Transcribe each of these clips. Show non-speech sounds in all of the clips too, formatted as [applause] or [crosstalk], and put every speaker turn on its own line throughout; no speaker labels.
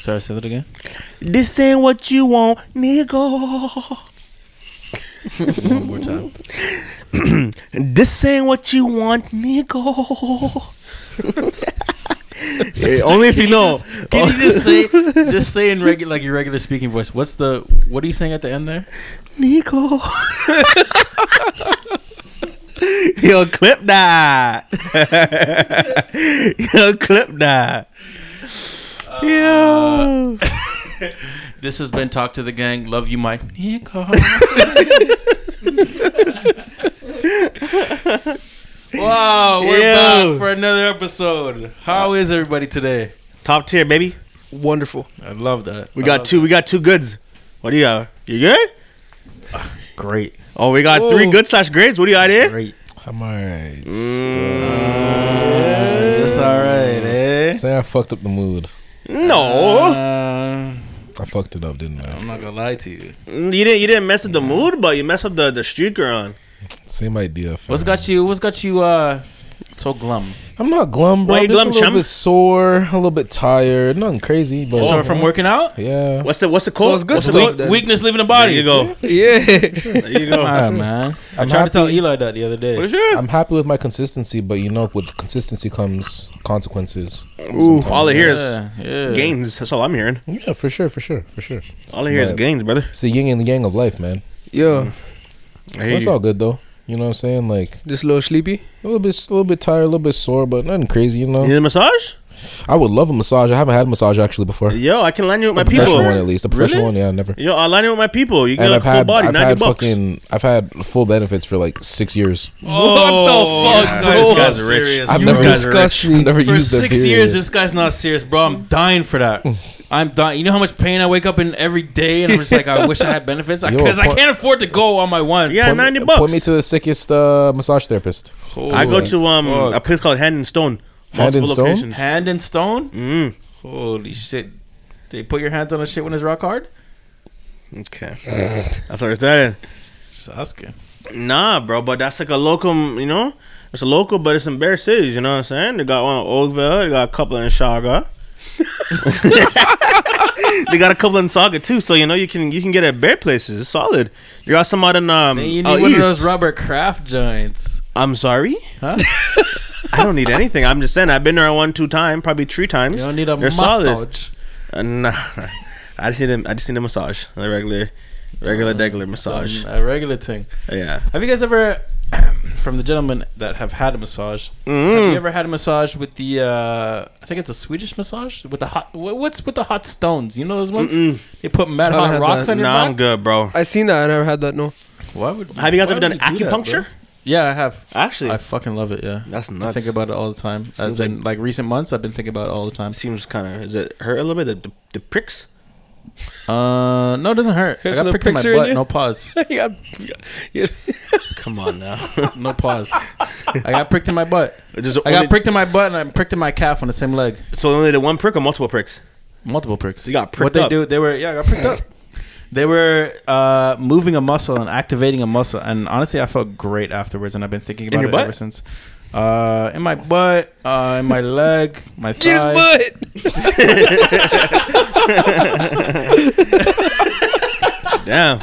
Sorry, say that again.
This ain't what you want, nigga.
One more time.
[clears throat] This ain't what you want, nigga. Eh, only if you know.
Can you just [laughs] say, just say in regular, like your regular speaking voice? What's the, what are you saying at the end there?
Nico. [laughs] Yo, clip that. [laughs] Yo, clip that. Yo.
This has been Talk to the Gang. Love you, [laughs] Mike. Nico. wow, we're
Yo.
back for another episode. How is everybody today?
Top tier, baby.
Wonderful.
I love that.
We
I
got
love
two. We got two goods. What do you got? You good?
that. Great.
Oh, we got three
Whoa.
good slash grades. What do you got here?
Great.
I'm alright. Mm.
That's all right, eh?
Say I fucked up the mood.
No,
Uh,
I fucked it up, didn't I?
I'm not gonna lie to you.
you didn't. You didn't mess up the mood, but you messed up the the streak you're on.
Same idea. Fam.
What's got you? What's got you? Uh, so glum.
I'm not glum, bro.
Why you
I'm
glum,
just a little
chum?
bit sore, a little bit tired. Nothing crazy, but
Sore from working out.
Yeah.
What's the What's the code?
it's good
what's the
stuff.
code?
Then-
Weakness leaving the body.
There you go.
[laughs] Yeah.
There you
Come
go.
Ah,
on, man. i
I'm
tried to tell
happy.
Eli that the other day.
I'm happy with my consistency, but you know, with consistency comes consequences. sometimes.
All I hear is
Yeah, yeah.
gains. That's all I'm hearing.
Yeah, for sure, for sure, for sure.
All I hear is
But-
gains, brother.
It's the yin and the yang of life, man.
Yo,
I hear
It's
you.
all good though. You know what I'm saying? Like
just a little sleepy.
a little bit, a little bit tired, a little bit sore, but nothing crazy. You know,
You need a massage?
I would love a massage. I haven't had a massage actually before.
Yo, I can line you with my
a professional one at
people.
least. A professional
Really?
one, yeah, never.
Yo, I line you with my people. You get
and
a
I've
full
had,
body,
I've
90
had
bucks.
fucking, I've had full benefits for like six years.
what the fuck,
This
bro?
Oh, guy's rich.
Serious.
I've
You-
never,
guys are
disgust
[laughs] I've
me.
never
for
used their
six
period.
years, this guy's not serious, bro. I'm dying for
[laughs]
that. I'm dying. You know how much pain I wake up in every day, and I'm just like,
[laughs]
I wish I had benefits
Yo,
because I
appoint-
can't afford to go on my one.
Yeah,
Put me-
90
Put
bucks.
me to the sickest uh, massage therapist.
I go to um
Fuck.
a place called Hand and Stone.
Hand
Multiple
and Stone?
locations.
hand and stone.
Mm.
Holy shit! They put your hands on the shit when it's rock hard.
Okay. that's what I said.
Just asking.
Nah, bro, but that's like a locum, you know? It's a local, but it's in Bear Cities, you know what I'm saying? They got one in Oakville, they got a couple in Saga. [laughs] they got a couple in Saga too, so you know you can you can get it at Bear places. It's solid. You got some out in um
See, you need
out
one
east.
of those Robert Kraft joints.
I'm sorry.
Huh?
[laughs] I don't need anything. I'm just saying. I've been there one, two time, probably three times.
You don't need a
They're
massage.
solid. Uh, nah, [laughs] I just need a, I just need a massage, a regular, regular, regular massage.
Um, a regular thing.
Yeah.
Have you guys ever, [clears throat] from the gentlemen that have had a massage, have
Mm.
you ever had a massage with the? Uh, I think it's a Swedish massage with the hot. wha- What's with the hot stones? You know those ones? They put mad
Haven't
hot
had
rocks
that.
on your
Nah, I'm
back.
good, bro.
I seen that. I never had that. No. [laughs]
Why would?
Have you guys
why
ever done
would you do that, bro?
acupuncture?
yeah, I have.
Actually,
I fucking love it. Yeah,
That's
I
nuts.
think about it all the time. As
Seems
in, like recent months, I've been thinking about it all the time.
seems kind of. Is it hurt a little bit? The, the, the pricks.
Uh, no, it doesn't hurt.
Here's
I got
another
pricked in my
picture in
butt.
you.
No pause.
yeah, yeah. [laughs]
Come on now. [laughs]
No pause. I got pricked in my butt.
Just
I got
only-
pricked in my butt and I'm pricked in my calf on the same leg.
So only the one prick or multiple pricks?
Multiple pricks.
You got pricked
What they
up.
do? They were yeah, I got pricked
[laughs]
up. They were uh, moving a muscle and activating a muscle, and honestly, I felt great afterwards. And I've been thinking about
your
it
butt?
ever since. Uh, in my butt, uh,
[laughs]
in my leg, my thigh.
His butt.
Damn.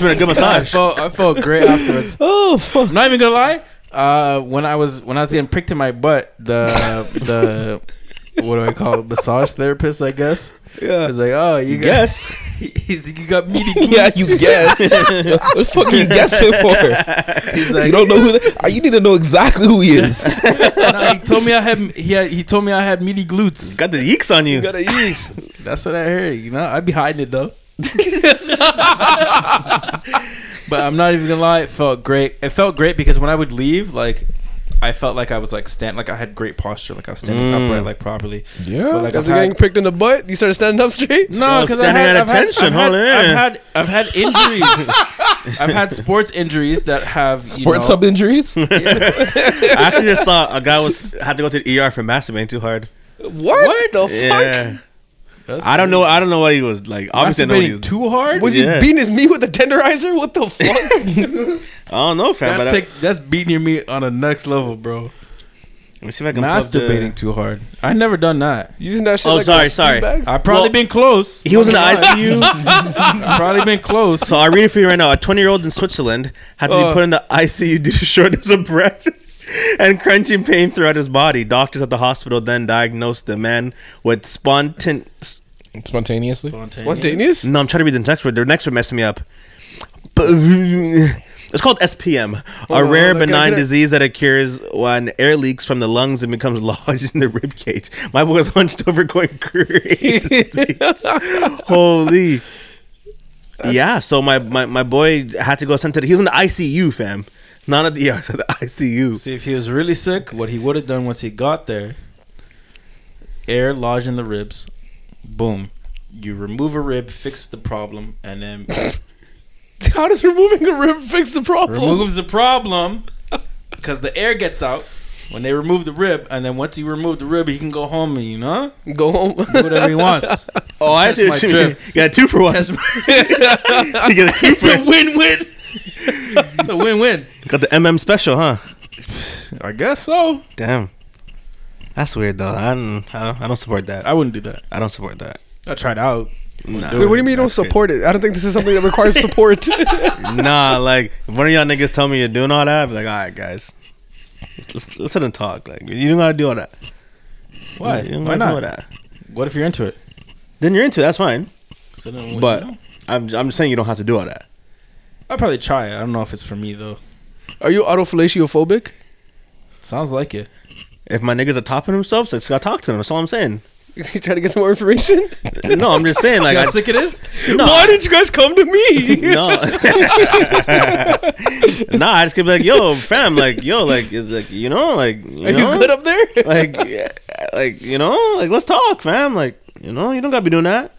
[laughs]
have been a good
I
massage.
felt I felt great afterwards.
[laughs]
Oh fuck.
I'm not even gonna lie. Uh, when I was when I was getting pricked in my butt, the the what do I call it? Massage therapist, I guess. I
Yeah.
was like, oh, you got
[laughs]
Yes.
[laughs] he's, you got meaty.
[laughs]
[laughs]
Yeah, you
glutes.
guess. [laughs] what the fuck are you guessing for? [laughs]
He's like,
You don't know who. [laughs] The, you need to know exactly who he [laughs] is.
"Nah, he told me I had he had, he told me I had meaty glutes.
Got the yeeks on you.
Got a yeast.
That's what I heard. You know, I'd be hiding it [laughs] though. but I'm not even gonna lie. It felt great. It felt great because when I would leave, like. I felt like I was like stand like I had great posture, like I was standing
Mm.
upright, like properly.
Yeah.
like, I've
After
had-
getting pricked in the butt, you started standing up straight.
No,
Yo,
because I
standing
had
at
I've had-
attention,
I've had,
hold
I've
on.
had I've had injuries. I've had sports injuries that have you
Sports
know,
hub [laughs] injuries.
I actually just saw a guy was had to go to the ER for masturbating too hard.
What, the fuck?
I don't know. I don't know what he was like. Obviously, I know what he
masturbating
was.
too hard.
Was
Yeah.
he beating his meat with a tenderizer? What the fuck?
I don't know, fam.
that's
But I-
like, that's beating your meat on the next level, bro.
Let me see if I can plug the-
Masturbating too hard. I never done that.
Using that shit
Oh,
like a
sorry,
sleep
sorry.
bag?
I've probably
Well-
been close.
He was in the ICU.
I've probably been close.
[laughs] so I'll read it for you right now. A 20 year old in Switzerland had to be
Uh.
put in the ICU due to [laughs] shortness of breath and crunching pain throughout his body. Doctors at the hospital then diagnosed the man with spontaneous.
Spontaneously?
Spontaneous?
No, I'm trying to read the next word. The next word messing me up. It's called SPM, a
on,
rare
hold on, can I
benign
get it?
disease that occurs when air leaks from the lungs and becomes [laughs] lodged in the rib cage. My boy was hunched over, going crazy. Holy. yeah, so my, my, my boy had to go sent to the, he was in the ICU, fam. Not at the ER, [laughs] so the ICU.
See if he was really sick, what he would have done once he got there, air lodge in the ribs, boom. You remove a rib, fix the problem, and then
[laughs]
[laughs]
How does removing a rib fix the problem?
removes the problem because the air gets out when they remove the rib, and then once you remove the rib, he can go home and you know
Go home.
do
[laughs]
whatever he [laughs] wants.
Oh, I
That's my
[laughs]
drip.
You got two for one. you got a two
It's a
for
win-win. it's a win-win.
Got the MM special, huh?
I guess so.
Damn. That's weird though. I don't, I don't, I don't support that.
I wouldn't do that.
I don't support that.
I tried out.
Nah.
Wait, what do you mean you don't support it? I don't think this is something that requires support. [laughs]
nah, [laughs] like if one of y'all niggas tell me you're doing all that, I'd be like, all right, guys, let's, let's, let's sit and talk. Like you don't gotta do all that.
Why?
You don't
Why
gotta do all
not?
that.
What if you're into it?
Then you're into it. That's fine.
So then what,
but
you know?
I'm, I'm just saying you don't have to do all that.
I'd probably try it. I don't know if it's for me though.
Are you autofilatiophobic?
Sounds like it.
If my niggas are topping themselves, I just gotta talk to them. That's all I'm saying.
[laughs] You trying to get some more information?
No, I'm
[laughs]
just saying like
You know
I
how
[laughs]
sick it is?
No.
Why did you guys come to
[laughs]
me?
no. nah, I just could be like, yo, fam, like, yo, like, it's like, you know, like, you
[laughs] Are
know?
you good up there? [laughs]
like, yeah, like you know, like let's talk, fam. Like you know, you don't gotta be doing that.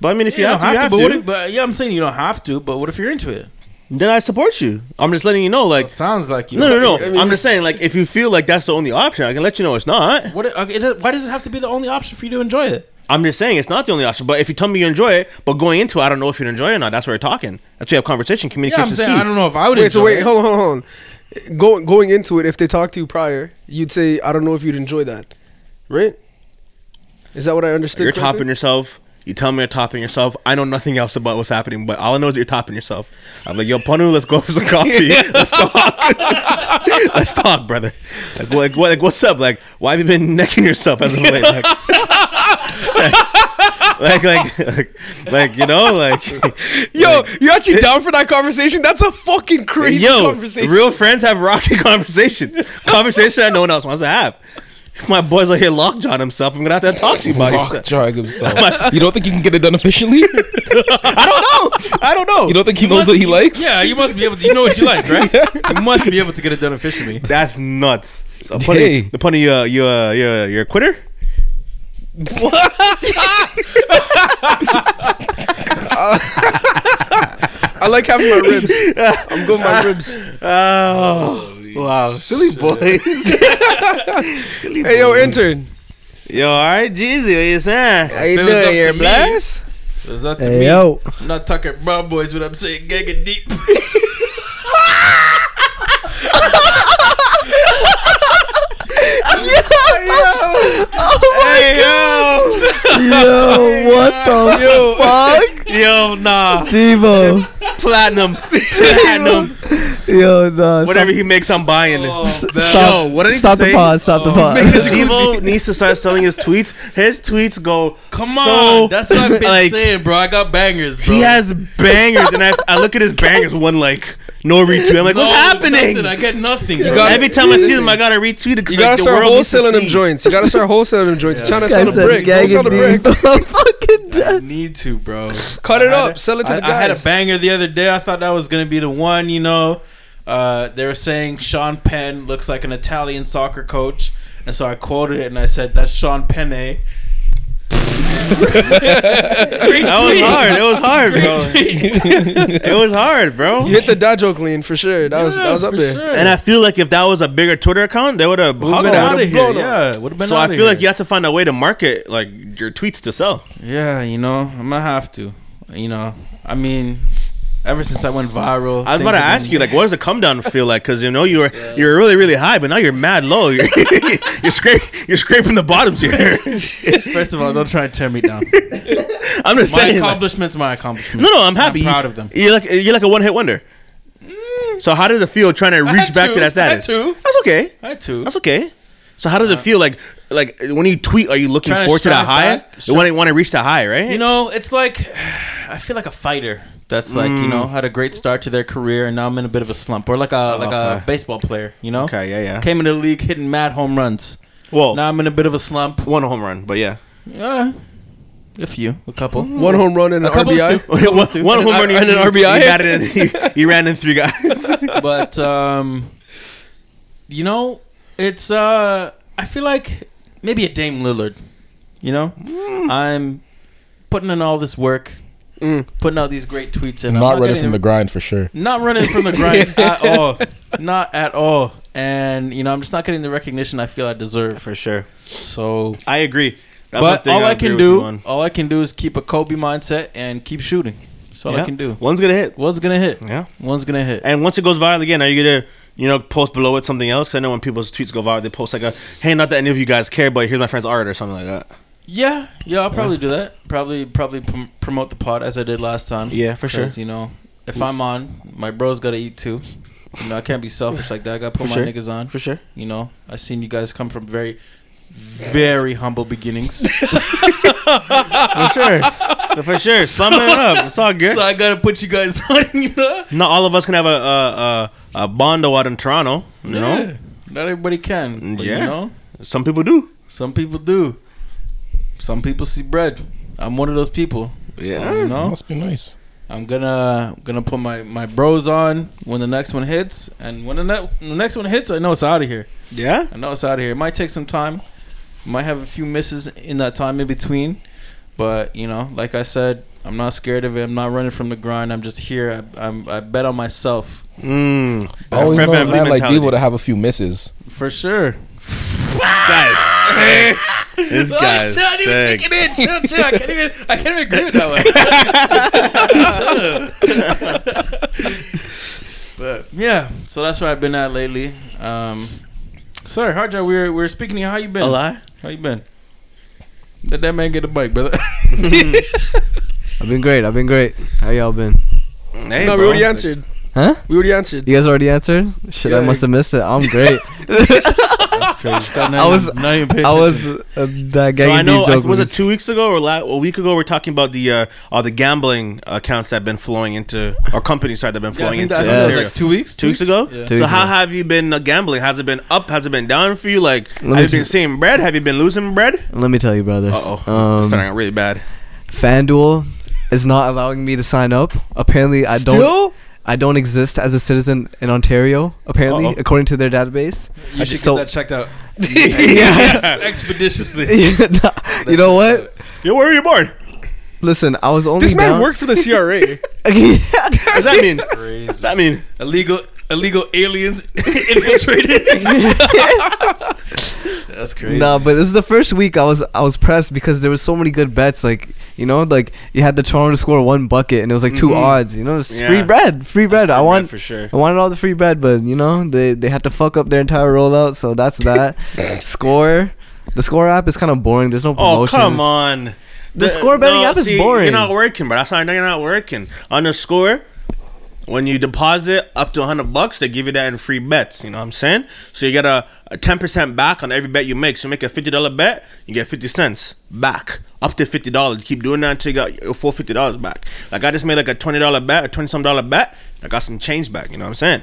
But I mean, if you, have, to, you have
but,
to.
what if, but yeah, I'm saying you don't have to. But what if you're into it?
then I support you. I'm just letting you know, like,
It sounds like you.
no, no, no.
I mean,
I'm just saying, like, if you feel like that's the only option, I can let you know it's not.
What? okay, it- Why does it have to be the only option for you to enjoy it?
I'm just saying it's not the only option. But if you tell me you enjoy it, but going into it, I don't know if you enjoy it or not. That's where we're talking. That's where we have conversation,
Yeah,
communication.
I'm
is
saying
key.
I don't know if I would.
Wait,
enjoy
so wait,
it.
hold on, hold on, hold on. Going going into it, if they talked to you prior, you'd say, "I don't know if you'd enjoy that," right? Is that what I understood?
You're
correctly?
topping yourself. You tell me you're topping yourself. I know nothing else about what's happening, but all I know is that you're topping yourself. I'm like, yo, Panu, let's go for
[laughs]
some coffee. Let's talk. [laughs] let's talk, brother. Like, what- like, what, like, what's up? Like, why have you been necking yourself as of late?
[laughs]
Like, [laughs] like, like, like, like, you know, like,
[laughs] Yo, [laughs] you actually down for that conversation? That's a fucking crazy
yo,
conversation.
real friends have rocky [laughs] conversations. Conversation that no one else wants to have. If my boy's out here lockjaw himself, I'm gonna have to talk to you about
Fuck
it.
Jarg [laughs] himself. you don't think you can get it done [laughs] efficiently?
I don't know. I don't know.
You don't think he knows what he likes?
Yeah, you must be able. to You know what you
[laughs]
like, right? you must be able to get it done efficiently.
That's nuts. So punny,
Hey.
the punny, uh, you, uh, you, uh, you're a quitter.
I like having
[laughs]
my ribs. I'm going with my ribs.
Oh, wow, silly boy. silly
Hey, yo, intern.
Yo, all right, Jeezy, what you saying?
How you
If it was up
doing,
to
your
me-
blast?
It's up to me.
yo.
I'm not talking brown boys, but I'm saying gagging deep.
Hey, yo,
Yo, what the fuck?
yo, nah,
Devo.
platinum, [laughs] platinum,
Yo, nah.
whatever he makes, I'm buying it.
Stop,
Oh, Yo,
stop,
what did he
stop the
say?
pod. Stop the [laughs] pod.
Devo needs to start selling his tweets. His tweets go.
Come
so,
on, that's what I've been
[laughs] like,
saying, bro. I got bangers, bro.
He has bangers, and I, I look at his bangers. One like no retweet. I'm like,
No,
what's happening?
nothing. I get nothing. You
got-
Every time I see them, I gotta retweet it. 'cause,
You
like,
gotta
the
start
world needs to
wholesaling them
see.
joints. You gotta
[laughs]
start wholesaling them joints. You're trying to
This guy
sell a
said
brick. Don't sell a brick.
gagging deep. Fucking dead.
need to, bro.
Cut it
I had
up.
a-
Sell it to
I-
the guys.
I had a banger the other day. I thought that was gonna be the one. You know, uh, they were saying Sean Penn looks like an Italian soccer coach, and so I quoted it and I said, "That's Sean eh?" Penne."
That was hard. It was hard, bro. It was hard, bro.
You hit the dad joke lean for sure. That was that was up there.
And I feel like if that was a bigger Twitter account, they would have hung it
been out
out.
of
would've
here.
blown up.
Yeah, would have been
So I
out
feel
of
like you
here.
have to find a way to market like your tweets to sell.
yeah, you know, I'm gonna have to. You know, I mean, Ever since I went viral,
I was about
things have
to ask
been-
you, like, what does the come down feel like? Because you know you were you were really really high, but now you're mad low. [laughs] You're you're, scra- you're scraping the bottoms here.
First of all, don't try and tear me [laughs] down.
I'm just
My
saying. like-
accomplishments, my accomplishments.
no, no, I'm happy.
I'm proud of them.
You're like you're like a one hit wonder. So how does it feel trying to reach
had
back
two.
to that
I had
status?
two.
That's okay.
I too.
That's okay. So how does it feel like like when you tweet? Are you looking
Trying to
forward to that
strive
high?
back.
You want to want to reach that high, right?
You know, it's like [sighs] I feel like a fighter that's like you know had a great start to their career and now I'm in a bit of a slump, or like a like
okay.
a baseball player. You know,
Okay, yeah, Oh. yeah.
Came into the league hitting mad home runs.
Well,
Now I'm in a bit of a slump.
one home run,
[laughs]
but yeah,
Uh, a few, a couple.
One home run and an
couple of
RBI.
two.
one, one home run
And an
you- you-
RBI?
You, batted in- you- you ran in
[laughs]
three guys.
but um, you know, it's uh, I feel like maybe a Dame Lillard. You know, I'm putting in all this work,
Mm.
putting out these great tweets, and I'm
not running from
getting-
the grind for sure.
not running from the grind at all, not at all. And you know, I'm just not getting the recognition I feel I deserve.
For sure,
So,
I agree. That's one
but
thing
all I
agree
can
with you
do,
on.
all I can do is keep a Kobe mindset and keep shooting. That's all
Yeah.
I can do.
One's gonna hit.
One's gonna hit.
Yeah.
One's gonna hit.
And once it goes viral again, are you gonna you know post below it something else? 'Cause I know when people's tweets go viral, they post like a hey, not that any of you guys care, but here's my friend's art or something like that.
Yeah, yeah, I'll probably do that. Probably, probably prom- promote the pod as I did last time.
Yeah, for sure.
'Cause, You know, if I'm on, my bro's gotta eat too. You know, I can't be selfish like that. I gotta put
For
my
sure.
niggas on.
For sure.
You know, I seen you guys come from very, very humble beginnings.
For sure. [laughs] For sure. Sum it up. It's all good.
So I gotta put you guys [laughs] on, you know?
Not all of us can have a a, a, a bondo out in Toronto. You know,
Yeah, Not everybody can. But
Yeah.
You know?
some people do.
Some people do. Some people see bread. I'm one of those people.
Yeah.
So, you know?
Must be nice.
I'm gonna gonna put my, my bros on when the next one hits, and when the, ne- the next one hits, I know it's out of here.
Yeah.
I know it's out of here. It might take some time. Might have a few misses in that time in between, but you know, like I said, I'm not scared of it. I'm not running from the grind. I'm just here. I, I'm, I bet on myself
Mm.
I always
Fred
know a
VanVleet
man like
mentality.
Debo to have a few misses.
for sure. [laughs]
This
Oh,
guy's sick.
it in. Chill, chill. I can't even. I can't even agree with that one. [laughs] but yeah, so that's where I've been at lately. Um, sorry, Harja, we were we were speaking. to you. How you been?
A lie?
How you been? Let that man get a bike, brother.
I've been great. I've been great. How y'all been?
Hey,
No, we
bro.
already answered.
Huh?
We already answered.
You guys already answered? Shit, I
Yeah.
must have missed it.
[laughs]
I'm great.
that's crazy. Not
I was-
Not even paying
I was
attention.
uh, that guy.
So I know,
joke
was it two weeks ago or la- a week ago? We are talking about the uh, all the gambling accounts that have been flowing into our company side that have been
Yeah, I
flowing
think
into.
that, I think
Yeah.
that was
Ontario.
like two weeks.
two weeks ago.
Yeah.
Two
so
weeks
how
ago.
have you been uh, gambling? Has it been up? Has it been down for you? Like,
Let me
have you been
see.
seeing bread? Have you been losing bread?
Let me tell you, brother.
Uh oh,
Um,
starting out really bad.
FanDuel is not allowing me to sign up. Apparently, I don't.
Still?
I don't exist as a citizen in Ontario. Apparently,
Uh-oh.
according to their database.
You should
So-
get that checked out
yeah.
[laughs] expeditiously.
[laughs]
[laughs]
you know what?
Uh, Yo, where are you born?
Listen, I was only
This man
down-
worked
[laughs]
for the CRA.
[laughs] What does
[laughs]
that mean? What does that mean?
illegal illegal aliens [laughs]
[laughs]
infiltrated. That's crazy.
No, but this is the first week I was I was pressed because there was so many good bets. Like you know, like you had the Toronto score one bucket and it was like 2
Mhm.
odds. You know, it's
Yeah.
free bread, free bread. I want
for sure.
I wanted all the free bread, but you know they they had to fuck up their entire rollout. So that's
[laughs]
that. score, the score app is kind of boring. There's no
Oh
promotions.
come on!
The score betting app is boring.
You're not working, bro. That's how I know you're not working. On the score, when you deposit up to 100 bucks, they give you that in free bets. You know what I'm saying? So you get a, a 10% back on every bet you make. So you make a $50 bet, you get 50 cents back. Up to fifty dollars. Keep doing that until you got your full fifty dollars back. Like I just made like a twenty dollar bet, a twenty some dollar bet. I got some change back. You know what I'm saying?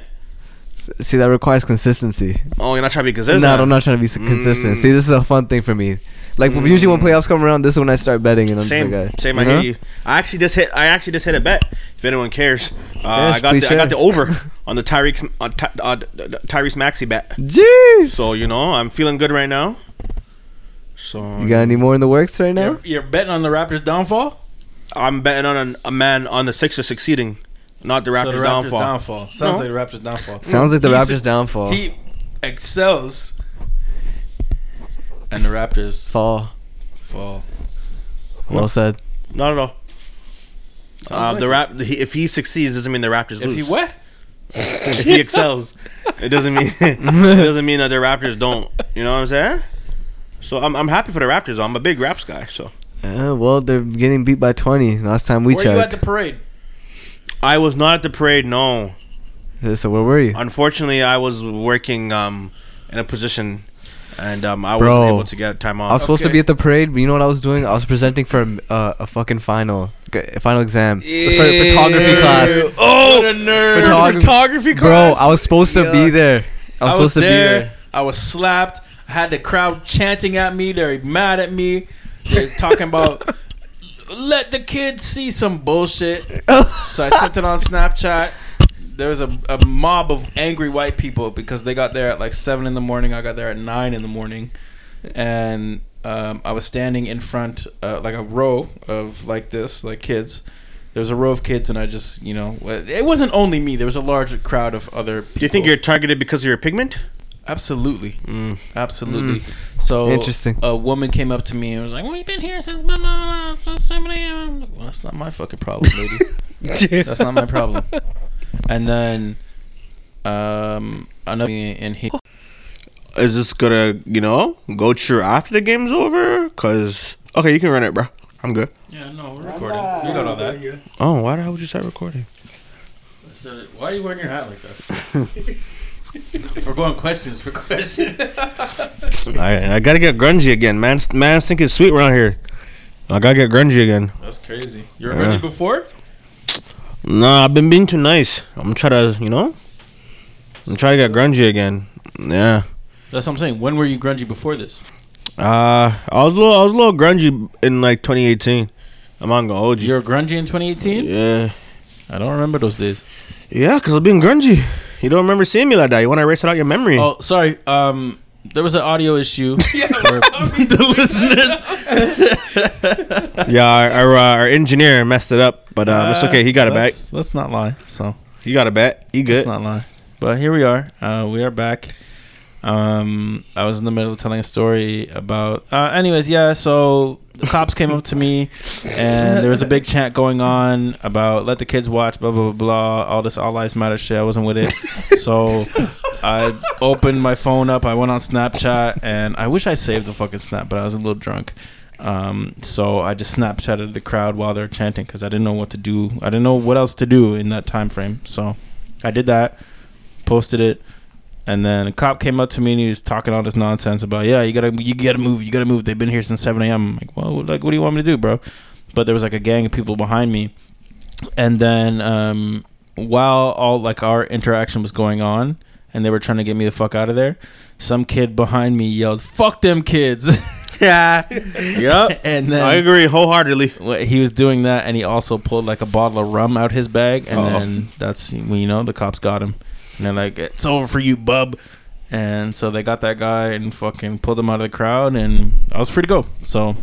See, that requires consistency.
Oh, you're not trying to be
No,
consistent.
I'm not trying to be s
Mm.
consistent. See, this is a fun thing for me. Like usually when playoffs come around, this is when I start betting, and I'm
Same,
just like, uh,
same. I
know?
hear you. I actually just hit. I actually just hit a bet. If anyone cares, uh,
Yes,
I got the,
please
I got the
share.
over
[laughs]
on the Tyreek on Ty, uh, the- the- the Tyrese Maxey bet.
Jeez.
So you know I'm feeling good right now. So
you got any more in the works right now?
You're, [laughs] you're betting on the Raptors' downfall.
I'm betting on a, a man on the Sixers succeeding, not the Raptors,
so the Raptors'
downfall.
downfall. Sounds
No.
like the Raptors' downfall.
Sounds like the
He's-
Raptors' downfall.
He excels, and the Raptors
Fall.
fall.
Well said.
Not at all. Uh, the rap, he- if he succeeds, doesn't mean the Raptors
If
lose.
he what?
[laughs] if he excels, it doesn't mean [laughs] it doesn't mean that the Raptors don't. You know what I'm saying? So I'm, I'm happy for the Raptors. though. I'm a big Raps guy. So
Uh, well, they're getting beat by 20 last time we
Were you at
checked.
the parade?
I was not at the parade. No,
so where were you?
unfortunately, I was working um, in a position, and um, I
Bro.
wasn't able to get time
I was
off.
supposed to
Okay.
be at the parade, but you know what I was doing? I was presenting for a, uh, a fucking final, a final exam. It's for a photography class.
Oh, what a nerd!
Photog-
Photography
Bro,
class.
I was supposed to be
Yuck.
there. I was,
I was
supposed
there.
to be there.
I was slapped. I had the crowd chanting at me. They're mad at me. They're talking about [laughs] let the kids see some bullshit. so I sent it on Snapchat. There was a, a mob of angry white people because they got there at like seven in the morning. I got there at nine in the morning, and um, I was standing in front uh, like a row of like this like kids. There was a row of kids, and I just you know it wasn't only me. There was a large crowd of other. people.
Do you think you're targeted because of your pigment?
Absolutely, absolutely. So
Interesting.
A woman came up to me and was like, "We've been here since blah blah blah, since somebody." uh, Well, that's not my fucking problem, lady. that's not my [laughs] problem. And then, um, another and he.
Is this gonna you know go cheer after the game's over? Cause okay, you can run it, bro. I'm good.
Yeah, no, we're recording. You got all [laughs] that.
Oh, why the hell would you start recording?
why are you wearing your hat like that? [laughs] we're going questions for [laughs] questions.
I, I gotta get grungy again, man. Man, think it's sweet around here. I gotta get grungy again.
That's crazy. You were
Yeah.
ready before?
Nah, I've been being too nice. I'm trying to, you know, I'm trying to get grungy again. Yeah.
That's what I'm saying. When were you grungy before this?
Uh, I was a little, I was a little grungy in like 2018. I'm not gonna hold
You
you.
were grungy in 2018.
Yeah.
I don't remember those days.
Yeah, cause I've been grungy. You don't remember seeing me like that. You want to erase it out your memory?
Oh, sorry. Um, there was an audio issue for the listeners.
[laughs] Yeah, our our, uh, our engineer messed it up, but um, it's okay. He got it back.
Let's- Let's not lie. So
He got it back. He
let's
good.
not lie. But here we are. Uh, we are back. Um, I was in the middle of telling a story about. Uh, anyways, yeah. So the cops came up to me, and there was a big chant going on about let the kids watch, blah blah blah, blah all this all lives matter shit. I wasn't with it, so I opened my phone up. I went on Snapchat, and I wish I saved the fucking snap, but I was a little drunk. Um, so I just Snapchatted the crowd while they're chanting because I didn't know what to do. I didn't know what else to do in that time frame. So I did that, posted it, and then a cop came up to me and he was talking all this nonsense about, yeah, you gotta, you gotta move, you gotta move. They've been here since 7 a.m. I'm like, well, like, what do you want me to do, bro? But there was like a gang of people behind me, and then um, while all like our interaction was going on, and they were trying to get me the fuck out of there, some kid behind me yelled, "Fuck them kids."
[laughs]
[laughs]
Yeah. yep.
And then-
I agree wholeheartedly. [laughs]
Well, he was doing that, and he also pulled like a bottle of rum out his bag, and
Oh.
then that's when you know the cops got him, and they're like, "It's over for you, bub," and so they got that guy and fucking pulled him out of the crowd, and I was free to go. So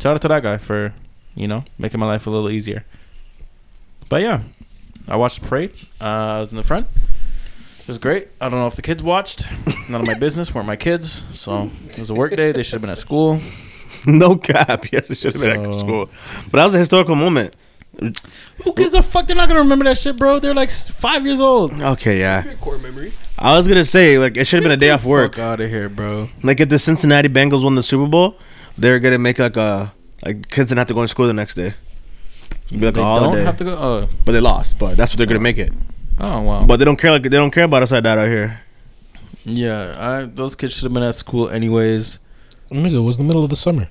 shout out to that guy for you know making my life a little easier. But yeah, I watched the parade. Uh, I was in the front. It was great. I don't know if the kids watched. None of my business. Weren't my kids. So it was a work day. They should have been at school.
No cap. [laughs] Yes, it should have been
So-
at school. But that was a historical moment.
Who gives a fuck? They're not gonna remember that shit, bro. They're like s- five years old.
Okay, yeah.
[laughs] Core memory.
I was gonna say like it should have been a day off work.
Fuck out of here, bro.
Like if the Cincinnati Bengals won the Super Bowl, they're gonna make like a like kids didn't have to go to school the next day. It'd be like
They
a
don't
holiday.
have to go. Oh,
but they lost. But that's what they're gonna make it.
oh wow.
But they don't care. Like they don't care about us like that out here.
yeah, I, those kids should have been at school anyways.
Nigga, it was the middle of the summer.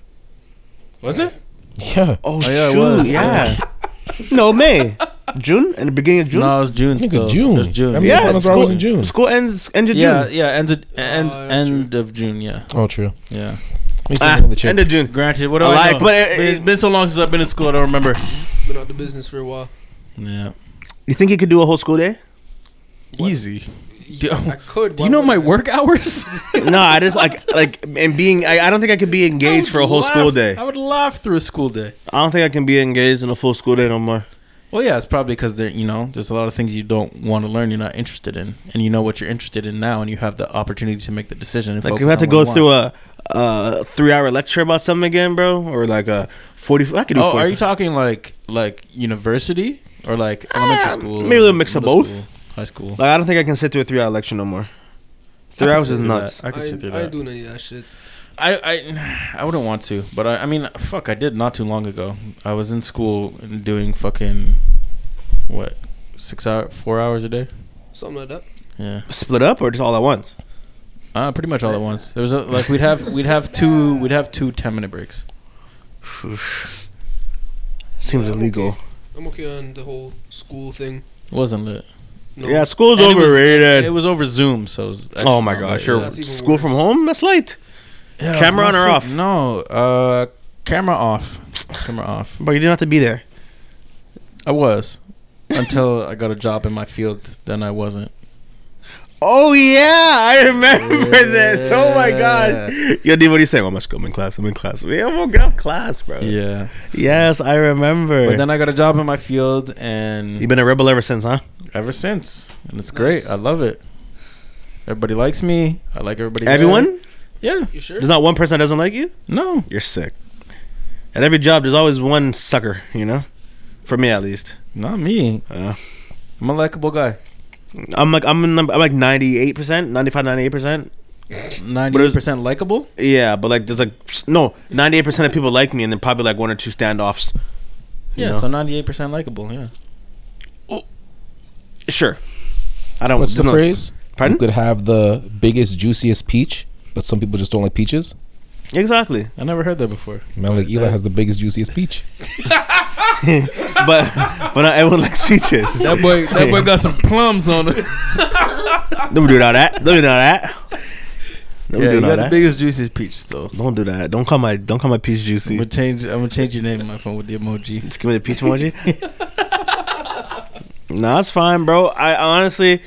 Was it?
Yeah.
Oh,
yeah, it
shoot,
was.
Yeah. [laughs] no May, June, and the beginning of June.
No, it was June.
Nigga,
Still.
June.
It was June.
I mean,
yeah,
yeah,
one of ours
school,
in June. Oh,
School ends end of
yeah,
June.
yeah. End of end,
Oh, that's
end of June. Yeah,
Oh, true.
yeah.
Let me see
Ah,
another chick.
end of June.
Granted, what do
I
I,
like,
know?
but it-
it's been so long since I've been in school. I don't remember.
Been out the business for a while.
Yeah,
You think you could do a whole school day?
easy. Do,
I could.
do
why
you know
wouldn't
my
I?
work hours?
[laughs] no, I just like like and being. I, I don't think I could be engaged for a whole
I would
school
Oh, laugh-
day.
I would laugh through a school day.
I don't think I can be engaged in a full school day no more.
Well, yeah, it's probably because there, you know, there's a lot of things you don't want to learn, you're not interested in, and you know what you're interested in now, and you have the opportunity to make the decision. And
Like
focus
you have to
on what
go
you
through a, a three hour lecture about something again, bro, or like a forty. I could do.
want. Oh,
40
are you talking like like university or like
Um,
elementary school?
maybe a little mix of
middle
both.
school, high school.
Like, I don't think I can sit through a three hour lecture no more. Three
I can
hours
sit
is
through
nuts.
that. I
I,
can sit through
I
that.
ain't doing any of that shit.
I, I I wouldn't want to, but I, I mean, fuck, I did not too long ago. I was in school and doing fucking what six hour, four hours a day.
Something like that.
Yeah,
Split up or just all at once?
uh, pretty much all at once. There was a, like we'd have we'd have two we'd have two ten minute breaks.
Seems
Yeah, I'm
illegal.
okay. I'm okay on the whole school thing.
It wasn't lit.
No.
Yeah, school's
And it was-
overrated.
It was over Zoom, so. It was actually
oh my
not
gosh,
bad.
sure.
that's even
School from
worse.
home? That's light.
Yeah, it
Camera
was
on or
not
off?
sick. No, uh, camera off. Camera off.
But you didn't have to be there.
I was until I got a job in my field. Then I
[laughs]
wasn't.
Oh yeah, I remember this. Oh my gosh. Yo, D, what do you say? Well, I'm at school. I'm in class. I'm in class. Yeah, I'm gonna get off class, bro.
Yeah.
Yes, I remember.
But then I got a job in my field, and
You've been a rebel ever since, huh?
ever since, and it's
Nice.
great. I love it. Everybody likes me. I like everybody. there.
Everyone?
Yeah.
You sure?
There's not one person that doesn't like you?
No.
You're sick. At every job, there's always one sucker, you know? For me, at least.
Not me.
Uh,
I'm a likable guy.
I'm like I'm, num- I'm like 98 percent, 95, 98 percent.
Ninety-eight percent likable.
Yeah, but like there's like no 98 percent of people like me, and then probably like one or two standoffs. you
Yeah.
know?
So ninety-eight percent likable. Yeah.
sure. I don't.
What's the
no-
phrase?
Pardon?
You could have the biggest, juiciest peach, but some people just don't like peaches.
Exactly.
I never heard that before.
Man, like Eli has the biggest, juiciest peach.
But [laughs] but not everyone likes peaches.
[laughs] That boy. That boy got some plums on it.
[laughs] Don't do all that. Don't do all that. Don't
Yeah, you
do all
got the
that.
biggest juice is peach still.
don't do that. Don't call my don't call my peach
I'm
juicy.
gonna change. I'm gonna change your name in my phone with the emoji.
Just give me the peach emoji. no, that's fine, bro. I honestly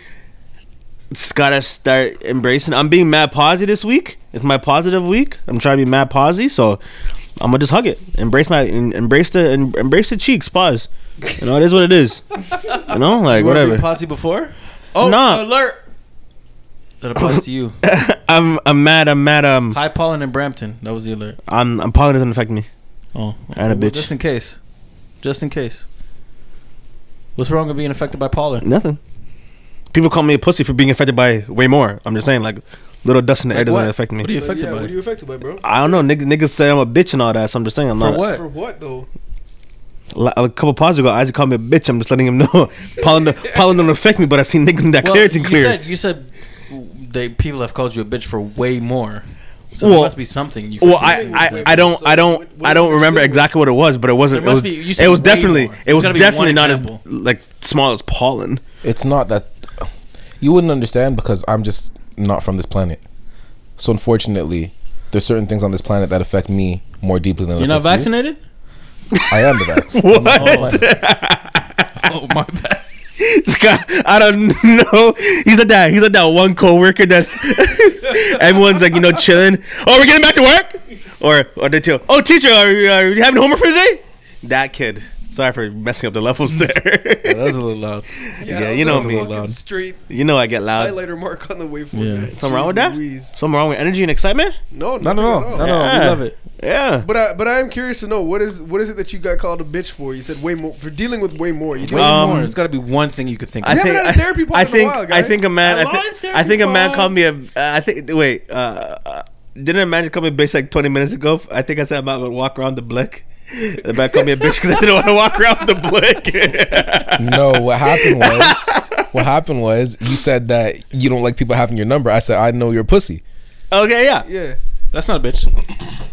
just gotta start embracing. I'm being mad posy this week. It's my positive week. I'm trying to be mad posy, so I'm gonna just hug it. Embrace my em- embrace the em- embrace the cheeks. Pause. You know, it is what it is. You know, like
you wanna
whatever.
Be posse before? Oh,
Nah.
alert! That applies to
[laughs]
you.
I'm I'm mad. I'm mad. Um,
High Pollen and Brampton. That was the alert.
I'm I'm pollen doesn't affect me.
Oh,
And a bitch.
Just in case. Just in case. What's wrong with being affected by pollen?
Nothing. People call me a pussy for being affected by way more. I'm just saying, like, little dust in the air
Like
doesn't
what?
affect me.
What are you
But
affected
yeah,
by?
what are you affected by, bro?
I don't know. Niggas, niggas say I'm a bitch and all that, so I'm just saying I'm
For
not.
what?
For what though?
Like, a couple pods ago, Isaac called me a bitch. I'm just letting him know. [laughs] pollen, pollen don't affect me, but I seen niggas in that
Well,
clarity
you
clear.
said you said they people have called you a bitch for way more. So
Well-
there must be something. You
well,
fucking-
I, I, I don't I
What-
don't
what
I
did
don't
you
remember
do?
exactly what it was, but it wasn't.
There
It was,
must be- you
it
said
was
way
definitely
more.
it
There's
was
gotta be one
definitely not as
example.
like small as pollen.
It's not that you wouldn't understand because I'm just not from this planet. So unfortunately, there's certain things on this planet that affect me more deeply than it
You're not
affects you.
[laughs]
vaccinated?
I am the vaccine. what?
oh my bad.
This guy, I don't [laughs] know. He's like that. He's like that one coworker that's [laughs] everyone's like you know chilling. Oh, we're getting back to work, or or they tell, oh teacher, are you, are you having homework for today? That kid. Sorry for messing up the levels there. [laughs]
That was a little loud.
yeah, you know me.
Straight
You know I get loud.
highlighter mark on the waveform.
Yeah.
there.
Something wrong with
Jeez
that?
Louise.
Something wrong with energy and excitement?
No,
Not at all. Not at all. We
Yeah.
love it.
Yeah.
But I, but I am curious to know what is what is it that you got called a bitch for? You said way more for dealing with way more. You
Way
deal-
Uh, Um,
more. There's got to be one thing you could think
I
of.
haven't
think,
had a
I-
therapy pod
I
in a
think
while,
I
guys.
think a man.
A
I,
lot
thi-
of therapy
I think a man
pod.
called me a. Uh, I think wait. Uh, uh, didn't a man call me a bitch like twenty minutes ago? I think I said I'm not gonna walk around the blick. The man called me a bitch because I didn't want to walk around the blick. [laughs]
No, what happened was what happened was you said that you don't like people having your number. I said I know you're a pussy.
okay, yeah,
yeah,
That's not a bitch.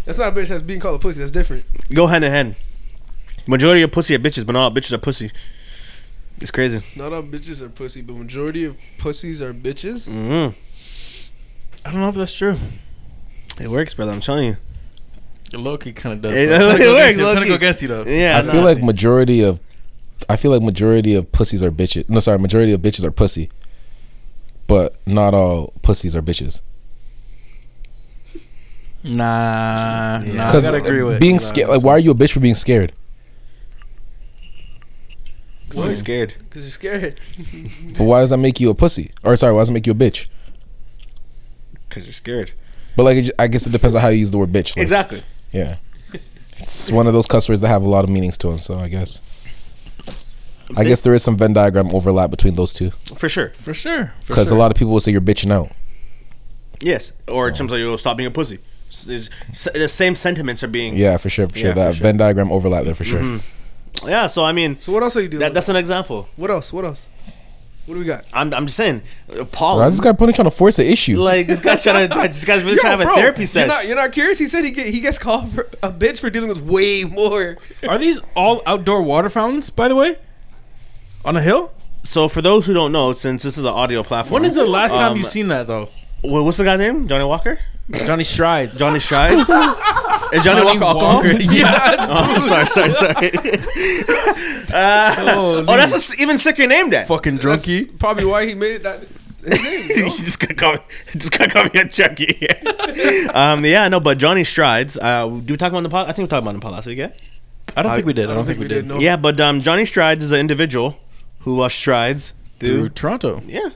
that's not a bitch. That's being called a pussy. That's different.
go hand in hand. Majority of pussy are bitches, but not all bitches are pussy. It's crazy.
Not all bitches are pussy, but majority of pussies are bitches.
Mm-hmm.
I don't know if that's true.
It works, brother. I'm telling you.
Loki kind of does.
It-
but I'm trying to
it
go
works,
against you. I'm trying to
low-key.
go against you though.
Yeah,
I feel like majority of I feel like majority of pussies are bitches. No, sorry, majority of bitches are pussy. But not all pussies are bitches.
Nah, nah. I
Because
gotta agree with
being
you.
scared, like, why are you a bitch for being scared?
Cause I'm scared.
Because you're scared.
But why does that make you a pussy? Or sorry, why does it make you a bitch?
Cause you're scared.
But like, it, ju- I guess it depends on how you use the word bitch. Like,
Exactly.
Yeah. It's one of those cuss words that have a lot of meanings to them. So I guess. I guess there is some Venn diagram overlap between those two
For sure.
For sure. For
because
sure.
a lot of people will say you're bitching out.
Yes. Or sometimes you'll stop being a pussy. S- it's- s- the same sentiments are being.
Yeah, for sure, for sure.
Yeah, for
that
sure. Mm-hmm.
Venn diagram overlap there for sure.
Yeah, So I mean,
So what else are you doing?
that, that's an example.
what else? What else? What do we got?
I'm, I'm just saying, uh,
Why
Paul.
is this guy putting trying to force the issue?
Like this guy's trying
[laughs]
to. This guy's really
Yo,
trying to have
bro,
a therapy
You're not,
session.
you're not curious? He said he, get, he gets called for a bitch for dealing with way more.
Are these all outdoor water fountains, by the way? On a hill?
So for those who don't know, since this is an audio platform,
When is the last time
Um,
you've seen that though?
wha- what's the guy's name? Johnny Walker.
Johnny Strides. [laughs]
Johnny Shines. is Johnny, Walker alcoholic?
yeah. [laughs]
Oh, I'm sorry, sorry, sorry. Uh, oh, that's a s even sicker name. That
Fucking
That's
drunkie.
probably why he made it that.
[laughs] you just gotta call me, just gotta call me a Chucky. [laughs] um, yeah, no, but Johnny Strides. Uh, do we talk about the pod? I think we talked about the pod last week. Yeah,
I don't think we did. I don't, think, we did.
No.
yeah, but um, Johnny Strides is an individual who uh, strides
Through
through.
Toronto
Yeah,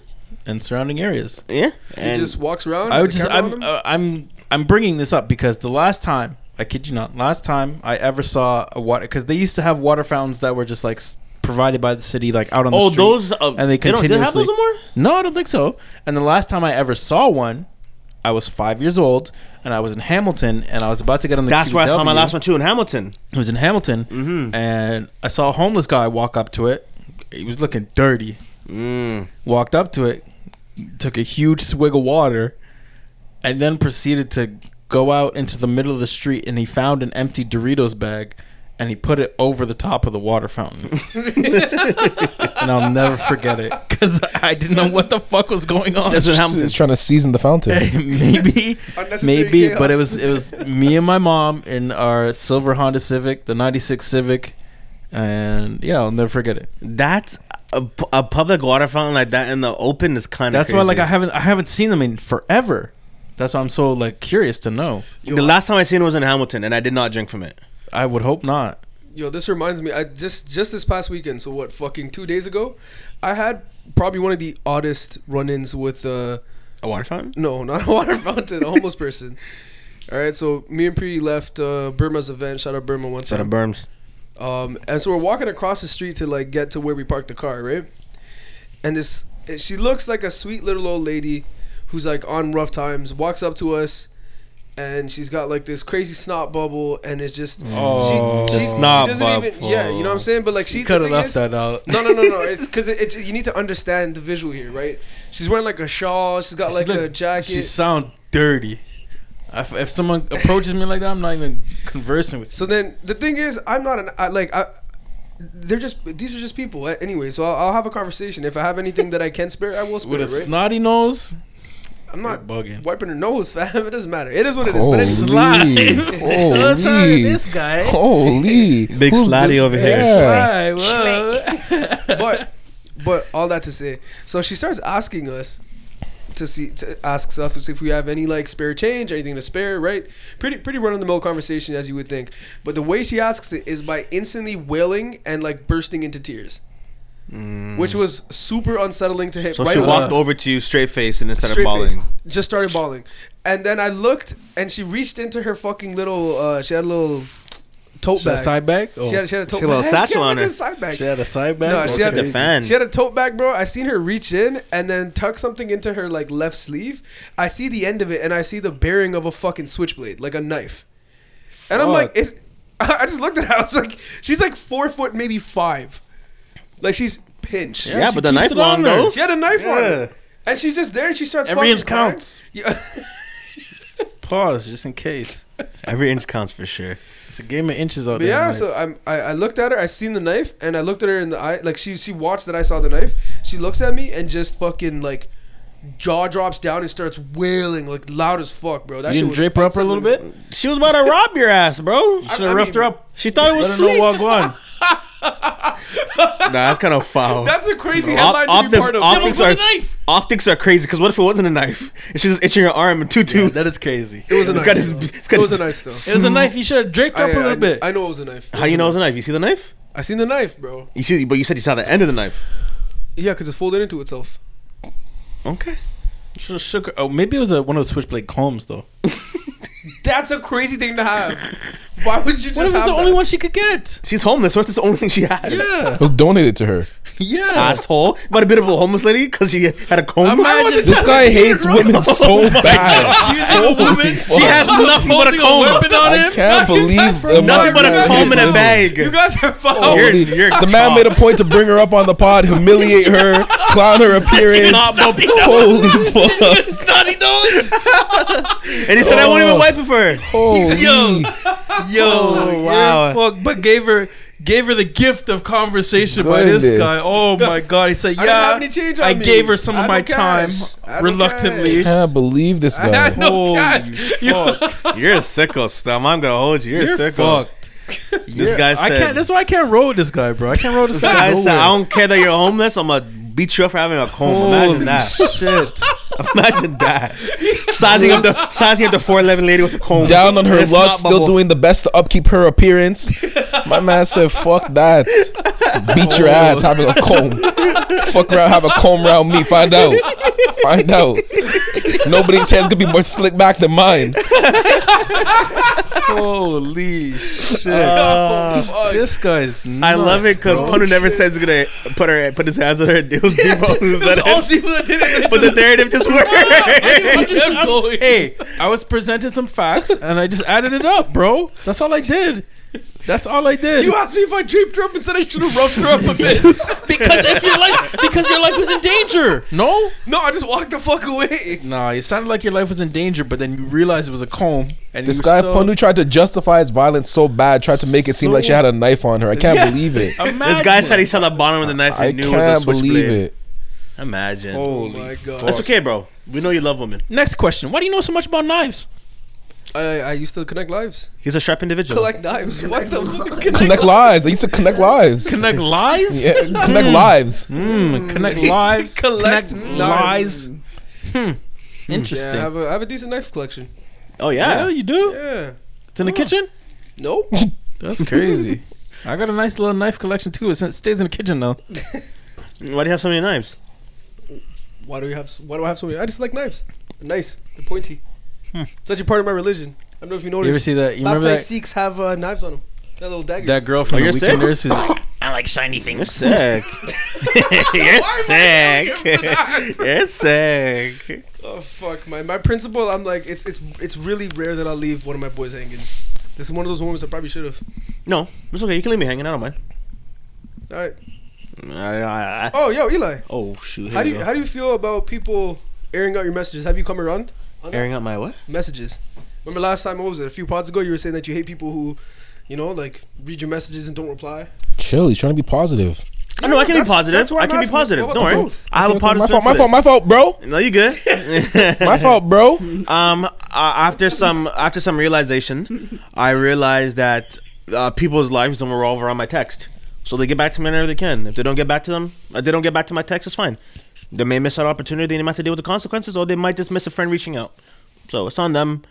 and surrounding areas.
yeah,
He
and
just walks around.
I
has
would
a
just
camera on
I'm
him?
uh, I'm I'm bringing this up because the last time I kid you not, last time I ever saw a water because they used to have water fountains that were just like s- provided by the city, like out on the
oh,
street.
those uh,
and they
don't-
continuously.
they have those anymore.
No, I don't think so. And the last time I ever saw one, I was five years old, and I was in Hamilton, and I was about to get on the.
That's where I saw my
QEW.
last one too in Hamilton.
It was in Hamilton, and I saw a homeless guy walk up to it. He was looking dirty.
Mm.
Walked up to it, took a huge swig of water, and then proceeded to go out into the middle of the street. And he found an empty Doritos bag, and he put it over the top of the water fountain. and I'll never forget it because I didn't know what the fuck was going on.
That's in Hamilton.
He's trying to season the fountain.
[laughs]
[laughs]
maybe,
Unnecessary
maybe, but it
chaos.
was it was me and my mom in our silver Honda Civic, the '96 Civic, and yeah, I'll never forget it.
That's a, pu- a public water fountain like that in the open is kind of.
That's why, like, I haven't I haven't seen them in forever. That's why I'm so like curious to know.
the last time I seen it was in Hamilton, and I did not drink from it.
I would hope not.
Yo, this reminds me. I just just this past weekend. So what? Fucking two days ago, I had probably one of the oddest run-ins with uh
A water fountain?
no, [laughs] not a water fountain, a homeless [laughs] person. All right, so me and Pre left uh, Burma's event. Shout out Burma one
Set of
time.
berms.
Um, and so we're walking across the street to like get to where we parked the car, right? And this, and she looks like a sweet little old lady who's like on rough times. Walks up to us, and she's got like this crazy snot bubble, and it's just
Oh,
she, she,
the
she
snot
doesn't even
bubble.
yeah, you know what I'm saying? But like she the
Could have
thing
left
is-
that uh, out.
[laughs] No, no, no, no. It's because it, it, you need to understand the visual here, right? She's wearing like a shawl. She's got like
She looked-
a jacket.
She sound dirty. If, if someone approaches me like that, I'm not even conversing with.
So then the thing is, I'm not an I, like I. They're just these are just people. A- Anyway, so I'll, I'll have a conversation. If I have anything that I can spare, I will
you. With a
spare. Right?
snotty nose,
I'm not
bugging.
wiping her nose, [laughs] fam. It doesn't matter. It is what it is. But
Holy,
it's
Oh, [laughs]
holy,
guy.
holy!
Big slotty over here.
Yeah.
[laughs] but but all that to say, so she starts asking us to see to ask stuff if we have any like spare change, anything to spare, right? Pretty pretty run of the mill conversation as you would think. But the way she asks it is by instantly wailing and like bursting into tears.
Mm.
Which was super unsettling to hit.
So
right
uh,
she
when-
walked over to you straight face and instead of
straight
bawling.
faced, just started bawling, and then I looked, and she reached into her fucking little. Uh, she had a little tote bag.
Side bag. Oh.
She had, she had a
She
tote
had a little
bag. [laughs]
satchel
Yeah,
on her.
just a Side bag.
She had a side bag.
No,
Oh,
she
okay.
had
the fan.
She had a tote bag, bro. I seen her reach in and then tuck something into her like left sleeve. I see the end of it, and I see the bearing of a fucking switchblade, like a knife. And I'm like,
Fuck.
it's, [laughs] I just looked at her. I was like, she's like four foot, maybe five. Like she's pinched.
Yeah,
she
but the
keeps
knife
it on
long,
her.
though.
She had a knife on
Yeah.
her. And she's just there and she starts
Every
fucking
inch
crying.
counts.
Yeah. [laughs]
Pause just in case.
Every inch counts for sure.
It's a game of inches out
But
there.
yeah,
man.
so I'm, I, I looked at her. I seen the knife, and I looked at her in the eye. Like she, she watched that I saw the knife. She looks at me and just fucking like jaw drops down and starts wailing like loud as fuck, bro. That
you didn't
was
drape her up a little bit.
unsettling.
She was about to rob your ass, bro.
Should have roughed her up.
She thought it
Let
was
her know
[laughs] sweet.
Wagwan.
Nah, that's kind of
Oh.
foul.
That's a crazy
Op-
headline to be
optics,
part of.
optics,
Someone
are,
put a knife.
optics are crazy because what if it wasn't a knife? And she's just itching her arm and two tubes.
That is crazy.
it was a
It's
knife.
got his- it's got
it was a
his-
knife, though.
It was a knife. You should have draped
I,
up a little
I,
bit.
I know it was a knife.
How you know it's a knife? You see the knife?
I seen the knife, bro.
You see, but you said you saw the end of the knife.
Yeah, because it's folded into itself.
Okay.
Should have shook. Her. Oh, maybe it was a, one of the switchblade combs though.
That's a crazy thing
[laughs]
to have. Why would you just?
What if it's
have
the
that?
only one she could get?
She's homeless. What's this only thing she has?
Yeah,
It was donated
[laughs]
to her.
yeah. Ah,
Asshole. But a bit of a homeless lady because she had a comb.
Imagine
This guy hates
[laughs]
women so bad.
accusing a woman.
She has nothing but
holding
a
a
comb.
weapon on
I
him.
can't believe the
Nothing
amount
but
of
a
guys
comb
hates
in a
women.
bag.
You guys
Oh,
are foul.
You're-
Holy-
you're
the man
chalk.
made a point to bring her up on the pod,
[laughs]
humiliate her, clown her appearance.
Not Bobby Dole.
[laughs] Holy fuck!
Snotty dog. [laughs] and he said, "I won't even wipe it for her."
Holy.
Yo, yo,
Oh,
wow.
wow.
Fuck, but gave her gave her the gift of conversation by this
Goodness.
guy. Oh my god, he said,
I didn't have
yeah.
any change on
I
me.
gave her some
I
of
had
my
no cash. I had
time
no
reluctantly.
cash.
Can't
[laughs]
believe this
I had
guy.
[laughs] no
Holy
cash.
[laughs]
You-
You're a sicko, Stum. I'm gonna hold you. You're,
You're
a sicko.
fucked.
This guy said.
I can't. That's why I can't roll with this guy, bro. I can't roll with this
this
guy.
guy said, "I
nowhere.
don't care that you're homeless. I'm gonna beat you up for having a comb." Imagine
Holy
that.
shit.
[laughs] Imagine that. Sizing up the sizing up the four eleven lady with a comb.
Down on her
It's
luck,
not
still
bubble.
doing the best to upkeep her appearance. My man said, "Fuck that, beat your ass,
Oh.
having a comb. Fuck around, have a comb around me. Find out, find out. Nobody's hair's gonna be more slick back than mine.
Holy shit.
fuck.
this guy's. Nuts,
Uh, I love it because
bro.
Punu never says he's gonna put her put his hands on her. It was Devo who said
That's all
it.
people that did it.
But the narrative
[laughs] [laughs]
just
I'm
worked. [laughs]
just-
Kept
I'm-
going.
hey, I was presented some facts and I just added it up, bro. That's all I did. That's all I did.
You asked me if I draped her up and said I should have rubbed her up a [laughs] bit.
because if your life because your life was in danger. No?
No, I just walked the fuck away.
Nah, it sounded like your life was in danger, but then you realized it was a comb and
This
you
guy
still-
Pondu tried to justify his violence so bad, tried to make it seem
So-
like she had a knife on her. I can't
Yeah.
believe it.
Imagine.
This guy said he saw the bottom of the knife
I
and knew it was a
can't believe
switchblade.
it.
Imagine.
Holy
Oh my God.
fuck.
That's okay, bro. We know you love women.
Next question. Why do you know so much about knives?
I, I used to connect lives.
He's a sharp individual.
Collect knives. [laughs] What the fuck?
Connect lives. I used to connect lives.
Connect lies?
Yeah, connect lives.
Mm, connect [laughs] lives.
Collect
connect
knives.
lies. Hmm, Interesting.
Yeah, I have, a, I have a decent knife collection.
oh
yeah,
yeah.
you do?
Yeah.
It's in the kitchen?
Nope.
That's crazy. [laughs] I got a nice little knife collection too. It stays in the kitchen though.
Why do you have so many knives?
Why do we have? s- Why do I have so many? I just like knives. They're nice. They're pointy. It's actually part of my religion. I don't know if you noticed.
You ever see that? You remember
Baptized
that,
Sikhs have uh, knives on them. They're little daggers.
that girl from
Oh,
the
you're sick?
Weekenders?
[laughs]
Who's like,
I like shiny
You're
things. [laughs]
sick. [laughs] You're sick. [laughs]
sick.
You're sick.
oh fuck, my my principal. I'm like, it's it's it's really rare that I'll leave one of my boys hanging. This is one of those moments I probably should have.
No, it's okay. You can leave me hanging. I don't mind.
All right.
I- I- I-
Oh, yo, Eli.
oh shoot! Here
How do
we
you
go.
how do you feel about people airing out your messages? Have you come around?
airing out my what?
messages. Remember last time, what was it? A few pods ago, you were saying that you hate people who, you know, like read your messages and don't reply.
Chill. He's trying to be positive.
I know I can be
That's-
positive.
that's why
I
I'm
can be
asking,
positive.
what
Don't
about
worry.
both?
I have a
Okay, okay,
positive.
my
for
fault. My
this.
fault. My fault, bro.
No, you good. [laughs]
[laughs] My fault, bro.
um, uh, after some after some realization, I realized that uh, people's lives don't revolve around my text. So they get back to me whenever they can. If they don't get back to them, if they don't get back to my text, it's fine. They may miss out opportunity. They might have to deal with the consequences, or they might just miss a friend reaching out. So it's on them.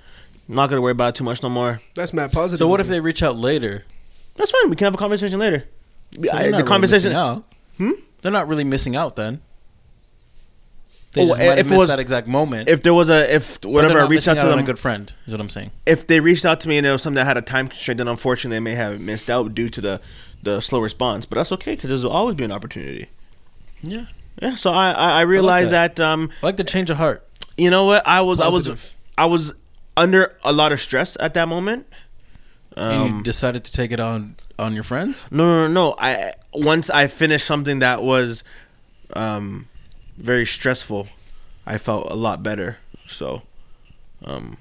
not gonna worry about it too much no more.
That's mad positive.
so what if they reach out later?
That's fine. We can have a conversation later.
So they're
I-
not
the
really
conversation. Hmm?
missing out. They're not really missing out then. They
Oh,
just might
i- if
have
it
missed
was-
that exact moment.
if there was a if
but they're
whatever I
not
reached
missing
out to
on
them,
a good friend is what I'm saying.
if they reached out to me and it was something that had a time constraint, then unfortunately I may have missed out due to the the slow response. But that's okay because there's always be an opportunity.
Yeah,
Yeah. So I I, I realized that.
that.
um
I like the change of heart.
you know what I was
Positive.
I was I was under a lot of stress at that moment.
and
Um,
you decided to take it on on your friends.
No no no no. I once I finished something that was um very stressful, I felt a lot better. So um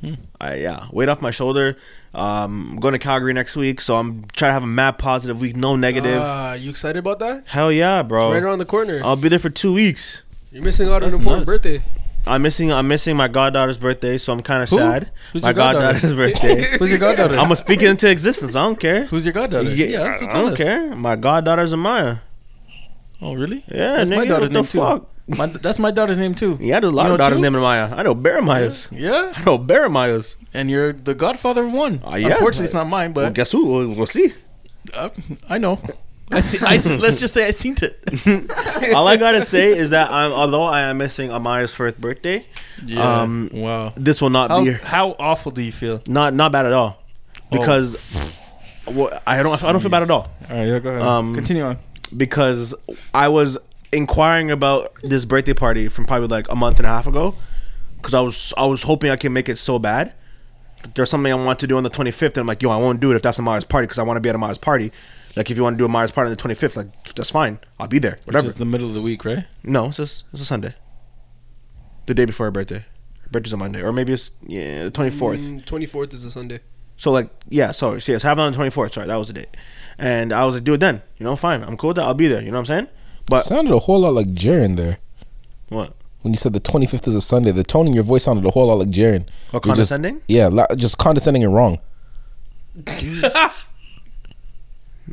Hmm.
I yeah, weight off my shoulder. Um, I'm going to Calgary next week, so I'm trying to have a mad positive week, no negative.
Ah, you excited about that?
Hell yeah, bro!
It's right around the corner.
I'll be there for two weeks.
You're missing out on an
Oh. That's
important
nuts.
birthday.
I'm missing. I'm missing my goddaughter's birthday, so I'm kind of
Who?
sad.
Who's
my
your goddaughter?
goddaughter's
[laughs]
birthday.
Who's your goddaughter?
I'm gonna speak it into existence. I don't care.
Who's your goddaughter?
Yeah,
so
I
tell
don't
us.
care. My goddaughter's Amaya.
Oh, really?
Yeah,
that's my
nigga,
daughter's
what the
name too.
fuck?
My, that's my daughter's name too.
Yeah, there's a lot
You know
of daughters
two?
named Amaya. I know Bear Myers.
Yeah,
I know Bear Myers.
and you're the godfather of one.
Ah, yeah.
Unfortunately, it's not mine,
Well,
but
guess who? We'll, we'll see.
Uh, I know. I see. I see, let's just say I seen it.
[laughs] All I gotta [laughs] say is that I'm, although I am missing Amari's fourth birthday,
Yeah.
Um,
wow.
this will not
How,
be
how awful do you feel?
not not bad at all,
Oh.
because well, I don't I don't feel bad at all.
All right, yeah, go ahead.
Um,
Continue on.
because I was inquiring about this birthday party from probably like a month and a half ago because I was I was hoping I could make it so bad. There's something I want to do on the 25th, and I'm like, yo, I won't do it if that's Amara's party because I want to be at Amara's party. Like, if you want to do Amara's party on the 25th, like that's fine. I'll be there.
Which
Whatever.
is the middle of the week, right?
no, it's just it's a Sunday. The day before her birthday. Her birthday's on Monday, or maybe it's yeah the 24th.
Twenty fourth Mm, is a Sunday.
So like yeah, so she has having on the 24th. Sorry, that was the date. And I was like, do it then. You know, fine. I'm cool with that. I'll be there. You know what I'm saying? But
sounded a whole lot like Jaren there.
what?
When you said the 25th is a Sunday, the tone in your voice sounded a whole lot like Jaren.
Or
You're just-
condescending?
yeah, la- just condescending and wrong.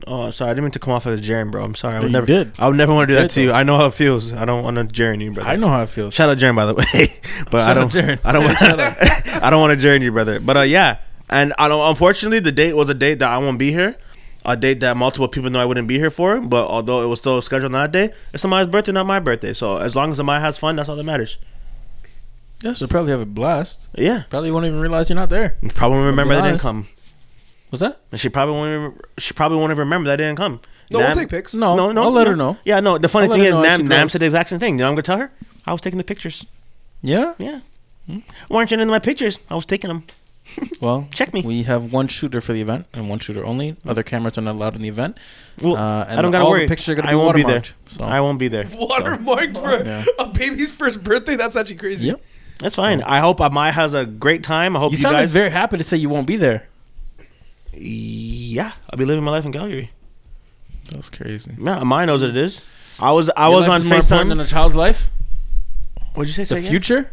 Oh, sorry. I didn't mean to come off as Jaren, bro. I'm sorry. I would
you
never.
did.
I would never want to do
You
that
did,
to you. I know how it feels. I don't want to Jaren you, brother.
I know how it feels.
Shout out Jaren, by the [laughs] way. but I
Shout out
don't.
Jaren.
I don't want. [laughs] I don't want to Jaren you, brother. But uh, yeah. And I don't. Unfortunately, the date was a date that I won't be here. A date that multiple people know I wouldn't be here for. But although it was still scheduled on that day, it's somebody's birthday, not my birthday. So as long as Amaya has fun, that's all that matters.
Yeah, so probably have a blast.
Yeah.
Probably won't even realize you're not there.
Probably won't remember that didn't
honest.
come.
What's that?
And she probably won't. even- She probably won't even remember that didn't come.
No,
Nam-
we'll take pics.
No,
no, no.
I'll let
no.
her know.
Yeah, no. The funny
I'll let
thing
her
is,
know as
Nam,
she
Nam
grows.
said the exact same thing. You know, what I'm gonna tell her I was taking the pictures.
Yeah.
Yeah.
Hmm?
Weren't you in my pictures? I was taking them.
Well,
Check me.
We have one shooter for the event and one shooter only. Other cameras are not allowed in the event.
Well,
Uh, and
I don't gotta
all the
worry.
pictures are gonna
I
be
won't be there.
watermarked, so.
I won't be there.
[laughs] Watermarked for
Yeah.
a baby's first birthday. That's actually crazy.
Yep.
That's fine. I hope Amaya has a great time. I hope
You
you,
sounded
guys.
very happy to say you won't be there.
yeah, I'll be living my life in Calgary.
That's crazy.
Yeah, Amaya knows what it is. I was I
Your
was
life
on
is more important than
Facetime.
a child's life.
What'd you say?
The
Say it again.
future.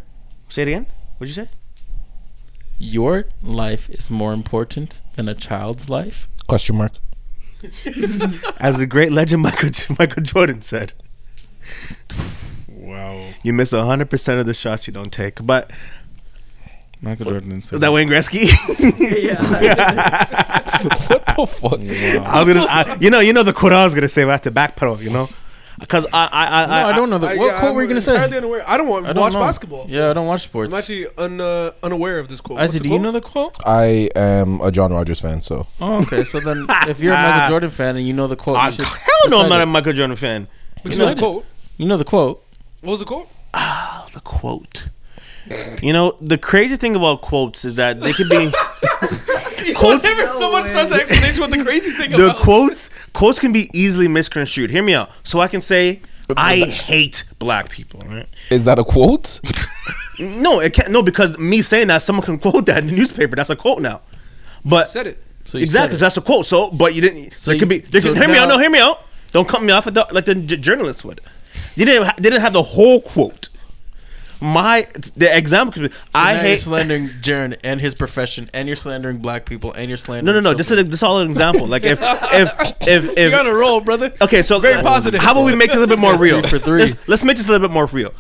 Say it again.
[laughs]
What'd you say?
Your life is more important than a child's life.
Question mark.
As the great legend Michael
[laughs]
Michael Jordan [sighs] said.
Wow.
You miss 100% of the shots you don't take. But
Michael Jordan didn't say
that
[laughs]
Wayne Gretzky,
what the
[laughs]
fuck?
I was gonna, I, you know, you know the quote I was gonna say, but I had to backpedal, you know, because I, I, I,
No, I don't know. The,
I,
what
yeah,
quote
I'm
were you gonna
entirely
say?
Unaware. I don't want
I don't
watch
know.
basketball. so
Yeah, I don't watch sports.
I'm actually un, uh, unaware of this quote.
Isaac,
What's the
do you
quote?
know the quote?
I am a John Rogers fan, so
Oh, okay. So
[laughs]
then, if you're a Michael Jordan fan and you know the quote,
I,
you should
Ah, hell no, I'm
recite
not a
it.
Michael Jordan fan.
But you know the
Excited.
quote.
You know the quote.
What was the quote?
Oh, The quote. You know, the crazy thing about quotes is that they
[laughs]
can be [laughs] quotes.
Whenever someone starts an explanation with the crazy thing
The
about
quotes quotes can be easily misconstrued. Hear me out. So I can say I hate black people, right?
is that a quote?
No, it can't. No, because me saying that, someone can [laughs] quote that in the newspaper. That's a quote now. But
said it.
So you
exactly,
said it.
that's a quote. So, but you didn't. So
you-
could be. They
so
can, hear me out.
now-
No, hear me out. Don't cut me off at the, like the j- journalists would. You didn't. Ha- they didn't have the whole quote. My the example could be. I
now
hate.
you're slandering Jaron and his profession, and you're slandering black people, and you're
No,
slandering.
no, no. This is a, this is all an example.
[laughs]
Like if if if if.
You got a roll, brother.
okay, so uh,
Very positive.
How about we
[laughs]
make this a little bit more
guy's
real?
three for three.
Let's, let's make this a little bit more real.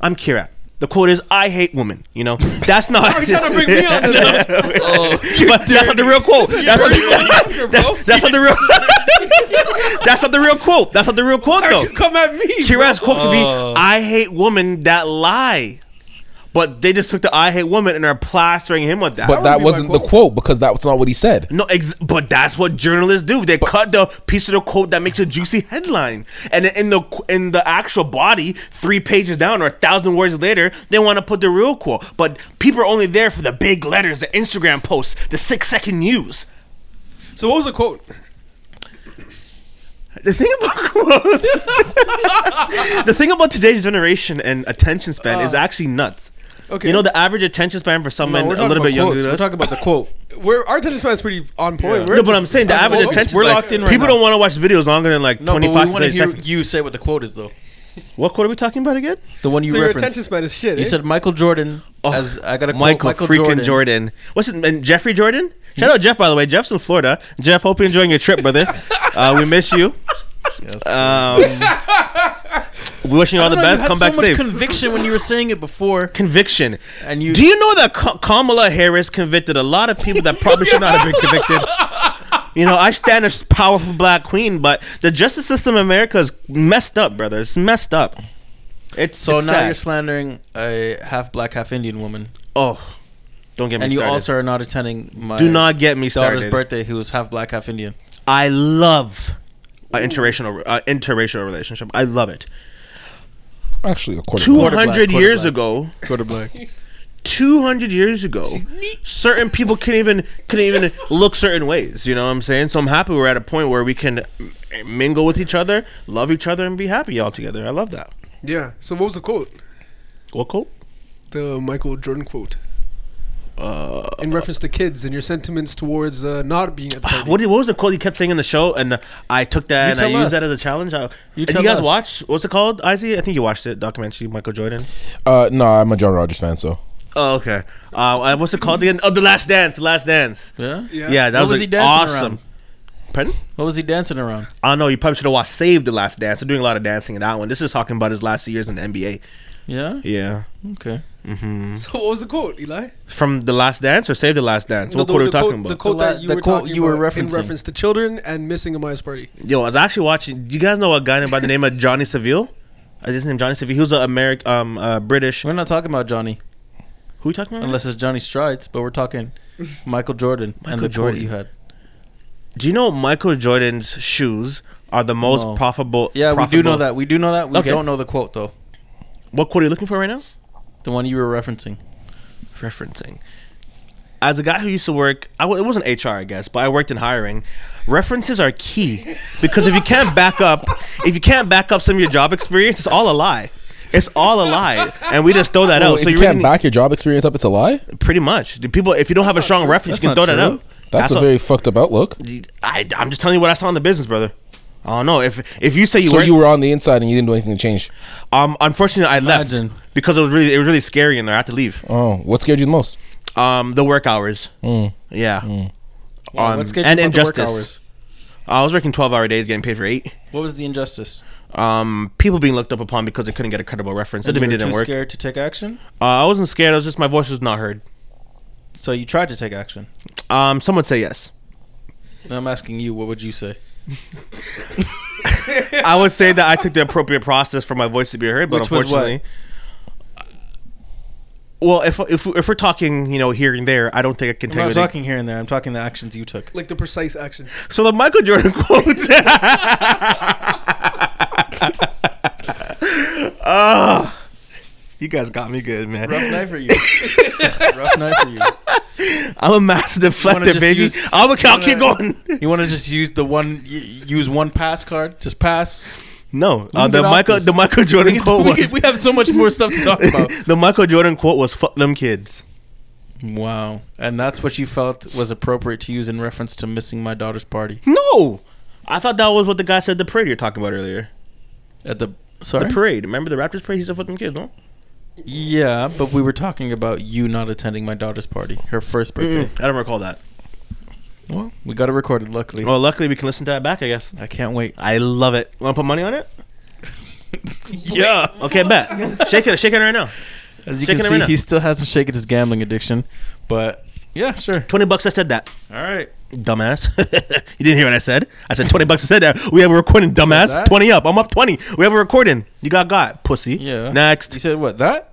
I'm Kira. The quote is "I hate women." You know, that's
[laughs]
not.
You're trying to bring
[laughs]
me on the list.
Oh. but that's not the real quote. That's,
Younger, bro.
that's, that's not the real. [laughs] that's not the real quote. That's not the real quote,
Why'd
though.
you come at me?
Kira's
bro?
quote could be, "I hate women that lie," but they just took the "I hate women" and are plastering him with that.
That
But
would be
that
my
wasn't the
quote.
quote because that was not what he said.
no, ex- but that's what journalists do. They cut the piece of the quote that makes a juicy headline, and then in the qu- in the actual body, three pages down or a thousand words later, they want to put the real quote. But people are only there for the big letters, the Instagram posts, the six second news.
So what was the quote?
The thing about [laughs] quotes- the thing about today's generation and attention span is actually nuts.
okay.
You know the average attention span for
Ah. No,
Oh,
someone
we're
a
talking
little
about
bit younger
quotes.
than
We're
us.
talking about the quote.
We're, our attention span is pretty on point. We're
no, but
just-
I'm saying the
it's
average
not-
attention.
We're
span-
locked in right
People
now.
don't want to watch videos longer than like
No, but we
25
want
to
to
30
hear
seconds.
you say what the quote is, though.
What quote are we talking about again?
The one you
So your
referenced.
attention span is shit.
You
eh?
said Michael Jordan.
Oh,
as I got a quote.
Michael,
Michael,
freaking Jordan.
Jordan.
What's his and Jeffrey Jordan? Shout out Jeff by the way. Jeff's in Florida. Jeff, hope you're enjoying your trip, brother. uh, we miss you. Um, we wishing you all
I don't know, you
the best.
had
Come back
so much
safe.
conviction when you were saying it before.
conviction.
And you- [laughs]
do you know that Ka- Kamala Harris convicted a lot of people that probably should not have been convicted You know, I stand a powerful black queen, but the justice system in America is messed up, brother. It's messed up. It's
So
it's
now
sad.
you're slandering a half black, half Indian woman,
oh, don't get me
and you
started.
also are not attending my
Do not get me
daughter's
started.
birthday, who was half black, half Indian.
I love an interracial uh, interracial relationship. I love it.
Actually, a quarter.
Two
black,
hundred
quarter
years
black.
ago,
Quarter black.
two hundred years ago, certain people couldn't even couldn't even look certain ways. You know what I'm saying? So I'm happy we're at a point where we can m- mingle with each other, love each other, and be happy all together. I love that.
Yeah. So what was the quote?
What quote?
The Michael Jordan quote
Uh, [sighs]
in reference to kids and your sentiments towards uh, not being at the party.
what, did- what was the quote you kept saying in the show? And I took that
You
and I
tell
used
us.
that as a challenge. I, you,
tell
you guys
us.
watch what's it called, Izzy? I think you watched it documentary, Michael Jordan.
Uh, no, I'm a John Rogers fan, so
Oh, okay. Uh, uh, what's it called again? Oh, The Last Dance. Last Dance.
Yeah.
Yeah.
Yeah, that
What
was,
was he
like,
dancing
awesome.
around?
Pardon?
What was he dancing around?
I know you probably should have watched Save the Last Dance. They're doing a lot of dancing in that one. This is talking about his last years in the NBA.
Yeah.
Yeah.
Okay.
So [laughs] what was the quote, Eli?
From The Last Dance or Save the Last Dance? what
the,
quote are we
the
talking
quote, The
about?
quote
The la-
that you
the
were
quote
talking
you were
about in
referencing.
reference to children and missing a Maya's party.
Yo, I was actually watching. Do you guys know a guy by the name of Johnny Seville? Uh, His name Johnny Seville. He was an American, um, uh, British.
We're not talking about Johnny,
Who you talking about?
unless it's Johnny Strides, but we're
[laughs]
talking Michael Jordan and
Michael
the
Jordan.
Jordan you had.
Do you know Michael Jordan's shoes are the most
No.
profitable?
Yeah, we do
profitable-
know that. We do know that. We
Okay.
don't know the quote though.
What quote are you looking for right now?
The one you were referencing.
referencing. As a guy who used to work, I w- it wasn't HR, I guess, but I worked in hiring. References are key because if you can't back up, if you can't back up some of your job experience, it's all a lie. It's all a lie, and we just throw that
Well,
out.
if
So
you
you
can't
really,
back your job experience up. It's a lie.
pretty much the people. If you don't have a strong reference, you can
That's
throw
not
that
true.
out.
That's, a
what-
very fucked up outlook.
I, I'm just telling you what I saw in the business, brother. I don't know if if you say you
so
were,
you were on the inside and you didn't do anything to change.
um unfortunately I left
Imagine.
because it was really it was really scary in there. I had to leave.
Oh, what scared you the most?
Um, the work hours. Yeah.
Wow,
Um,
let's get
and
you about the work hours.
injustice. I was working 12 hour days, getting paid for eight.
What was the injustice?
Um, people being looked up upon because they couldn't get a credible reference. That
And you
didn't,
were
didn't
too
work. Uh,
scared to take action,
I wasn't scared. I was just my voice was not heard.
so you tried to take action.
Um, some would
[laughs]
say yes.
Now I'm asking you, what would you say?
I would say that I took the appropriate process for my voice to be heard, but
Which was what?
unfortunately. Well, if, if if we're talking, you know, here and there, I don't think I can
I'm
take
not
anything.
talking here and there. I'm talking the actions you took.
Like the precise actions.
So the Michael Jordan [laughs] quote. Ah, you guys got me good, man.
Rough night
[laughs]
for you. Rough night for you.
I'm a master deflector,
just
baby.
use-
I'm a, I'll
you
keep
wanna- [laughs]
going.
You want to just use the one, y- use one pass card. Just pass.
No,
can
uh, the
get off
Michael
this.
the Michael
We,
Jordan
can- [laughs]
quote
we
was
can- we have so much more stuff to [laughs] talk about.
[laughs] the Michael Jordan quote was "fuck them kids."
Wow, and that's what you felt was appropriate to use in reference to missing my daughter's party
No, I thought that was what the guy said at the parade you're talking about earlier.
at the. Sorry.
The parade, remember the Raptors parade? He said "fuck them kids," no?
yeah, but we were talking about you not attending my daughter's party, her first birthday.
I don't recall that.
Well, we got it recorded, luckily.
Well, luckily we can listen to that back. I guess.
I can't wait.
I love it. Want to put money on it?
Yeah.
Okay, bet. shake it, shake it right now.
As you
Shaking
can
it
see,
right now.
he still hasn't shaken his gambling addiction, but yeah, sure.
Twenty bucks. I said that.
All right.
Dumbass. [laughs] you didn't hear what I said. I said 20 bucks. I said that. We have a recording, dumbass.
that?
20 up. I'm up 20. We have a recording. You got got, pussy.
Yeah.
Next.
You said what? That?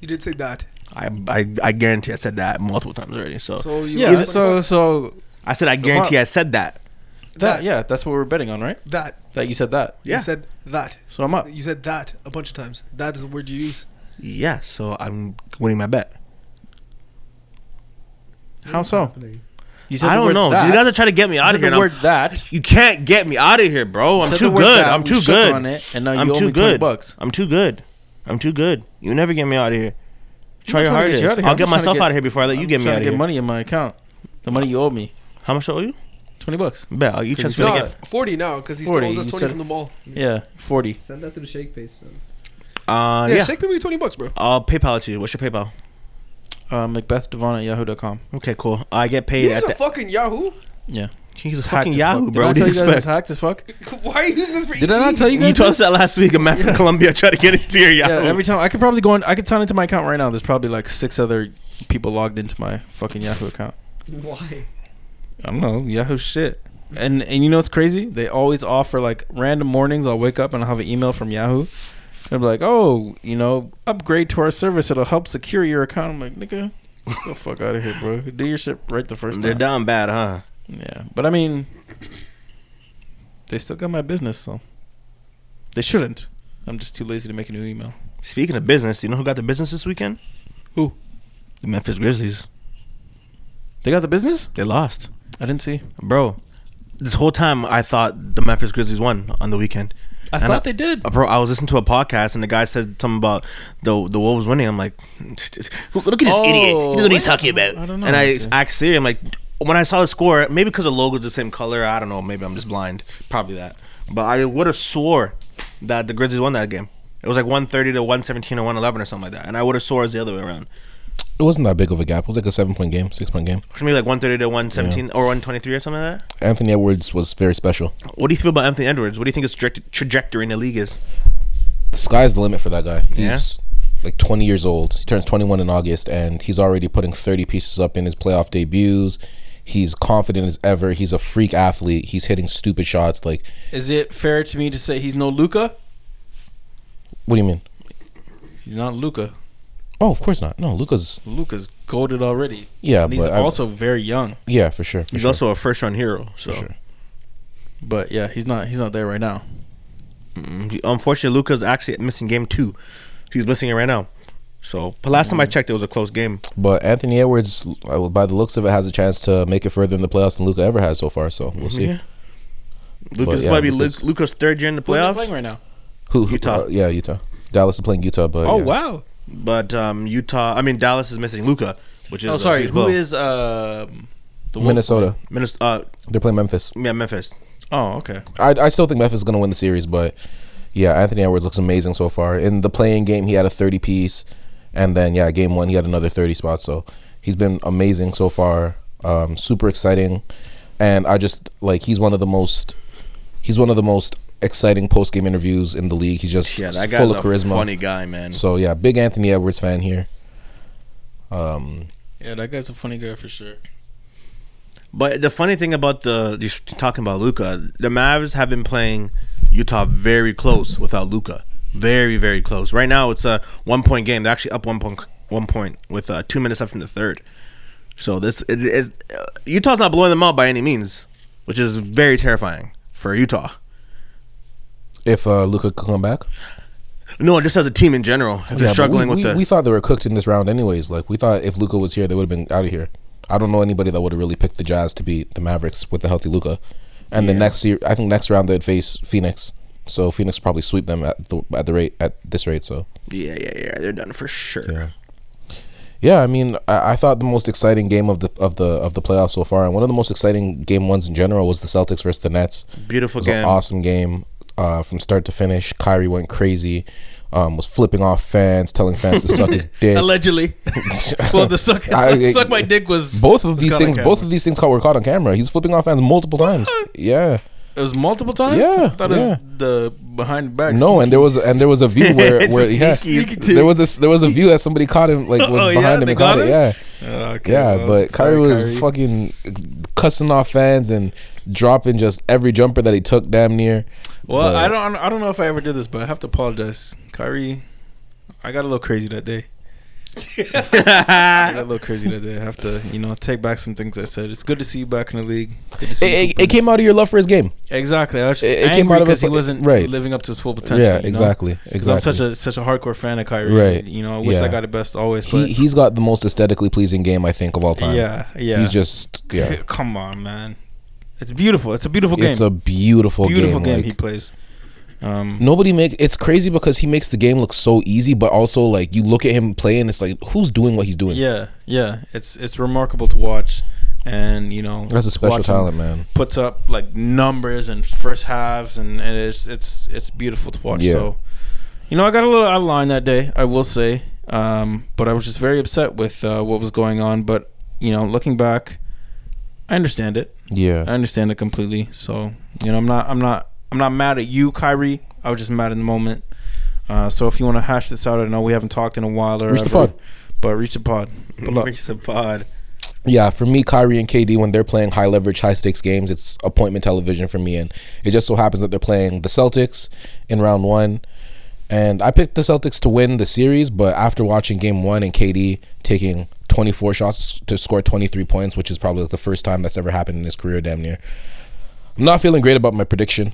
You did say that.
I, I, I guarantee I said that multiple times already. Uh, So,
So you
Yeah.
lost
So
20 bucks.
so
I said I guarantee I said that.
that yeah, that's what we're betting on, right?
that
That you said that.
Yeah.
you said that
So I'm up.
you said that a bunch of times. That is the word you use.
Yeah. So I'm winning my bet.
How so? You
I
the
don't
word
know.
that.
You guys are trying to get me
You
out
said
of here.
the
and
word
I'm-
that.
[laughs] You can't get me out of here, bro. I'm
Said
too
the word
good.
that,
I'm
we
too
shook
good.
on it, and now you
I'm
owe
too
me 20
good.
bucks.
I'm too good. I'm too good. You never get me out of here. Try
I'm trying to
your
get
hardest.
you out of here.
I'll
I'm
get
just trying to
myself
get-
out of here before I let you
I'm
get me
trying
out of
to get
here.
money in my account. The money you owe me.
How much I owe you?
Twenty bucks.
Bet. I'll- You
Because
chance
you
me to
saw
get
it.
Forty now because he
40,
still owes us
you
twenty
said-
from the mall.
Yeah. Forty.
Send that to the shake paste.
Uh,
yeah,
yeah.
shake me with twenty bucks, bro.
I'll PayPal it to you. What's your PayPal?
Uh, Macbeth Devon at Yahoo.com.
Okay, cool. I get paid
He's
at
a
the.
fucking Yahoo. [laughs]
Yeah.
he's a
Hacked
fucking
as
Yahoo,
fuck.
bro. What
Did
do
I
you
tell you guys it's
expect?
hacked as fuck?
Why are you using this for?
Did I not
18?
tell you
You
guys?
told us that last week. A man from [laughs] Colombia tried to get into your Yahoo.
Yeah, every time I could probably go in. I could sign into my account right now. There's probably like six other people logged into my fucking Yahoo account.
Why?
I don't know Yahoo shit. And and you know what's crazy? They always offer like random mornings. I'll wake up and I'll have an email from Yahoo. They'll be like, "Oh, you know, upgrade to our service. It'll help secure your account." I'm like, "Nigga, get the fuck out of here, bro. Do your shit right the 1st
They're
time."
down bad, huh?
Yeah, but I mean, they still got my business, so they shouldn't. I'm just too lazy to make a new email.
Speaking of business, you know who got the business this weekend?
Who?
The Memphis Grizzlies.
They got the business?
They lost,
I didn't see.
bro. This whole time I thought the Memphis Grizzlies won on the weekend.
I
And
thought they did.
Uh, Bro, I was listening to a podcast and the guy said something about the the Wolves winning. I'm like, [laughs] look at this
Oh,
idiot. Look at what he's
I-
talking about.
I don't know,
And I
actually.
asked Siri, I'm like, when I saw the score, maybe because the logo's the same color. I don't know. Maybe I'm just blind. Probably that. But I would have swore that the Grizzlies won that game. It was like 130 to 117 or 111 or something like that. And I would have swore it was the other way around.
It wasn't that big of a gap. It was like a seven point game, six point game.
Which maybe like 130 to 117 or 123 or something like that.
Anthony Edwards was very special.
What do you feel about Anthony Edwards? What do you think his traje- trajectory in the league is?
The sky's the limit for that guy. He's
Yeah?
like 20 years old. He turns 21 in August, and he's already putting 30 pieces up in his playoff debuts. He's confident as ever. He's a freak athlete. He's hitting stupid shots. Like,
Is it fair to me to say he's no Luca?
what do you mean?
He's not Luca.
Oh, of course not. No, Luca's
Luca's goaded already.
Yeah,
and he's
but I'm-
also very young.
yeah for sure. For
He's
sure.
also a first round hero. So.
sure.
But yeah, he's not. He's not there right now.
Unfortunately, Luca's actually missing game two. He's missing it right now. So, but last
Mm-hmm.
time I checked, it was a close game.
But Anthony Edwards, uh, by the looks of it, has a chance to make it further in the playoffs than Luca ever has so far. So we'll see.
Mm-hmm. Yeah. Luca's
yeah,
might be
Luka's-
Luca's third year in the
Who are they
playoffs,
playing right now?
Who, who-
Utah.
uh, yeah, Utah. Dallas is playing Utah, but
Oh
yeah.
wow.
but um, Utah. I mean, Dallas is missing Luca, which is
Oh
a
sorry.
huge
Who
blow.
is um the Wolves?
Minnesota.
Minnes- uh,
They're playing Memphis.
yeah, Memphis.
Oh okay.
I, I still think Memphis is going to win the series, but yeah, Anthony Edwards looks amazing so far. In the playing game, he had a 30 piece, and then yeah, game one he had another 30 spot. So he's been amazing so far. Um, super exciting, and I just like he's one of the most he's one of the most exciting post game interviews in the league. He's just
Yeah, that guy's
full of
a
charisma.
funny guy, man.
So yeah, big Anthony Edwards fan here. Um,
Yeah, that guy's a funny guy for sure.
But the funny thing about the you're talking about Luca, the Mavs have been playing Utah very close without Luca, very very close. Right now it's a one point game. They're actually up one point one point with uh, two minutes left in the third. So this it is uh, Utah's not blowing them out by any means, which is very terrifying for Utah.
if uh, Luca could come back,
No, just as a team in general, if they're
but
struggling
we,
with
we,
the
we thought they were cooked in this round, anyways. Like we thought if Luca was here, they would have been out of here. I don't know anybody that would have really picked the Jazz to beat the Mavericks with the healthy Luca. And the next year, I think next round they'd face Phoenix. So Phoenix probably sweep them at the at the rate at this rate. So
yeah yeah yeah they're done for sure.
Yeah. yeah, I mean, I, I thought the most exciting game of the of the of the playoffs so far, and one of the most exciting game ones in general was the Celtics versus the Nets.
Beautiful
It was
game.
an awesome game uh, from start to finish. Kyrie went crazy, um, was flipping off fans, telling fans to
[laughs]
suck his dick. [laughs]
Allegedly. well, the suck, suck,
I- I-
suck my dick was
both of these
caught on
things,
camera.
both of these things caught, were caught on camera. He's flipping off fans multiple times. Yeah,
It was multiple times.
Yeah,
I thought
yeah.
it was the behind the back.
no, and there was and there was a view where
It's
where
a
yeah,
sneaky tip.
there was this there was a view that somebody caught him like was
Oh, yeah,
behind him
they
and caught
got
it.
him?
Yeah,
Okay,
yeah,
well,
but
sorry,
Kyrie was fucking cussing off fans and dropping just every jumper that he took damn near.
Well,
but-
I don't, I don't know if I ever did this, but I have to apologize, Kyrie. I got a little crazy that
[laughs]
day. I got a little crazy that day. I have to, you know, take back some things I said. It's good to see you back in the league. Good to see you
It, it,
hooping.
it came out of your love for his game.
exactly. I was just
it- it
angry
came out of a
because he
pla-
wasn't
right.
living up to his full potential.
Yeah,
you know?
exactly,
'Cause I'm
exactly.
such a such a hardcore fan of Kyrie.
Right.
You know, I wish I
Yeah.
got the best always, but
he he's got the most aesthetically pleasing game I think of all time.
yeah, yeah. [laughs]
he's just yeah.
Come on, man. It's beautiful. It's a beautiful game.
It's a beautiful,
beautiful game,
like-
he plays. Um,
Nobody make it's crazy because he makes the game look so easy, but also like you look at him play and it's like who's doing what he's doing.
yeah, yeah. It's it's remarkable to watch, and you know
that's a special
watch him
talent, man.
Puts up like numbers and first halves, and, and it's it's it's beautiful to watch.
Yeah.
So, you know, I got a little out of line that day, I will say, um, but I was just very upset with uh, what was going on. But you know, looking back, I understand it. I
Yeah,
understand it completely. So you know, I'm not, I'm not, I'm not mad at you, Kyrie. I was just mad in the moment. Uh, so if you want to hash this out, I know we haven't talked in a while or
Reach the
ever,
pod.
but reach the pod. Pull up.
Reach the pod.
Yeah, for me, Kyrie and KD, when they're playing high leverage, high stakes games, it's appointment television for me. And it just so happens that they're playing the Celtics in round one. And I picked the Celtics to win the series, but after watching game one and KD taking 24 shots to score 23 points, which is probably the first time that's ever happened in his career, damn near, I'm not feeling great about my prediction.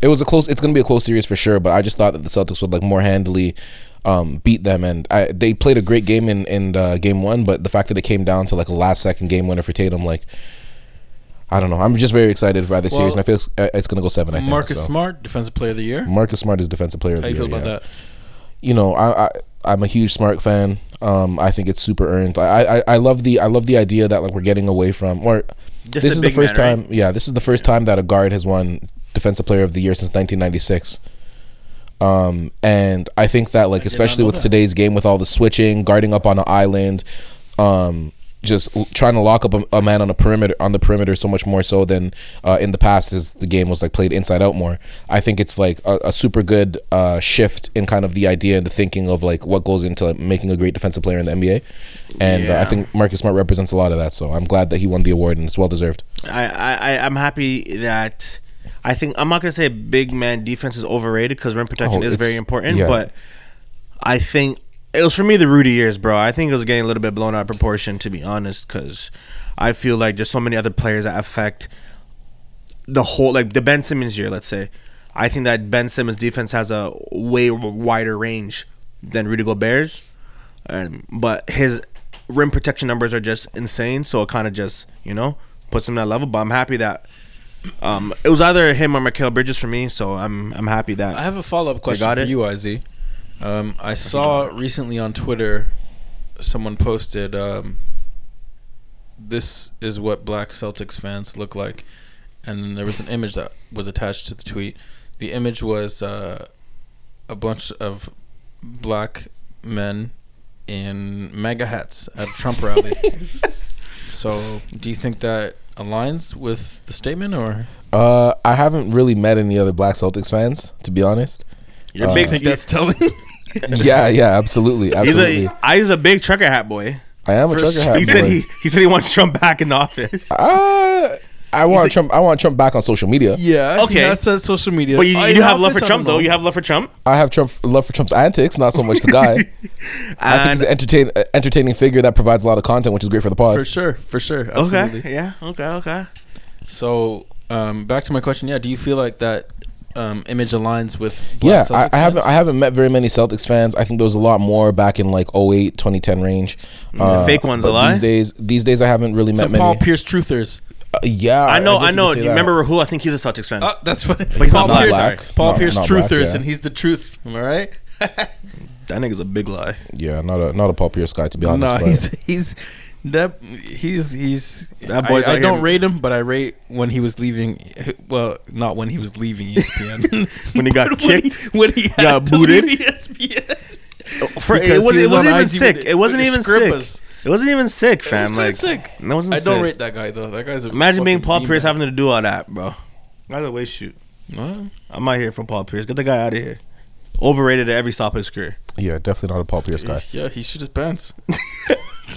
It was a close. It's going to be a close series for sure. But I just thought that the Celtics would like more handily um, beat them, and I, they played a great game in in uh, game one. But the fact that it came down to like a last second game winner for Tatum, like I don't know. I'm just very excited by this series, and I feel it's, uh, it's going to go seven. I think
Marcus
so.
Smart, defensive player of the year.
Marcus Smart is defensive player. Of
How
the
you feel
year,
about
yeah.
that?
You know, I, I I'm a huge Smart fan. Um, I think it's super earned. I, I I love the I love the idea that like we're getting away from or
Just
this
a
is the
big
first
man,
time. Yeah, this is the first time that a guard has won Defensive Player of the Year since 1996. Um, and I think that like especially with today's game, with all the switching, guarding up on an island, um, just l- trying to lock up a, a man on a perimeter on the perimeter so much more so than uh, in the past as the game was like played inside out more. I think it's like a, a super good uh, shift in kind of the idea and the thinking of like what goes into like, making a great defensive player in the NBA. And uh, I
Yeah.
think Marcus Smart represents a lot of that. So I'm glad that he won the award and it's well deserved.
I, I, I- I'm happy that I think I'm not gonna say big man defense is overrated because rim protection
Oh,
is
it's-
very important,
yeah.
but I think it was for me the Rudy years, bro. I think it was getting a little bit blown out of proportion to be honest, because I feel like there's so many other players that affect the whole like the Ben Simmons year, let's say. I think that Ben Simmons defense has a way wider range than Rudy Gobert's, um, but his rim protection numbers are just insane. So it kind of just you know puts him at that level. But I'm happy that um, it was either him or Mikael Bridges for me. So I'm I'm happy that
I have a follow up question
got
for
it?
you, IZ. Um, I saw recently on Twitter someone posted um, this is what black Celtics fans look like. And then there was an image that was attached to the tweet. The image was uh, a bunch of black men in mega hats at a Trump rally. so, do you think that aligns with the statement or?
Uh, I haven't really met any other Black Celtics fans, to be honest.
you're
I
big.
think that's telling.
yeah, yeah,
[laughs]
absolutely,
he's
absolutely.
a I was a big trucker hat boy.
I am a trucker hat.
he
boy.
said he he said he wants Trump back in the
[laughs]
office.
Uh, I want Trump. I want Trump back on social media.
yeah.
Okay.
That's social media. Oh,
But you,
Oh,
I-
you do have love for
I
Trump
don't
though.
know.
You have love for Trump.
I have Trump love for Trump's antics, not so much the
[laughs]
guy. I think he's
And-
an entertain, uh, entertaining figure that provides a lot of content, which is great for the pod.
For sure, for sure, absolutely.
okay. Yeah. Okay. Okay.
So, um, back to my question. Yeah, do you feel like that um, image aligns with?
yeah,
Black Celtics
I, I haven't.
fans?
I haven't met very many Celtics fans. I think there was a lot more back in like 08, 2010 range. Uh,
Mm, fake ones a
but
lot.
These days, these days, I haven't really met
Some
many.
Paul Pierce truthers.
Uh, yeah,
I know.
guess
I,
you
know.
could say
You
that.
remember Rahul? I think he's a Celtics fan.
Oh, that's funny.
he's
Paul
not
Pierce,
black.
Paul
Not-
Pierce
not black,
truthers,
yeah.
and he's the truth. Am I right?
that nigga's a big lie.
Yeah, not a not a Paul Pierce guy
[laughs]
to be honest.
no,
but-
he's he's that he's he's.
That boy's
I, I
out
don't
here-
rate him, but I rate when he was leaving. Well, not when he was leaving E ESPN.
[laughs] When he got
But [laughs] when
kicked,
he, when he had
got
to
booted.
leave E ESPN.
For, it,
Because
was,
he
it
was on
wasn't even
IG
sick.
with-
It wasn't
with
even
Scrippas.
sick. It wasn't even sick,
It was
fam.
kinda
Like
sick.
That wasn't
I don't
sick.
rate that guy though. That guy's a
Imagine being
fucking
Paul Pierce
demon.
having to do all that, bro. That's a waste shoot.
Well,
I'm out here for Paul Pierce. Get the guy out of here. Overrated at every stop of his career.
Yeah, definitely not a Paul
[laughs]
Pierce guy.
Yeah, he shit his pants. [laughs]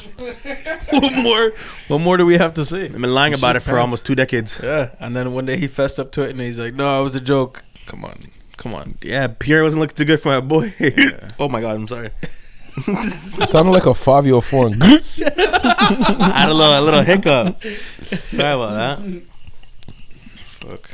what more? What more do we have to say?
I've been lying
He's
about it
just
for
bounced.
almost two decades.
Yeah, and then one day he fessed up to it, and he's like, "No, it was a joke." Come on, come on.
Yeah, Pierre wasn't looking too good for my boy. [laughs] oh my god, I'm sorry.
It sounded like a Fabio Foreign.
[laughs] I had a little, a little hiccup. sorry about that.
Fuck.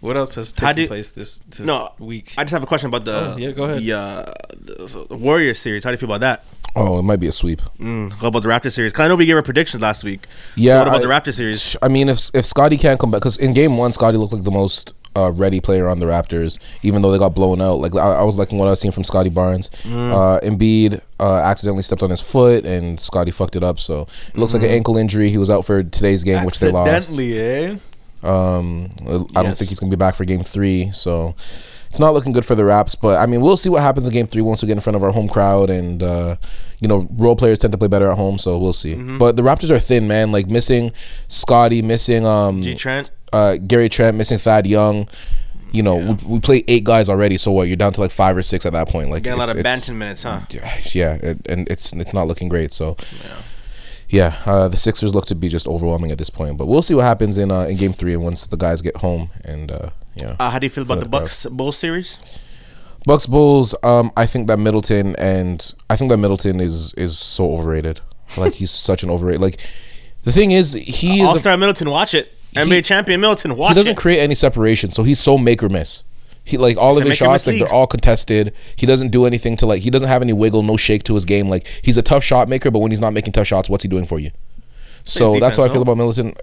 What else has
How
taken
do you-
place this, this
No,
week?
I just have a question about the
Oh, yeah, go ahead.
the, uh, the, the Warrior series. How do you feel about that?
Oh, it might be a sweep.
Mm, what about the Raptor series? Because I know we gave our predictions last week.
Yeah,
So what about
I-
the Raptor series?
I mean, if if Scotty can't come back, because in game one, Scotty looked like the most uh, ready player on the Raptors, even though they got blown out. Like I, I was liking what I was seeing from Scotty Barnes. Uh, Embiid uh, accidentally stepped on his foot, and Scotty fucked it up. So it looks like an ankle injury. He was out for today's game, which they lost. Mm.
Accidentally, eh?
Um, I don't
Yes.
think he's gonna be back for game three, so it's not looking good for the Raps. But I mean, we'll see what happens in game three once we get in front of our home crowd, and uh, you know, role players tend to play better at home, so we'll see.
Mm-hmm.
But the Raptors are thin, man. Like missing Scotty, missing um,
G Trent.
uh, Gary Trent, missing Thad Young. You know, we, we play eight guys already, so what? You're down to like five or six at that point. Like
Getting a lot
it's-
of
it's-
Banton minutes, huh?
yeah, it, and it's it's not looking great. So, yeah, uh, the Sixers look to be just overwhelming at this point. But we'll see what happens in uh, in Game Three and once the guys get home and uh, yeah.
Uh, how do you feel about the
Fair enough.
Bucks Bulls series?
Bucks Bulls. Um, I think that Middleton and I think that Middleton is is so overrated. Like he's [laughs] such an overrated. Like the thing is, he
All
is a,
Star Middleton, watch it. NBA champion Middleton, watch
he doesn't
it.
create any separation, so he's so make or miss. He like all
He's
of
a
his
make or miss
shots, like
league.
they're all contested. He doesn't do anything to like. He doesn't have any wiggle, no shake to his game. Like he's a tough shot maker, but when he's not making tough shots, what's he doing for you? So
Plays
that's how I
defense,
feel
no?
about Middleton.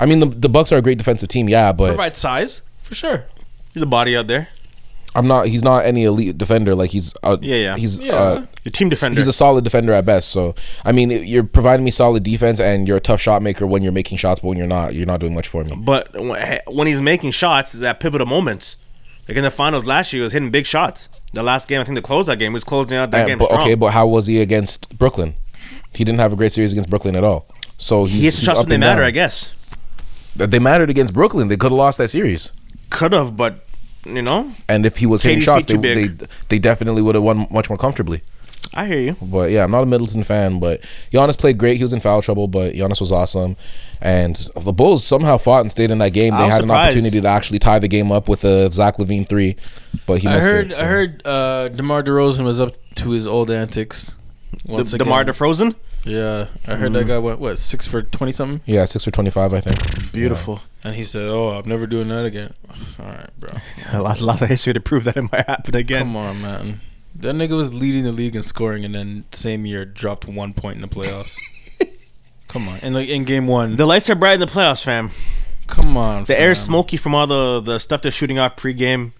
I mean, the the Bucks are a great defensive team, yeah, but
Provide size for sure.
There's a body out there.
I'm not. He's not any elite defender. Like he's a,
Yeah, yeah.
He's
Yeah.
Uh,
Your team defender.
He's a solid defender at best. So I mean, you're providing me solid defense, and you're a tough shot maker when you're making shots, but when you're not, you're not doing much for me.
but when when he's making shots, it's at pivotal moments. Like in the finals last year, he was hitting big shots. The last game, I think, to close that game, he was closing out that
And-
game
but,
strong.
okay, but how was he against Brooklyn? He didn't have a great series against Brooklyn at all. So he's,
he hits the
he's
shots
up
when they
and
matter,
down.
I guess.
They mattered against Brooklyn. They could have lost that series.
Could have, but you know,
And if he was hitting
KD's
shots, they,
feet too
they
big.
they definitely would have won much more comfortably.
I hear you.
But yeah, I'm not a Middleton fan. But Giannis played great. He was in foul trouble, but Giannis was awesome. And the Bulls somehow fought and stayed in that game. They
I'm
had an
surprised.
opportunity to actually tie the game up with a Zach Levine three, but he
I
missed
heard.
it.
I
so.
heard. Uh, Demar Derozan was up to his old antics. Once
The,
again.
DeMar DeFrozen,
Yeah, I heard
Mm-hmm.
that guy went what six for twenty something,
Yeah, six for twenty-five, I think.
beautiful.
and he said, "Oh, I'm never doing that again." [sighs] All right, bro.
[laughs] A lot, lot of history to prove that it might happen again.
Come on, man. That nigga was leading the league in scoring, and then same year dropped one point in the
[laughs]
playoffs. Come on, and like in game one,
The lights are bright in the playoffs, fam.
come on.
The air's
fam.
smoky from all the the stuff they're shooting off pregame.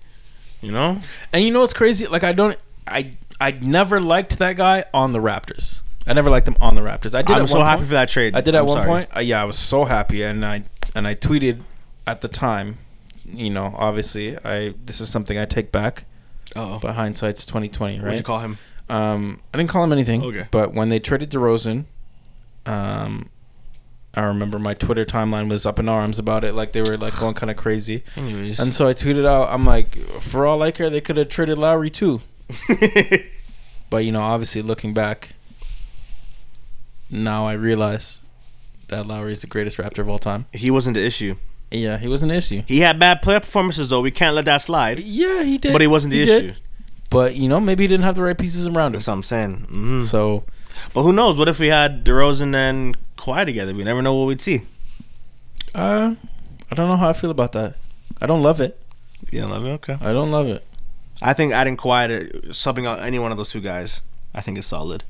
You know,
And you know what's crazy? Like I don't, I, I never liked that guy on the Raptors. I never liked him on the Raptors. I did.
I'm
at
so
one
happy
point-
for that trade.
I did at
I'm
one
sorry.
point. Uh, yeah, I was so happy, and I and I tweeted at the time. You know, obviously, I this is something I take back.
Oh,
But hindsight's twenty twenty,
what'd
right?
you call him?
Um, I didn't call him anything.
Okay.
But when they traded DeRozan, um, I remember my Twitter timeline was up in arms about it. Like they were like going kind of crazy.
Anyways,
And so I tweeted out, I'm like, for all I care, they could have traded Lowry too. but you know, obviously looking back, now I realize that Lowry is the greatest Raptor of all time.
[laughs] he wasn't the issue.
Yeah, he was an issue.
He had bad player performances though. We can't let that slide.
Yeah, he did.
But he wasn't the
did.
issue.
But you know, maybe he didn't have the right pieces around him.
That's what I'm saying. Mhm.
So
But who knows? What if we had DeRozan and Kawhi together? We never know what we'd see.
Uh, I don't know how I feel about that. I don't love it.
You know, okay.
I don't love it.
I think adding Kawhi to subbing out any one of those two guys, I think is solid.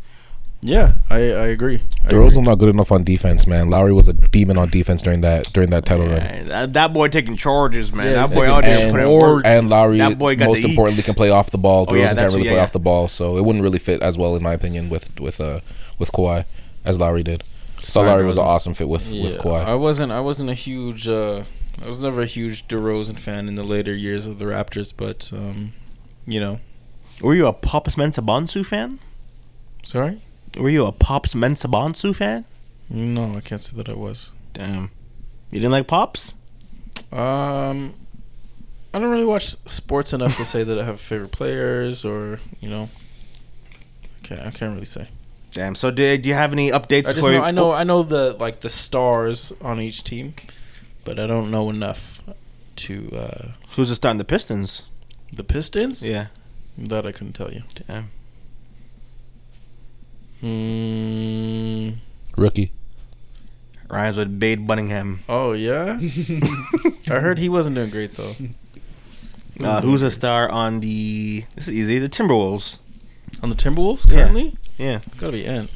Yeah, I I agree. I
DeRozan not good enough on defense, man. Lowry was a demon on defense during that during that title run.
Yeah, Oh, that, that boy taking charges, man.
Yeah,
that
he's
boy
taking
out
charges.
there putting
and,
put in
work.
work.
and Lowry,
That boy got
most
the
importantly,
eeks.
can play off the ball. DeRozan
Oh, yeah,
can't
that's-
really
yeah,
play
yeah.
off the ball, so it wouldn't really fit as well, in my opinion, with with uh with Kawhi as Lowry did. So
Sorry,
Lowry was an
DeRozan.
awesome fit with
agree.
with
Yeah,
Kawhi.
I wasn't I wasn't a huge uh I was never a huge DeRozan fan in the later years of the Raptors, but um, you know,
Were you a Pops Mensabonsu fan?
sorry.
Were you a Pops Mensabonsu fan?
No, I can't say that I was.
Damn. You didn't like Pops?
Um, I don't really watch s- sports enough to say that I have favorite players or you know. Okay, I can't really say.
Damn. So did do you have any updates
I just
before you- Oh,
know, I know I know the like the stars on each team, but I don't know enough to uh,
who's the star in the Pistons?
the Pistons.
Yeah.
that I couldn't tell you.
Damn.
Mm,
Rookie.
Rhymes with Bade Bunningham.
oh yeah, I heard he wasn't doing great though.
Uh, who's a star on the? This is easy. The Timberwolves.
On the Timberwolves
Yeah.
currently,
Yeah.
gotta be Ant.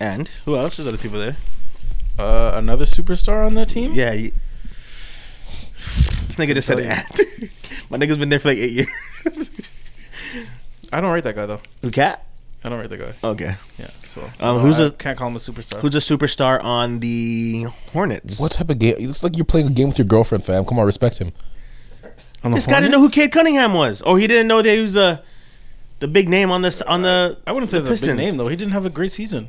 And who else? There's other people there.
Uh, another superstar on that team.
Yeah. You, this nigga just said
Tell you.
and. [laughs] My nigga's been there for like eight years.
I don't rate that guy though.
Who cat?
I don't rate that guy.
Okay.
Yeah, so
Um,
No,
who's
I
a-
can't call him a superstar.
Who's a superstar on the Hornets?
What type of game? It's like you're playing a game with your girlfriend, fam. Come on, respect him.
on the
This guy didn't know who Kate Cunningham was. Oh, he didn't know that he was the the big name on this on the.
I wouldn't say
the
that's a big
Pistons.
name though. He didn't have a great season.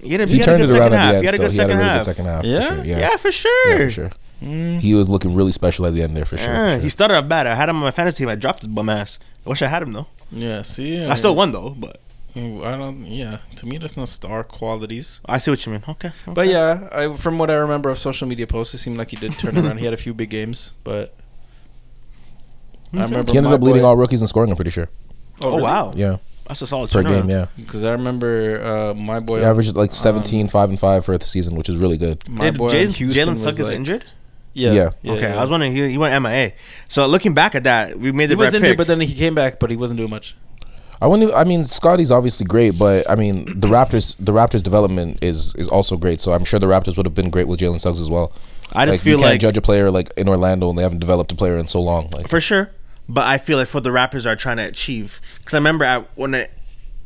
He, had a,
He,
he had a
turned
good
it
second
around at
half.
the
He
end.
had a
Still,
good
he had a
second
really good
half.
second half.
Yeah?
for sure.
Yeah,
yeah.
for sure. Mm.
Yeah, for sure. He was looking really special at the end there, for sure. for
Yeah,
sure.
He started off bad. I had him on my fantasy team. I dropped his bum ass. I wish I had him though.
Yeah, see,
I still won though, but
I don't. Yeah, to me, that's not star qualities.
I see what you mean. Okay.
But yeah, I, from what I remember of social media posts, it seemed like he did turn around. He had a few big games, but I remember
He ended
my
up leading
boy-
all rookies in scoring. I'm pretty sure.
oh wow,
Yeah,
that's a solid
per
turnaround.
game. Yeah,
Because I remember uh, my boy.
he averaged like 17, five and five for the season, which is really good.
My
Did
boy
Jalen,
in Houston
Jalen
was
Suggs is
like-
injured.
Yeah.
Yeah.
okay, I was wondering he, he went MIA. So looking back at that, we made
He
the
was
right
injured,
pick.
but then he came back, but he wasn't doing much.
I wouldn't. even- I mean, Scotty's obviously great, but I mean, the Raptors, the Raptors' development is is also great. So I'm sure the Raptors would have been great with Jalen Suggs as well.
I just
like, you
feel
can't
like
judge a player like in Orlando and they haven't developed a player in so long. Like
for sure. But I feel like for the Raptors are trying to achieve because I remember I, when it,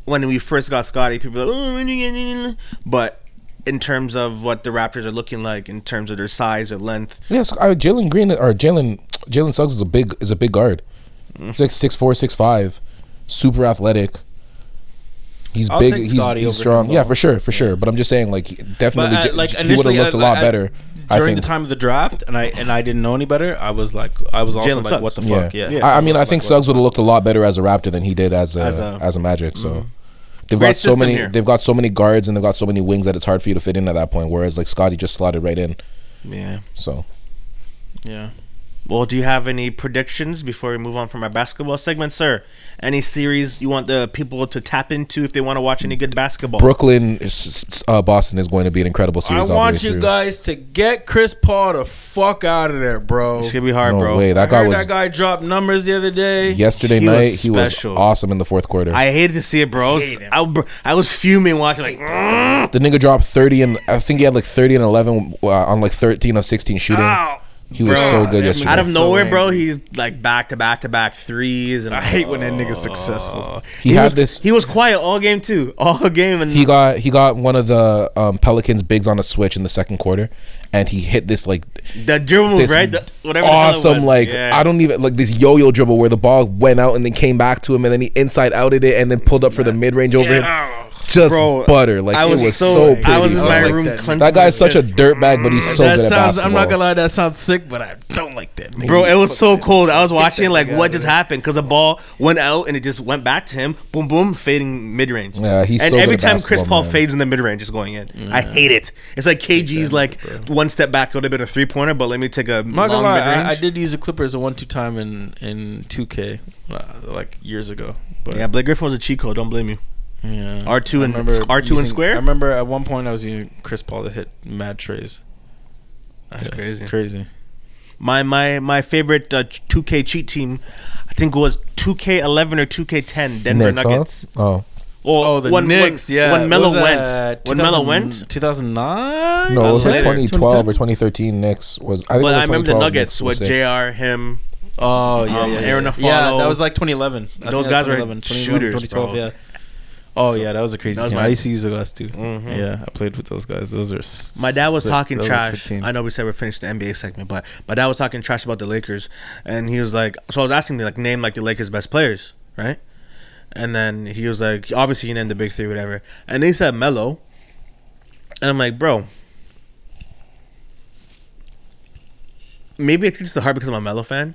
when we first got Scotty, people were like, oh, when you get in-" but in terms of what the Raptors are looking like, in terms of their size or length,
yes, uh, Jalen Green or Jalen Jalen Suggs is a big is a big guard. He's like six four, six five, super athletic. He's
I'll
big.
take
He's,
Scotty over
he's strong.
him,
Yeah,
though.
for sure, for sure. But I'm just saying, like he-
But
definitely,
uh,
J-
like
he would have
initially,
looked a
uh,
lot
I-
better. I
during
think.
the time of the draft, and I and I didn't know any better. I was like, I was also
Jalen
like,
Suggs.
what the
Yeah.
fuck? Yeah.
I, I mean, I think Suggs would have looked a lot better as a Raptor than he did as a as
As
a,
a-
Magic. So they've
Great
got so
system
many
here.
they've got so many guards and they've got so many wings that it's hard for you to fit in at that point. Whereas like Scotty just slotted right in.
yeah.
So
yeah.
Well, do you have any predictions before we move on from our basketball segment, sir? Any series you want the people to tap into if they want to watch any good basketball?
Brooklyn, s- s- uh, Boston is going to be an incredible
I
series. all the
want
way
you
through.
guys to get Chris Paul the fuck out of there, bro.
It's gonna be hard,
No
bro.
way, that
I
guy
heard
was
that guy dropped numbers the other day.
yesterday
he was
night. he was
special.
awesome in the fourth quarter.
I hated to see it, bro. I was, I, br- I was fuming watching, like, "Mm,
the nigga dropped thirty and I think he had like thirty and eleven uh, on like thirteen of sixteen shooting.
ow.
He was
Bro,
so
that
good yesterday.
out of
so
nowhere, bro.
angry.
He's like back to back to back threes, and
I
I'm
hate
like, "Oh."
when that nigga's successful.
he,
He
had
was,
this.
He was quiet all game too, [laughs] all game, and
he got he got one of the um, Pelicans bigs on a switch in the second quarter, and he hit this like
the dribble move,
this
right? The, whatever. the hell it
awesome
was.
like
Yeah.
I don't even like this yo-yo dribble where the ball went out and then came back to him and then he inside outed it and then pulled up for the mid range over him. Just
Bro,
butter like it was so, pretty.
I was in
bro.
my
Like,
room
that.
clenching.
That guy's
my
such a
fist.
dirtbag, but he's so
that
good at
sounds. I'm
basketball.
not gonna lie. That sounds sick, but I don't like that. nigga.
Bro, it was so cold. I was watching like what just happened because the ball went out and it just went back to him. Boom, boom, fading mid range.
Yeah, he's
and
so
every
good at
time Chris
basketball,
Paul
man.
fades in the mid range, it's going in. I hate it. It's like KG's like one step back, would have been a three pointer, but let me take a
I'm not
long
gonna
mid
lie.
range.
I, I did use the Clippers a one-two time in in 2K uh, like years ago. But
Yeah, Blake Griffin was a cheat code. Don't blame you.
yeah.
R2
I
and-
remember
R2 and
using-
square?
I remember at one point I was using Chris Paul to hit mad trays.
That's
Yes,
crazy.
Crazy.
My my my favorite uh, 2K cheat team, I think it was 2K11 or 2K10 Denver
Knicks, huh?
Nuggets.
Oh
Or
Oh, the
when,
Knicks.
When,
yeah.
when Melo went.
When
When Melo went.
2009.
no, it was like
Later,
2012 or 2013. Knicks was. I think
But
it was
I remember the
2012
Nuggets
Knicks was
with
sick.
JR, him.
Oh yeah,
Um,
yeah,
Aaron
yeah.
Aflalo.
yeah, that was like 2011. I think
Those
that was
guys were
2011, 2011,
shooters,
2012,
bro.
Yeah. Oh yeah, that was Mm-hmm. a crazy
That was
team.
my-
I used to use the guys too.
Mhm.
Yeah, I played with those guys. Those are. s-
My dad was
sick.
talking
Those are sick
trash.
team.
I know we said we're finished the NBA segment, but my dad was talking trash about the Lakers, and he was like, so I was asking him like name like the Lakers' best players, right? And then he was like, obviously you named the big three, whatever. And they said Melo, and I'm like, bro, maybe I think it's the heart because I'm a Melo fan,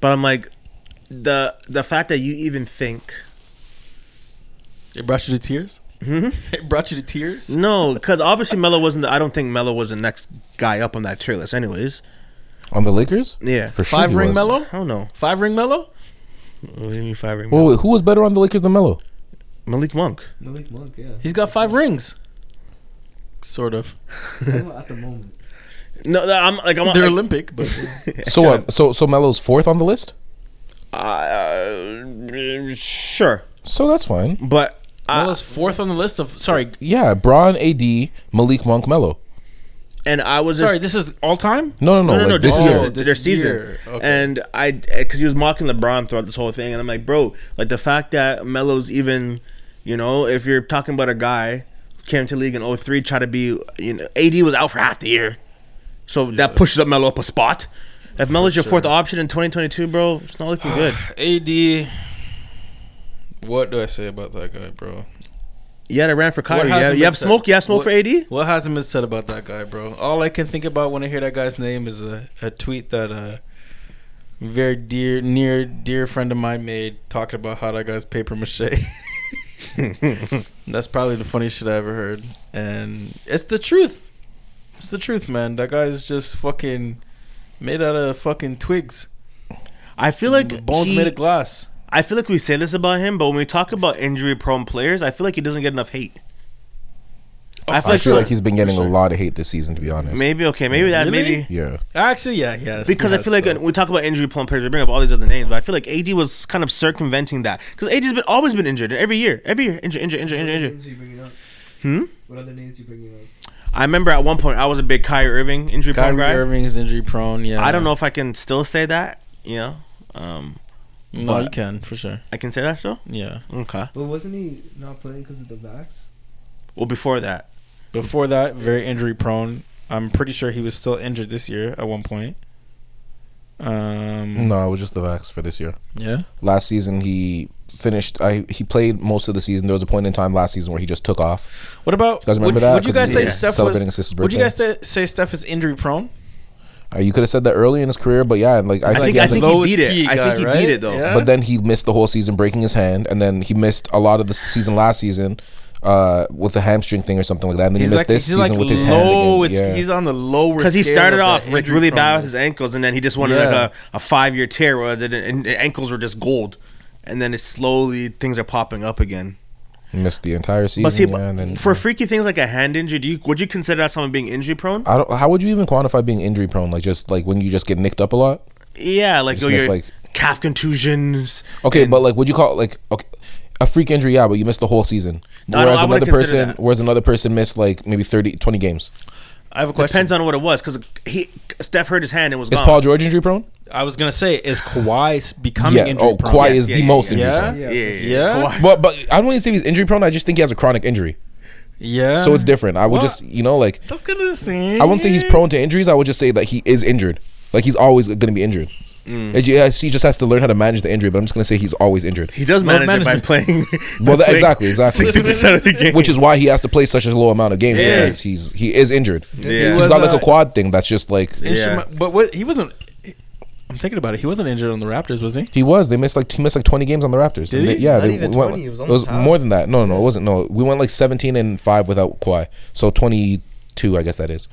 but I'm like, the the fact that you even think
It brought you to tears. [laughs] It brought you to tears.
no, because obviously Melo wasn't. The, I don't think Melo was the next guy up on that tier list, anyways.
on the Lakers.
Yeah,
For sure
Five
he
ring
was.
mellow.
I don't know.
Five ring mellow.
What do you mean five ring?
Wait, wait, who was better on the Lakers than Melo?
Malik Monk.
Malik Monk, yeah.
He's got five rings. Sort of.
At the moment.
No, no, I'm like I'm.
They're
[laughs] like,
Olympic, but [laughs]
So
Shut
what? So so Melo's fourth on the list.
uh, sure,
So that's fine.
but I,
Melo's fourth on the list of. Sorry,
Yeah, Braun, AD, Malik Monk, Melo.
and I was just,
sorry. This is all time.
No, no,
no,
no.
no, no,
like, this
this
just-
year.
Oh,
is their
this
season.
year. Okay.
And I, because he was mocking LeBron throughout this whole thing, and I'm like, bro, like the fact that Melo's even, you know, if you're talking about a guy who came to the league in 03, try to be, you know, AD was out for half the year, so that pushes up Melo up a spot. If Melo's your fourth option in 2022, bro, it's
[sighs]
not looking good.
AD. What do I say about that guy, bro?
You had a ran for Kyrie. You
hasn't
have,
been
you have
said?
smoke. You have
What-
smoke for AD.
What hasn't been said about that guy, bro? All I can think about when I hear that guy's name is a, a tweet that a
[laughs]
very dear, near, dear friend of mine made talking about how that guy's paper mache. That's probably the funniest shit I ever heard, and it's the truth. It's the truth, man. That guy's just fucking made out of fucking twigs.
I feel like
Mm, Bones
he-
made of glass.
I feel like we say this about him, but when we talk about injury-prone players, I feel like he doesn't get enough hate. I feel
I
like,
feel
so-
like he's been getting a lot of hate this season, to be honest.
maybe okay, maybe that
Really?
maybe
Yeah.
Actually, yeah, yes.
because I
yes,
feel like
so-
when we talk about injury-prone players, we bring up all these other names, but I feel like AD was kind of circumventing that because AD's been always been injured every year, every year injured, injured, injured, injured, injured.
you bringing up?
Hmm?
What other names you bringing up?
I remember at one point I was a big Kyrie Irving injury-prone
Kyrie
guy.
Irving is injury prone. Yeah,
I don't know if I can still say that. You know, um,
No, you
but-
can for sure.
I can say that still.
Yeah.
Okay.
But wasn't he not playing because of the backs?
Well, before that,
Before that, very injury prone. I'm pretty sure he was still injured this year at one point. Um.
No, it was just the Vax for this year.
Yeah.
Last season, he finished. I he played most of the season. There was a point in time last season where he just took off.
What about?
You guys remember
would,
that?
would you
'Cause
guys
he
say
was
Steph
celebrating
was?
his sister's
Would you
birthday.
guys say, say Steph is injury prone?
Uh, you could have said that early in his career, but yeah, and like I,
I
think,
think
he
I
has, like,
think
the
he
lowest
beat it.
key
I
guy,
think he
right?
beat it though.
Yeah.
But then he missed the whole season, breaking his hand, and then he missed a lot of the season last season uh, with a hamstring thing or something like that. And then
He's
he missed
like
this
he's
season
like
with his
low.
hand. Again.
it's-
Yeah.
He's on the lower
Because he
scale
started
of
off
the
like
injury
really bad with
proneness.
his ankles, and then he just wanted
Yeah.
like a, a five year tear, where the, and the ankles were just gold, and then it's slowly things are popping up again.
He missed the entire season.
But see,
yeah, and then,
for freaky things like a hand injury, do you would you consider that someone being injury prone?
I don't. How would you even quantify being injury prone? Like just like when you just get nicked up a lot.
Yeah, like
Just
oh,
miss,
your
like-
calf contusions.
Okay, but like, would you call it like okay, a freak injury? Yeah, but you missed the whole season.
No, I don't-
whereas
I wouldn't
another
consider
person,
that.
whereas another person missed like maybe 30, 20 games.
I have a question.
Depends on what it was, because he Steph hurt his hand and was
Is
gone.
Paul George injury prone?
I was gonna say is Kawhi s- becoming
yeah.
injury
Oh,
prone?
Kawhi is
yeah,
the
yeah,
most
yeah.
injury
Yeah.
prone.
yeah,
Yeah.
yeah, yeah.
Yeah?
Kawhi-
But but I don't even say he's injury prone. I just think he has a chronic injury,
Yeah.
so it's
Uh,
different. I would
What?
just you know like
Look at this. I
I wouldn't say he's prone to injuries. I would just say that he is injured. Like he's always going to be injured.
Mm.
And yeah, he just has to learn how to manage the injury. But I'm just going to say he's always injured,
He does manage it by
management.
[laughs]
playing.
Well, that- exactly, exactly.
Sixty percent of the game,
which is why he has to play such a low amount of games
Yeah.
because he's he is injured.
Yeah.
He's
was,
not like
uh,
a quad thing. That's just like
Yeah.
Yeah.
But what he wasn't. I'm thinking about it. He wasn't injured on the Raptors, was he?
He was. They missed like he missed like twenty games on the Raptors.
Did he?
They- yeah,
Not
they
even
we went-
20, it was
it was
almost half.
more than that. No, no, no, it wasn't. No, we went like seventeen and five without Kawhi. So twenty two, I guess that is.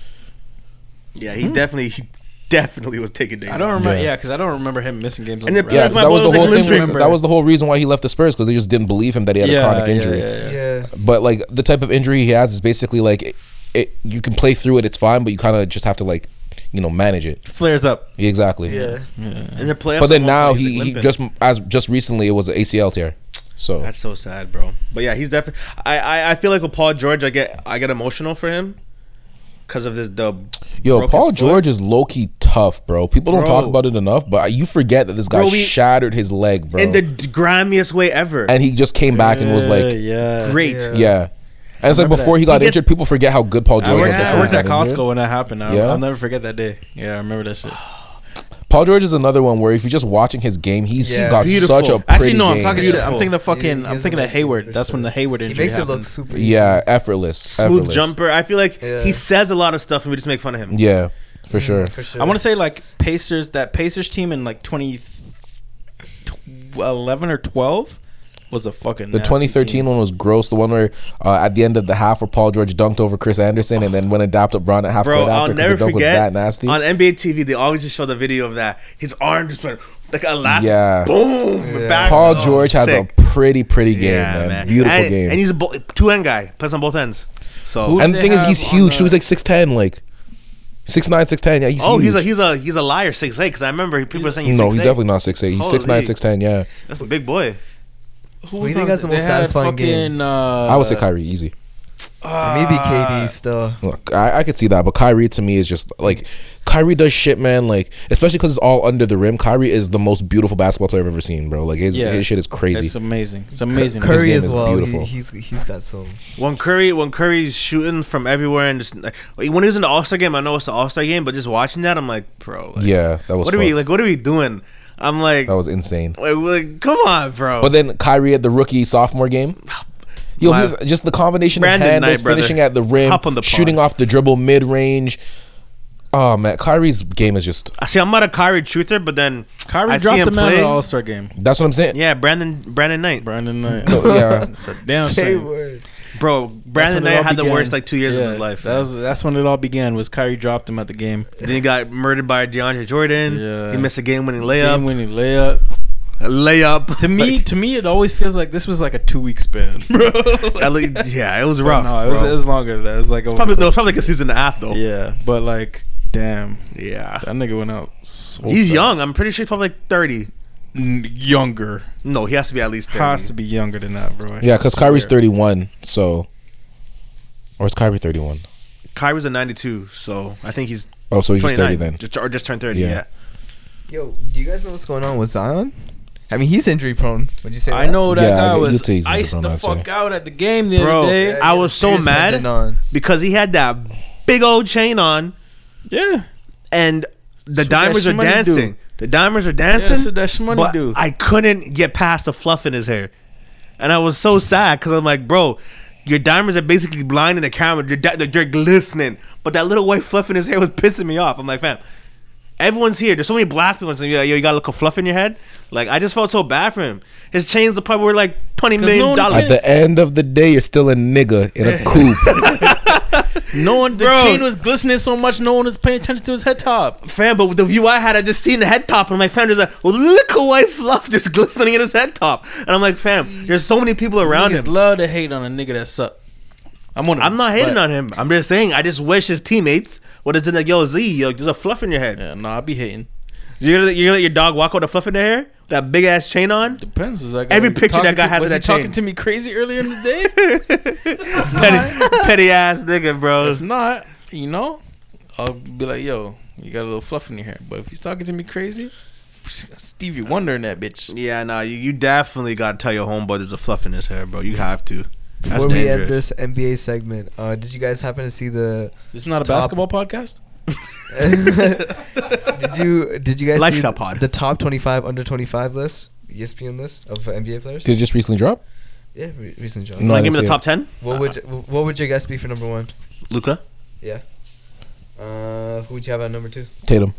yeah,
Hmm?
he definitely, he definitely was taking days.
I don't remember.
Yeah.
Yeah, because I don't remember him missing games.
And
on
the-
the
yeah,
Yeah,
Raptors.
'cause
that
my
was
boy
the
was,
whole
like,
thing.
limping.
That was the whole reason why he left the Spurs because they just didn't believe him that he had a chronic injury.
Yeah.
But like the type of injury he has is basically like it, it, you can play through it. It's fine, but you kind of just have to like you know manage it.
Flares up.
Yeah, Exactly.
In the playoffs,
But then
at one
now
point, he's,
he,
like,
he
limping.
just as just recently it was an ACL tear. So
That's so sad, bro. But yeah, he's definitely. I, I I feel like with Paul George, I get I get emotional for him because of this the.
Yo,
broken
Paul
foot.
George is low key tough, bro. People don't
Bro.
talk about it enough, but you forget that this guy
Bro, we-
shattered his leg, bro.
in
And,
the d- grimiest way ever.
he just came back and was like, yeah.
yeah.
Great.
Yeah.
And it's like
remember
before
that.
he got
He gets-
injured, people forget how good Paul
I
George was.
worked,
Yeah.
at,
before
I
he
worked at
got injured.
Costco when that happened. I'll,
Yeah.
I'll never forget that day. Yeah, I remember that shit.
Paul George is another one where if you're just watching his game, he's he
Yeah.
got
Beautiful.
such a pretty
Actually, no, I'm
game.
talking shit. I'm
Beautiful.
thinking of fucking.
He- he
I'm
is
thinking of
amazing,
Hayward.
for
That's
sure.
when the Hayward
He
injury
makes it
happened.
look super easy.
Yeah, effortless.
Smooth
effortless.
jumper. I feel like
Yeah.
he says a lot of stuff and we just make fun of him.
Yeah, for sure.
For sure.
I want to say like Pacers. That Pacers team in like 2011 or 12 was a fucking.
The
nasty
2013
team.
one was gross. The one where uh, at the end of the half, where Paul George dunked over Chris Anderson and then went and dapped up Bron at half
Bro,
court after
I'll
'cause
never
the dunk was
forget.
that nasty.
On NBA TV, they always just show the video of that. His arm just went like a last
Yeah.
boom. Back.
Paul
Oh,
George has
sick.
a pretty, pretty game,
Yeah,
man. Beautiful
and,
game.
And he's a bo- two-end guy. Plays on both ends. So
Who-
and the
they
thing is, he's
have
huge.
on
So he's
the-
like six ten, like six nine, six ten. Yeah, he's
oh,
huge.
he's a he's a he's a liar six eight because I remember he- people were saying he's
no,
6'8".
he's definitely not six eight. He's
Holy.
six nine, six ten. Yeah,
that's a big boy.
Who
do you
was
think
on-
has the
they
most
had
satisfying game?
fucking, Uh,
I would say Kyrie easy.
Maybe
Ah.
KD still.
Look, I, I could see that, but Kyrie to me is just like Kyrie does shit, man. Like especially because it's all under the rim. Kyrie is the most beautiful basketball player I've ever seen, bro. Like his,
Yeah.
his shit is crazy.
It's amazing. It's amazing.
Curry
game
as
is
well. He,
beautiful.
he's he's got some.
When Curry, when Curry's shooting from everywhere, and just like, when he was in the All Star game, I know it's the All Star game, but just watching that, I'm like, bro, like,
yeah, that was
what are we
fucked.
like? What are we doing? I'm like,
that was insane.
like, like, come on, bro.
But then Kyrie at the rookie sophomore game. Yo,
My-
his, just the combination
Brandon
of handles,
Knight, brother.
finishing at the rim,
Hop on the pod.
shooting off the dribble mid range. Oh man, Kyrie's game is just.
I See, I'm not a Kyrie shooter, but then
Kyrie
I see
dropped
him
the man in
play.
the All Star game.
That's what I'm saying.
yeah, Brandon Brandon Knight,
Brandon Knight.
No, Oh,
[laughs]
yeah.
It's a damn
Say
shame.
word.
bro.
That's
Brandon
when it
Knight
all
had the
began.
worst like two years
Yeah,
of his life.
That was that's when it all began. Was Kyrie dropped him at the game?
[laughs] then he got murdered by DeAndre Jordan.
Yeah.
he missed a game-winning
Game
layup.
winning layup.
layup
To me, to me, it always feels like this was like a two week
[laughs]
span, [laughs] bro.
I look- yeah, it was rough.
no, it was,
bro.
it was longer than that. It was like a
probably no, it was probably like a season and a half though.
[laughs]
Yeah,
yeah, but like damn, that nigga went out. So
he's
fast.
young. I'm pretty sure he's probably like 30.
N- younger.
No, he has to be at least 30.
Has to be younger than that, bro. I
Yeah, because
swear.
Kyrie's 31, so. Or is Kyrie 31?
Kyrie's a 92, so I think he's
Oh, so he's just 30
29.
then.
Just, or just turned 30.
Yeah.
Yeah.
Yo, do you guys know what's going on with Zion? I mean, he's injury prone. Would you say?
I know that
Yeah,
guy
you- you
was
say he's
iced
LeBron,
the
I'd
fuck
say.
out at the game the
Bro.
other day.
Yeah. I was so mad. Because he had that big old chain on,
Yeah,
and the
That's what
dimers
that
are
shmoney
dancing.
do.
The dimers are
that's
dancing.
what that shmoney
but
do.
I couldn't get past the fluff in his hair. And I was so sad because I'm like, bro, your diamonds are basically blinding the camera. You're, di- you're glistening. But that little white fluff in his hair was pissing me off. I'm like, fam, everyone's here. There's so many black people. And you're like, yo, you got a little fluff in your head? Like, I just felt so bad for him. His chains are probably worth like $20
no
million.
one
At
dollars.
the end of the day, you're still a nigga in a coupe.
no one, the
Bro.
chain was glistening so much, no one was paying attention to his head top.
fam, but with the view I had, I just seen the head top, and I'm like, fam, there's a little white fluff [laughs] just glistening in his head top, and I'm like, fam, there's so many people around
Niggas
him.
love to hate on a nigga that suck. I'm one. of
I'm
them,
not hating
but-
on him. I'm just saying I just wish his teammates would have been like, yo, Z, yo, there's a fluff in your head.
Yeah, nah, I be hating.
You're, gonna, you're gonna let your dog walk with a fluff in their hair? That big ass chain [laughs] on?
Depends. Is that guy
Every picture
talking
that guy
to,
has
was
of
he
that
talking
chain.
to me crazy earlier in the
[laughs]
day?
Petty, petty ass nigga, bro.
if not, you know, I'll be like, yo, you got a little fluff in your hair. But if he's talking to me crazy, Stevie Wonder in that bitch.
Yeah, nah, you, you definitely gotta tell your homeboy there's a fluff in his hair, bro. You have to. That's
Before we end
dangerous.
this NBA segment, uh, did you guys happen to
[laughs]
see the?
This is not a
Top.
basketball podcast.
did you did you guys
Lifestyle
see
pod.
the top twenty five under twenty five list, E ESPN list of NBA players?
Did it just recently drop?
yeah, re- recent job.
No.
Wanna give me
Honestly.
the top 10?
What would you, what would your guess be for number one?
Luca?
Uh, who would you have at number two?
Tatum.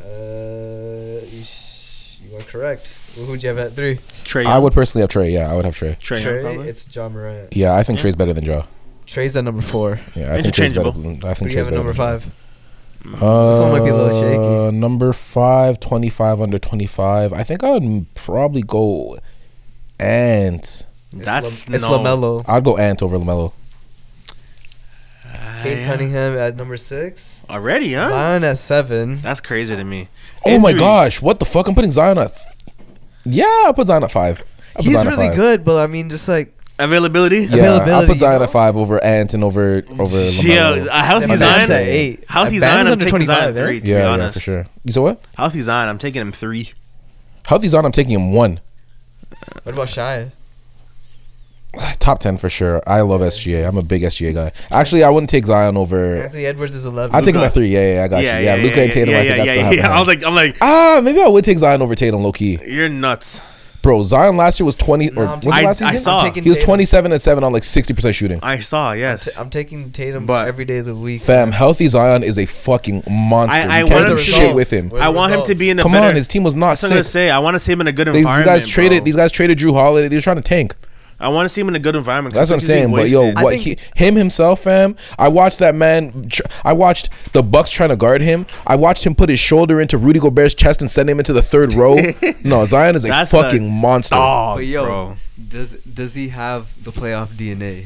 Uh, you, sh- you are correct. Who would you have at three?
Trey.
I would personally have Trey. Yeah, I would have Trey.
Trey, Young,
Trey,
probably.
it's John Morant.
Yeah, I think
Yeah.
Trey's better than Ja.
Trey's at number four.
Yeah, I think Trey's better.
Interchangeable.
Than, I
Who
think
do you
Trey's
have at
better
number
than Ja.
five?
Uh,
one might be a little shaky.
Number five, 25 under 25. I think I would m- probably go Ant.
That's
It's
no.
Lamelo.
I'd go Ant over LaMelo.
Kate
Ah, yeah. Ah.
Cunningham at number six.
Already, huh?
Zion at seven.
That's crazy to me.
Oh my
Injuries.
gosh, what the fuck? I'm putting Zion at. Th- yeah, I put Zion at five. I put
He's
Zion at
really
five.
good, but I mean, just like
Availability?
Yeah, I
Availability,
put
you
Zion
know?
at five over Ant and over over LaMelo.
Yeah, a healthy
Bam's
Zion.
at eight.
Healthy
Bam's
Zion. I'm
under
taking Zion
25, eh?
at three. To
yeah,
be
yeah,
honest,
for sure. You said what?
Healthy Zion. I'm taking him three.
Healthy Zion, I'm taking him one. [sighs]
what about Shia?
Top ten for sure. I love SGA. I'm a big SGA guy. Actually, I wouldn't take Zion over.
Anthony Edwards is eleven.
I take him
Luka.
at three. Yeah, yeah, I got you. Yeah, Luca and Tatum. I think I still have him.
I was like, I'm like,
ah, maybe I would take Zion over Tatum, low key.
you're nuts.
Bro, Zion last year was twenty or
I'm
was it last
I- I
season?
saw.
he was twenty seven and seven on like sixty percent shooting.
I saw. Yes,
I'm taking Tatum
But-
every day of the week.
Fam, healthy Zion is a fucking monster.
I- I
you
wanted
can't do
to
shit
see-
with him.
Where
I
the
want him to
results?
be in a
Come
better.
on, his team was not
That's what I'm gonna
sick.
say. I want to see him in a good
They, these
environment.
guys traded.
bro.
These guys traded Drew Holiday. They were trying to tank.
I want to see him in a good environment. 'cause
That's what I'm
he's being
saying. But yo,
wasted.
what he, him himself, fam. I watched that man. tr- I watched the Bucks trying to guard him. I watched him put his shoulder into Rudy Gobert's chest and send him into the
[laughs]
third row. no, Zion is a
That's
fucking
a
monster.
Dog,
But yo,
bro.
does does he have the playoff DNA?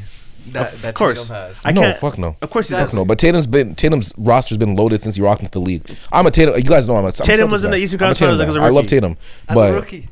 That,
Of
that
course.
Tatum has.
I
no,
can't-
fuck no.
Of course, he
That's-
does.
Fuck no. But Tatum's been Tatum's roster's been loaded since he rocked into the league. I'm a Tatum. You guys know I'm a I'm a
Tatum was
Celtics
in the
guy.
Eastern
I'm a
Conference
Tatum
Finals as a
guy. I love
rookie.
Tatum,
As
but
a rookie,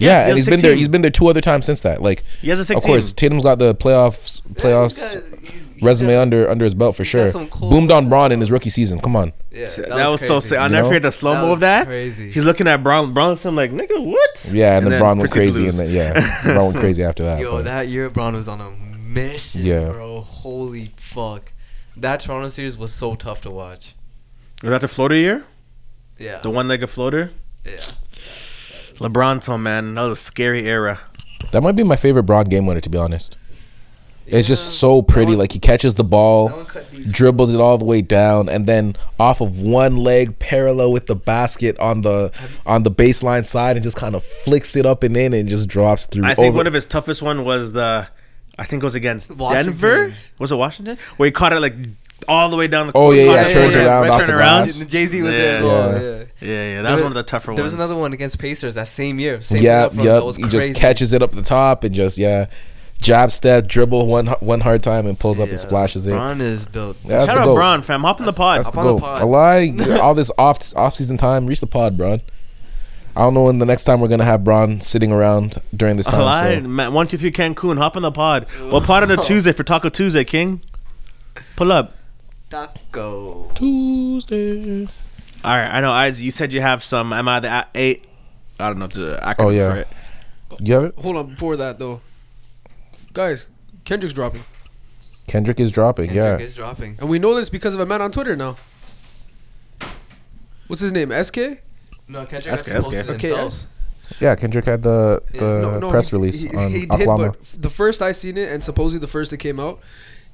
yeah,
he
and
has
he's
a
been
sick
there.
team.
He's been there two other times since that. Like
He has a sick
of course, Tatum's got the playoffs playoffs
Yeah, he's got- he's- he's
resume
got-
under under his belt for
he's
sure.
got some cool-
Boomed on Braun in his rookie season. Come on.
yeah,
That, was, so
crazy.
sick. I'll
You
never
know?
forget the slow
That
mo
was
of that.
crazy.
He's looking at Brown. Brown's I'm like, nigga, what?
Yeah, and, then, Braun went
proceed to
crazy, and
lose.
then yeah, Braun went crazy after that.
[laughs] Yo,
but-
that year Bron was on a mission,
Yeah.
bro. Holy fuck, that Toronto series was so tough to watch.
[laughs] Was that the floater year?
Yeah,
The one-legged floater.
Uh, yeah.
LeBron, told man, that was a scary era.
that might be my favorite Braun game winner, to be honest. It's just so pretty. Like he catches the ball, dribbles it all the way down, and then off of one leg parallel with the basket on the on the baseline side, and just kind of flicks it up and in, and just drops through.
I think
over-
one of his toughest one was the, I think it was against
Washington.
Denver. Was it Washington? Where he caught it like all the way down the.
Oh, yeah,
caught
yeah,
it
turns
and
around
went
off
turned
the
around.
glass.
Jay Z was
Yeah.
there. as well, yeah.
Yeah, yeah, that was one of the tougher
There
ones.
was another one against Pacers that same year. Same
yeah,
field goal
yeah.
that was
He just
crazy.
catches it up the top and just yeah, jab step, dribble one one hard time and pulls up
Yeah.
and splashes it.
Bron is built.
That's
Shout
the
out
goal.
Bron, fam. Hop in the pod.
That's the
Up on
goal.
the pod.
I
[laughs]
lie. All this off off season time, reach the pod, Bron. I don't know when the next time we're gonna have Bron sitting around during this time.
Alive,
so.
man. One, two, three, Cancun. Hop on the pod. Well, pod
[laughs]
on a Tuesday for Taco Tuesday, King. Pull up.
Taco.
Tuesday.
All right, I know. I you said you have some. Am I the a- eight? I don't know the acronym
Oh, yeah.
for it.
You have it.
Hold on, before that though, guys, Kendrick's dropping,
Kendrick is dropping.
Kendrick
yeah.
is dropping.
and we know this because of a man on Twitter now. What's his name? SK?
No, Kendrick
That's
has
good, that's
posted
good.
himself.
KS?
yeah. Kendrick had the
Yeah.
the press release on Aquama.
the first I seen it, and supposedly the first that came out,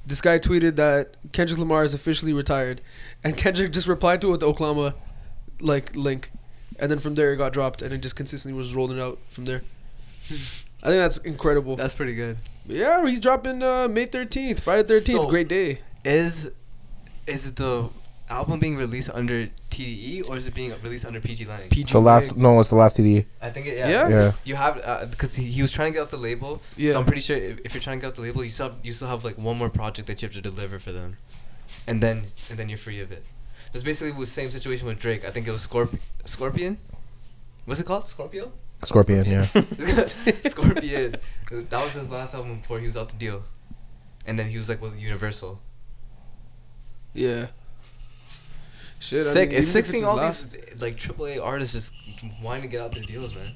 this guy tweeted that Kendrick Lamar is officially retired, and Kendrick just replied to it with the Oklahoma, like link, and then from there it got dropped, and it just consistently was rolling out from there.
Hmm.
I think that's incredible.
That's pretty good.
yeah, he's dropping uh, May thirteenth, Friday thirteenth.
So-
great day.
Is is the album being released under TDE or is it being released under PG Lang?
PG
It's the last. No, it's the last TD.
I think it, yeah.
Yeah.
Yeah.
You have because he, he was trying to get off the label.
Yeah.
So I'm pretty sure if, if you're trying to get off the label, you still have, you still have like one more project that you have to deliver for them, and then and then you're free of it. It's basically the same situation with Drake. I think it was Scorp- Scorpion. What's it called? Scorpio. [laughs]
Scorpion. Yeah.
Scorpion. That was his last album before he was out the deal, and then he was like with Universal.
Yeah. Shit, I
Sick.
mean, even if
it's sick
his
seeing all
last-
these like AAA artists just wanting to get out their deals, man.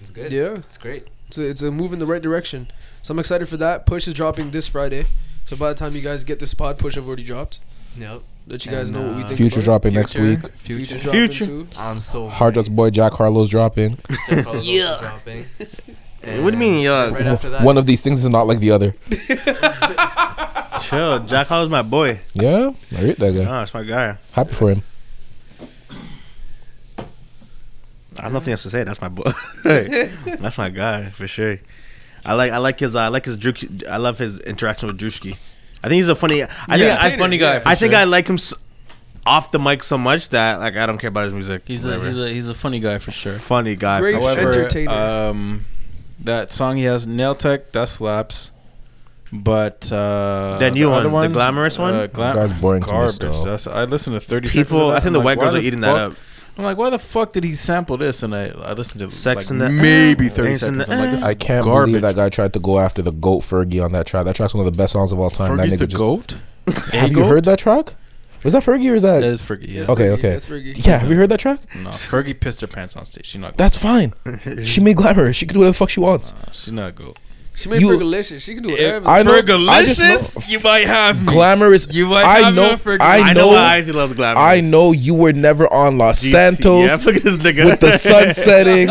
It's good.
Yeah.
It's great.
So it's a move in the right direction. So I'm excited for that. Push is dropping this Friday. So by the time you guys get this pod, push have already dropped.
Yep.
Let you guys
And,
know what we
uh,
think.
Future
about
dropping next
Future.
week.
it. Future,
Future.
dropping
Future.
too.
I'm so
Hard Drugs boy Jack Harlow's dropping.
yeah.
[laughs]
dropping.
What do you mean, yeah?
Right after that,
One of these things is not like the other.
Chill, Jack Hollow's my boy.
Yeah. I read that guy.
Oh, it's my guy.
Happy for him.
I have nothing else to say. That's my boy. [laughs] That's my guy for sure. I like I like his uh, I like his Drew. I love his interaction with Drewski. I think he's a funny. I
Yeah,
think I,
funny guy, for
I think
sure.
I like him s- off the mic so much that like I don't care about his music.
He's a,
Whatever.
he's a he's a funny guy for sure.
funny guy.
Great
for sure.
However, entertainer.
um, that song he has, Nail Tech, that slaps. But uh,
That new one, the glamorous one?
glam-
That guy's boring to me
garbage.
still.
That's, I listened to thirty seconds of
people.
that.
I think
I'm
the
like,
white
why
girls are
the
eating
fuck-
that up.
I'm like, why the fuck did he sample this? And I, I listened to
Sex
like,
in the-
maybe thirty
Sex in
seconds.
the-
I'm like, this
I
is
can't
garbage.
believe that guy tried to go after the goat Fergie on that track. That track's one of the best songs of all time.
Fergie's
that
the goat. A
Have you
goat?
heard that track? Was that Fergie or is that?
That is Fergie. Yes.
okay,
Fergie,
okay.
that's Fergie.
Yeah, have you heard that track?
No, Fergie pissed her pants on stage. She not. [laughs]
That's fine. she made glamour. She can do whatever the fuck she wants.
She not goat.
She made
You-
Fergalicious. She can do whatever.
I know- I just know-
Fergalicious, you might have me.
Glamorous.
You like
I
I'm
know.
not Fergie.
I
I know why
know.
Izzy loves glamorous.
I know you were never on Los
GT.
Santos
Yeah, [laughs] look at this nigga
with the
[laughs]
sun setting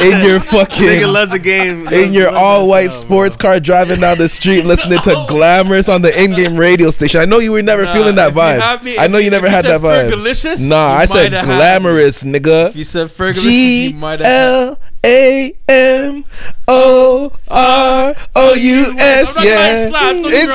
in
[laughs]
your
Nigga
fucking.
loves the [laughs] game.
In your all-white sports car driving down the street, listening
[laughs]
to glamorous on the in-game radio station. I know you were never feeling that
if you
vibe.
had me-
I know
if
you never
if
had
said
that vibe.
Fergalicious,
Nah,
you
I said
might have had me.
glamorous, nigga.
If you said Fergalicious, you
G
might have.
L A M O R O U S.
I'm not gonna
Yeah,
lie, it slaps. Don't get me
it
wrong, it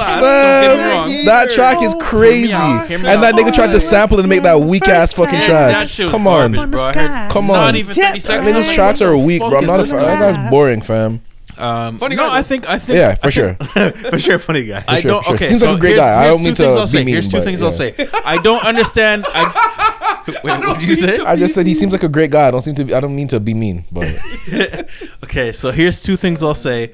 slaps. It slaps. Don't get me
man.
wrong.
That track is crazy,
out. Hear me
and that
out.
nigga tried to sample and make that weak ass fucking track.
That shit was
Come on,
garbage, bro. I heard
come
Not
on.
even 30
That
seconds.
nigga's
Like,
tracks
what
are
the
weak,
fuck
bro. I'm
is
not a
this
fan. That
guy?
guy's boring, fam.
Um,
Funny
no,
guy,
I think I think
Yeah, for
I think-
[laughs]
sure.
for sure, funny guy.
I
sure,
don't.
for sure.
Okay,
Seems
so
like a great
here's,
guy. I
here's
don't
two
mean to
things I'll
be
say.
mean,
here's two
but,
things
yeah.
I'll say. I don't understand. [laughs] I, wait, what did you say?
I just said he seems like a great guy. I don't seem to. Be, I don't mean to be mean, but
Okay, so here's two things I'll say.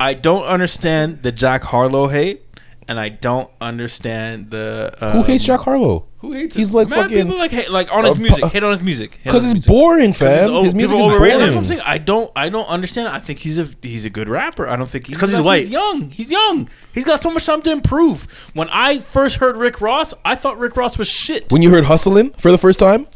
I don't understand the Jack Harlow hate, and I don't understand the um,
who hates Jack Harlow?
Who hates
He's
it?
like
Man,
fucking
people like hate, like on
Uh,
his
pu-
music. Hate on his music. Hate on
because
his music.
it's boring, fam.
over-
His music
people
is
overrated.
That's what I'm
boring.
saying. I don't. I don't understand. I think he's a he's a good rapper. I don't think he's
'Cause he's
like,
white.
He's young. He's young. He's got so much time to improve. When I first heard Rick Ross, I thought Rick Ross was shit.
When you heard hustling for the first time,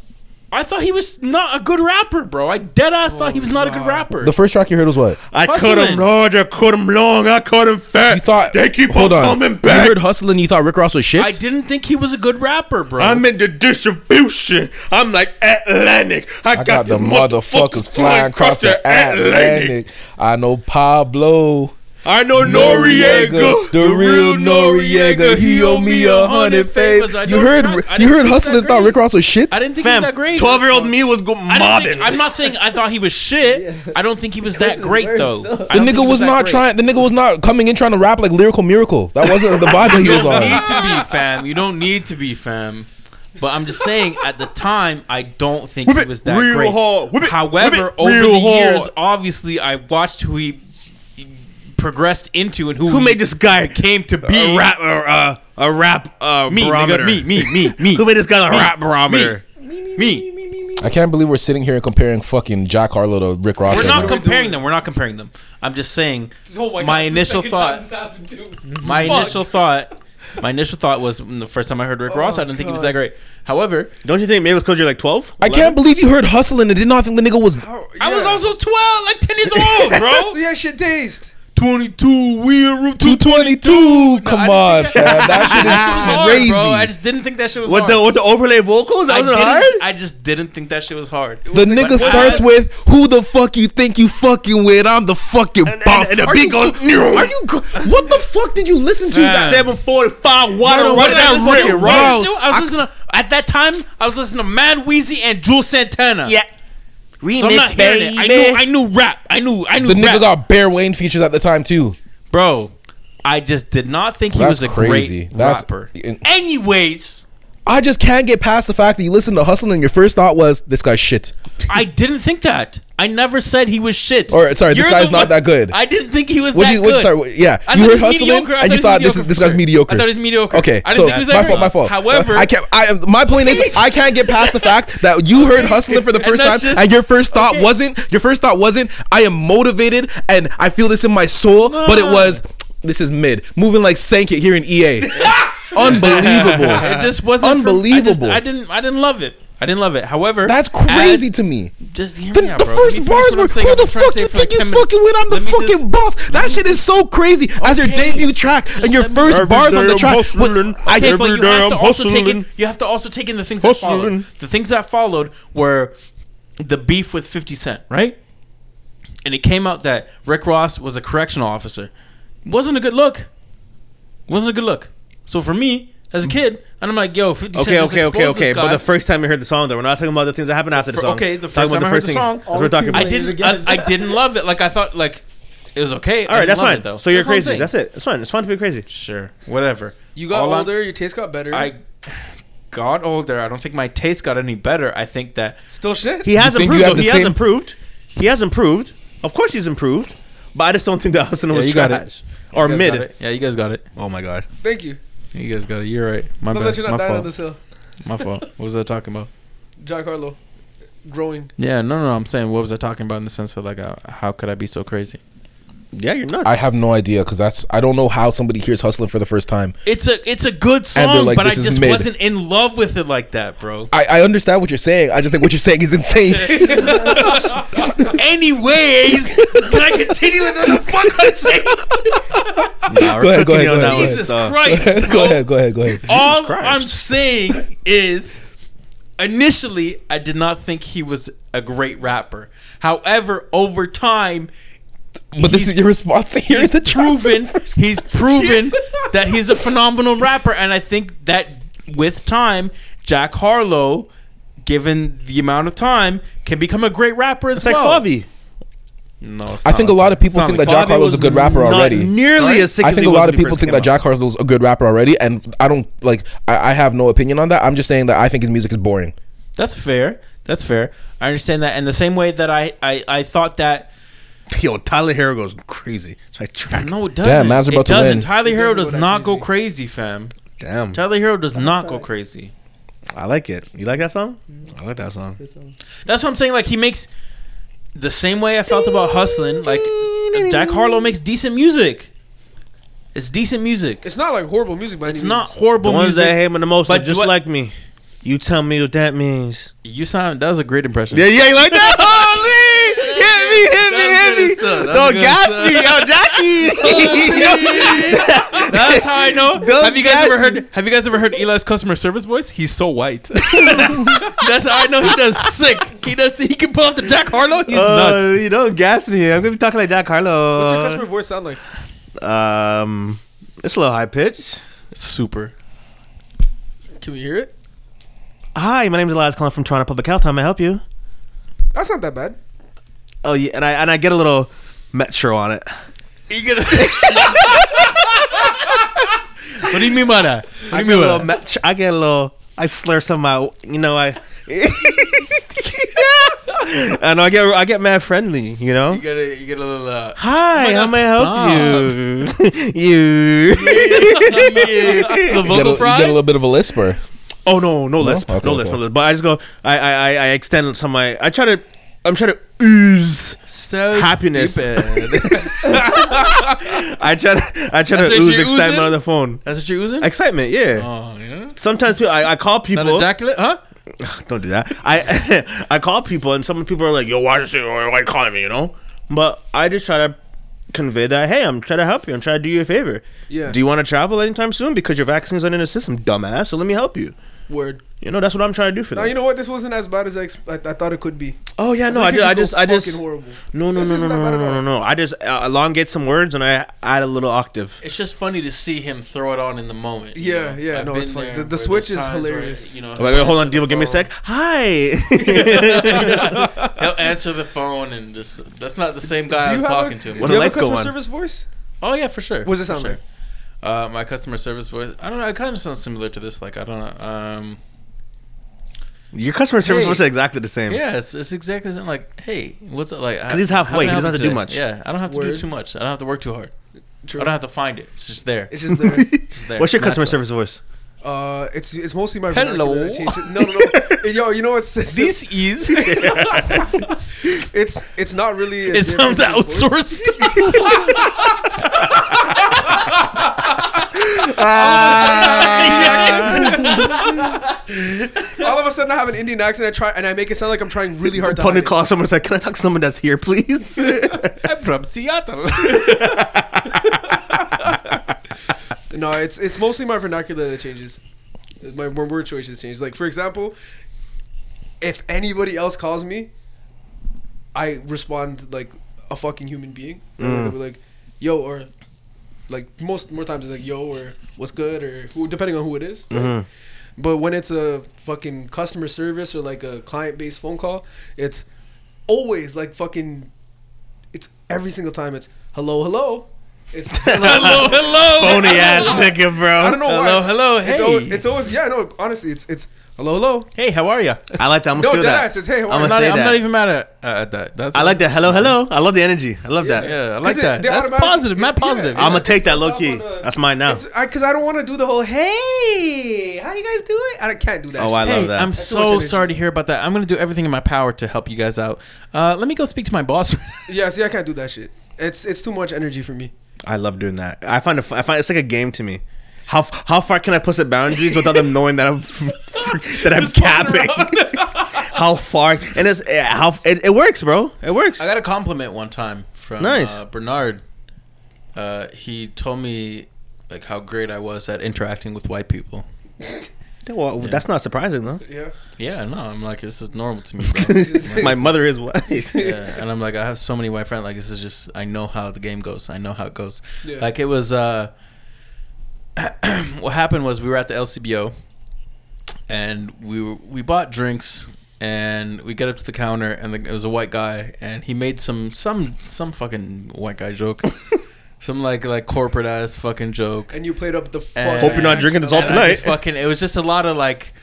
I thought he was not a good rapper, bro. I dead ass thought
Oh,
he was not a good
God.
rapper.
The first track you heard was what?
I
Hustling.
cut him large, I cut him long, I cut him fat.
You thought
they keep
hold
on,
on.
coming back.
You heard hustling. You thought Rick Ross was shit.
I didn't think he was a good rapper, bro.
I'm in the distribution. I'm like Atlantic. I,
I got, the motherfuckers flying across the Atlantic. I know Pablo.
I know Noriega,
the real Noriega. He owe me a hundred favors.
I
You
know
heard,
Rick- I
you
didn't
heard
think
hustling
that
thought
great.
Rick Ross was shit.
I didn't think he
Fam,
was that great.
twelve-year-old me was go
I didn't think-
mobbing.
I'm not saying I thought he was
[laughs]
shit. I don't think he was that great though. I
The
don't think he
nigga was
that
not
great.
trying. The nigga was not coming in trying to rap like lyrical miracle. That wasn't the
[laughs]
vibe that he
You
was
don't
on.
need to be fam. You don't need to be fam. But I'm just saying, at the time, I don't think
Whip
he
it
was that
real
great.
hard. Whip it-
However,
whip it
over
real
the years,
hard.
obviously, I watched who he progressed into and who,
Who
he
made this guy
came to be.
a rap uh, a rap uh,
me,
barometer?
nigga, me, me, me, me.
[laughs] Who made this guy a rap barometer?
me, me.
[laughs] I can't believe we're sitting here and comparing fucking Jack Harlow to Rick Ross.
We're
right
not
now.
comparing them. We're not comparing them. I'm just saying
Oh
my,
God, this
initial
is the second
thought.
time this happened to me.
My
Fuck.
initial thought. My initial thought was mm, the first time I heard
Oh
Rick Ross. I didn't think he was that great. However,
Don't you think maybe it's because you're like twelve?
I can't believe you heard hustling and did not think the nigga was.
Oh,
I was
yeah.
also 12, like 10 [laughs] years old,
So
bro.
yeah, shit dazed.
22, we in room
222. Come on, fam. That shit is
Hard, bro. I
crazy.
just didn't think that shit was
What
hard.
the what the overlay vocals? That
I,
wasn't
didn't,
hard.
I just didn't think that shit was hard.
The nigga
What?
starts with "Who the fuck you think you fucking with? I'm the fucking
And- and-
boss."
and the
Are
beat
you-
goes,
Are you? go- What the fuck did you listen to?
Man.
That
Seven forty five water.
Bro,
What,
what
did
did I
that
listen
rip,
to?
bro?
What did I listen to? I was listening to, at that time, I was listening to Mad Weezy and Jewel Santana.
Yeah.
so I'm not hearing it. I knew, I knew rap. I knew, I knew
the
rap.
nigga got Bear Wayne features at the time too.
bro, I just did not think he
That's
was a
crazy.
great
That's-
rapper.
and-
Anyways,
I just can't get past the fact that you listened to Hustle and your first thought was this guy's shit.
I didn't think that. I never said he was shit.
Or, sorry, this
You're
guy's
the
not
one-
that good.
I didn't think he was
What
that
do you?
good.
What, sorry, what- yeah,
I thought
you heard
he was
hustling
mediocre. I
and you
thought
thought
he was
this is
mediocre
this
for
guy's
sure.
mediocre.
I thought he was mediocre.
Okay,
I didn't
so
think he was that
my
good.
fault. My fault.
However-
I can't. I my point is I can't get past the fact that you heard hustling for the first time
that's just-
and your first thought wasn't your first thought wasn't I am motivated and I feel this in my soul, but it was this is mid moving like sank it here in EA.
[laughs]
Unbelievable.
It just wasn't
Unbelievable.
For, I, just- I didn't. I didn't love it. I didn't love it. However,
That's crazy
as-
to me.
just hear
The,
me out,
the
bro. Let
first
me finish
bars
what
were
I'm saying.
who
I've
the
been trying to
fuck
say
you
for like
think you
10 minutes.
fucking with? I'm the
Let me
fucking
just-
boss. That shit is so crazy. As your
Okay.
debut track and your
let me-
first
Every
bars
day
on the
I'm
track. was-
hustling.
I
Okay,
can't
but you
Every day
have to
I'm
also take
hustling.
in. You have to also take in the things that
Hustling.
followed. The things that followed were the beef with Fifty Cent, right? And it came out that Rick Ross was a correctional officer. Wasn't a good look. Wasn't a good look. So for me, as a kid, and I'm like, yo, Fifty
Okay,
Cent. just
okay, okay,
exposed
okay.
this
But
guy.
the first time you heard the song, though, we're not talking about the things that happened after the
For-
song.
okay, the
We're
first
talking
time I
about
heard the
thing.
song,
That's what we're talking
I
about.
Playing it
didn't.
again.
I, I didn't love it. Like I thought. Like it was okay.
All right, that's fine.
though.
So you're
That's what I'm
crazy.
saying.
That's it. It's fine. It's fun to be crazy.
Sure. Whatever.
You got
All I'm-
older. your taste got better.
I got older. I don't think my taste got any better. I think that
Still shit.
He has
think you
improved.
have
Though.
the
He has
same-
improved. He has improved. Of course, he's improved. But I just don't think the Arsenal
Yeah,
was
you got
trash or
You guys got
mid.
it. Yeah, you guys got it.
Oh my god.
Thank you.
You guys got it. You're right. My
I'm
bad.
glad you're
my
not dying on
fault.
this hill.
My
[laughs]
fault. What was I talking about?
Jack Harlow, growing.
Yeah, no, no. I'm saying what was I talking about in the sense of like, uh, how could I be so crazy?
Yeah, you're nuts.
I [laughs] have no idea because that's I don't know how somebody hears hustling for the first time.
It's a it's a good
And they're
song,
like,
but I
this is
just
mid.
wasn't in love with it like that, bro. [laughs]
I, I understand what you're saying. I just think what you're saying is insane. [laughs]
Anyways, can I continue with what the fuck I'm saying?
Nah,
go
we're
ahead, go
cooking you
ahead, go
on
ahead.
that one.
Jesus
Uh,
Christ, bro.
[laughs] go Oh, ahead, go ahead, go ahead.
All
Christ.
I'm saying is, initially, I did not think he was a great rapper. However, over time,
But this is your response to hearing
he's
the truth.
[laughs] proven he's proven that he's a phenomenal rapper, and I think that with time, Jack Harlow, given the amount of time, can become a great rapper as
It's like
well.
Favi.
No, it's
I
not
think a
like
lot
that.
of people
It's not
think
like
that Jack
Favi.
Harlow's a good rapper already.
Not nearly as sick.
I
as
think
he
a
was
lot
when
of
he
people
first
think
came
that Jack Harlow's a good rapper already, and I don't like. I, I have no opinion on that. I'm just saying that I think his music is boring.
That's fair. That's fair. I understand that. And the same way that I, I, I thought that
out. Yo, Tyler Hero goes crazy. It's like track.
no, it doesn't.
man's
it
about to
doesn't.
win.
Tyler
It
Hero
doesn't
does
go that
not go
crazy.
crazy, fam.
Damn,
Tyler Hero does not go crazy.
I like it. You like that song? I like that song.
That's what I'm saying. Like he makes the same way I felt about hustling. Like Jack Harlow makes decent music. It's decent music.
It's not like horrible music by any
It's not
means.
horrible
The ones
music.
that hate me the most are
But
just
what-
like me. You tell me what that means.
You sound. That was a great impression.
Yeah, yeah, you like [laughs] that? Holy! Hit me, hit me, hit me. Don't gas me, yo, [laughs] Jackie.
That's how I know.
Don't
have you guys
gas
ever
me.
heard? Have you guys ever heard Eli's customer service voice? He's so white. [laughs] That's how I know he does sick. He does. He can pull off the Jack Harlow. He's
Uh,
nuts.
you don't gas me. I'm gonna be talking like Jack
What's your
Harlow.
customer voice sound like?
Um, it's a little high pitched.
Super.
Can we hear it?
Hi, my name is Elias calling from Toronto Public Health. How may I help you?
That's not that bad.
Oh yeah, and I and I get a little metro on it.
What do you mean by that? What do
I
you
um, get a
mean by
little
that?
metro. I get a little. I slur some of my. You know I. [laughs] I know I get I get mad friendly. You know.
You get a, you get a little. Uh,
Hi,
Oh my
how
God,
may I help you? you.
The
You get, a,
vocal
you get a
fry.
little bit of a lisper.
[laughs] Oh no, no lisp,
Okay,
no
okay.
lisp, no lisp. But I just go. I I I, I extend some of my. I try to. I'm trying to ooze.
So
Happiness.
stupid.
[laughs] I try to. I try
That's
to
what
ooze
you're
excitement
oozing?
on the phone.
That's what you're using.
Excitement, yeah.
Oh yeah.
Sometimes people, I, I call people.
Not ejaculate, huh?
[laughs] Don't do that. I [laughs] I call people, and some people are like, "Yo, why is it? Why are you calling me?" You know. But I just try to convey that, "Hey, I'm trying to help you. I'm trying to do you a favor.
Yeah.
Do you want to travel anytime soon? Because your vaccine's not in the system, dumbass. So let me help you.
Word.
You know, that's what I'm trying to do for
Now
them.
you know what? This wasn't as bad as I, ex- I, I thought it could be.
oh yeah, no,
It
I
could
just, I
go
just, I
fucking
just,
horrible.
no, no,
This
no,
is
no,
not
no,
bad
no,
at
no, no,
all.
no. I just uh, elongate some words, and I add a little octave.
It's just funny to see him throw it on in the moment. you
Yeah,
know?
yeah, no,
been
it's funny.
there
The- the
where
switch
there's
is
times where,
hilarious.
you know,
Wait, wait, hold on,
he'll
Devo, give me a
answer
sec. Hi.
the phone- He'll answer the phone and just that's not the same guy I was talking
a,
to.
Do
When
you
the
have a
lights go
customer
on.
service voice?
Oh yeah, for sure.
What does it
for
sound
sure.
like?
Uh, my customer service voice. I don't know. It kind of sounds similar to this. Like I don't know. Um,
[laughs] your customer service
Hey.
was exactly the same.
yeah, it's, it's exactly the same. Like, hey, what's up? Like,
'Cause he's halfway,
how
he
can I
doesn't have to
help you
do
today?
much.
Yeah, I don't have to do
Word.
too much. I don't have to work too hard.
True.
I don't have to find it. It's just there.
It's just there.
It's there.
What's your customer
Natural.
service voice?
uh, it's it's mostly my
Hello.
vernacular that changed it. No, no, no. Yo, you know what's it's, it's,
This [laughs] is.
[laughs] it's it's not really. a
It sounds
difference in voice.
outsourced.
All of a sudden, I have an Indian accent. I try and I make it sound like I'm trying really hard to.
Upon a
hide it.
call, someone's like, "Can I talk to someone that's
[laughs]
here, please?"
I'm from Seattle.
No, it's it's mostly my vernacular that changes. My my word choices change. Like for example, if anybody else calls me, I respond like a fucking human being. I'll be like, "Yo," or like most more times it's like "Yo" or "What's good" or who, depending on who it is.
Mm-hmm.
right?
Mm-hmm.
But when it's a fucking customer service or like a client based phone call, it's always like fucking. It's every single time. It's hello, hello. It's [laughs] hello,
[laughs] hello.
Phony ass nigga, bro.
I don't know why.
Hello,
it's-
hello,
it's always,
hey.
it's always yeah. No, honestly, it's it's hello, hello.
Hey, how are you?
I like that. I'm
No,
gonna steal
dead
that.
ass. It's hey,
I'm
how are
a
you?
I'm not,
say
I'm
that.
not even mad at, uh, at that. That's
I like that. Hello, hello. I love the energy. I love that.
Yeah, I like
Because it-
that.
they
That's
automatically-
positive. Mad
yeah,
positive.
yeah.
I'm gonna
It's-
take that
it's
low
up
key.
on the-
That's mine now.
It's because I don't want to do the whole hey, how you guys doing? I can't do that.
Oh,
shit.
I love
Hey,
that.
I'm
That's
too much
so
energy.
sorry to hear about that. I'm gonna do everything in my power to help you guys out. Uh, let me go speak to my boss. [laughs]
yeah, see, I can't do that shit. It's it's too much energy for me.
I love doing that. I find it. fu- I find it's like a game to me. How f- how far can I push the boundaries without them knowing that I'm that I'm capping? [laughs] how far? And it's eh, how it, it works, bro. It works.
I got a compliment one time from
Nice.
uh, Bernard. Uh, he told me like how great I was at interacting with white people.
Well, That's not surprising
[laughs]
though.
Yeah,
Yeah, no, I'm like this is normal to me. Bro.
My mother
[laughs]
is white.
yeah, and I'm like, I have so many white friends. Like, this is just, I know how the game goes. I know how it goes.
Yeah.
Like, it was, uh, [clears throat] what happened was we were at the LCBO and we were, we bought drinks and we get up to the counter and the, it was a white guy and he made some, some, some fucking white guy [laughs] joke. some like, like corporate ass fucking joke.
and you played up the. fuck.
Hope you're
not drinking this all
And I
tonight.
just fucking, it was just a lot of like,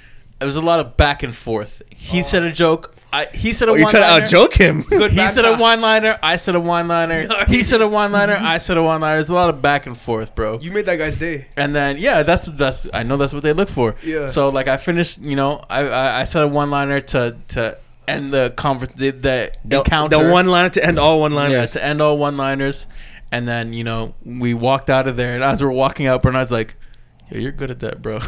it was a lot of back and forth. He said a joke. I, he said a
Oh, you're trying to
one-liner
out
[laughs]
joke him.
he said a one liner. I said a one liner. He said a one
[laughs]
liner. I said a one liner. There's a lot of back and forth, bro.
You made that guy's day.
And then yeah, that's that's I know that's what they look for.
Yeah.
So like I finished, you know, I I, I said a one liner to to end the conference the, the,
The,
encounter.
the one liner to end all one liners.
yeah to end all one liners. And then you know we walked out of there, and as we're walking out, Bernard's like, yo, you're good at that, bro.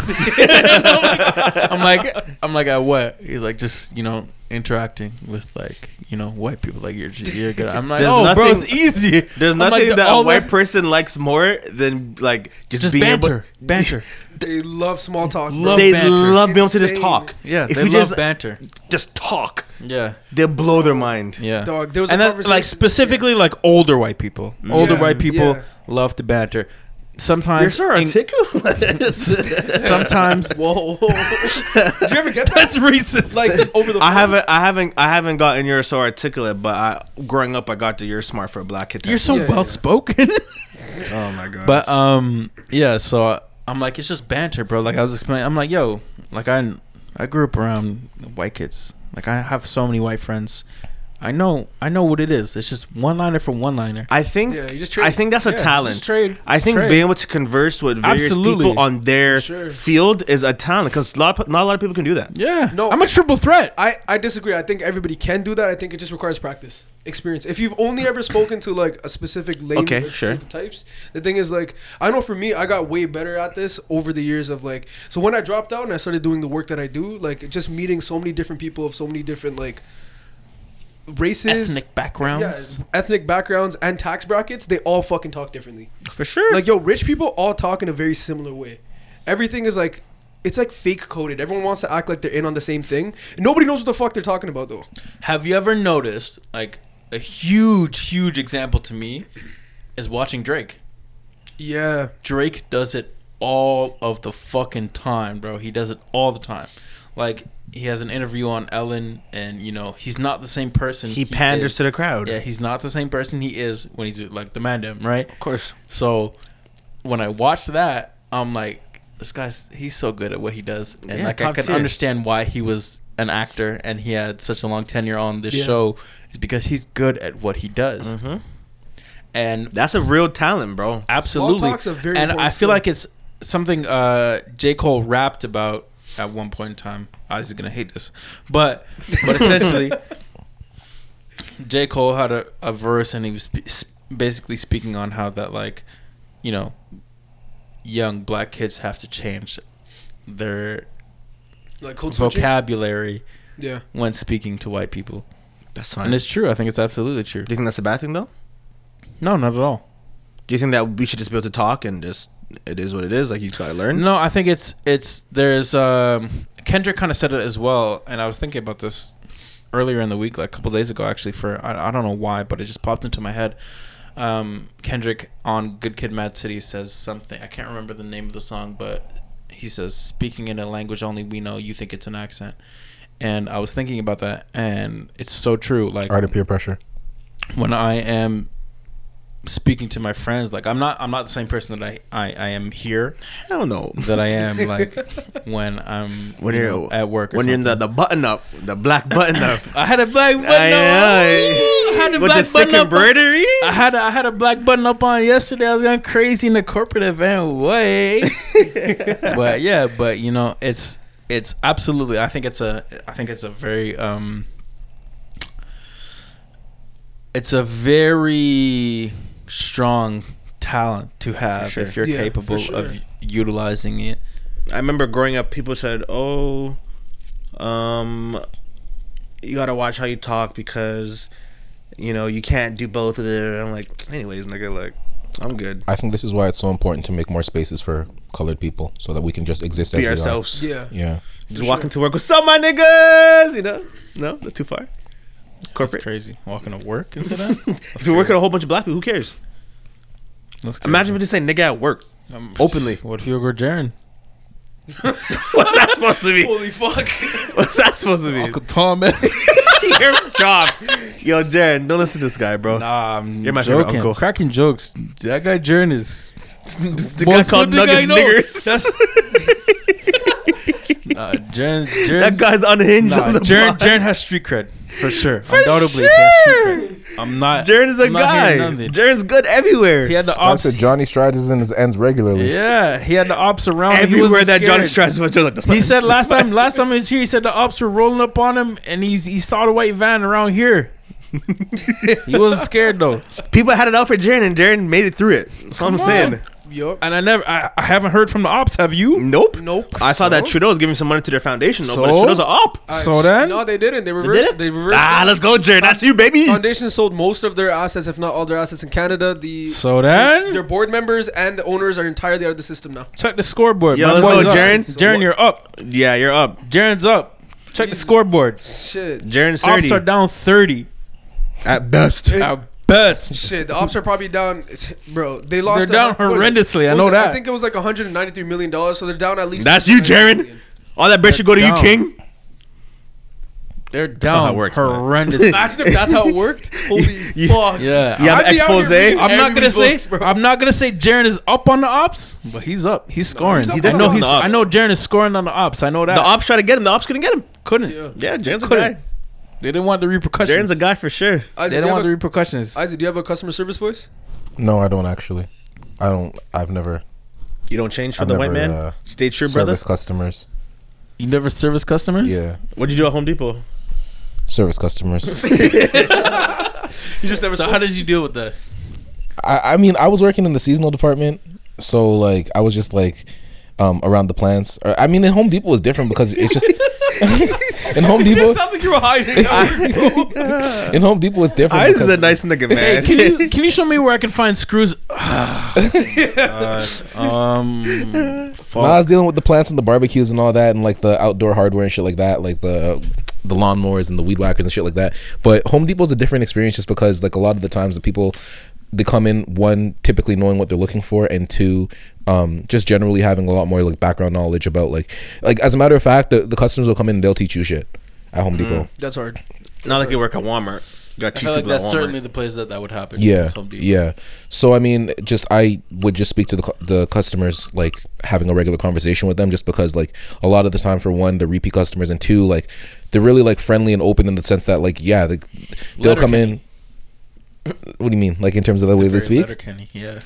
[laughs] I'm like, I'm like, at what? He's like, just you know, interacting with like, you know, white people. Like you're, you're good. I'm like,
There's
oh, bro,
nothing-
it's easy.
There's
I'm like,
nothing
the-
that a
all
white
the-
person likes more than like just,
Just
being
banter,
able. [laughs]
banter.
They love small talk. bro.
Love
they
banter.
love being able to just
Insane.
talk.
Yeah,
if
they
you
love
just
banter.
just talk,
Yeah,
they'll blow their mind.
yeah.
Dog, there was
and
a
that, like
conversation-
specifically like older white people.
Mm.
Older
Yeah,
white people
yeah.
love to banter.
You're
Sometimes,
so
in- [laughs]
articulate. [laughs]
sometimes
Whoa. Did you ever get that?
that's racist.
Like over the.
I
phone?
haven't, I haven't, I haven't gotten you're so articulate, but I, growing up, I got the you're smart for a black
[laughs]
kid.
you're so
Yeah, yeah.
well spoken.
[laughs] oh my god.
But um, yeah. So I, I'm like, it's just banter, bro. Like I was explaining, I'm like, yo, like I, I grew up around white kids. Like I have so many white friends. I know, I know what it is. It's just one liner for one liner.
I think,
Yeah, you just trade.
I think that's a
Yeah, just
talent.
trade.
I
Just
think
trade.
being able to converse with various
Absolutely.
people on their
Sure.
field is a talent because lot, not a lot of people can do that.
Yeah.
No,
No, I'm a triple threat.
I, I disagree. I think everybody can do that. I think it just requires practice, experience. If you've only ever spoken to like a specific lane
Okay,
of
sure.
types, the thing is like I know for me, I got way better at this over the years of like. So when I dropped out and I started doing the work that I do, like just meeting so many different people of so many different like races,
Ethnic backgrounds.
yeah, ethnic backgrounds, and tax brackets, they all fucking talk differently.
For sure.
Like yo, rich people all talk in a very similar way. Everything is like it's like fake coded. Everyone wants to act like they're in on the same thing. Nobody knows what the fuck they're talking about though.
Have you ever noticed like a huge, huge example to me is watching Drake.
Yeah.
Drake does it all of the fucking time, bro. He does it all the time. Like he has an interview on Ellen, and you know he's not the same person.
He panders
is.
to the crowd.
Yeah, he's not the same person he is when he's like the mandem, right?
Of course.
So when I watched that, I'm like, this guy's he's so good at what he does, and
Yeah,
like I
top
could
tier.
understand why he was an actor and he had such a long tenure on this
Yeah.
show is because he's good at what he does.
Mm-hmm.
And
That's a real talent, bro.
Absolutely.
talk's a very
and I
important
feel
skill.
like it's something uh, J. Cole rapped about at one point in time. Isaac's gonna hate this. But but essentially [laughs] J. Cole had a, a verse and he was sp- s- basically speaking on how that like, you know, young black kids have to change their
Like code switching.
vocabulary
yeah.
when speaking to white people.
That's
And it's true. I think it's absolutely true.
Do you think that's a bad thing though?
No, not at all.
Do you think that we should just be able to talk and just it is what it is? Like you just gotta learn.
No, I think it's it's there's um Kendrick kind of said it as well, and I was thinking about this earlier in the week, like a couple days ago, actually. For I, I don't know why, but it just popped into my head. Um, Kendrick on Good Kid, Mad City says something. I can't remember the name of the song, but he says, "Speaking in a language only we know, you think it's an accent." And I was thinking about that, and it's so true. Like
Art of peer pressure.
when I am speaking to my friends, like I'm not I'm not the same person that I I, I am here
Hell no.
that I am like when I'm
When
you
you're
know, at work. Or
when you're in the, the button up, the black button up.
[laughs] I had a black button.
Aye,
I,
aye.
had a
With the
black
sick
button up.
embroidery.
I had a, I had a black button up on yesterday. I was going crazy in the corporate event way.
[laughs]
but yeah, but you know, it's it's absolutely. I think it's a I think it's a very um. It's a very strong talent to have if you're
Yeah, for
capable of
sure.
utilizing it.
I remember growing up, people said, "Oh, um, you gotta watch how you talk because you know you can't do both of it." I'm like, anyways, nigga, like I'm good.
I think this is why it's so important to make more spaces for colored people so that we can just exist as
Be
we are.
ourselves.
Yeah.
Yeah.
Just walking to work with some my niggas. You know, no, not too far.
That's
Corporate.
crazy. Walking to work into that.
If you're working with a whole bunch of black people, who cares?
That's crazy.
Imagine if we just say nigga at work. [laughs]
Um,
openly.
What if you're Gordarian?
What's that supposed to
[laughs]
be?
Holy fuck.
What's that supposed to be?
Uncle Thomas.
[laughs] Your job. Yo, Jaren, don't listen to this guy, bro.
[laughs] nah, I'm
You're my favorite
joking.
uncle.
Cracking jokes. That guy Jaren is.
the guy
Most
called
good nigga I
Nuggets
know.
niggers.
Uh, Jaren, Jaren's,
[laughs] That guy's unhinged
Nah,
on the
Jaren,
block.
Jaren has street cred for sure. Undoubtedly, he has street cred. I'm not.
Jaren is a
I'm not
guy.
hearing nothing.
Jaren's good everywhere. [laughs]
He had the ops.
Spencer Johnny Strides is in his ends regularly.
Yeah, he had the ops around. him. He
everywhere
wasn't
that Johnny
scared.
tries to like,
[laughs] He said last time. Last time he was here, he said the ops were rolling up on him, and he's he saw the white van around here. he wasn't scared though.
people had it out for Jaren, and Jaren made it through it. That's all I'm saying.
Yup.
And I never, I, I haven't heard from the ops. Have you?
Nope.
Nope.
I saw that
So?
Trudeau was giving some money to their foundation, though, but
So?
Trudeau's an
Uh,
op.
Alright,
So then-
no, they didn't. They
They did
reversed.
it?
They reversed.
Ah,
it.
let's go, Jared. That's you, baby.
Foundation sold most of their assets, if not all their assets, in Canada. The
So then-
their board members and the owners are entirely out of the system now.
Check the scoreboard.
Yo,
My
let's
boy's
go,
up.
Jaren.
Jaren, you're up.
Yeah, you're up.
Jaren's up. Check the scoreboard.
Shit.
Jaren's 30.
Ops are down thirty
At best.
at best.
Shit, the ops are probably down, bro. They lost.
They're down
what was it?
horrendously, I
What was
know
it?
that.
I think it was like 193 million dollars, so they're down at least.
That's you,
193
Jaron.
million.
All that bread should go to you,
down.
King.
They're
not
down.
how it works, man. [laughs]
horrendously.
Imagine if that's how
[laughs]
it worked. Holy
you-
fuck.
yeah.
You have
I'd be out here
expose.
reading-
I'm not
Every
gonna say
books, bro.
I'm not gonna say Jaren is up on the ops, but he's up. He's scoring.
he's up
I
on
know
the
he's.
ops.
I know Jaren is scoring on the ops. I know that.
The ops try to get him. The ops couldn't get him.
couldn't.
Yeah.
Yeah, Jaren's a
Couldn't.
guy.
They didn't want the repercussions.
Jaren's a guy for sure.
Isaac,
They
do
don't
you
want
have
the
a-
repercussions.
Isaac, do you have a customer service voice?
No, I don't actually. I don't. I've never
You don't change for
I've
the white
never,
man.
uh,
Stay true, brother.
service customers.
You never service customers.
Yeah,
What'd you do at Home Depot? [laughs]
service customers.
You just never.
So
spoke.
how did you deal with that?
I, I mean, I was working in the seasonal department, so like I was just like um, around the plants. Or, I mean, in Home Depot was different because it's just [laughs] in Home
It
Depot.
just sounds like you were
[laughs]
hiding.
in Home Depot was different.
Eyes is
because-
a nice nigga, man.
Can you can you show me where I can find
[laughs]
screws? [sighs]
Um,
[laughs]
Nah, I was dealing with the plants and the barbecues and all that, and like the outdoor hardware and shit like that, like the the lawnmowers and the weed whackers and shit like that. But Home Depot's a different experience just because like a lot of the times the people they come in one typically knowing what they're looking for and two um, just generally having a lot more like background knowledge about like like as a matter of fact the, the customers will come in and they'll teach you shit at Home Depot.
That's hard.
Not like you work at Walmart. You got
I
cheap
feel
people
like that's
at Walmart.
certainly the place that that would happen.
Yeah,
Some people.
yeah. So I mean, just I would just speak to the cu- the customers, like having a regular conversation with them, just because like a lot of the time, for one, they're repeat customers, and two, like they're really like friendly and open in the sense that like yeah, they, they'll come in. [clears throat] What do you mean? Like in terms of the way they
Very
speak?
Letterkenny, Yeah.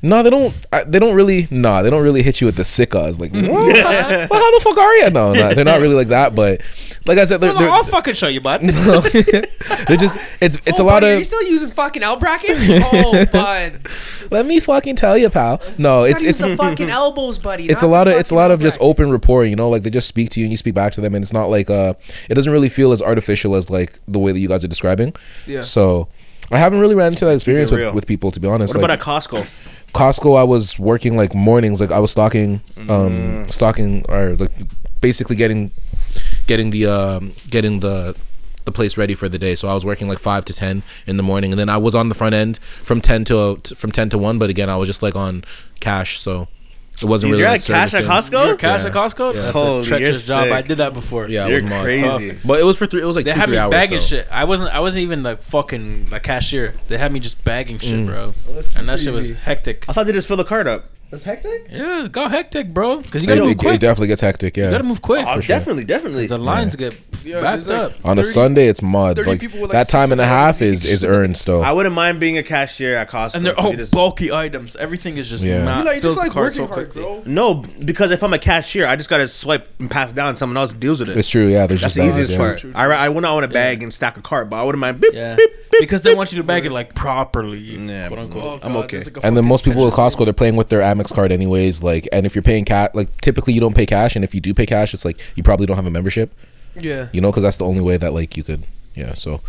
No, they don't. I, they don't really. Nah, they don't really hit you with the sickos. Like, well, how the fuck are you? No, no, they're not really like that. But like "Oh, I said, they're, they're,
I'll fucking show you,
[laughs]
bud.
they're just. It's it's a
Oh,
lot
buddy,
of.
Are you still using fucking L brackets? Oh, bud.
let me fucking tell you, pal. No, it's
Gotta use
it's
the fucking elbows, buddy.
it's a
not the
lot of it's a
fucking
lot
L
of just
brackets.
open rapport you know like they just speak to you and you speak back to them and it's not like uh it doesn't really feel as artificial as like the way that you guys are describing
Yeah.
so i haven't really ran into that experience
real.
with, with people to be honest
What
like
about at Costco?
costco i was working like mornings like i was stocking um stocking or like basically getting getting the um getting the the place ready for the day so i was working like 5 to 10 in the morning and then i was on the front end from 10 to from 10 to 1 but again i was just like on cash so it wasn't really
You're
like
at cash at
servicing.
Costco?
Cash at Costco. That's
Holy,
a treacherous
you're
job. I
sick.
did that before.
Yeah,
You're
it was mine.
crazy.
But it was for three. It was like
They
two,
had
three
me
hours.
bagging
so.
shit. I wasn't. I wasn't even the fucking the cashier. They had me just bagging
Mm.
shit, bro. and that shit was hectic.
I thought they just fill the card up.
Yeah, go hectic, bro. Because you
It,
gotta
it-
move
it
quick. You
definitely gets hectic. Yeah.
gotta move quick.
Oh, definitely, definitely.
The lines get
Yeah,
backed
there's like-
up.
On a
30
Sunday, it's mud.
30
Like,
people with, like,
that time
six
and a
hours
half
each.
is is earned still.
I wouldn't mind being a cashier at Costco.
And they're
because
all
you just-
bulky items. Everything is just
Yeah.
not.
You
fills
like, just
the
like
cart
working
so
hard,
quickly.
bro.
No, because if I'm a cashier, I just gotta swipe and pass down. Someone else deals with it.
it's true. Yeah. There's
That's
just
the
that,
easiest
yeah.
part. I I wouldn't want a bag and stack a cart, but I wouldn't mind. Beep,
Yeah,
beep.
because they want you to bag it like properly.
Yeah,
quote unquote.
Oh,
I'm
God,
okay.
there's like a
And then
fucking
most people at
tension.
Costco, they're playing with their Amex card anyways. Like, and if you're paying cash, like typically you don't pay cash, and if you do pay cash, it's like you probably don't have a membership.
Yeah.
You know, because that's the only way that like you could. Yeah. So.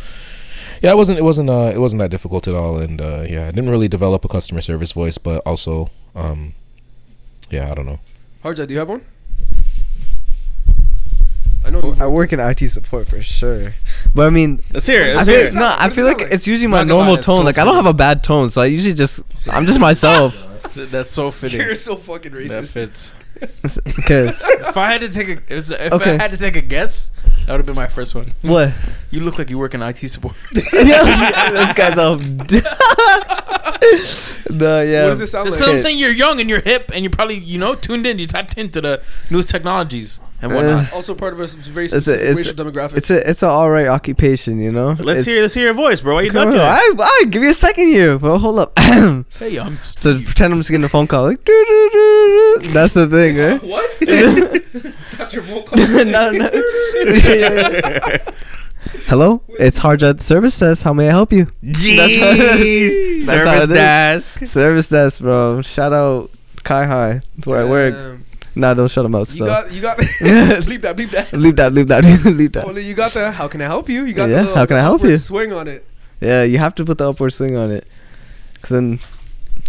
Yeah, it wasn't it wasn't uh it wasn't that difficult at all, and uh, yeah, I didn't really develop a customer service voice, but also, um, yeah, I don't know.
Harja, do you have one? I know.
I work in IT support for sure, but I mean,
Let's hear it.
I
Let's
feel
hear
it's
it.
not. I
It's
feel
not
like
like-
it's usually
not
my
gonna lie,
normal
it's
tone.
so
Like I don't have a bad tone, so I usually just I'm
[laughs]
just myself. [laughs]
Th- That's so fitting.
You're so fucking
That
racist.
fits.
Because
[laughs] If I had to take a, if if
Okay.
I had to take a guess, that would have been my first one.
[laughs]
what? [laughs]
You look like you work in IT [laughs] support.
yeah, this guy's all. [laughs] no, yeah.
What does it sound
That's
like?
what I'm saying. You're young and you're hip, and you're probably you know tuned in. You tapped into the newest technologies and
Uh,
whatnot.
[laughs]
Also part of a s- very
a-
specific
it's
racial demographic.
It's a it's an all right occupation, you
Uh,
know.
Let's
It's-
hear. Let's hear your voice, bro. Why you
Come on,
ducking?
all right, all right, give me a second here, bro. Hold up. [coughs] so
hey, I'm s-
pretend I'm just getting a phone call. Like, doo, doo, doo, doo. that's the thing, eh?
[laughs]
[laughs] right?
what? That's your vocal.
no, no. Yeah, yeah, yeah. [laughs] Hello, it's Harjat Service Desk. How may I help you?
Jeez, [laughs]
That's how
service
it is.
desk.
Service Desk, bro. Shout out Kai High. It's where I work.
Damn.
Nah, don't shut him
You
out. Still,
got, you
[laughs]
got, bleep that, bleep that.
leave that, leave that, [laughs] leave that.
Only you got the. How can I help you? You got
Yeah,
the. little
how can I help
upward
you?
Swing on it.
Yeah, you have to put the upward swing on it, cause then.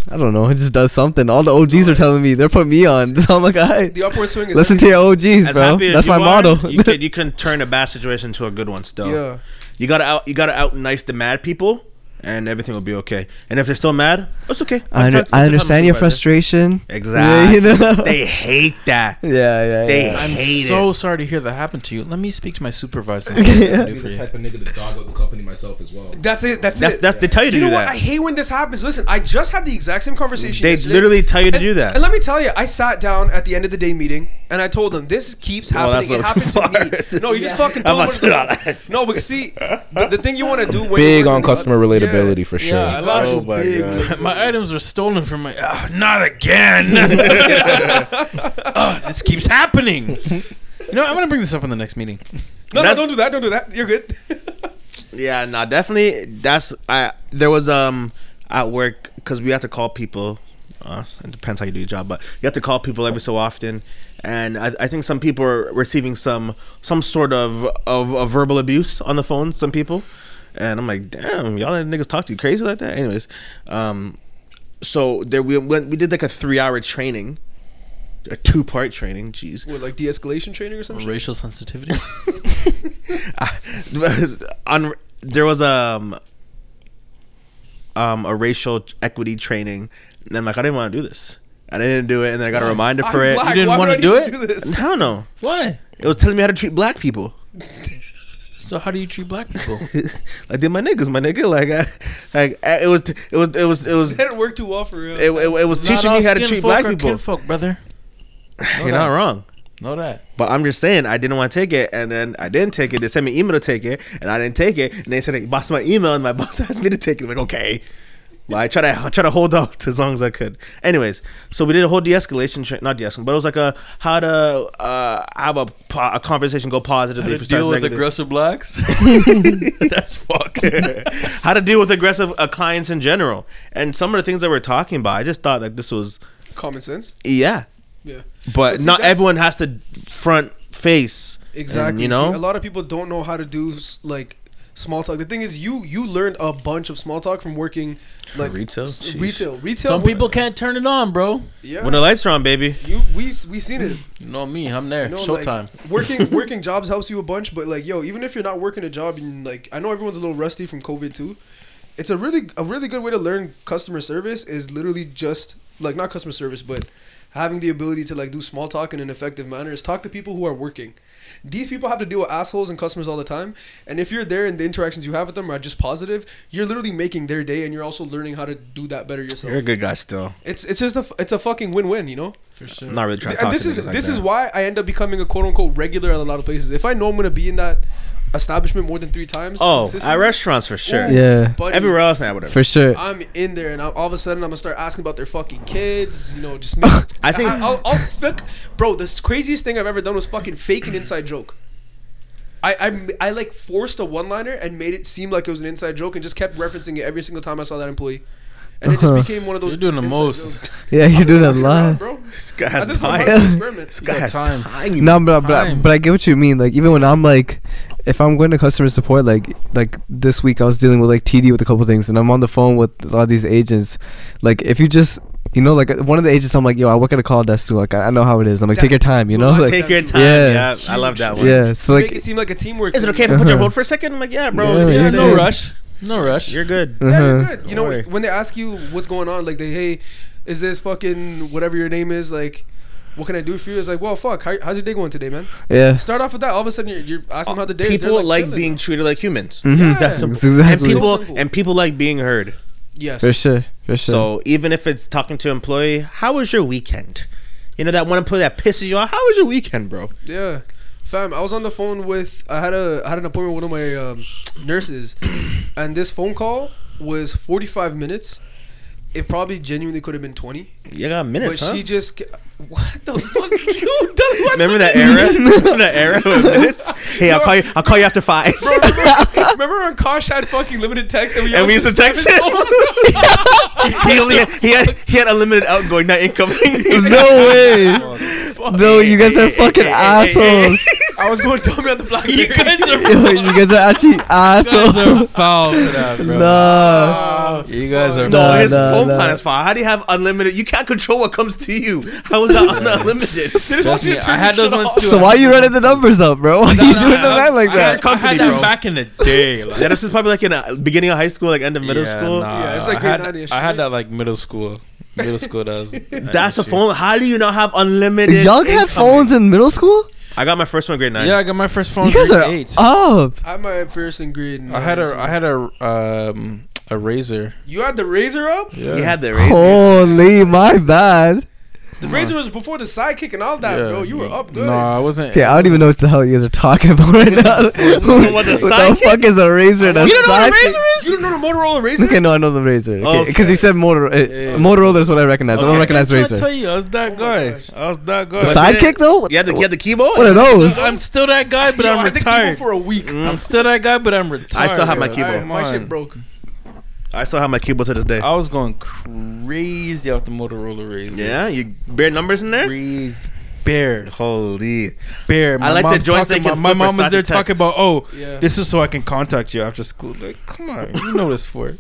I don't know. It just does something. All the OGs are telling me. They're putting me on. [laughs] So I'm like, all right.
The upward swing is.
Listen to your OGs,
As
bro.
happy as
That's
you
my
are,
motto.
You can, you can turn a bad situation into a good one still.
Yeah.
You gotta out you gotta out nice the mad people and everything will be okay. And if they're still mad, it's okay.
I, under-
talk- talk
I
to
understand
my
your
supervisor.
frustration.
Exactly.
Yeah, you know?
They hate that.
Yeah, yeah, yeah.
They
I'm
hate
so
it.
sorry to hear that happened to you. Let me speak to my
[laughs]
supervisor. and see what I can do for you.
of nigga to dog out the company myself as well.
That's it. That's,
That's
it.
that's they tell you to
you know
do
what?
that.
I hate when this happens. Listen, I just had the exact same conversation.
They
yesterday.
literally tell you to
And-
do that.
And let me tell you, I sat down at the end of the day meeting and I told them this keeps
Well, that's
happening. it
a little
happened
too
to
far.
me. No, you
[laughs]
just fucking
I'm
told
about to
them.
do that.
No, but see, the, the thing you want to do when you're
Big
working
on
with-
customer relatability for sure.
Yeah, I lost.
oh my God.
My items were stolen from my. Ah, not again. [laughs] Ah, this keeps happening. You know, I'm gonna bring this up in the next meeting.
No, no,
That's-
don't do that. Don't do that. You're good. [laughs]
Yeah, no, definitely. That's I. There was um at work because we have to call people. Uh, it depends how you do your job, but you have to call people every so often, and I, I think some people are receiving some some sort of, of of verbal abuse on the phone. Some people, and I'm like, damn, y'all let niggas talk to you crazy like that. Anyways, um, so there we went. We did like a three hour training, a two part training. Jeez,
What, like de-escalation training or something?
Racial sensitivity.
[laughs] on there was um um a racial equity training and I'm like I didn't want to do this. I didn't do it and then I got a reminder for it.
You didn't wanna do it?
[laughs]
[laughs]
I don't know.
[laughs] Why?
It was telling me how to treat black people.
So how do you treat black people?
Like did my niggas, my nigga. Like I, like I- it was it was it was it was it,
That didn't work too well for real.
it, it was
Not
teaching
all
me how to
skin
treat
folk
black
are
people.
Kinfolk, brother.
You're not wrong.
Know that.
But I'm just saying, I didn't want to take it, and then I didn't take it. They sent me an email to take it, and I didn't take it. And they sent it, boss my email, and my [laughs] boss asked me to take it. I'm like, okay. Well, I try to I try to hold out [laughs] as long as I could. Anyways, so we did a whole de-escalation, tra- not de-escalation, but it was like a how to uh, have a, po- a conversation go positively. if it starts negative. [laughs]
blacks. [laughs] That's fucked.
how to deal with aggressive uh, clients in general, and some of the things that we're talking about. I just thought like this was
Common sense.
yeah,
Yeah.
but
But see,
not
that's-
everyone has to front face. and,
Exactly.
you
See,
know,
a lot of people don't know how to do s- like small talk. The thing is, you you learned a bunch of small talk from working like
Retail?
s-
Jeez.
retail, retail.
Some people can't turn it on, bro.
yeah.
when the lights are on, baby.
you we s- we seen it.
You know me. I'm there.
You know, like,
Showtime.
[laughs] working working jobs helps you a bunch, but like yo, even if you're not working a job and like I know everyone's a little rusty from COVID too. It's a really a really good way to learn customer service is literally just like not customer service, but having the ability to like do small talk in an effective manner is talk to people who are working. These people have to deal with assholes and customers all the time, and if you're there and the interactions you have with them are just positive, you're literally making their day, and you're also learning how to do that better yourself.
You're a good guy still.
It's it's just a f- it's a fucking win win, you know.
I'm not really trying to talk
And this
to
is
niggas like
this
that.
is why I end up becoming a quote unquote regular at a lot of places. If I know I'm gonna be in that establishment more than three times,
Oh, at
consistently,
restaurants for sure.
yeah,
buddy,
Everywhere else, nah, whatever.
for sure.
I'm in there, and i all of a sudden I'm gonna start asking about their fucking kids. You know,
[laughs]
just make,
I think-
I, will I'll fuck, bro. The craziest thing I've ever done was fucking fake an inside joke. I, I, I like forced a one liner and made it seem like it was an inside joke and just kept referencing it every single time I saw that employee. And it just
Uh-huh.
became one of those.
You're doing the
inside
most.
jokes.
[laughs] Yeah, you're
I'm just
doing a
fucking around,
lot.
bro.
This guy
At
has
this
time.
point,
[laughs]
I'm an experiment.
This guy has
time.
time.
No, but, but
time.
but I get what you mean. Like even when I'm like, if I'm going to customer support, like like this week I was dealing with like TD with a couple things, and I'm on the phone with a lot of these agents. Like if you just you know like one of the agents, I'm like, yo, I work at a call desk too. Like I, I know how it is. I'm like,
That-
take your time, you
so
know.
I
Like,
Take your time.
Yeah.
Yeah, I love that one.
yeah, so
make
like
it seem like a teamwork.
Is it
thing.
okay if I put you on hold for a second? I'm like, yeah, bro.
Yeah,
Yeah, no
you're
No
good.
rush.
rush. No rush.
You're good.
Yeah, you're
[laughs] uh-huh.
good. You know,
worry.
when they ask you what's going on, like they, hey, is this fucking whatever your name is, like, what can I do for you? It's like, well, fuck, how, how's your day going today, man?
yeah.
Start off with that. All of a sudden, you're, you're asking them how the day.
People
they're,
like,
chilling.
being treated like humans.
Mhm.
It's that simple.
It's exactly.
And people
So simple.
and people like being heard.
yes.
for sure, for sure.
So even if it's talking to an employee, how was your weekend? You know that one employee that pisses you off. How was your weekend, bro?
Yeah, fam. I was on the phone with. I had a I had an appointment with one of my um,
[clears throat]
nurses, and this phone call was 45 minutes. It probably genuinely could have been 20,
You got
but
minutes, huh?
she just. [laughs] What the fuck, [laughs] you done? What's
Remember that era? Remember that era with
[laughs]
minutes? Hey, I'll call you. I'll call you after five.
Remember, [laughs] remember when Kosh had fucking limited text and
[laughs]
we,
And we used to text
[laughs]
[laughs]
him. [laughs] he only had, he had he had unlimited outgoing, not incoming.
No way. No, you guys are fucking assholes.
[laughs]
[laughs]
I was going dumb on the
[laughs]
black.
[laughs] [laughs]
[laughs]
You guys are,
Yo, you guys are actually
You guys
assholes.
are foul for that, bro.
Nah.
you guys are.
No,
Nah,
his
nah,
phone
nah.
plan is fine. How do you have unlimited? You can't control what comes to you. How is
[laughs]
that unlimited?
Trust me, I had those ones too.
So why are you running the numbers up, bro? [laughs] Why are you doing the
nah,
math like
I had
that?
I had
company,
that
bro.
back in the day. Like,
Yeah, this is probably like in a beginning of high school, like end of middle school.
Nah,
Yeah, it's like
I
grade
had,
nine ish,
I had
right?
that like middle school. Middle school
[laughs]
does.
That's a phone. How do you not have unlimited?
Y'all had
incoming?
phones in middle school?
I got my first one in grade nine.
Yeah, I got my first phone.
You guys
grade
are
eight.
up.
I had my first in grade.
I had a I had a um a razor.
You had the razor up.
Yeah.
You had the razor.
Holy, my bad.
The razor was before the sidekick and all that, bro. You were up good.
No, I wasn't.
Okay, I don't even know what the hell you guys are talking [laughs] about right now. what
What, the
the
sidekick?
fuck is a razor and a sidekick?
You don't know the Motorola razor?
Okay, no, I know the razor. Okay,
Okay.
because you said motor. Uh, Motorola is what I recognize. I don't recognize
I'm trying to
razor.
tell you, I was that
Oh
guy. I was that guy.
The sidekick though. What,
You had the, you had the keyboard.
what are those?
I'm still that guy, but
Yo, I
I'm
had the cable
retired.
for a week.
I'm still that guy, but I'm retired.
still have my
bro.
keyboard.
Come
Mm, My shit
on.
broke.
I still have my keyboard to this day.
I was going crazy off the Motorola razor.
Yeah, you bare numbers in there.
Crazy. Bare,
Holy.
bare.
I like the
mom's
joints
talking
they can
about- My
flip or
mom was
side
there
to
talking
text.
about, oh,
Yeah.
this is so I can contact you after school. Like, come on, you know this for.
[laughs]
it.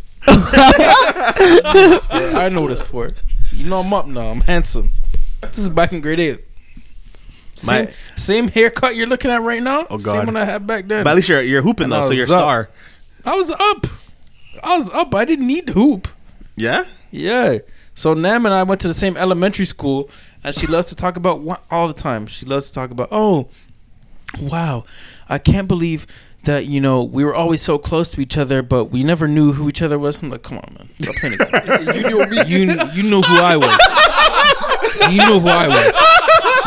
I know this for. it. You know I'm up now. I'm handsome. This is back in grade eight. Same,
My-
same haircut you're looking at right now.
Oh,
Same
God.
one I had back then.
But at least you're you're hooping
And I
though, so
was
you're a
up.
star.
I was up. I was up. I didn't need hoop.
Yeah.
Yeah. So Nam and I went to the same elementary school, and she loves to talk about wa- all the time. She loves to talk about, oh, wow, I can't believe that you know we were always so close to each other, but we never knew who each other was. I'm like, come on, man, stop playing a game.
[laughs] You knew me.
You kn- you know who I was. You know who I was.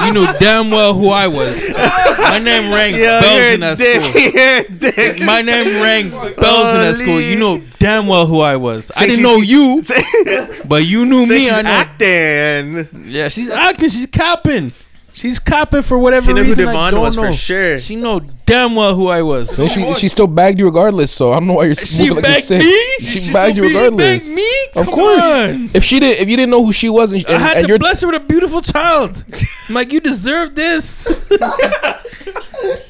You knew damn well who I was. My name rang bells in that school.
[laughs]
My name rang bells in that school. You know damn well who I was. I didn't
she-
know you,
Say, say
but you knew me.
she's
I know.
acting.
yeah, she's acting. She's copping. She's copping for whatever
She knew who
reason. I
Devon
don't
was
know.
for sure.
She know damn well who I was.
So she she still bagged you regardless. So I don't know why you're
she
smoking like a
begged
sick.
me.
She bagged you
she
regardless.
begged me.
Of
Come
course.
on.
If she did, if you didn't know who she was, and,
I
and,
had
and
to
you're
bless her with a beautiful child. I'm like, you deserve this. I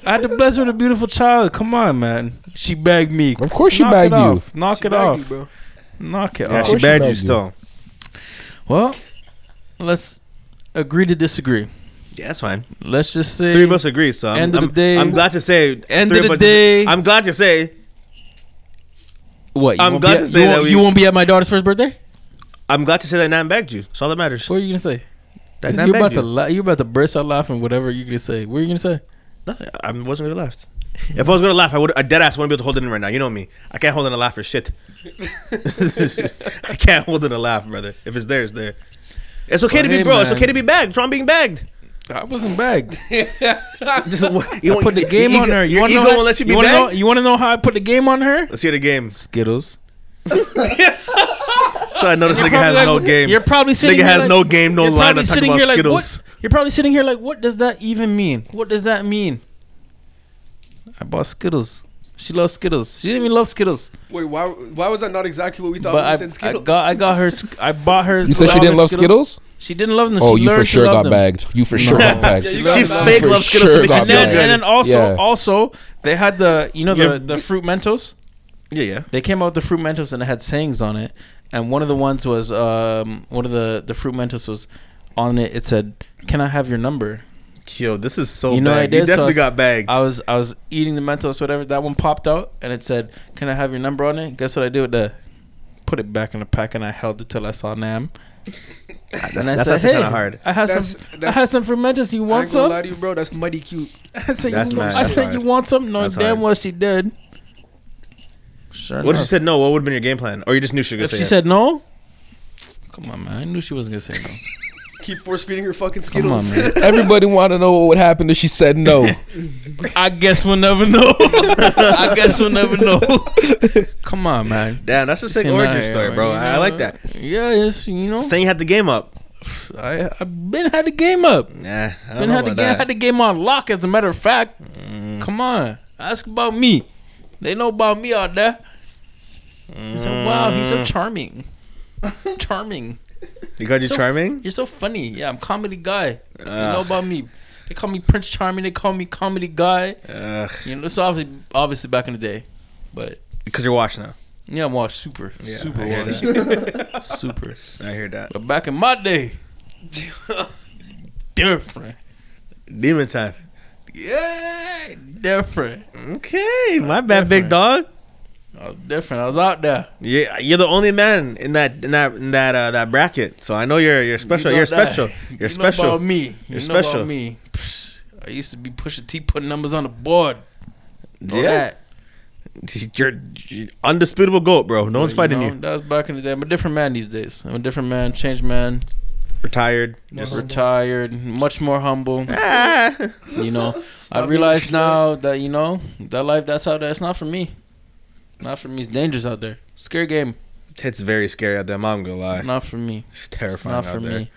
had to bless her with a beautiful child. Come on, man. She begged me.
Of course she
Knock
bagged
it
you.
Off. Knock
She
it
bagged
off.
you, bro.
Knock it
Yeah,
off.
she
course she
bared you
bagged you.
still.
well, let's agree to disagree.
Yeah, that's fine.
Let's just say
Three of us agree, so I'm,
End of
I'm,
the day-
I'm glad to say.
End
three
of the
us-
day-
I'm glad to say.
what. You
I'm
won't
glad
be
to
at,
say
you
that
won't,
we-
you won't be at my daughter's first birthday.
I'm glad to say that Nan bagged you. That's all that matters.
What are you gonna say?
That
'Cause
Nan
You're about
bagged
to
you.
la- you're about to burst out laughing. Whatever you're gonna say. What are you gonna say?
Nothing. I wasn't gonna laugh. If I was gonna laugh, I would. A dead ass wouldn't be able to hold it in right now. You know me. I can't hold in a laugh
[laughs]
for shit. I can't hold in a laugh, brother. If it's there, it's there. It's okay
Well,
to be,
hey,
bro. It's okay
man.
to be bagged. Drawn being bagged.
I wasn't [laughs] bagged.
Just
[laughs]
wh- you
I put the game
your
on
ego-
her. You
Your
want to
ego
know? how-
won't let you be
you wanna know?
bagged.
You want to know how I put the game on her?
Let's hear
[laughs]
the game.
Skittles.
So I noticed nigga has no game.
You're probably sitting.
Nigga
here
has
like-
no game, no
you're
line.
probably
I'm talking
sitting
about
here like,
Skittles.
what? You're probably sitting here like, what does that even mean? What does that mean? I bought Skittles. She loves Skittles. She didn't even love Skittles,
Wait, why, why was that not exactly what we thought
but
we
I,
said
I
Skittles?
got I got her. sk- I bought her.
you said she didn't love Skittles.
She didn't love them.
Oh,
she
you for
learned to
sure
love
got
them.
bagged. You for sure got bagged.
Yeah, you
You
She
got
fake
for
loves Skittles
sure
to make you
got
And then,
feel
bagged.
and
good.
then also
Yeah.
also they had the you know
Yeah.
the, the fruit Mentos.
Yeah, yeah.
They came out with the fruit mentos and it had sayings on it. And one of the ones was um, one of the the fruit mentos was on it. It said, "Can I have your number?"
Yo, this is so
You know what I
bagged.
did?
You
So
definitely
I-
got bagged.
I was I was eating the mentos, whatever. That one popped out and it said, "Can I have your number on it?" Guess what I did with that? Put it back in the pack and I held it till I saw
[laughs]
Nam. and I
that's
said,
actually
"Hey,
kinda hard.
I had
That's-
some
that's-
I had some fruit mentos. You
I
want
ain't gonna
some?"
lie to you, bro. That's mighty cute.
[laughs] I said,
That's
you know,
mad.
I
That's
said
hard.
you want something? No,
That's
damn
hard.
well she did. Sure
What if
enough.
she said no? What would have been your game plan? Or you just knew she was gonna
If
say
she
yes?
said no, come on, man. I knew she wasn't gonna say no.
[laughs]
Keep force feeding her fucking
Come on,
Skittles. [laughs]
man. [laughs]
Everybody want to know what would happen if she said no.
I guess we'll never know. [laughs] I guess we'll never
[laughs]
know. come on, man.
Damn, that's a sick
Same
origin
area,
story,
right?
bro.
You
I I
know?
like that.
Yeah, it's you know.
Saying you had the game up.
I I've been had the game up.
Nah, I don't
Been
know
had the
about
game
that. Mm-hmm.
had the game on lock. As a matter of fact, come on, ask about me. They know about me out there. He said, "Wow, he's
Mm-hmm.
so
[laughs]
charming, charming."
You got you
so-
charming? Ah,
You're so funny. Yeah, I'm comedy guy. You know about me. They call me Prince Charming. They call me comedy guy.
Ugh.
You know, it's obviously obviously back in the day, but
Because you're washed now.
yeah, I'm washed super, super
I hear
washed, [laughs]
[laughs]
super.
I hear that.
But back in my [laughs] day, different.
Demon time.
Yeah, different.
Okay, my bad,
Different.
big dog.
I was different. I was out there.
Yeah, you're the only man in that in that in that uh, that bracket. So I know you're you're special.
know
You are
that.
special.
[laughs]
You're
you
special.
Know about me. You
You're
know
special.
about me. Psh, I used to be pushing T, putting numbers on the board. Know
Yeah. You're, you're undisputable goat, bro. No one's
But,
fighting
know,
you.
That was back in the day. I'm a different man these days. I'm a different man, changed man,
Retired.
just retired, much more humble.
Ah.
you
[laughs]
know, I realize now that you know that life that's out there. It's not for me. Not for me. It's dangerous out there. Scary game.
It's very scary out there. I'm not gonna lie.
Not for me. It's
It's terrifying
not for
out there.
me.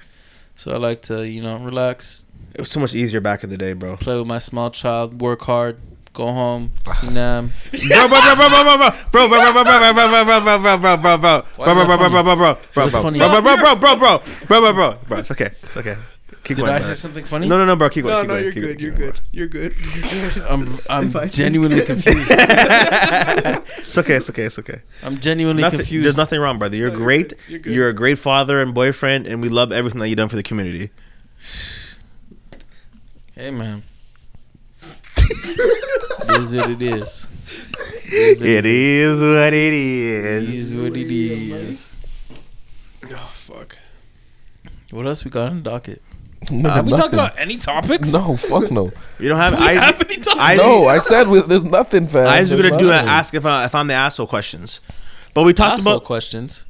So I like to, you know, relax,
It was so much easier back in the day, bro.
play with my small child, work hard, go home,
[laughs]
see Nam.
bro, bro, bro, bro, bro, bro, bro, bro, bro, bro, bro, bro, bro, bro, bro, bro,
Why is that funny?
bro, bro, bro, bro, bro, bro, bro,
That's
bro,
funny.
bro, bro, bro, bro, bro, bro, bro, bro, bro, bro. It's okay. It's okay. Keep
Did
going.
I
bro.
say something funny?
No, no, no, bro. Keep going.
No,
keep
no,
going,
you're
keep going,
good.
keep
You're
going,
good. You're good.
[laughs] I'm I'm
I
[laughs]
see-
genuinely confused.
bro. It's okay. It's okay. It's okay.
I'm genuinely
Nothing-
confused.
There's nothing wrong, brother. You're
No, you're
great.
good.
You're,
You're good.
a great father and boyfriend, and we love everything that you've done for the community.
Hey [laughs] man. it is what it is. It is what it
is what it
is. What it is.
Oh fuck.
What else we got on the docket?
Nigga,
Have we talked
nothing.
about any topics?
No, fuck no.
You don't have.
Do [laughs] we have
I,
any topics?
I-
no, I said we, there's nothing, fam.
I was
There's
gonna do an
nothing.
ask if, I, if I'm the asshole questions, but we talked
Ask no
about.
questions.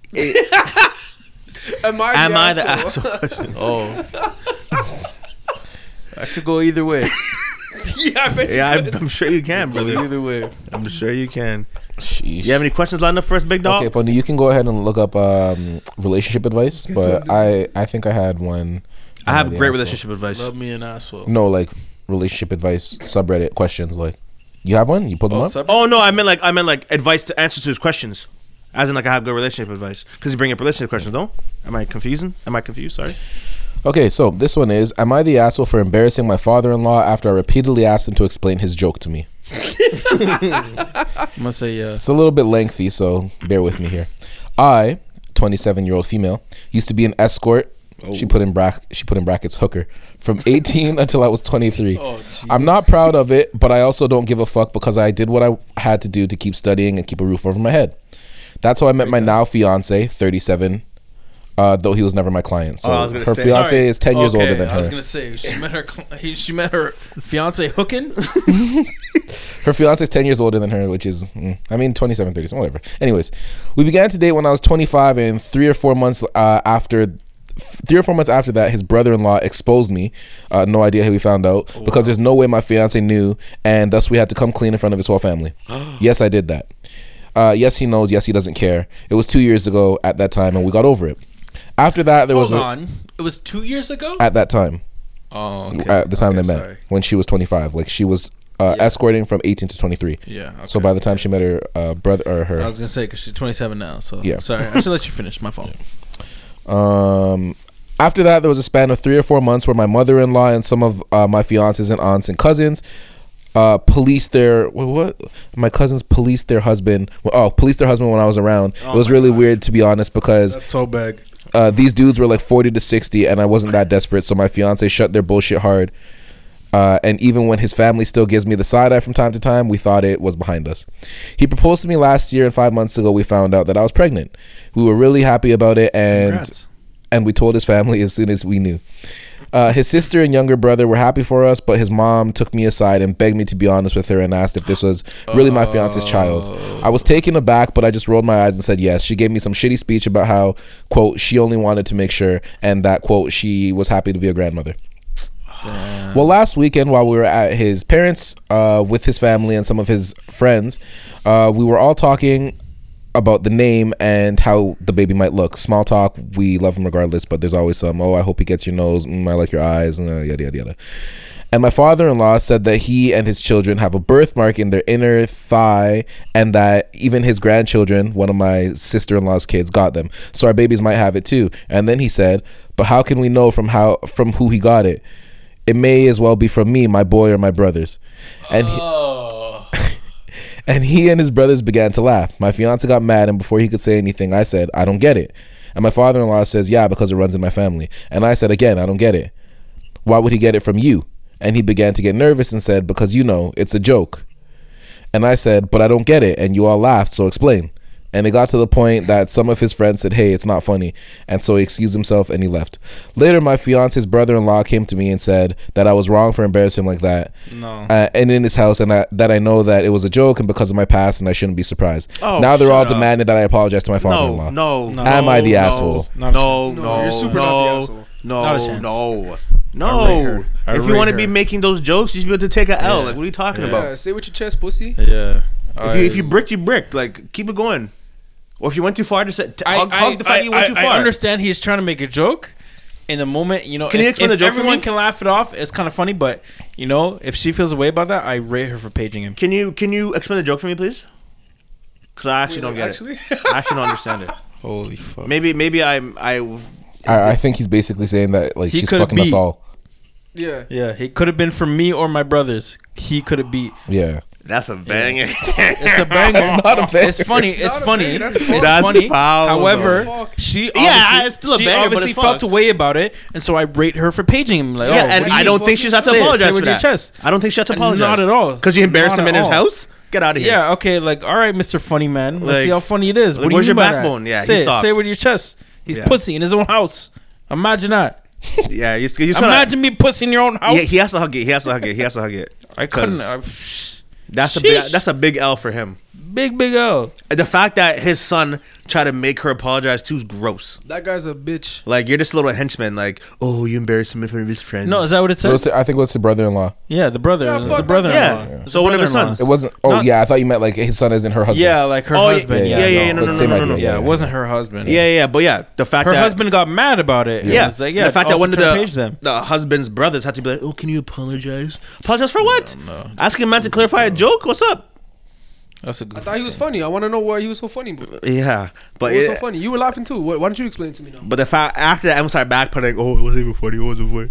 Am I?
Am I the
asshole?
asshole questions?
Oh. I could go either way.
[laughs] yeah, I bet
[laughs]
you.
Yeah, I'm, I'm sure you can,
Go
brother.
either way.
I'm sure you can.
Sheesh.
You have any questions lined up for us, big dog?
Okay, Pondy, you can go ahead and look up um, relationship advice, but I, I think I had one.
I have
Uh, the
great
asshole.
relationship advice.
Love me an asshole.
No, like relationship advice subreddit questions. Like, you have one? You pulled them
Oh,
up?
sub-
Oh no, I meant like I meant like advice to answer to his questions. As in, like I have good relationship advice because you bring up relationship questions, don't? Am I confusing? Am I confused? Sorry.
Okay, so this one is Am I the asshole for embarrassing my father in law after I repeatedly asked him to explain his joke to me?
I'm gonna say uh, yeah.
It's a little bit lengthy, so bear with me here. I, 27 year old female, used to be an escort.
Oh.
She put in brack. She put in brackets hooker from [laughs] 18 until I was 23.
Oh,
I'm not proud of it, but I also don't give a fuck because I did what I had to do to keep studying and keep a roof over my head. That's how I met my now fiance, 37. Uh, though he was never my client. So
Oh, I was gonna
her
say,
fiance
sorry.
is 10 years
okay,
older than
I was
her.
gonna say she met her cl- [laughs] he, she met her fiance [laughs] hooking.
Her fiance is 10 years older than her, which is, mm, I mean, 27, 37, whatever. Anyways, we began to date when I was 25, and three or four months uh, after. Three or four months after that, his brother-in-law exposed me. Uh, no idea how he found out
Oh,
because there's no way my fiance knew, and thus we had to come clean in front of his
[gasps]
whole family. yes, I did that. Uh, yes, he knows. Yes, he doesn't care. It was two years ago at that time, and we got over it. After that, there was
Hold
a-
on. It was two years ago.
at that time
Oh,
at the time they met when she was 25 like she was uh, escorting from 18 to 23
Yeah,
so
okay.
by the time she met her uh, brother or
I
her
was gonna say because she's 27 now. So
Yeah.
sorry.
[laughs]
I should let you finish. My fault.
um after that there was a span of three or four months where my mother-in-law and some of uh, my fiances and aunts and cousins uh, policed their wha- what my cousins policed their husband oh policed their husband when I was around
Oh
it was really weird to be honest because
so big.
uh, these dudes were like 40 to 60 and i wasn't that desperate so my fiance shut their bullshit hard uh, and even when his family still gives me the side eye from time to time we thought it was behind us he proposed to me last year and five months ago we found out that i was pregnant we were really happy about it and
Congrats.
and we told his family as soon as we knew uh, his sister and younger brother were happy for us, but his mom took me aside and begged me to be honest with her and asked if this was really my fiance's child. I was taken aback, but I just rolled my eyes and said yes. She gave me some shitty speech about how, quote, she only wanted to make sure and that, quote, she was happy to be a grandmother. Well, last weekend while we were at his parents' uh, with his family and some of his friends, uh, we were all talking about the name and how the baby might look. Small talk, we love him regardless, but there's always some, oh, I hope he gets your nose, mm, I like your eyes, and, uh, yada, yada, yada. And my father in law said that he and his children have a birthmark in their inner thigh, and that even his grandchildren, one of my sister in law's kids, got them. So our babies might have it too. And then he said, But how can we know from how from who he got it? It may as well be from me, my boy, or my brothers. And he, [laughs] and he and his brothers began to laugh. My fiance got mad, and before he could say anything, I said, I don't get it. And my father in law says, Yeah, because it runs in my family. And I said, Again, I don't get it. Why would he get it from you? And he began to get nervous and said, Because you know, it's a joke. And I said, But I don't get it. And you all laughed, so explain. And it got to the point that some of his friends said, Hey, it's not funny. And so he excused himself and he left. Later, my fiance's brother in law came to me and said that I was wrong for embarrassing him like that.
No.
Uh, and in his house, and I, that I know that it was a joke and because of my past, and I shouldn't be surprised.
Oh,
now they're all
shut up.
demanding that I apologize to my father in
No, no,
law.
no.
Am I the
no,
asshole?
No,
Not a
no,
chance.
no.
No, you're super not the asshole.
No,
Not a chance.
no,
I rate her.
no.
I
If
rate
you want to be
her.
making those jokes, you should be able to take a L.
Yeah.
Like, what are you talking
Yeah.
Yeah,
about?
say with your chest, pussy.
Yeah.
If you if you bricked, you bricked. Like, keep it going. Or if you went too far, just say-
I,
hug, hug the fact
I,
that you went
I-
too
I
far.
understand he's trying to make a joke. In the moment, you know,
Can
if,
you explain
if
the joke for
everyone
me?
can laugh it off, it's kind of funny. But you know, if she feels a way about that, I rate her for paging him.
Can you can you explain the joke for me, please? Because I actually
Wait,
don't
like,
get
actually?
it. I actually don't understand it.
Holy fuck!
Maybe maybe I'm I
I, I think he's basically saying that like
He
she's
could
fucking us
be-
all.
Yeah.
Yeah, he could have been from me or my brothers. He could have beat.
Yeah.
That's a banger. [laughs]
It's a banger. it's
not a
[laughs]
banger.
It's funny. It's,
not a
funny.
banger. That's
it's
foul.
That's
funny.
foul,
However,
bro. Fuck.
she obviously,
Yeah, it's still a
she
banger, but
obviously
it's
felt
fucked.
a way about it, and so I rate her for paging him. Like,
yeah,
oh,
and
what
I
she-
don't think she has to
Say it, say
apologize
it
for
with your
that.
chest.
I don't think she has to
Uh,
apologize.
not at all.
Because you embarrassed
Not
him in
at
his
all.
house. Get out of here.
Yeah, okay, like all right, Mr. Funny Man. Let's
Like,
see how funny it is. What
like,
do you
where's
mean
your
by that?
backbone? Yeah, he
say it.
sucked.
Say it with your chest. He's
Yeah.
pussy in his own house. Imagine that.
Yeah, you, you sort
Imagine me pussy in your own house.
Yeah, he has to hug it. He has to hug it. He has to hug it.
I couldn't.
'Cause
I, psh,
That's a big,
Sheesh.
that's a big L for him.
big big L.
And The fact that his son tried to make her apologize too is gross.
That guy's a bitch.
Like you're just a little henchman. Like, oh, you embarrassed him in front of his friends.
No, is that what it
It
says?
was, I think it was her brother in law.
Yeah, the brother.
Yeah,
It was
fuck
the
that.
brother-in-law.
Yeah.
It was
So
the
one of his
brother-in-law.
sons.
It wasn't oh
Not-
yeah, I thought you meant like his son isn't her husband.
Yeah, like her
Oh, yeah,
husband.
yeah,
Yeah,
yeah,
yeah, no,
but
no, no,
same
no,
idea,
no.
Yeah,
yeah.
it wasn't her husband.
yeah, yeah, yeah, but yeah, the fact
her
that
husband got mad about it. it
yeah,
was like, yeah,
the fact that
also
one of
try to
the
page them.
the husband's brothers had to be like, oh, can you apologize? Apologize for what? Asking a man to clarify a joke. What's up?
That's a
I
good.
thought he was funny. I want to know why he was so funny. But
Yeah, but
what was so
it-
funny? You were laughing too. Why, why don't you explain it to me now?
But the fact after that, I'm start backpedaling. Oh, it wasn't even funny. It wasn't funny.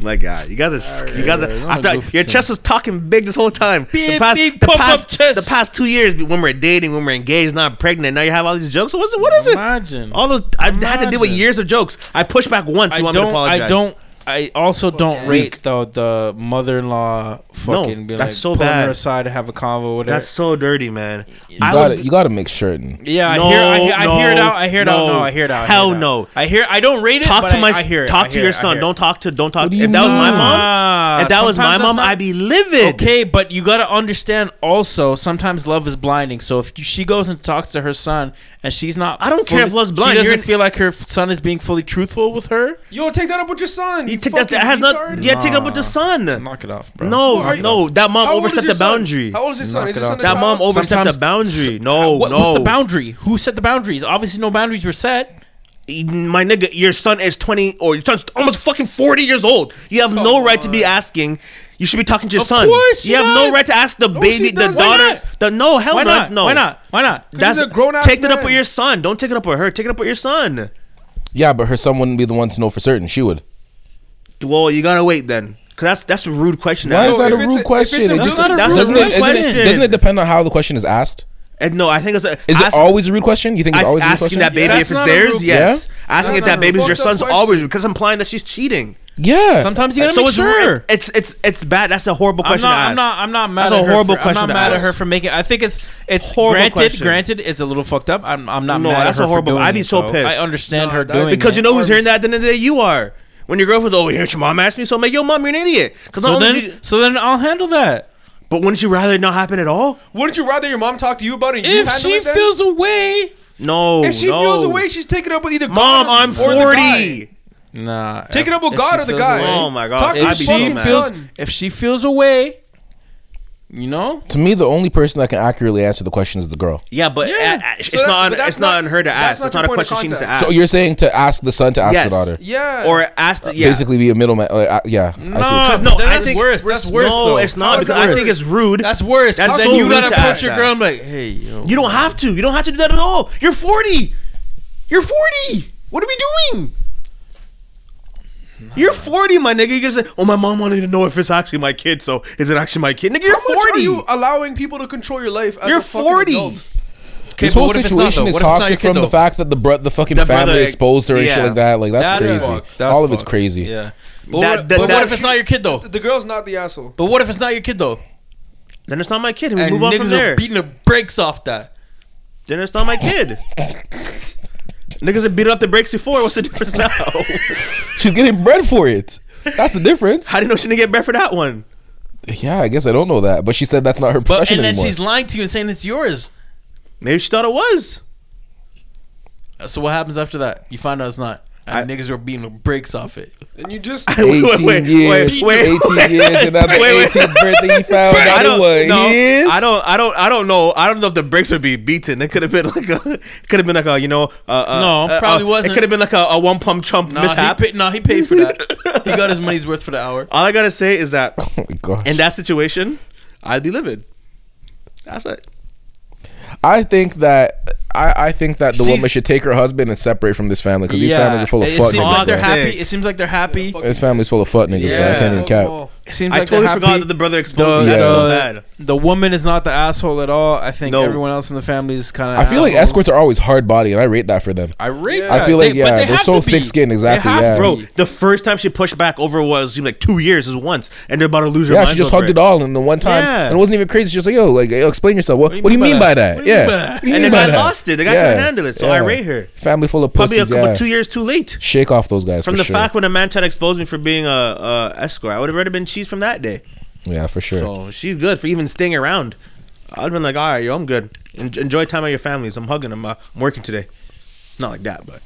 I'm like, God, you guys are, sc you guys are.
Alright,
I
I'm a
thought
goof
your
too.
chest was talking big this whole time.
Big,
the past,
big
the
puff up
past,
chest.
the past two years, when we're dating, when we're engaged, now I'm pregnant. Now you have all these jokes. What's it? What is it?
Imagine.
All those. I had to deal with
Imagine.
years of jokes. I pushed back once. You
I
want me to
don't.
apologize?
I don't. I also don't
damn.
rate though the mother-in-law fucking be
that's
like
so
pulling
bad.
her aside to have a convo with her.
That's so dirty, man.
You gotta you gotta make certain.
Yeah,
No,
I hear. I, hear- I hear it
no,
out. I hear it out.
no.
No, I hear it out. I hear
Hell
it out.
no.
I hear. I don't rate it.
talk
but
to
I-
my.
I hear it.
talk
I
to
hear
your
it. I
son.
hear it.
Don't talk to. Don't talk.
do you
If that was my
mean?
mom,
Ah,
if that was my
sometimes
mom,
that's not-
I'd be livid.
Okay, but you gotta understand also. Sometimes love is blinding. So if you, she goes and talks to her son, and she's not,
I don't care if love's blind.
She doesn't
You're-
feel like her son is being fully truthful with her.
Yo, take that up with your son.
You take that. That has not. Yeah, take up with the son.
Knock it off, bro.
No,
Why?
no, that mom
How old is
overstepped
your
the
son?
boundary.
How old is your son?
Knock
Is
it
your son
off.
a
That mom
child?
over- overstepped
Sometimes- uh,
the boundary. No,
what,
no.
What's the boundary? Who set the boundaries? Obviously, no boundaries were set.
My nigga, your son is twenty or your son's almost fucking forty years old. You have no
Come
right to be
on.
asking. You should be talking to your
Of
son.
course she
you have
does.
no right to ask the
she
baby, the
does. Why
daughter,
not?
the no. Hell
Why
no,
not?
No.
Why not? Why not?
He's a grown-ass
Take it up
man.
with your son. Don't take it up with her. Take it up with your son.
Yeah, but her son wouldn't be the one to know for certain. She would.
Well, you gotta wait then, cause that's that's a rude question. to
Why
ask.
is that a
if it's a-
rude
if
question?
it's a-
It
That's
just-
not a
doesn't
rude
it- isn't it-
question.
Doesn't it depend on how the question is asked?
And no, I think it's a,
Is it
ask-
always a rude question? You think
I-
it's always a rude
asking
question?
that baby
That's
if it's
not a
theirs.
rude-
Yes, asking
That's
if
not
that
a
baby's
fucked
your
up
son's
question.
always because implying that she's cheating.
Yeah.
Sometimes you gotta
So
make
it's
sure.
it's it's it's bad. That's a horrible
I'm
question
not,
to ask.
I'm not. I'm not mad.
That's
at
a
her
horrible
for,
question
I'm
to
not mad
ask.
at her for making. I think it's it's
Horrible
granted.
question.
Granted, it's a little fucked up. I'm, I'm not
No,
mad.
that's
at
a
her for
horrible-
doing
I'd be
it,
so
though.
pissed.
I understand
No,
her
that-
doing
because you
it.
know who's hearing
Arms.
that at the end of the day. You are. When your girlfriend's, oh, here's your mom asked me, so I'm like, yo, mom, you're an idiot. Because
So then, so then I'll handle that.
but wouldn't you rather it not happen at all?
Wouldn't you rather your mom talk to you about it? And you
If
handle
she
it then?
feels away,
No.
if she
Oh, no.
feels away, she's taking it up with either God
mom, I'm
or the guy.
40.
nah.
Take
if-
it up with
if
God
she
or the
feels
guy.
away-
Oh my God,
Talk
I'd
to your
If
be
she
fucking
mad.
feels,
son.
if she feels away, You know?
To me, the only person that can accurately answer the question is the girl.
Yeah, but
Yeah.
uh, uh, it's
So that-
not on,
but that's
it's not,
not-
on her to
that's
ask.
not
It's
your
not a
point of
question she needs to
contact.
ask.
So you're saying to ask the son to ask
Yes.
the daughter,
Yeah.
or ask the, yeah.
basically be a middleman. Like, I- yeah, I
Uh,
see. what you're
no,
saying.
I
that's
think
worse. That's worse,
No,
though.
it's
How
not
is
because
that
I
worse?
think it's rude.
That's worse.
That's
That's
so
then you
rude
gotta
to ask
put your
that.
girl. I'm like, hey, yo.
You don't have to. You don't have to do that at all. You're 40. You're 40. What are we doing? You're 40, my nigga. You can say, "Oh, my mom wanted to know if it's actually my kid, so is it actually my kid?" Nigga, you're
How much are
40.
you allowing people to control your life? As
You're
a fucking
40.
adult?
Okay,
this
but
whole
what if it's not,
situation
though?
is
What if it's not your
toxic
kid,
from the
though?
fact that the bro- the fucking
The
family
brother-
exposed her and shit
yeah.
like that. Like that's,
That's
crazy.
fucked. That's
All of it's
fucked.
crazy.
Yeah. But, what,
That- that-
but what
that-
if it's not your kid though?
The girl's not the asshole.
But what if it's not your kid though?
Then it's not my kid. and We
And
move on
niggas
from
are
there.
beating the brakes off that.
then it's not
[laughs]
my kid. niggas have beat up the brakes before. What's the
[laughs]
difference now?
She's getting bread for it. That's the difference.
I didn't know she didn't get bread for that one.
Yeah, I guess I don't know that, but she said that's not her
But
profession
and then
anymore.
she's lying to you and saying it's yours.
Maybe she thought it was.
So what happens after that? You find out it's not. And niggas were beating the brakes off it.
And
[laughs]
you just
Wait,
18
wait, wait,
years, [laughs]
wait, wait,
18 years, and after
[laughs] Wait, wait.
18th birthday, he found
I
out
don't
what
know.
he is.
I don't. I don't. I don't know. I don't know if the brakes would be beaten. It could have been like a. Could have been like a. You know. Uh, uh,
No,
uh,
probably
uh,
wasn't.
It could have been like a, a one pump chump
Nah, he
mishap.
paid. Nah, he paid for that. he got his money's worth for the hour.
All I gotta say is that
Oh my gosh.
in that situation, I'd be livid. That's it.
I think that I, I think that the
She's-
woman should take her husband and separate from this family because these families are full of
it, [laughs]
fuck
seems like
niggas.
they're
bro.
Sick.
happy. It seems like they're happy.
fuck.
This family's full of fuck ncas. bro. I can't even cap.
Fuck
It seems
I
like
totally
they're happy.
forgot that the brother exposed.
The-
That's so
the-
bad.
The woman is not the asshole at all. I think
No.
everyone else in the family is kind of.
I feel like escorts are always hard body, and I rate that for them.
I rate.
I
that.
feel like,
They-
yeah,
but they
they're
have
so
to be.
thick-skinned,
They
exactly,
have
yeah.
to
Bro,
be.
the first time she pushed back over was seemed like two years is once, and they're about to lose her
Yeah,
mind.
she just hugged it all in the one time,
Yeah.
and it wasn't even crazy. She was like, "Yo, like, yo, explain yourself. What, what do you mean by that? Yeah, What do you
And
mean
the
by
guy
that?
lost it. The guy couldn't handle it, so I rate her.
Family full of
Probably
pussies.
a couple
yeah.
two years too late.
Shake off those guys
From
for
the
sure.
fact when a man tried to expose me for being a, a escort, I would have rather been cheese from that day.
yeah, for sure.
So she's good for even staying around. I'd have been like, all right, yo, I'm good. En- enjoy time at your families. I'm hugging them. Uh, I'm working today. Not like that, but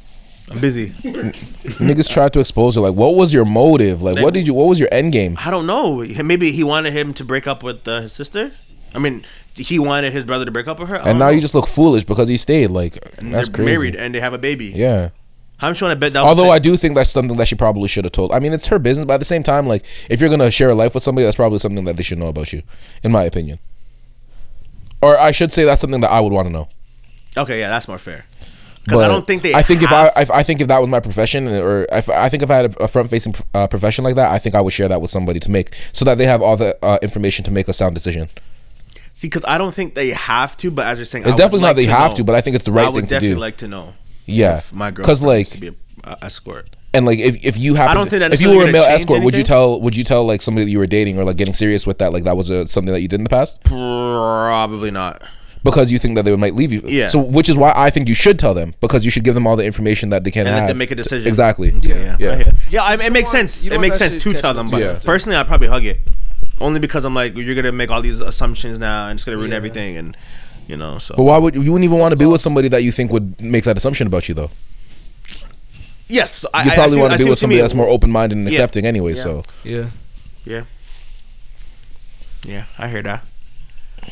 I'm busy.
Niggas tried to expose her. Like, what was your motive? Like, what did you? What was your end game?
I don't know. Maybe he wanted him to break up with uh, his sister. I mean, he wanted his brother to break up with her. I
And
don't
now
know.
you just look foolish because he stayed. Like,
And
that's
um, they're
crazy.
married Um, and they have a baby.
Yeah.
How much you want to bet that?
Although I
was
do think that's something that she probably should have told. I mean, it's her business, but at the same time, like if you're gonna share a life with somebody, that's probably something that they should know about you, in my opinion. Or I should say that's something that I would want to know.
okay, yeah, that's more fair. Because I
But
don't think they.
I think if I,
have-
if, I think if that was my profession, or if I think if I had a, a front-facing uh, profession like that, I think I would share that with somebody to make so that they have all the uh, information to make a sound decision.
see, because I don't think they have to. But as you're saying,
It's
I would
definitely not
like
they
to
have
know.
to, but I think it's the right
I would
thing to
definitely
do.
like to know.
yeah,
if my girl
because like
to be a, a escort.
and like if, if you happen,
don't think that
if you were
necessarily
a male
gonna change
escort, would you
anything.
tell would you tell like somebody that you were dating or like getting serious with that like that was a, something that you did in the past?
Probably not.
because you think that they might leave you.
Yeah.
So which is why I think you should tell them because you should give them all the information that they can
And
have.
let them make a decision.
Exactly.
Yeah.
Yeah.
Yeah, yeah I, it makes
want-
sense.
you don't
It makes
want that
sense
shit
to tell
catching
them,
up
but
to
you.
personally, I'd probably hug it, only because I'm like, you're gonna make all these assumptions now, and it's gonna ruin everything, and you know, so
But why would you wouldn't even want to be with somebody that you think would make that assumption about you though?
yes, I,
You
I- I
probably
see-
want
I
to
see
be
what
with
you
somebody
mean.
that's more open minded and
Yeah.
accepting anyway. So
Yeah.
Yeah, yeah, I hear that.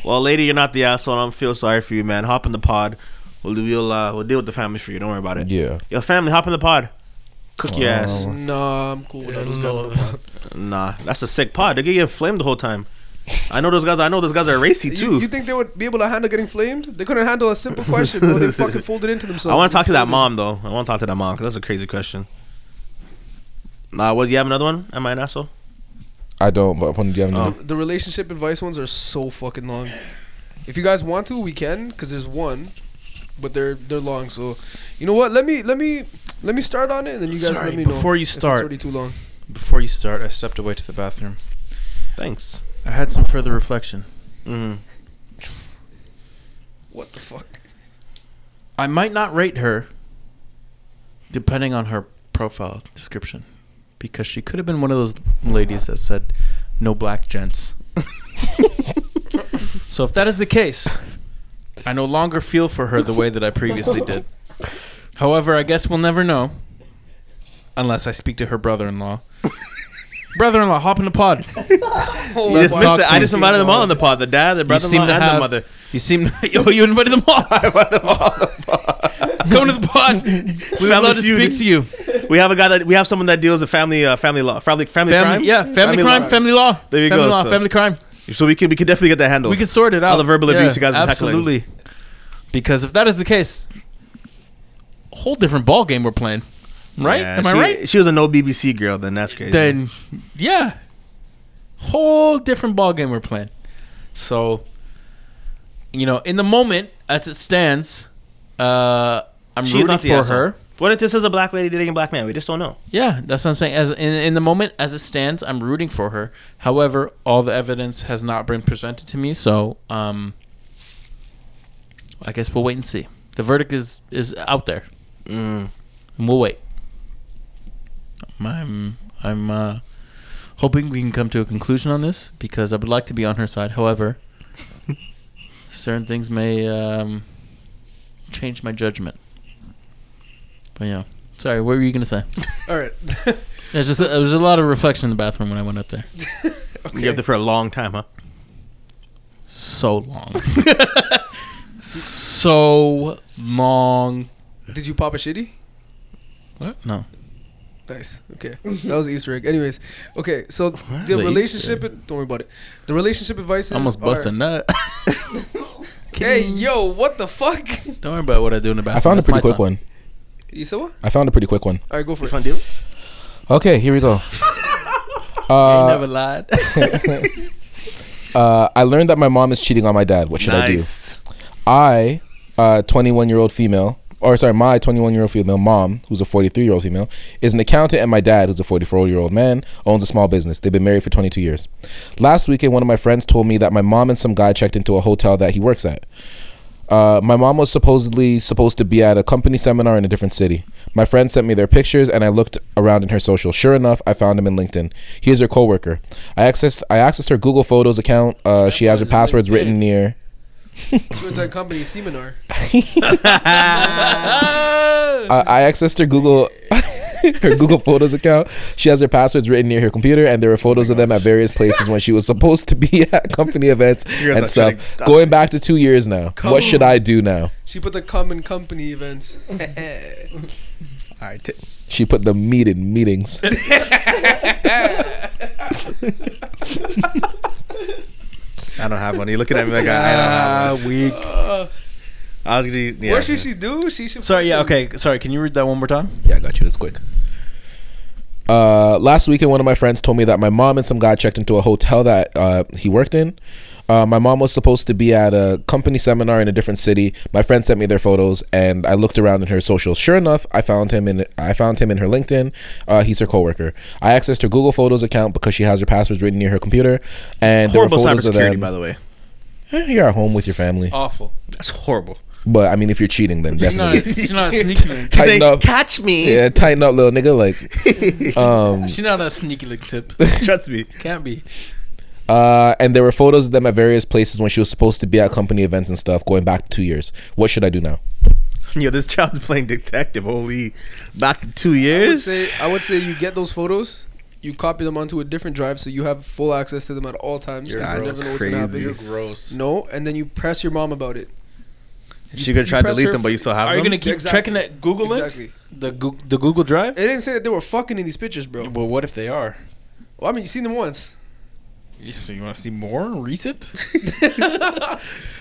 Well, lady, you're not the asshole. and I'm feel sorry for you, man. Hop in the pod. We'll we'll uh, we'll deal with the family for you. Don't worry about it.
yeah. Oh.
Yo, family, hop in the pod. Cook your ass.
Nah, I'm cool with all those guys. on the pod.
Nah, that's a sick pod. They're gonna get flamed the whole time. I know those guys. I know those guys are
[laughs]
racy too.
You, you think they would be able to handle getting flamed? They couldn't handle a simple question, bro. They fucking
[laughs]
folded into themselves.
I want to talk to that mom though. I want to talk to that mom because that's a crazy question. Nah, what? You have another one? Am I an asshole?
I don't. But when do you have
Um,
any?
The relationship advice ones are so fucking long. If you guys want to, we can, because there's one, but they're they're long. So, you know what? Let me let me let me start on it, and then you guys
Sorry,
let me know.
before you
if it's
start.
already too long.
Before you start, I stepped away to the bathroom.
Thanks.
I had some further reflection.
Mm.
What the fuck?
I might not rate her depending on her profile description because she could have been one of those ladies that said no black gents. [laughs] so if that is the case, I no longer feel for her the way that I previously did. However, I guess we'll never know unless I speak to her brother-in-law brother-in-law, hop in the pod.
Oh,
You just
wow.
missed
Talk
it.
to
I
me.
just invited them all on the pod. The dad, the
You
brother,
seem
and
to have.
the mother.
You seem. To, [laughs] yo, you invited them
[laughs]
all. [laughs] Come to the pod. We would
Family
love to
feud.
speak to you.
We have a guy that we have someone that deals with family, uh, family law, family, family, crime.
Family, yeah, family, crime,
law.
family law.
There you
family
go,
Law,
so-
Family crime.
So we can we can definitely get that handled.
We can sort it out.
All the verbal abuse you guys been heckling.
absolutely. Because if that is the case, a whole different ball game we're playing, right?
Yeah,
Am I
she-
right?
She was a no BBC girl. Then that's crazy.
Then, yeah, whole different ball game we're playing. So, you know, in the moment as it stands, uh, I'm
She's
rooting
not the
for
asshole.
her.
What if this is a black lady dating a black man? We just don't know.
Yeah, that's what I'm saying. As in, in the moment as it stands, I'm rooting for her. However, all the evidence has not been presented to me, so um, I guess we'll wait and see. The verdict is is out there,
Mm,
and we'll wait. I'm I'm uh, hoping we can come to a conclusion on this because I would like to be on her side. [laughs] However, certain things may um, change my judgment. But yeah, sorry. What were you gonna say?
All right. [laughs]
There's just there was a lot of reflection in the bathroom when I went up there.
You have to for a long time, huh?
So long. [laughs] so long.
Did you pop a shitty?
What? No.
Nice. Okay, that was an Easter egg. Anyways, okay. So
It's
the
an
relationship.
Easter
Don't worry about it. The relationship advice.
Almost bust a nut. [laughs]
Hey, yo, what the fuck? [laughs]
Don't worry about what I do in the bathroom.
I found a
That's my
pretty quick
time.
one.
You said what?
I found a pretty quick one.
All right, go for it.
Okay, here [laughs] we go.
I
Uh,
never lied. [laughs]
uh, I learned that my mom is cheating on my dad. What should I do?
Nice.
I, uh, 21 year old female, or sorry, my 21 year old female mom, who's a 43 year old female, is an accountant, and my dad, who's a 44 year old man, owns a small business. They've been married for 22 years. Last weekend, one of my friends told me that my mom and some guy checked into a hotel that he works at. Uh, my mom was supposedly supposed to be at a company seminar in a different city. My friend sent me their pictures, and I looked around in her social. Sure enough, I found him in LinkedIn. He is her coworker. I accessed I accessed her Google Photos account. Uh, she has her passwords written near.
She went to that company seminar.
I, I accessed her Google [laughs] her Google Photos account. She has her passwords written near her computer, and there were photos of them at various places when she was supposed to be [laughs] at company events
you're
and
not
stuff.
trying to-
Going back to two years now, what should I do now?
She put the common company events. [laughs]
All right. T-
She put the meet in meetings.
I don't have one. You're looking at me like I, I don't
Uh,
have one. Weak. I was gonna. Yeah.
What should she do? She should.
sorry. Yeah.
fucking-
Okay. Sorry. Can you read that one more time?
Yeah, I got you. It's quick. Uh, last weekend, one of my friends told me that my mom and some guy checked into a hotel that uh, he worked in. Uh, my mom was supposed to be at a company seminar in a different city. My friend sent me their photos, and I looked around in her socials. Sure enough, I found him in I found him in her LinkedIn. Uh, he's her coworker. I accessed her Google Photos account because she has her passwords written near her computer, and
Horrible
there were photos of
cybersecurity,
them.
by the Oh. way. [laughs]
Eh, You're at home with your family,
Awful.
That's horrible. [laughs]
but I mean, if you're cheating, then
She's not.
definitely
A, she's [laughs] not a sneaky. link.
tighten
Say,
up.
Catch me.
Yeah, tighten up, little nigga. Like, um,
She's not a sneaky link tip.
[laughs] Trust me.
Can't be.
Uh, and there were photos of them at various places when she was supposed to be at company events and stuff going back two years. What should I do now?
Yo, this child's playing detective. Holy, back in two
I would
years.
say I would say you get those photos, you copy them onto a different drive, so you have full access to them at all times. 'cause
That's
you never know what's gonna happen.
crazy. You're
gross.
No, and then you press your mom about it.
She could try to
press
delete
her-
them, but you still have
Are you
them.
gonna keep
Exactly.
checking that Google
Exactly.
link? The Goo- the Google Drive.
It didn't say that they were fucking in these pictures, bro.
Well, what if they are?
Well, I mean, you seen them once.
So you want to see more [laughs] recent?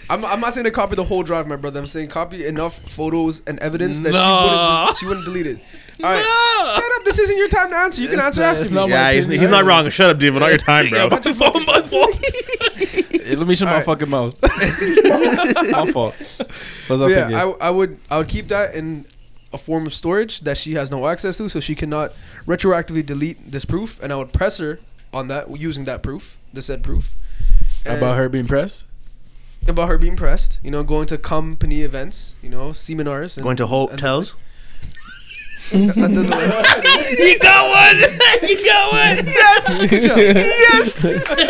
I'm, I'm not saying to copy the whole drive, my brother. I'm saying copy enough photos and evidence that
No.
she, wouldn't, she wouldn't delete it. All right. Shut up. This isn't your time to answer. You can
It's
answer
not-
after
it's
me.
not my
yeah, he's,
opinion.
he's not wrong. Shut up, dude. Not your time, bro.
my fault. My fault. [laughs] Let me shut my
Alright.
fucking [laughs] mouth. my fault. What's up,
But yeah, I, I would I would keep that in a form of storage that she has no access to, so she cannot retroactively delete this proof. And I would press her on that using that proof, the said proof. And
about her being pressed?
about her being pressed. You know, going to company events. You know, seminars. And
Going to hotels.
You got one. you got one.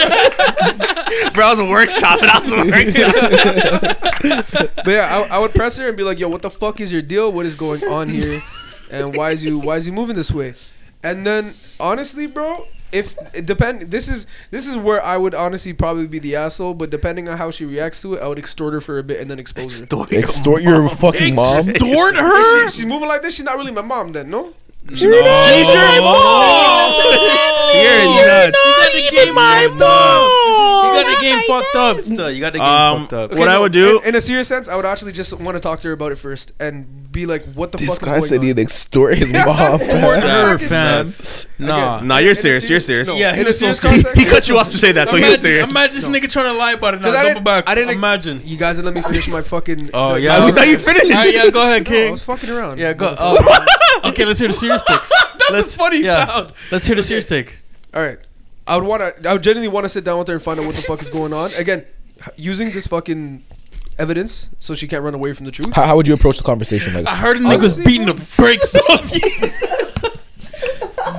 bro, I was workshopping. I was [laughs] workshopping.
But yeah, I, I would press her and be like, "Yo, what the fuck is your deal? What is going on here? And why is you why is you moving this way?" And then honestly, bro, if it depend this is this is where I would honestly probably be the asshole, but depending on how she reacts to it, I would extort her for a bit and then expose her.
Extort your fucking [laughs] mom.
Extort
If
her?
[laughs] she- she's moving like this. She's not really my mom, then no.
You're nuts.
even my mom. You got the game fucked up. Still, you got the game
Um,
fucked up.
What I
no,
would do-
in, in a serious sense, I would actually just want to talk to her about it first and be like, "What the
This
fuck
guy
is
said
going on?"
he'd extort
[laughs]
his mom.
Extort
Her,
Fuck is
fam.
nuts.
Nah.
No, you're serious. You're serious.
no, [laughs]
Yeah, he
in a
was so
serious
scared.
context-
He cut you off to say that, so he was
Imagine,
serious.
imagine this nigga trying to lie about it now.
'Cause I
Double
didn't-
back.
I didn't-
imagine.
You guys didn't let me finish my fucking.
Oh,
[laughs] no,
yeah.
no,
We thought you
All
finished.
right, yeah, go [laughs] ahead,
I
King.
was fucking around.
Yeah, go. Oh, [laughs] okay, let's hear the serious take. That's let's, a funny
sound.
Let's hear the serious take.
All right. I would want to. I would genuinely want to sit down with her and find out what the fuck is going on. Again, h- using this fucking evidence so she can't run away from the
[laughs]
truth.
How, how would you approach the conversation? Like,
I heard a nigga's beating the [laughs] brakes off you.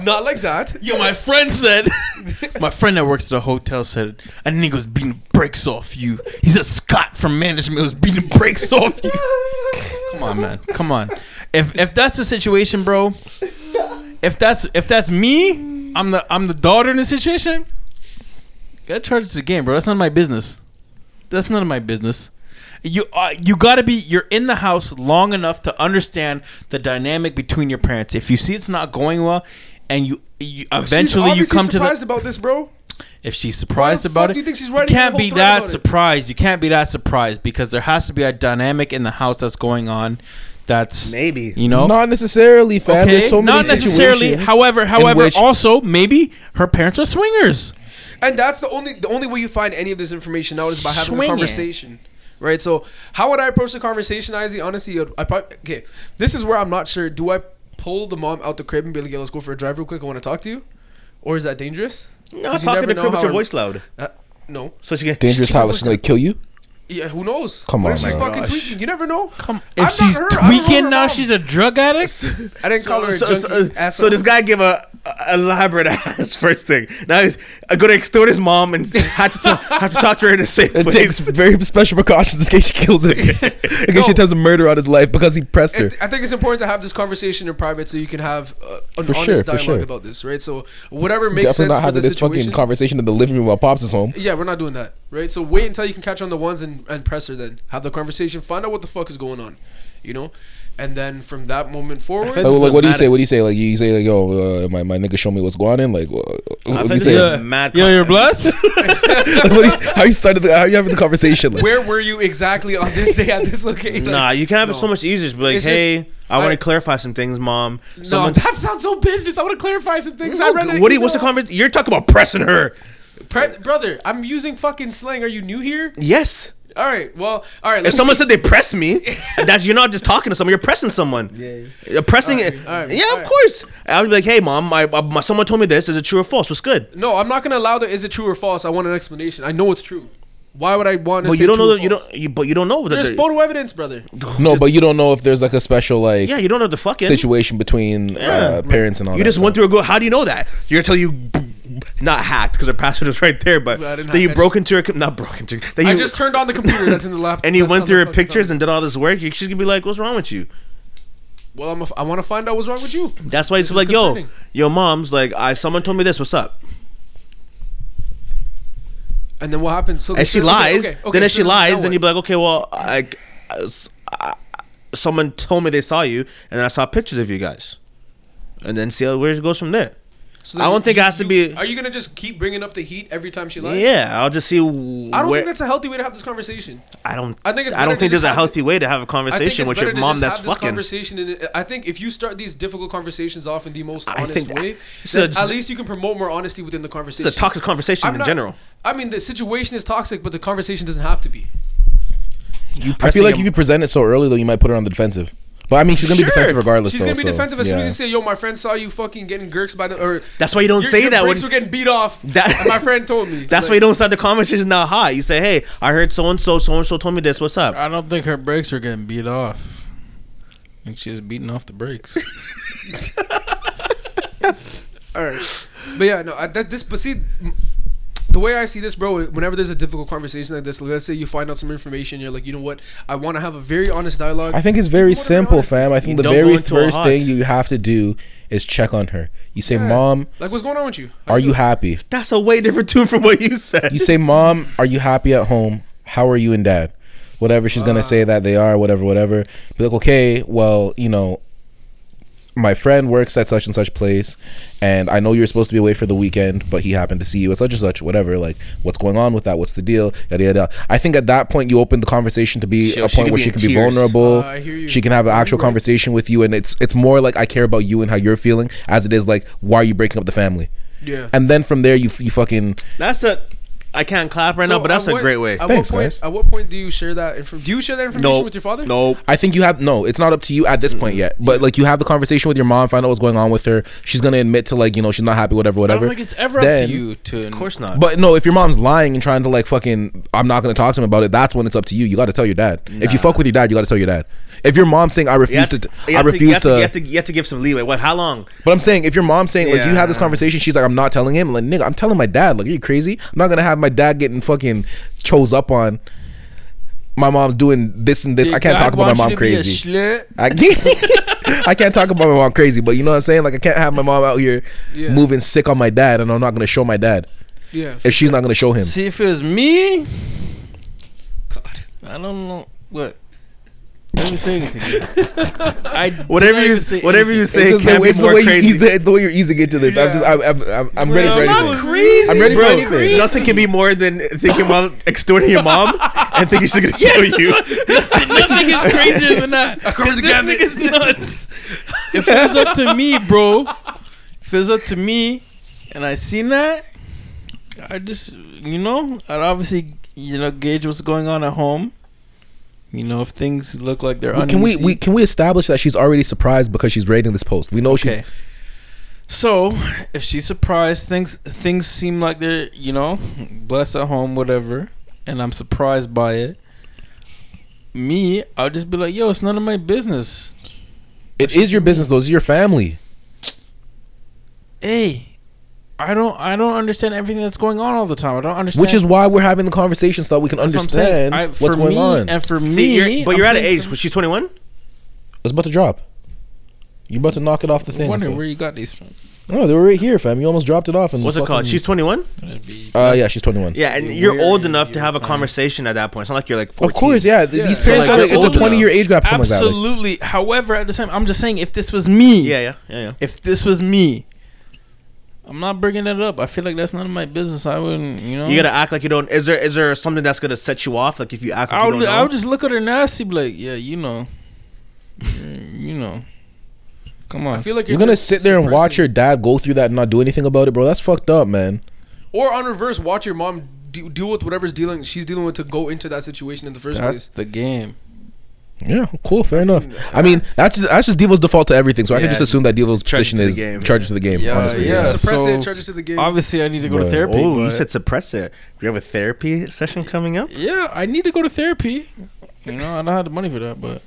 Not like that.
Yo, my friend said, [laughs] my friend that works at a hotel said, a nigga was beating the brakes off you. He said Scott from management was beating the brakes off you. [laughs] Come on, man. Come on. If if that's the situation, bro, if that's if that's me, I'm the I'm the daughter in the situation. Gotta charge to the game, bro. That's none of my business. That's none of my business. You uh, you gotta be you're in the house long enough to understand the dynamic between your parents. If you see it's not going well, and you, you eventually
She's
you come
obviously
to the
surprised about this, bro.
if she's surprised
Why the
about
fuck
it,
do you think she's
you
writing
can't
the whole
be
thread
that
about it?
surprised. You can't be that surprised because there has to be a dynamic in the house that's going on. That's
Maybe.
you know
Not necessarily, fam.
okay,
There's so many
not necessarily.
situations.
However, however,
which-
also maybe her parents are swingers.
And that's the only the only way you find any of this information now is by having
Swing it.
a conversation. Right? So how would I approach the conversation, Izzy? Honestly, I'd- I probably okay. This is where I'm not sure. Do I pull the mom out the crib and be like, "Yo, let's go for a drive real quick. I want to talk to you," or is that dangerous?
No,
'Cause you
talking
never
to
know
crib with
how
your
her-
voice loud.
Uh, no.
So she can.
dangerous how she's gonna kill you.
Yeah, who knows?
Come
What
on,
if she's
man.
fucking tweaking? You never know.
Come, if
I'm not
she's
her, I don't know her
tweaking now,
mom.
she's a drug addict.
[laughs] I didn't call
So,
her a
so,
junkie.
so,
asshole.
so this guy gave a, a elaborate [laughs] ass first thing. Now he's I go to extort his mom and had to talk, have to talk to her in a safe
[laughs] It takes
place.
very special precautions in case she kills
[laughs]
him. in case she attempts a murder on his life because he pressed her.
And I think it's important to have this conversation in private so you can have uh, an
For
honest
sure, for
dialogue
sure.
about this, right? So whatever makes
Definitely
sense
not
for the
having this
situation.
fucking conversation in the living room while pops is home.
yeah, we're not doing that, right? So wait until you can catch on the ones and, and press her. Then have the conversation, find out what the fuck is going on, you know, and then from that moment forward,
feel This
Like, like,
is
what do you
mad-
say? What do you say? Like you say like yo, uh, my my nigga show me what's going on. Like wha- what do you
this
say?
is a mad.
Yo, you're [laughs] blessed.
[laughs] Like, what do you- how you started? The, how you having the conversation? Like,
where were you exactly on this day at this
[laughs]
location?
Nah, you can have it so
No.
much easier. Just be like,
It's just-
hey, I,
I-
want to clarify some things, mom.
no,
Someone,
that sounds so business. I want to clarify some things. I read an
what do you, what's the
email.
conversation? You're talking about pressing her.
Pre- brother? I'm using fucking slang. Are you new here?
Yes.
All right. Well, all right.
If
let's-
someone said they press me, [laughs] that's you're not just talking to someone. You're pressing someone. You're pressing it.
alright,
yeah, of
alright.
course. I would be like, hey, mom, my, my someone told me this. Is it true or false? What's good?
No, I'm not gonna allow the is it true or false. I want an explanation. I know it's true. Why would I want to?
But
say
you don't
true
know
or
that you
false?
don't. You, but you don't know that.
There's
they-
photo evidence, brother.
no, but you don't know if there's like a special like
yeah, you don't know the fucking
situation between uh, parents and all.
You
that
just went through a go. How do you know that? You're until you b- b- not hacked because her password was right there, but
I didn't
that you
hack, I
broke into her com- not broke into that you
I just turned on the computer that's in the
[laughs]
laptop.
and you went through her pictures and did all this work. you- She's gonna be like, "What's wrong with you?"
well, I'm a, I want to find out what's wrong with you.
That's why it's
is
like, "Yo,
concerning.
yo, mom's like, I someone told me this. What's up?"
And then what happens? So
And she
so- okay,
lies.
okay, okay,
then if
so
she lies,
now
then
what?
you'd be like, "Okay, well, I, I- I- someone told me they saw you, and then I saw pictures of you guys." And then see how where it goes from there.
So
I
then
don't think it has to be-
Are you gonna just keep bringing up the heat every time she lies?
Yeah, I'll just see. Wh-
I don't
where,
think that's a healthy way to have this conversation.
I don't.
I think it's
I don't
better to
think
just
there's a
have
healthy way to have a
I think
conversation
it's
with
better
your
to
mom
just
that's
have this
fucking.
conversation. And I think if you start these difficult conversations off in the most
I
honest
think-
way,
So
then
it's-
at least you can promote more honesty within the conversation.
It's a toxic conversation
I'm
in
not-
general.
I mean, the situation is toxic, but the conversation doesn't have to be.
I feel like if you present it so early, though, you might put her on the defensive. But I mean, she's gonna be
Sure.
defensive regardless.
She's
though,
gonna be
so,
defensive as soon as
yeah.
you say, "Yo, my friend saw you fucking getting gurks by the." Or
That's why you don't
your,
say
your
that. When,
Brakes were getting beat off.
That-
and my friend told me.
[laughs] that's why you don't start the conversation now high. You say, "Hey, I heard so and so, so and so told me this. What's up?"
Uh,
I don't think her brakes are getting beat off. I think she's beating off the [laughs] brakes.
All right, but yeah, no. I, that, this, but see, m- the way I see this, bro. Whenever there's a difficult conversation like this, let's say you find out some information, you're like, you know what? I want to have a very honest dialogue.
I think it's very
You wanna be
simple,
honest.
fam. I think
You
the
don't go
very
into a
first
hot.
thing you have to do is check on her. You say,
Yeah.
"Mom,
Like, what's going on with you? How
are you happy?"
That's a way different tune from what you said.
You say, "Mom, are you happy at home? How are you and Dad?" Whatever she's gonna say that they are, whatever, whatever. Be like, okay, well, you know, my friend works at such and such place, and I know you're supposed to be away for the weekend, but he happened to see you at such and such, whatever. Like, what's going on with that? What's the deal? Yada yada. I think at that point you open the conversation to be
Yo,
a
she
point
could
where
be
she
in
can be
tears.
vulnerable.
Uh, I hear you.
She can have an
You're
actual
right.
conversation with you, and it's it's more like I care about you and how you're feeling, as it is like why are you breaking up the family?
Yeah.
And then from there you f- you fucking
That's a. I can't clap right
So
now, but that's
at
a
what-
great way.
At
Thanks,
what point,
guys.
At what point do you share that? Inf- do you share that information
Nope.
with your father?
Nope.
I think you have no. It's not up to you at this point yet. But like you have the conversation with your mom, find out what's going on with her. She's gonna admit to like you know she's not happy,
I
whatever, whatever.
don't think it's ever up
Then-
to you to. [laughs]
Of course not.
But no, if your mom's lying and trying to like fucking, I'm not gonna talk to him about it. That's when it's up to you. You got to tell your dad. If you fuck with your dad, you got to tell your dad. If your mom's saying I
You have
refuse
to-
to,
you
I
have to- you
refuse
have
to,
to- You have to. You have to give some leeway. What? How long?
But I'm saying if your mom's saying like you have this
Yeah.
conversation, she's like I'm not telling him. Like nigga, I'm telling my dad. Like are you crazy? I'm not gonna have my dad getting fucking chose up on. My mom's doing this and this. I can't
God
talk about
wants
my
you
mom
to be a
crazy.
slut.
I
[laughs]
can't, [laughs] I can't talk about my mom crazy, but you know what I'm saying? Like, I can't have my mom out here
Yeah.
moving sick on my dad, and I'm not going to show my dad
Yeah.
if she's not going to show him.
See if it was me.
God.
I don't know what. I didn't say [laughs] anything. I did
Whatever
not
you
even say
whatever you
anything.
say
just the
can
way-
be
it's the
more
way you ease
crazy.
it- it's the way you're easing into this. I'm
Yeah.
just, I'm, I'm, I'm, I'm ready
It's
for
not
anything.
crazy.
I'm ready for
bro.
[laughs]
anything.
Nothing can be more than thinking
[laughs]
about extorting your mom and thinking she's gonna kill you.
[laughs]
Nothing is crazier than that. This nigga's nuts. If it's up to me, bro, if it's up to me, and I seen that, I just you know I'd obviously you know gauge what's going on at home. You know if things look like they're
Well, Can we,
uneasy.
we can we establish that she's already surprised because she's rating this post? We know
Okay. So, if she's surprised, things things seem like they're you know blessed at home, whatever, and I'm surprised by it. Me, I'll just be like, "Yo, it's none of my business."
she's. It is your business, though. It's your family.
Hey, I don't I don't understand everything that's going on all the time. I don't understand.
Which is why we're having the conversation so that we can
That's what I'm saying.
understand
I-
what's going
me,
on.
And for
See,
me,
you're, but
I'm
you're at an
saying
age.
for-
Was she 21?
it's about to drop. You're about to knock it off the
I
thing.
wonder
so-
where you got these from.
No, they were right here, fam. You almost dropped it off. And
What's it called?
fucking-
She's 21.
Uh, yeah, she's 21.
Yeah, and you're old enough to have a conversation at that point. It's not like you're like 14.
Of course, yeah. th- These parents,
So,
are
like,
like, it's a
older.
20 year age gap, something like that. Like,
Absolutely. However, at the same, I'm just saying, if this was me,
Yeah, yeah, yeah, yeah.
if this was me, I'm not bringing that up. I feel like that's none of my business. I wouldn't, you know.
You gotta act like you don't. Is there is there something that's gonna set you off? Like if you act like
I
you
would,
don't know.
I would just look at her nasty, be like, yeah, you know, you know. Come
I
on.
feel like
you're gonna
just
sit there and watch your
suppressing-
dad go through that and not do anything about it, bro. That's fucked up, man.
or on reverse, watch your mom de- deal with whatever's dealing she's dealing with to go into that situation in the first
That's
place.
the game.
Yeah, cool, fair enough. I mean, that's just, that's just Devo's default to everything, so I can
Yeah,
just assume that Devo's
charge
position
to the
is
game.
charged to the game.
Yeah,
honestly,
yeah.
yeah.
Suppress
so-
it, charge it to the game.
Obviously, I need to go
Right.
to therapy.
Oh, you
but-
said suppressor. You have a therapy session coming up.
yeah, I need to go to therapy. You know, I don't have the money for that, but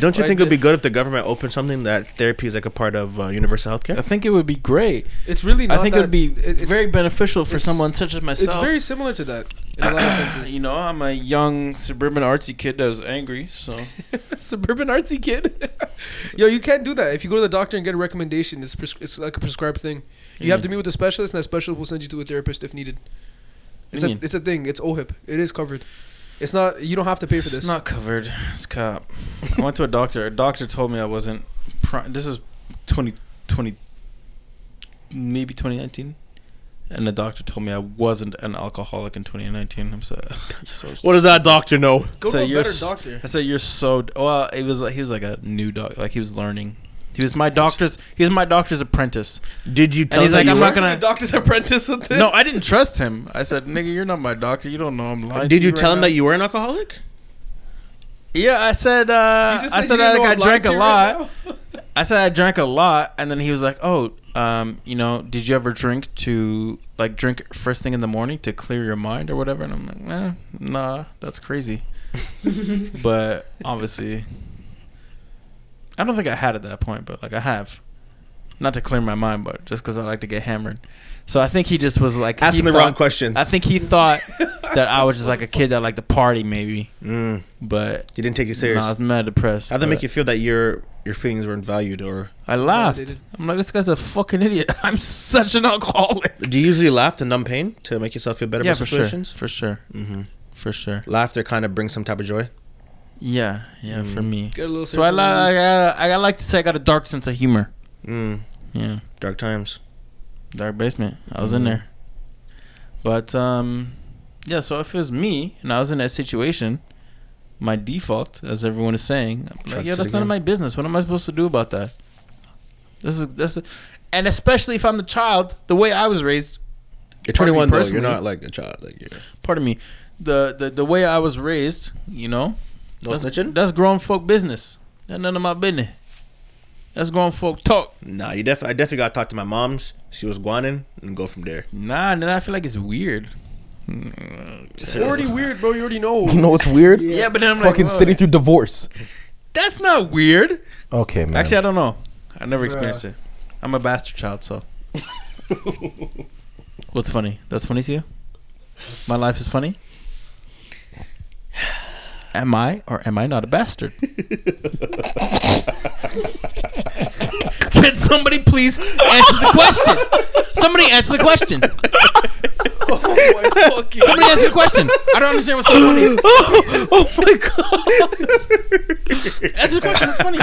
Don't you
Like
think it would be
this.
good if the government opened something that therapy is like a part of uh, universal
I
healthcare?
think it would be great.
It's really.
I
Not
think it
that,
would be
it- it's,
very beneficial for
it's-
someone such as
It's
myself.
very similar to that in a lot
[coughs]
of senses.
Uh, you know, I'm a young suburban artsy kid that was angry, so
[laughs] Suburban artsy kid. [laughs] Yo, you can't do that. If you go to the doctor and get a recommendation, it's pres- it's like a prescribed thing. You have
Mhm.
to meet with a specialist, and that specialist will send you to a therapist if needed. It's a
mean?
it's a thing. It's OHIP. It is covered. It's not. You don't have to pay for
It's
this.
not covered. It's cop. I went to a doctor. A doctor told me I wasn't. Pri- this is 2020, maybe 2019. And the doctor told me I wasn't an alcoholic in 2019. I'm so. [laughs] so
What does that doctor know?
go
so
to a
you're
better
s-
doctor.
I said you're so. Well, it was like he was like a new doc. Like he was learning. He was my doctor's. He was my doctor's apprentice.
Did you tell
he's
him
like,
that
I'm
you
not
were-
gonna-
The doctor's apprentice with this.
No, I didn't trust him. I said, "Nigga, you're not my doctor. You don't know I'm lying."
Did
to
you tell
right
him
now."
that you were an alcoholic?
Yeah, I said.
You
Uh,
just
I
you
said
didn't
I,
know
like, I
I'm lying
drank a
to you
lot.
right now?
I said I drank a lot, and then he was like, "Oh, um, you know, did you ever drink to like drink first thing in the morning to clear your mind or whatever?" And I'm like, "Nah, nah, that's
[laughs]
crazy." but obviously, I don't think I had at that point, but like I have, not to clear my mind, but just because I like to get hammered. So I think he just was like
Asking
he
the wrong
thought-
questions.
I think he thought that I was just like a kid that liked to party, maybe.
Mm,
But
you didn't take it
no,
serious.
I was mad depressed.
How did that
but
make you feel that your your feelings weren't valued, or
I
did it?
laughed. I'm like, this guy's a fucking idiot. [laughs] I'm such an alcoholic.
do you usually laugh to numb pain to make yourself feel better
yeah,
about
for sure.
situations?
For sure.
Mm-hmm.
For sure.
Laughter kind of brings some type of joy.
Yeah. Yeah. For
Mm.
me.
Get a little
So I like. I, gotta- I like to say I got a dark sense of humor.
Mm,
Yeah.
dark times.
Dark basement. I was in there. But um, yeah. So if it was me and I was in that situation, my default, as everyone is saying, I'm
Chucked
like, yeah,
it
that's none
again.
of my business. What am I supposed to do about that? This is this, is, and especially if I'm the child, the way I was raised,
You're
Pardon me,
21 though. You're
personally.
not like a child. Like you're
pardon me, the the, the way I was raised, you know,
no
that's,
snitching.
that's grown folk business. That's none of my business. That's grown folk talk.
Nah, you def- I definitely got to talk to my mom's. She was guanin and go from there.
Nah, and then I feel like it's weird.
It's already weird, bro. You
[laughs]
already know.
[laughs] You know what's weird?
Yeah, but then I'm
Fucking
like,
sitting
sitting.
through divorce.
That's not weird.
Okay, man.
Actually, I don't know. I never experienced it. I'm a bastard child, so. What's funny? That's funny to you? My life is funny. Am I or am I not a bastard? Can somebody please answer the question? Somebody answer the question.
Oh my fucking
[laughs] Somebody answer the question. I don't understand what's so funny. [laughs] Oh, my god! answer the question. It's funny.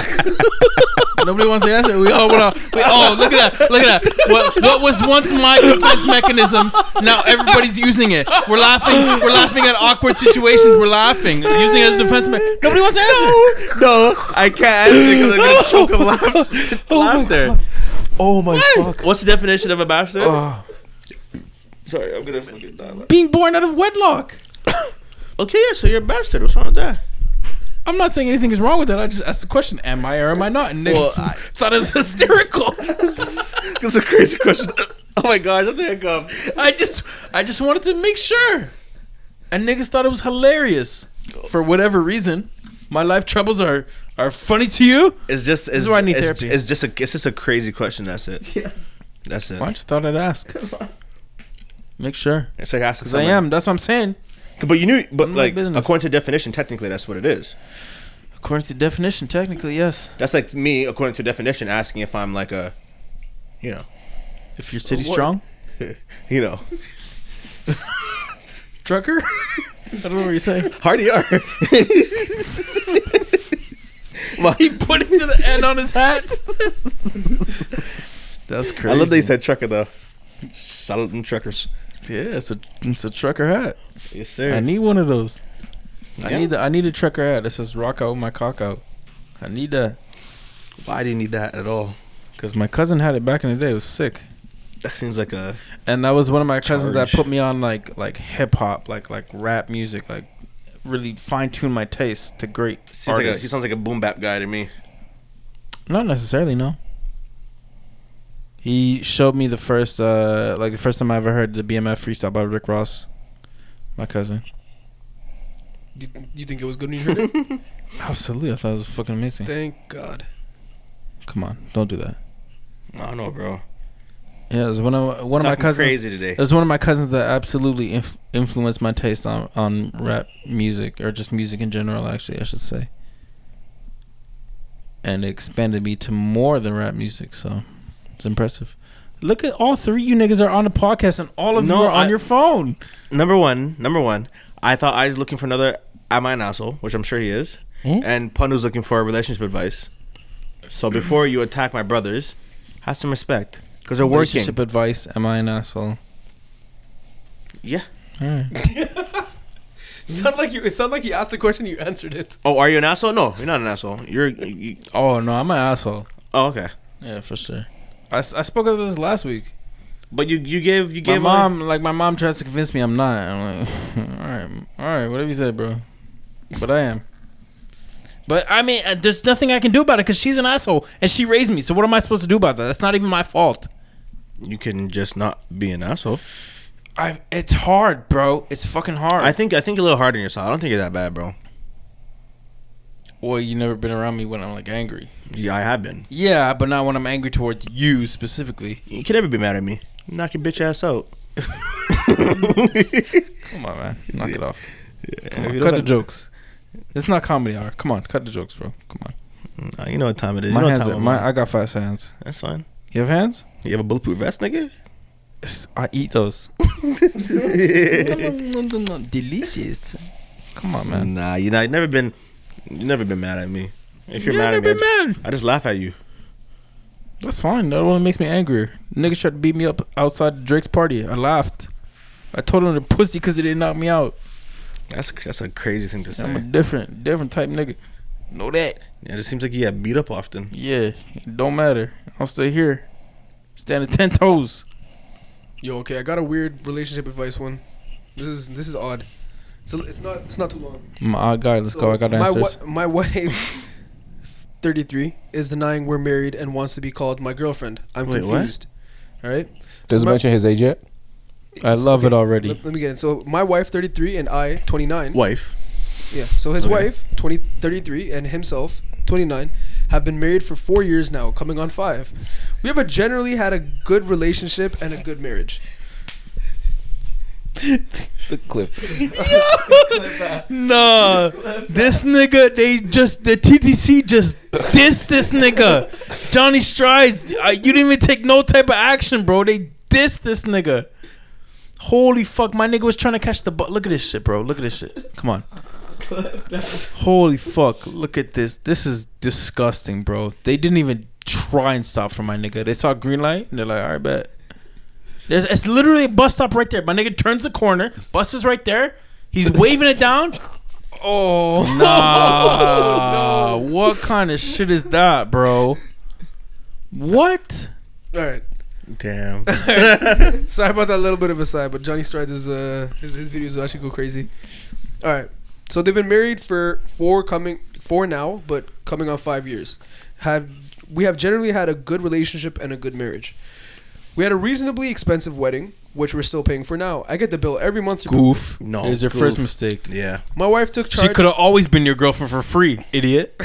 Nobody wants to answer. We all want to. We, oh, look at that! Look at that! What, what was once my defense mechanism? Now everybody's using it. We're laughing. We're laughing at awkward situations. We're laughing, using it as a defense. Me- Nobody wants to answer.
No, I can't because I'm gonna choke of laughter. laughter.
Oh my fuck.
What's the definition of a bastard?
Ah.
Sorry, I'm gonna fucking die. laughing.
Being born out of wedlock.
Okay, yeah, so you're a bastard. What's wrong with [laughs] that?
I'm not saying anything is wrong with it. I just asked the question: Am I or am I not? And they
Well,
just thought it was hysterical.
That's a crazy question. [laughs] Oh my gosh, I'm the hiccup.
I just I just wanted to make sure. And niggas thought it was hilarious. For whatever reason. My life troubles are are funny to you.
It's just it's,
is why I need
it's,
therapy.
It's just a it's just a crazy question. That's it. Yeah. That's it.
I just thought I'd ask. Make sure.
It's like asking.
Because I
Someone,
am. That's what I'm saying.
But you knew. But
I'm my
like
business.
according to definition, technically that's what it is.
According to definition, technically, yes.
That's like me according to definition asking if I'm like a, you know,
If your city's strong.
you know,
Trucker? I don't know what you're [laughs] saying.
hardy [laughs] are.
He put it to the end on his hat. That's
I
crazy.
love that you said trucker though. Shout out them truckers.
Yeah, it's a it's a trucker hat.
Yes,
I
sir.
need one of those.
Yeah.
I need the I need a trucker hat that says rock out with my cock out. I need that.
Why do you need that at all?
Because my cousin had it back in the day. It was sick.
That seems like a.
And that was one of my cousins
Charge.
that put me on like like hip hop, like like rap music, like really fine tune my taste to great
Seems like a. He
artists.
sounds like a boom bap guy to me. [laughs]
Not necessarily, no. He showed me the first uh like the first time I ever heard the BMF freestyle by Rick Ross. My cousin.
You, you think it was good when you
[laughs]
heard it?
Absolutely, I thought it was fucking amazing.
Thank [laughs] God.
Come on, don't do that.
I don't know, bro.
Yeah, it was one of one of my
Talking
cousins.
crazy today.
It was one of my cousins that absolutely inf- influenced my taste on, on rap music or just music in general. Actually, I should say, and it expanded me to more than rap music. So it's impressive. Look at all three you niggas are on the podcast, and all of
No,
you are on
I-
your phone.
Number one, number one. I thought I was looking for another. Am I an asshole? Which I'm sure he is. And Pandu's looking for relationship advice. So before you attack my brothers, have some respect because they're working.
Relationship advice: Am I an asshole?
Yeah.
All right.
It sounded like you. It sounded like you asked a question. You answered it.
Oh, are you an asshole? No, you're not an asshole. You're. You, you-
Oh no, I'm an asshole.
oh, okay.
Yeah, for sure. I, s- I spoke about this last week.
But you you gave you
My
gave a-
mom, like my mom, tries to convince me I'm not. I'm like, [laughs] all right, all right, whatever you say, bro. But I am. But I mean, uh, there's nothing I can do about it because she's an asshole and she raised me. So what am I supposed to do about that? That's not even my fault.
you can just not be an asshole.
I. It's hard, bro. It's fucking hard.
I think I think you're a little hard on yourself. I don't think you're that bad, bro.
well, you never been around me when I'm like angry.
Yeah, I have been.
Yeah, but not when I'm angry towards you specifically.
You can never be mad at me. Knock your bitch ass
[laughs]
out. [laughs]
Come on, man, knock it off. Come
If
on,
you
cut
don't
the
have-
jokes. It's not comedy hour. Come on, cut the jokes, bro. Come on.
Nah, you know what time it is.
My
you know
hands
what
are,
time
my, I got fast hands.
That's fine.
You have hands?
You have a bulletproof vest, nigga?
It's- I eat those. Delicious. Come on, man.
Nah, you know, you never been you never been mad at me. If you're
Yeah,
mad at
never
me, I just,
been mad.
I just laugh at you.
That's fine. That only makes me angrier. Niggas tried to beat me up outside Drake's party. I laughed. I told them to pussy because they didn't knock me out.
That's that's a crazy thing to say.
I'm a different, different type nigga. Know that.
Yeah, it seems like you get beat up often.
Yeah, it don't matter. I'll stay here. Standing ten toes.
Yo, okay, I got a weird relationship advice one. This is this is odd. It's a, it's not it's not too long.
My odd guy, let's go. I got
my
answers.
wi- my wife, thirty three, is denying we're married and wants to be called my girlfriend. I'm
Wait, what?
confused. All right.
Does
So
it
my-
mention his age yet?
I love it already.
Let, let me get it. So my wife, thirty three, and I, twenty nine.
Wife.
Yeah. So his wife, 20, 33, and himself, 29, have been married for four years now, coming on five. We have a generally had a good relationship and a good marriage.
The clip.
Nah, this nigga, they just the TTC just dissed this nigga, Johnny Strides. Uh, you didn't even take no type of action, bro. They dissed this nigga. Holy fuck, my nigga was trying to catch the butt. Look at this shit, bro. Look at this shit. Come on. Holy fuck, look at this. This is disgusting, bro. They didn't even try and stop for my nigga. They saw green light and they're like, all right, bet. There's, it's literally a bus stop right there. My nigga turns the corner, bus is right there.
[laughs]
He's waving it down. Oh nah!
[laughs]
What kind of shit is that, bro? What?
All right.
Damn.
Sorry about that little bit of a side, but Johnny Strides is uh his, his videos actually go crazy. All right. So they've been married for four coming four now, but coming on five years. Have we have generally had a good relationship and a good marriage. We had a reasonably expensive wedding, which we're still paying for now. I get the bill every month. to-
Goof.
No,
is your
goof.
first mistake.
Yeah.
My wife took
She
charge.
could have always been your girlfriend for free, idiot.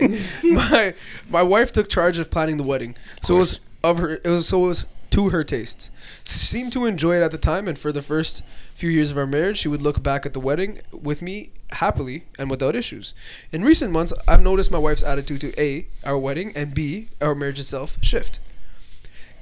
[laughs] my my wife took charge of planning the wedding, so it was of her. It was so it was to her tastes. She seemed to enjoy it at the time, and for the first few years of our marriage, she would look back at the wedding with me happily and without issues. In recent months, I've noticed my wife's attitude to a our wedding and b our marriage itself shift.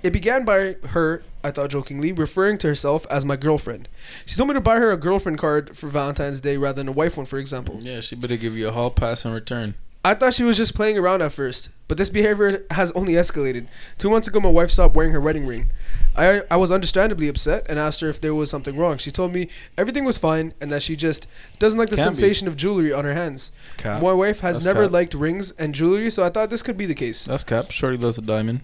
It began by her, I thought jokingly, referring to herself as my girlfriend. She told me to buy her a girlfriend card for Valentine's Day rather than a wife one, for example.
yeah, she better give you a hall pass in return.
I thought she was just playing around at first, but this behavior has only escalated. Two months ago, my wife stopped wearing her wedding ring. I, I was understandably upset and asked her if there was something wrong. She told me everything was fine and that she just doesn't like the
Can't be.
sensation of jewelry on her hands.
Cap.
My wife has
That's
never
cap.
liked rings and jewelry, so I thought this could be the case.
That's cap. Shorty loves a diamond.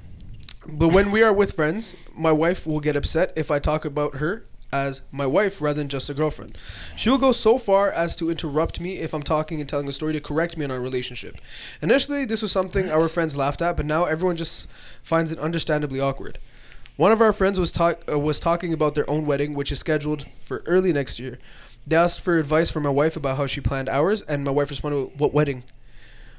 But when we are with friends, my wife will get upset if I talk about her as my wife rather than just a girlfriend. She will go so far as to interrupt me if I'm talking and telling a story to correct me on our relationship. Initially, this was something our friends laughed at, but now everyone just finds it understandably awkward. One of our friends was talk uh, was talking about their own wedding, which is scheduled for early next year. They asked for advice from my wife about how she planned ours, and my wife responded, "What wedding?"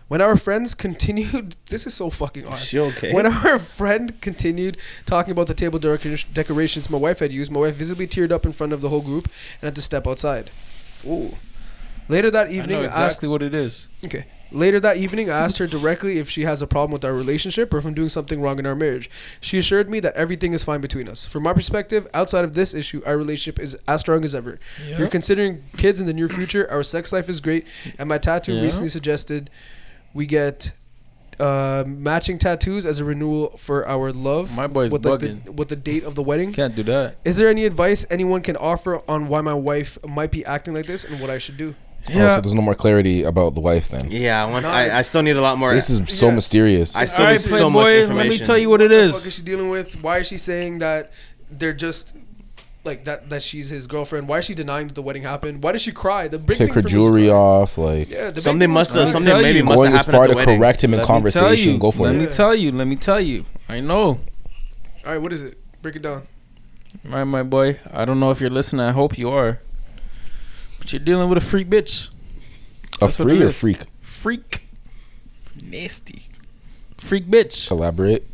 When our friends [laughs] continued, this is so fucking odd.
She okay?
When our friend continued talking about the table decor- decorations my wife had used, my wife visibly teared up in front of the whole group and had to step outside. Ooh. Later that evening,
I know
I asked
exactly what it is.
Okay. Later that evening, I asked her directly if she has a problem with our relationship or if I'm doing something wrong in our marriage. She assured me that everything is fine between us. From my perspective, outside of this issue, our relationship is as strong as ever. We're considering kids in the near future. Our sex life is great, and my tattoo
Yeah.
recently suggested we get uh, matching tattoos as a renewal for our love.
My boy's
with like,
bugging.
the, with the date of the wedding.
Can't do that.
Is there any advice anyone can offer on why my wife might be acting like this and what I should do?
Yeah. Oh, so there's no more clarity about the wife
[laughs]
then.
Yeah, I want
No,
I, I
it's-
still need a lot more. Um,
This is so
Yeah.
mysterious.
I still
All
need
right,
so much
Playboy,
information.
let me tell you what it is.
What the fuck is she dealing with? Why is she saying that they're just like that? That she's his girlfriend. Why is she denying that the wedding happened? Why did she cry? The
Take
big thing
her
for me is-
jewelry off, like
Yeah, the big
Something
thing was
must have.
me
crying.
Something
tell
maybe
you.
must have
going as
happened at
far
the
to
wedding.
correct him
Let
in
me tell
conversation.
you.
Go for
Let
it.
me
Yeah.
tell you. Let me tell you. I know.
All right, what is it? Break it down.
All right, my boy. I don't know if you're listening. I hope you are. But you're dealing with a freak bitch.
A
That's what
free
it
or
is.
freak?
Freak.
Nasty. Freak bitch.
Elaborate.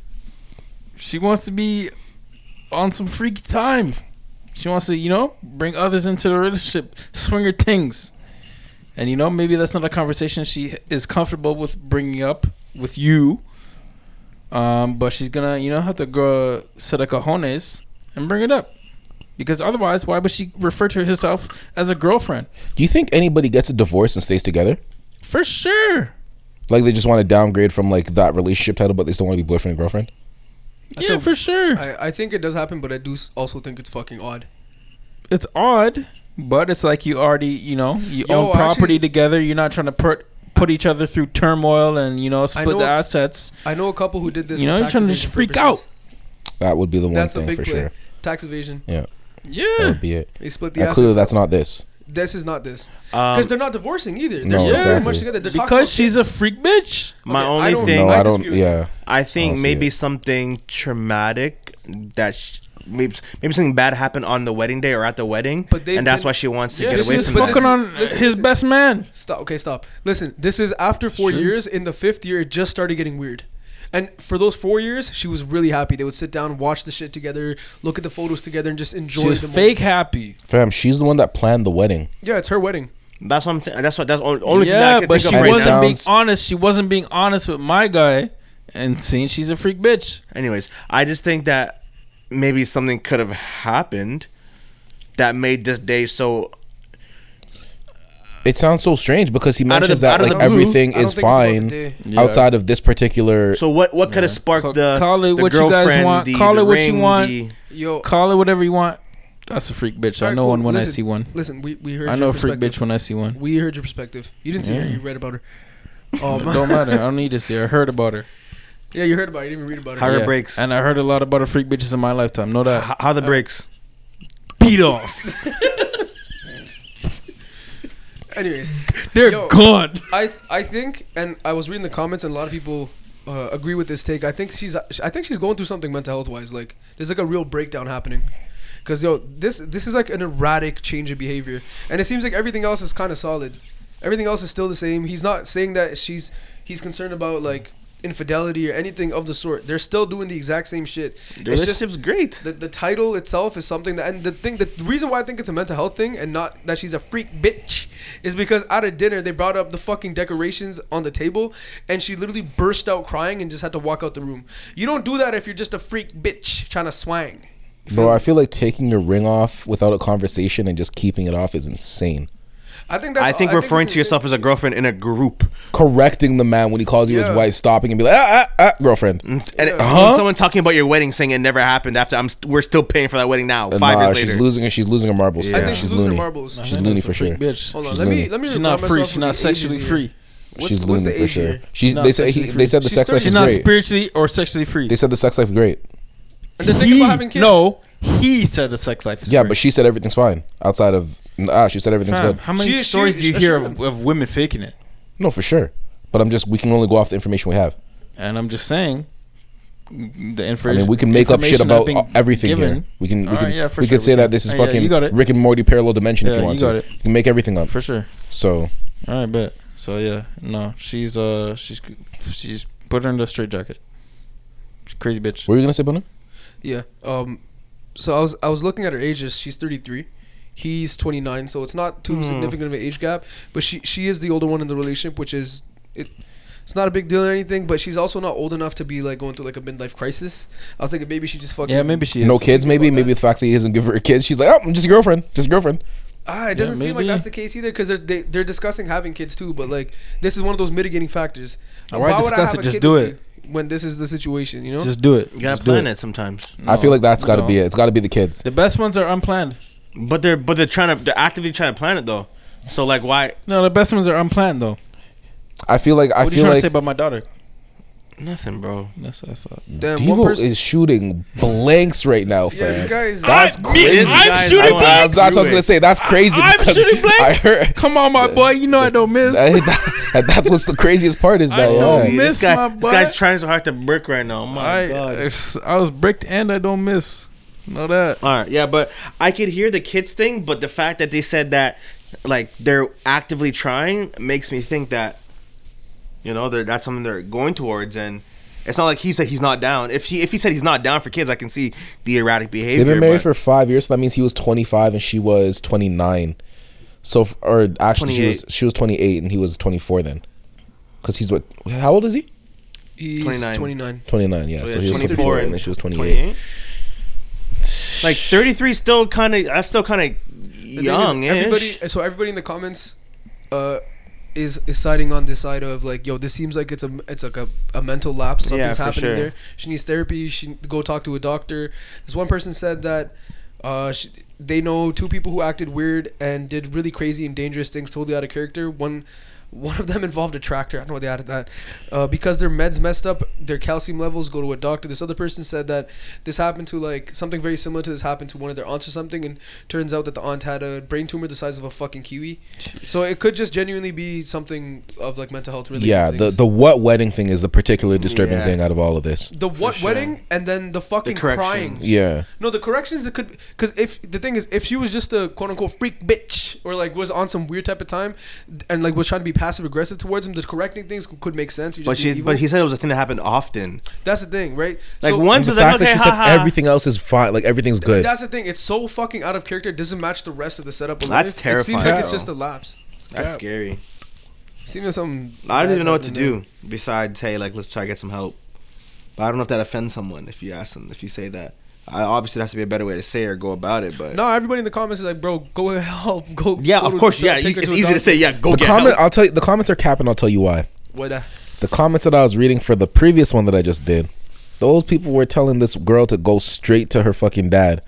She wants to be on some freaky time. She wants to, you know, bring others into the relationship, swinger things. And you know, maybe that's not a conversation she is comfortable with bringing up with you. Um, but she's gonna, you know, have to grow set a cojones and bring it up. Because otherwise, why would she refer to herself as a girlfriend?
Do you think anybody gets a divorce and stays together?
For sure.
Like they just want to downgrade from like that relationship title, but they still want to be boyfriend and girlfriend.
yeah, for sure.
I, I think it does happen, but I do s- also think it's fucking odd.
it's odd, but it's like you already, you know, you
Yo,
own property
actually-
together. You're not trying to put put each other through turmoil and you know split
know-
the assets.
I know a couple who did this.
You
for
know, you're
tax
trying to
evasion
just freak
purposes.
That would be the one
That's a
thing
big
for
play. [laughs]
sure.
Tax evasion.
That
Yeah,
would be it.
They split the
And clearly,
assets.
that's not this.
This is not this
Um,
because they're not divorcing either. They're
No,
still very
exactly.
much together. They're talking about
because she's a freak bitch.
My
Okay, I
only
don't
thing,
No,
Oh, I
I don't.
dispute.
Yeah,
I
I
think
don't see
maybe
it.
something traumatic that sh- maybe maybe something bad happened on the wedding day or at the wedding,
But they've
and that's
been-
why she wants to
Yeah,
get
she's
away
just
from that.
fucking
this.
on
Listen,
his
listen.
best man.
Stop. Okay, stop. Listen, this is after four
true.
years. In the fifth year, it just started getting weird. And for those four years, she was really happy. They would sit down, watch the shit together, look at the photos together, and just enjoy
She was
the moment.
fake happy.
fam. She's the one that planned the wedding.
Yeah, it's her wedding.
That's what I'm saying. That's what that's only, only thing that I
yeah,
can
but
think
she
of right
wasn't
now.
now.
being
Sounds-
honest. She wasn't being honest with my guy, and seeing she's a freak bitch.
Anyways, I just think that maybe something could have happened that made this day so
It sounds so strange because he
Out of the-
mentions
out
that
of
like
the blue,
everything
I don't
is
think it's about the
fine
day.
outside of this particular.
So what? What could have sparked
Ca-
the
call it
the
what you guys
girlfriend,
want. Call it what you want.
the-
Yo,
Call it whatever you want. That's a freak bitch. I
Alright,
know
cool.
one when
Listen,
I see one.
Listen, we, we heard.
I
your
know a freak
perspective.
bitch when I
[laughs]
see one.
We heard your perspective. You didn't see her. You read about [laughs] her. Um,
Don't matter. I don't need to see. her. I heard about her.
yeah, you heard about. It. You didn't even read about
How
her.
her breaks.
And I heard a lot about the freak bitches in my lifetime. No doubt.
H- how the brakes?
Beat off.
Anyways,
They're
Yo.
gone.
I th- I think, and I was reading the comments, and a lot of people uh, agree with this take. I think she's I think she's going through something mental health wise. Like there's like a real breakdown happening. Cause yo, this this is like an erratic change of behavior, and it seems like everything else is kind of solid. Everything else is still the same. He's not saying that she's he's concerned about like infidelity or anything of the sort. They're still doing the exact same shit.
The
It's just
relationship's great.
the, the title itself is something that and the thing the reason why I think it's a mental health thing and not that she's a freak bitch is because at a dinner they brought up the fucking decorations on the table and she literally burst out crying and just had to walk out the room. You don't do that if you're just a freak bitch trying to swang.
Bro, I feel like taking your ring off without a conversation and just keeping it off is insane.
I think that's
I think referring to yourself as a girlfriend in a group,
Correcting the man when he calls you
Yeah. Mm,
his wife, stopping and be like, ah, ah, ah, girlfriend.
and it- someone talking about your wedding saying it never happened. After I'm, st- we're still paying for that wedding now.
And
Five
nah,
years
she's
later,
losing her. She's losing her marbles.
I think
fam.
she's losing her
loony.
marbles.
She's loony for sure.
Bitch.
Hold on,
She's
let me
loony.
let me
She's
remind
not free.
myself
She's
of
not
the
sexually
ages here.
free.
What's,
she's
what's
loony
the
for
age
sure.
here?
She's,
not
they said
sexually
he,
free.
they said the
She's
sex life
She's
is
not
great.
spiritually or sexually free.
They said the sex life is great.
And they're thinking about having kids.
no, he said the sex life is
Yeah,
great.
but she said everything's fine outside of ah. She said everything's
Fam,
good.
how many
She- she-
stories do you
she-
hear
she-
of, of women faking it?
No, for sure. But I'm just we can only go off the information we have.
And I'm just saying, the
I
information.
mean, we can make up shit
information I've
about
been
uh, everything
given.
here. We can we
Alright,
can
yeah, for
we
sure,
can say
we
that
can.
this is
Uh, yeah,
fucking
you got it.
Rick and Morty parallel dimension
Yeah,
if you want
you got
to.
it.
You can make everything up.
for sure.
So
All right, bet. So yeah, no, she's uh, she's she's put her in the straitjacket. She's a crazy bitch.
what were you gonna say, Bona?
Yeah. Um. So I was I was looking at her ages. She's thirty three. He's twenty nine. So it's not
Hmm.
too significant of an age gap. But she she is the older one in the relationship, which is it. It's not a big deal or anything. But she's also not old enough to be like going through like a midlife crisis. I was thinking maybe she just fucking
Yeah, maybe she is.
No kids, maybe. Maybe the fact that he doesn't give her a kid, she's like, oh, I'm just a girlfriend, just a girlfriend.
Ah, it doesn't seem like
maybe.
that's the case either because they're they, they're discussing having kids too. But like this is one of those mitigating factors.
Now, why
would I
discuss
have
it?
a
Just
kid
do
with
it.
you when this is the situation. You know.
Just do it.
you gotta
Just do
plan
it.
it sometimes.
I feel like that's got to
no.
be it. It's got to be the kids.
The best ones are unplanned.
But they're but they're trying to they're actively trying to plan it though. So like why
No, the best ones are unplanned though.
I feel like I
What are
feel
you trying
like
to say about my daughter?
nothing, bro?
That's what I thought.
Damn, one
Devo
person.
is shooting blanks right now,
yeah, this
fam.
guy is-
That's crazy.
I'm shooting
I- I-
blanks.
That's what I was gonna say. That's crazy.
I'm
because [laughs]
shooting
I
blanks.
heard.
Come on, my boy. You know I don't miss. [laughs]
that- that's what's the craziest part is that. um,
I know,
yeah.
man.
this,
Miss
guy,
my
this
butt.
guy's trying so hard to brick right now. Oh my
I,
god.
I was bricked and I don't miss. Know that.
All right, yeah, but I could hear the kids thing, but the fact that they said that like they're actively trying makes me think that You know, they're, that's something they're going towards, and it's not like he said he's not down. If he if he said he's not down for kids, I can see the erratic behavior.
They've been married
but-
for five years, so that means he was 25 and she was 29. So, f- or actually, she was
28.
she was 28 and he was 24 then, because he's what? How old is he?
He's
29.
29.
29 yeah,
Oh,
so,
yeah,
he was 24 and then she was 28,
Like 33 is still kind of that's still kind of
The thing is,
young.
Everybody, so everybody in the comments, uh, is is siding on this side of like, yo, this seems like it's a it's like a, a mental lapse.
Yeah,
Something's
for
happening
sure.
there. She needs therapy. She go talk to a doctor. This one person said that. Uh, she, they know two people who acted weird and did really crazy and dangerous things, totally out of character. One, one of them [laughs] involved a tractor. I don't know why they added that. Uh, because their meds messed up, their calcium levels go to a doctor. This other person said that this happened to like something very similar to this happened to one of their aunts or something, and turns out that the aunt had a brain tumor the size of a fucking kiwi. So it could just genuinely be something of like mental health related.
yeah the,
things.
the what wedding thing is the particularly disturbing
Yeah.
thing out of all of this
The what
sure.
wedding and then the fucking
correction.
crying.
yeah
No, the corrections it could because if the thing is if she was just a quote unquote freak bitch or like was on some weird type of time and like was trying to be passive aggressive towards him, the correcting things could make sense. You're
But
just being
she
evil.
but he said it was a thing that happened often.
that's the thing, right?
Like
So-
once
the
is like
fact
okay,
that she said
haha.
everything else is fine like everything's good
That's the thing. It's so fucking out of character. It doesn't match the rest of the setup. of
That's
it. It
terrifying,
seems like it's
though.
just a lapse.
That's scary.
Seems like something.
I don't
bad's
even know what to
happening there.
do besides hey, like let's try to get some help. But I don't know if that offends someone if you ask them if you say that. I obviously there has to be a better way to say or go about it, but
No, everybody in the comments is like, bro, go [laughs] help. Go.
yeah,
go
of
to-
course, yeah.
take her
It's
a
easy to
doctor.
say yeah, go
the
get
comment
help.
i'll tell you the comments are cap and i'll tell you why
What? the-
the comments that i was reading for the previous one that i just did those people were telling this girl to go straight to her fucking dad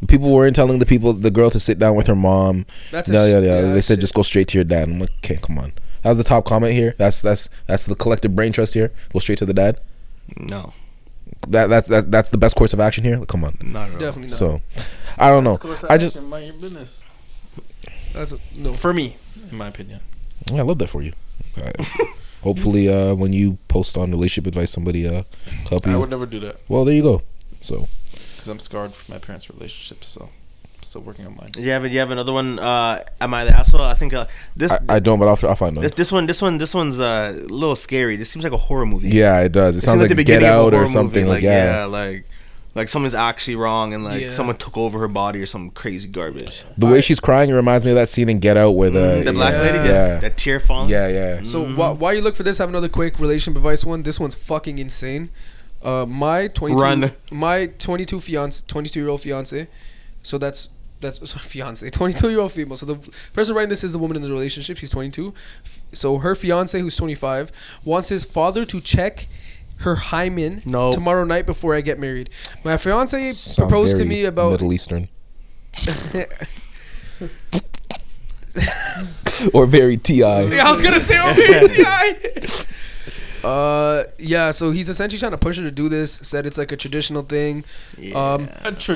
The people weren't telling the people the girl to sit down with her mom
That's a
no
sh-
yeah yeah
yeah,
they
that's
said
shit.
just go straight to your dad i'm like okay come on that was the top comment here that's that's that's the collective brain trust here go straight to the dad
No,
that that's that, that's the best course of action here come on
not at all.
Definitely not.
So, I don't know. I just
mind your business.
That's a, no.
For me, in my opinion.
I love that for you. I- hopefully, uh, when you post on relationship advice, somebody uh help
I
you.
would never do that
Well, there you go. So
because I'm scarred from my parents' relationship. So I'm still working on mine.
You have you have another one? Uh, am I the asshole? I think uh, this
I, I don't, but I'll, I'll find one.
This, this one, this one, this one's uh, a little scary. This seems like a horror movie.
Yeah, it does. It, sounds like, Get
beginning of a
Out
horror
or
movie,
something like, yeah.
like, like something's actually wrong, and like
Yeah.
someone took over her body or some crazy garbage.
The way she's crying it reminds me of that scene in Get Out where the
Mm-hmm. the black
yeah,
lady,
yeah,
just, that tear falling.
yeah, yeah.
So while, while you look for this, I have another quick relationship advice one. This one's fucking insane. Uh, my twenty-two,
Run.
my twenty-two fiance, twenty-two-year-old fiance. So that's that's [laughs] so fiance, twenty-two-year-old female. So the person writing this is the woman in the relationship. She's twenty-two. F- So her fiance, who's twenty-five, wants his father to check her hymen
No.
tomorrow night before I get married. My fiance
Sound
proposed to
very
me about
Middle
[laughs]
Eastern. or very ti.
Yeah, I was gonna say over here, Ti. [laughs] Uh, yeah. So he's essentially trying to push her to do this. Said it's like a traditional thing. Um,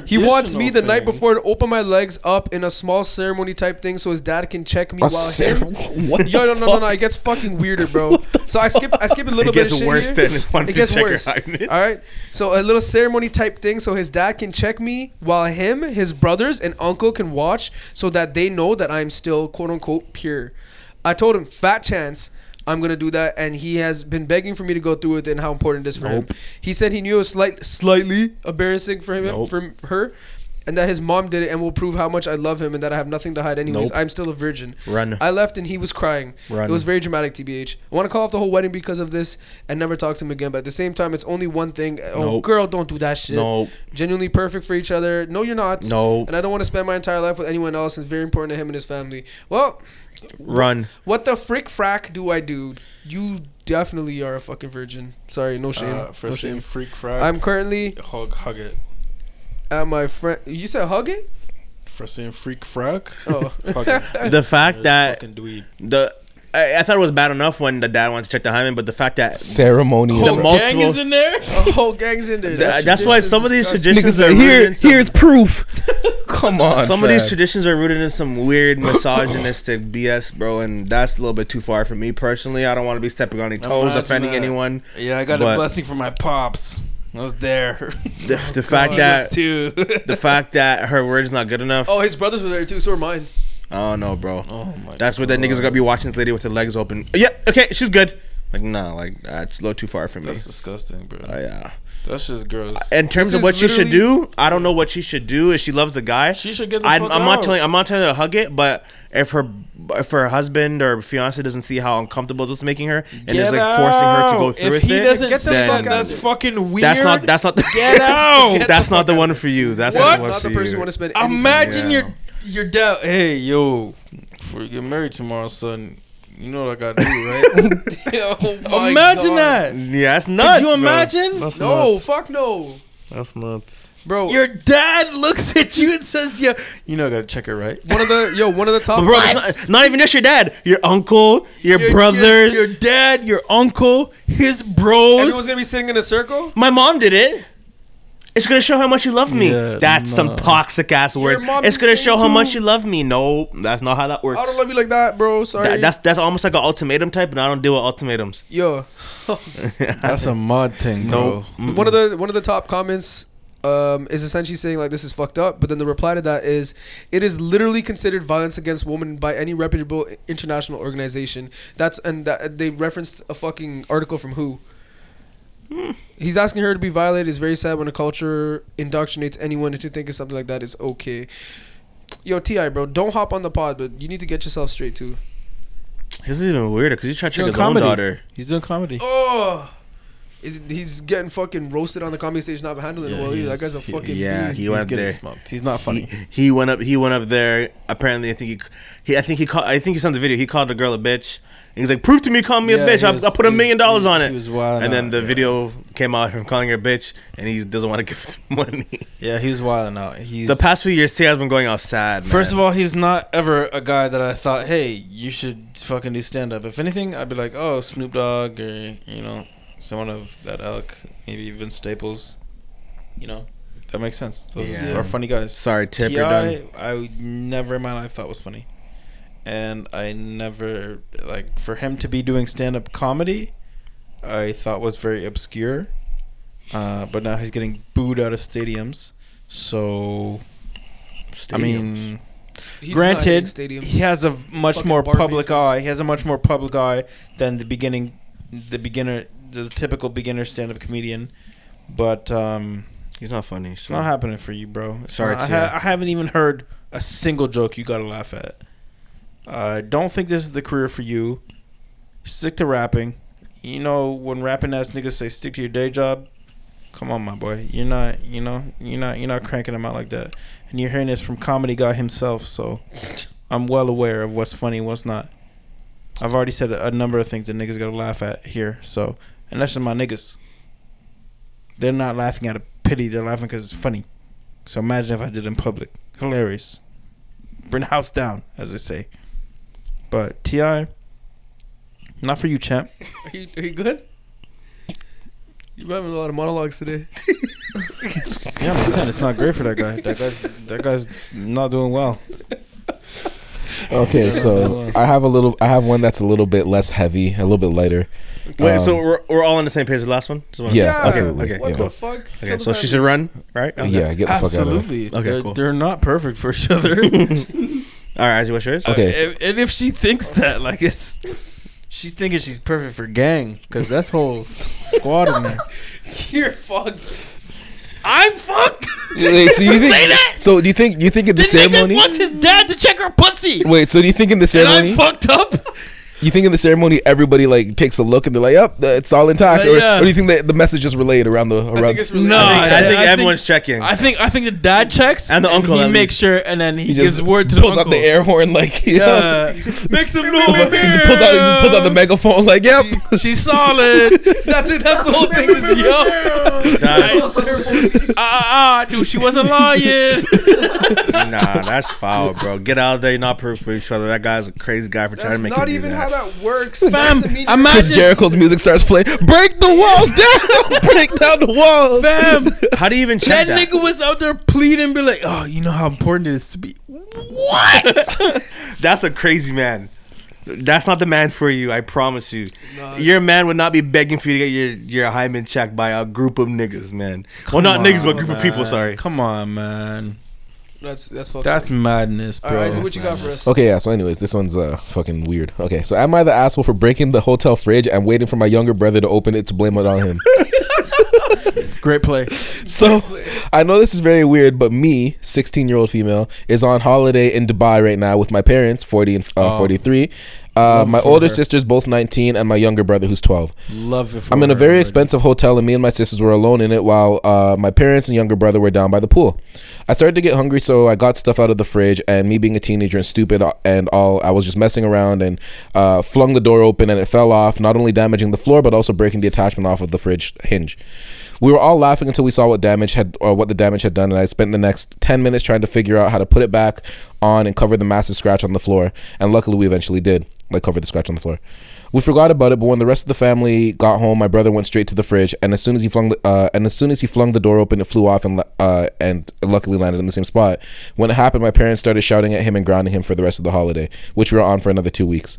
he wants me the night before to open my legs up in a small ceremony type thing, so his dad can check me
A
while.
cer-
[laughs] him-
what? the
Yo, no, no, no,
fuck?
no! It gets fucking weirder, bro. So I skip, I skip a little
It
bit.
gets
of shit
worse
here.
than wanting
it
to
gets
check your
worse.
hymen.
[laughs] All right, so a little ceremony type thing, so his dad can check me while him, his brothers, and uncle can watch, so that they know that I'm still quote unquote pure. I told him, fat chance. I'm gonna do that, and he has been begging for me to go through with it and how important it is for him. He said he knew it was slight, slightly embarrassing for him, for her, and that his mom did it, and will prove how much I love him and that I have nothing to hide. Anyways, I'm still a virgin.
Run.
I left and he was crying.
Run.
It was very dramatic, TBH. I want to call off the whole wedding because of this and never talk to him again. But at the same time, it's only one thing. Oh,
Nope.
girl, don't do that shit.
Nope.
Genuinely perfect for each other. No, you're not.
Nope.
[laughs]
And I don't want to spend my entire life with anyone else. It's very important to him and his family. Well,
Run.
what the frick frack do I do? You definitely are a fucking virgin. Sorry, no shame.
Uh,
no
first name
shame.
Freak Frag.
I'm currently
hug hug it.
at my friend. You said
[laughs]
hug it?
First name Freak Frag.
Oh.
Hug it.
The fact that
Fucking dweeb.
the I, I thought it was bad enough when the dad wanted to check the hymen, but the fact that
ceremonial.
the multiple.
in there.
The whole gang's in there.
Th- That's, why some of these
traditions.
traditions
Niggas
are
are
rooted
here.
in some-
Here's proof. Come on.
some of these
fam.
traditions are rooted in some weird misogynistic [laughs] BS, bro, and that's a little bit too far for me personally. I don't want to be stepping on any toes,
Imagine
offending
that.
anyone.
Yeah, I got
But-
a blessing from my pops. I was there. [laughs]
The, the fact
He was
that
too. [laughs]
the fact that her word's not good enough.
Oh, his brothers were there too. So were mine.
I don't know, bro.
Oh my
That's what that nigga's gonna be watching this lady with her legs open. Yep, okay, she's good. Like, nah, like that's a little too far for me.
That's disgusting, bro.
Oh, yeah.
That's just gross.
In terms
This
of
is
what she should
literally-
do, I don't know what she should do. If she loves a guy,
She should get the
I'm,
fuck
I'm not
out.
telling. I'm not telling her to hug it, but if her if her husband or fiance doesn't see how uncomfortable this is making her, and is like forcing her to go through
If
with
he
it,
doesn't
Get the
say
fuck
that,
out.
that's fucking weird.
that's not that's not the, [laughs]
Get out.
that's not the one for you. That's
What?
not the one
Not
for
the person you
you.
want to spend. any time
Imagine
Yeah.
your your dad. Hey, yo, before you get married tomorrow, son. You know what I gotta do, right?
[laughs] with. Oh my
imagine
God.
that.
Yeah, that's
Could
nuts.
you
bro.
imagine?
That's
No,
nuts.
fuck no,
That's nuts.
bro.
Your dad looks at you and says, "Yeah, you know I gotta check it, right?"
one of the yo, one of the top.
But bro, it's not, not even just your dad, your uncle, your, brothers.
your, your dad, your uncle, his bros.
Everyone's gonna be sitting in a circle.
My mom did it. It's gonna show how much you love me.
Yeah,
that's
nah.
some toxic ass word.
mom
It's
did
gonna
the same
show how
too.
much you love me. No, that's not how that works.
I don't love you like that, bro. Sorry.
That- that's that's almost like an ultimatum type, and I don't deal with ultimatums. [laughs]
yo.
That's a mod thing,
No,
Mm-hmm. One of the one of the top comments um, is essentially saying like this is fucked up, but then the reply to that is it is literally considered violence against women by any reputable i- international organization. That's and that, they referenced a fucking article from who.
Hmm.
He's asking her to be violated is very sad when a culture indoctrinates anyone into thinking something like that is okay. Yo, Ti, bro, don't hop on the pod, but you need to get yourself straight too.
This is even weirder because he's trying to check
Doing
his
comedy.
own daughter.
He's doing comedy.
Oh, is he's getting fucking roasted on the comedy stage, not handling it well either. That guy's a fucking
yeah,
beast.
he went up
getting
there.
smoked. He's not funny.
He, he went up. He went up there. Apparently, I think he, he I think he called. I think he saw the video. He called the girl a bitch. And he's like, "Prove to me, you call me
Yeah,
a bitch.
he
I'll,
was-
I'll put a
he-
million dollars
he-
on it."
he was wild
and then
out,
the
yeah.
video came out him calling her a bitch, and he doesn't want to [laughs] give her money.
Yeah, he was wilding out. He's
The past few years, T has been going off sad. Man.
First of all, he's not ever a guy that I thought, hey, you should fucking do stand up. If anything, I'd be like, oh, Snoop Dogg or, you know, someone of that elk, maybe Vince Staples. You know, that makes sense. Those
Yeah.
are funny guys.
sorry, Tip,
T.I.
you're done.
I would never in my life thought was funny. And I never, like, for him to be doing stand up comedy, I thought was very obscure. Uh, but now he's getting booed out of stadiums. So, I mean.
He's not hitting
Granted,
stadium.
he has a v- much
Fucking
more
bar
public
basements.
eye. He has a much more public eye than the beginning, the beginner, the typical beginner stand-up comedian. But um,
he's not funny. So.
it's not happening for you, bro. It's
Sorry,
not- I,
Tia.
ha- I haven't even heard a single joke you gotta laugh at. I don't think this is the career for you. Stick to rapping. You know when rapping ass niggas say stick to your day job. Come on, my boy. You're not. You know. You're not. You're not cranking them out like that. And you're hearing this from comedy guy himself. So I'm well aware of what's funny, and what's not. I've already said a, a number of things that niggas gotta laugh at here. So and that's just my niggas. They're not laughing out of pity. They're laughing because it's funny. So imagine if I did it in public. Hilarious. Bring the house down, as they say. But Ti, not for you, champ.
Are you, are you good? You're having a lot of monologues today.
Yeah, I'm saying it's not great for that guy. That guy's that guy's not doing well.
Okay, so I have a little. I have one that's a little bit less heavy, a little bit lighter.
Wait, so
Um,
we're, we're all on the same page as the last one? Just wanna-
Yeah,
okay,
absolutely,
Okay,
What
yeah.
the fuck? Kill
okay
the
so she
family.
should run, right? Okay.
yeah, get the fuck out of there.
Absolutely.
Okay,
they're,
cool.
they're not perfect for each [laughs] other.
All right, you what's yours?
Okay, so-
and, and if she thinks that, like it's, she's thinking she's perfect for gang because [laughs] that's whole squad in there.
You're fucked. I'm fucked.
[laughs]
Wait, so you think? So do you think? You think in the ceremony?
his dad to check her pussy.
Wait, so do you think in the ceremony?
fucked up.
You think in the ceremony everybody like takes a look and they're like, "Yep, it's all intact,"
Uh,
or,
yeah.
or do you think that the message is relayed around the around?
think it's really-
No,
I
I think, I think
I
everyone's checking.
I think I think the dad checks
And the uncle,
He
at
makes sure, and then he,
He
gives word to the
pulls
uncle.
out the air horn like, [laughs]
[laughs]
yeah.
Yeah, make some noise.
He just pulls out, he just pulls out the megaphone like, "Yep."
She's solid. [laughs] That's it. That's the whole [laughs] thing. Is yo.
Nah,
Ah, ah,
[laughs]
ah, dude, she wasn't [laughs] lying.
nah, that's foul, bro. Get out of there. You're not perfect for each other. That guy's a crazy guy for trying
That's
to make
not
you do
even
that.
how that works.
Fam,
Doesn't mean you're-
Because
imagine.
Jericho's music starts playing, break the walls down, [laughs] break down the walls. [laughs]
Fam,
How do you even
that
check that?
nigga was out there pleading, be like, "Oh, you know how important it is to be." What?
That's a crazy man. That's not the man for you. I promise you.
Nah.
your man would not be begging for you to get your your hymen checked by a group of niggas, man. well, not
Come
niggas, but
on,
a group of people.
man.
Sorry.
Come on, man.
That's that's fucking.
That's madness,
all
bro.
right. So what you got for us?
Okay, yeah. So, anyways, this one's uh fucking weird. Okay, so am I the asshole for breaking the hotel fridge? I'm waiting for my younger brother to open it to blame it on him.
Great play.
so, I know this is very weird, but me, 16 year old female, is on holiday in Dubai right now with my parents, 40 and uh, 43. Uh, my older sister's both 19, and my younger brother, who's 12.
Love it. for
I'm in a
her
very
already.
expensive hotel, and me and my sisters were alone in it while uh, my parents and younger brother were down by the pool. I started to get hungry, so I got stuff out of the fridge. And me being a teenager and stupid uh, and all, I was just messing around and uh, flung the door open, and it fell off, not only damaging the floor but also breaking the attachment off of the fridge hinge. We were all laughing until we saw what damage had or what the damage had done, and I spent the next ten minutes trying to figure out how to put it back on and cover the massive scratch on the floor. And luckily, we eventually did, like cover the scratch on the floor. We forgot about it, but when the rest of the family got home, my brother went straight to the fridge, and as soon as he flung the, uh, and as soon as he flung the door open, it flew off and le- uh, and luckily landed in the same spot. When it happened, my parents started shouting at him and grounding him for the rest of the holiday, which we were on for another two weeks.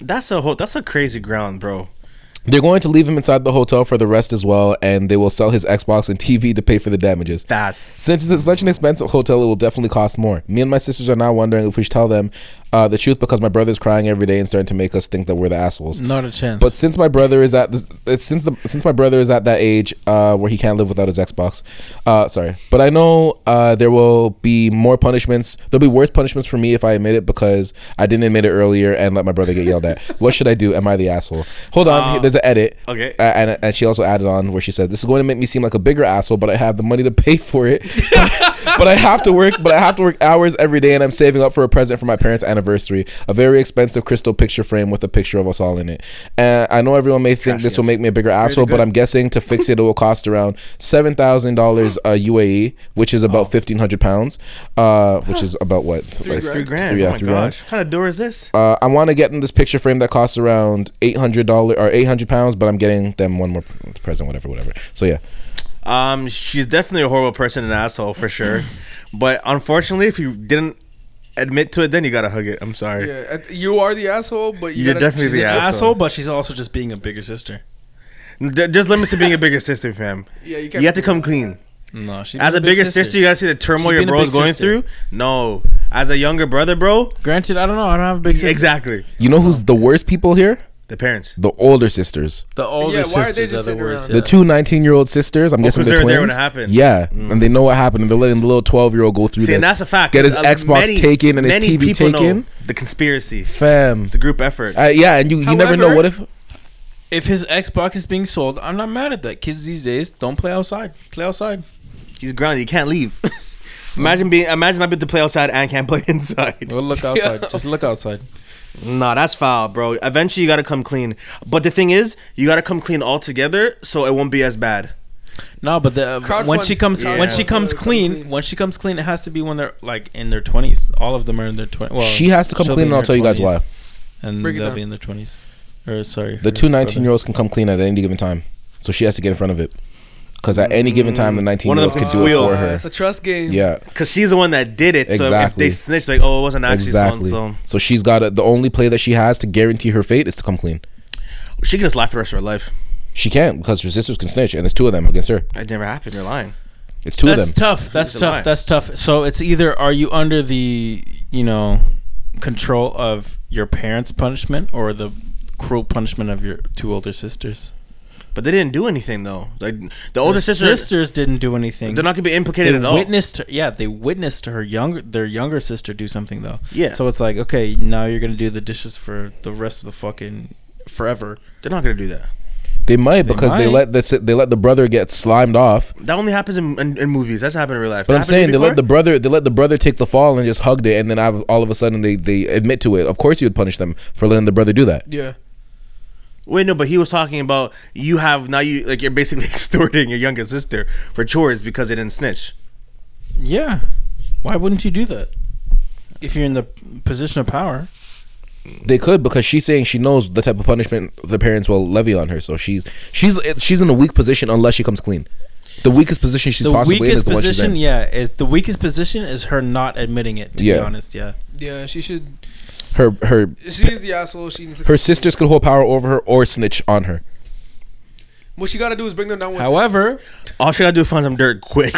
That's a whole. That's a crazy ground, bro.
They're going to leave him inside the hotel for the rest as well, and they will sell his Xbox and TV to pay for the damages.
That's
Since it's such an expensive hotel, it will definitely cost more. Me and my sisters are now wondering if we should tell them uh, the truth because my brother's crying every day and starting to make us think that we're the assholes.
Not a chance.
But since my brother is at this, uh, since the since my brother is at that age uh, where he can't live without his Xbox, uh, sorry. But I know uh, there will be more punishments. There'll be worse punishments for me if I admit it because I didn't admit it earlier and let my brother get yelled at. what should I do? Am I the asshole? Hold on, there's an edit.
okay.
Uh, and, and she also added on where she said, "This is going to make me seem like a bigger asshole, but I have the money to pay for it. [laughs] but I have to work. But I have to work hours every day, and I'm saving up for a present for my parents' anniversary. A very expensive crystal picture frame with a picture of us all in it. And I know everyone may think this will make me a bigger asshole, but I'm guessing to fix it, it will cost around seven thousand dollars uh, UAE, which is about fifteen hundred pounds, uh, which is about what like
three grand.
Yeah,
oh my
three grand.
gosh. What kind of door is this?
Uh, I want to get them this picture frame that costs around eight hundred dollars or eight hundred pounds, but I'm getting them one more p- present, whatever, whatever. So yeah,
Um, she's definitely a horrible person and asshole for sure. but unfortunately, if you didn't admit to it, then you gotta hug it. I'm sorry.
Yeah, at- you are the asshole, but you
You're
gotta-
definitely the
asshole.
asshole.
but she's also just being a bigger sister.
D- just limits to being a bigger sister, fam.
Yeah, you,
You have to come clean.
No, she's
As a bigger sister, you gotta see the
She's
turmoil your
being a
bro's
big
going
sister.
through. No, as a younger brother, bro.
Granted, I don't know. I don't have a big sister.
Exactly.
you know who's the worst people here?
The parents.
The older sisters,
The older
Yeah, why are they
sisters
just
are the
sitting
worst.
around?
the two 19 year old sisters. I'm guessing
Oh, 'cause
they're
they were
twins.
there when it happened. Mm.
Yeah, and they know what happened, and they're letting the little 12 year old go through
See,
this.
and that's a fact.
Get his
Uh,
Xbox
many-
taken and his
many
TV
people know
taken,
The conspiracy.
fam.
It's a group effort.
Uh, yeah, and you, you never know
However-
what if.
If his Xbox is being sold, I'm not mad at that. Kids these days don't play outside. Play outside.
He's grounded. You can't leave. imagine being. Imagine I've been to play outside and can't play [laughs] inside.
Go look outside. Just look outside.
Nah, that's foul, bro. Eventually, you gotta come clean. But the thing is, you gotta come clean all together, so it won't be as bad.
No, but the, uh, when
Crowdfund-
she comes when she
crowdfund-
comes
come
clean,
clean.
when she comes clean, it has to be when they're like in their twenties. All of them are in their twenties. Well,
She has to come
she'll
clean
be in
and I'll
her
tell you guys
20s, And
Break it
they'll
down.
be in their twenties. Or sorry,
The two 19 year olds can come clean at any given time, so she has to get in front of it. Because at any given time, the 19
Mm. One
year
of
olds
them
can
can
do it
squeal.
for
Uh,
her.
it's a trust game.
Yeah.
Cause she's the one that did it. So if
Exactly.
they snitch, like, oh, it wasn't actually
exactly.
so
So. she's got a, the only play that she has to guarantee her fate is to come clean.
She can just laugh the rest of her life.
She can't because her sisters can snitch, and it's two of them against her.
It never happened. You're lying.
It's two
That's
of them.
tough. That's
Who's
tough.
alive?
That's tough. So it's either are you under the you know control of your parents' punishment or the cruel punishment of your two older sisters.
But they didn't do anything though. Like the older
Her
sister,
sisters didn't do anything.
they're not gonna be
they
implicated at all.
witnessed. yeah, they witnessed her younger their younger sister do something though.
Yeah.
So it's like okay, now you're gonna do the dishes for the rest of the fucking forever.
They're not gonna do that.
They might because they
might.
let the si- they let the brother get slimed off.
That only happens in, in, in movies. That's not happened in real life.
But
It
I'm
happened to
saying
you
they let the
before?
brother they let the brother take the fall and just hugged it, and then I've, all of a sudden they they admit to it. Of course, you would punish them for letting the brother do that.
Yeah.
Wait, no, but he was talking about you have now you like you're basically [laughs] extorting your younger sister for chores because they didn't snitch.
Yeah. Why wouldn't you do that? If you're in the position of power,
They could because she's saying she knows the type of punishment the parents will levy on her. So she's she's she's in a weak position unless she comes clean. The weakest position she's
the
possibly in
weakest
is the one she's
position,
in.
yeah, is the weakest position is her not admitting it. To be
Yeah.
honest, yeah.
Yeah, she should.
Her her
She is the asshole. She needs to.
her sisters could hold power over her or snitch on her.
What she got to do is bring them down with.
However,
All she gotta do is [laughs] find some dirt quick.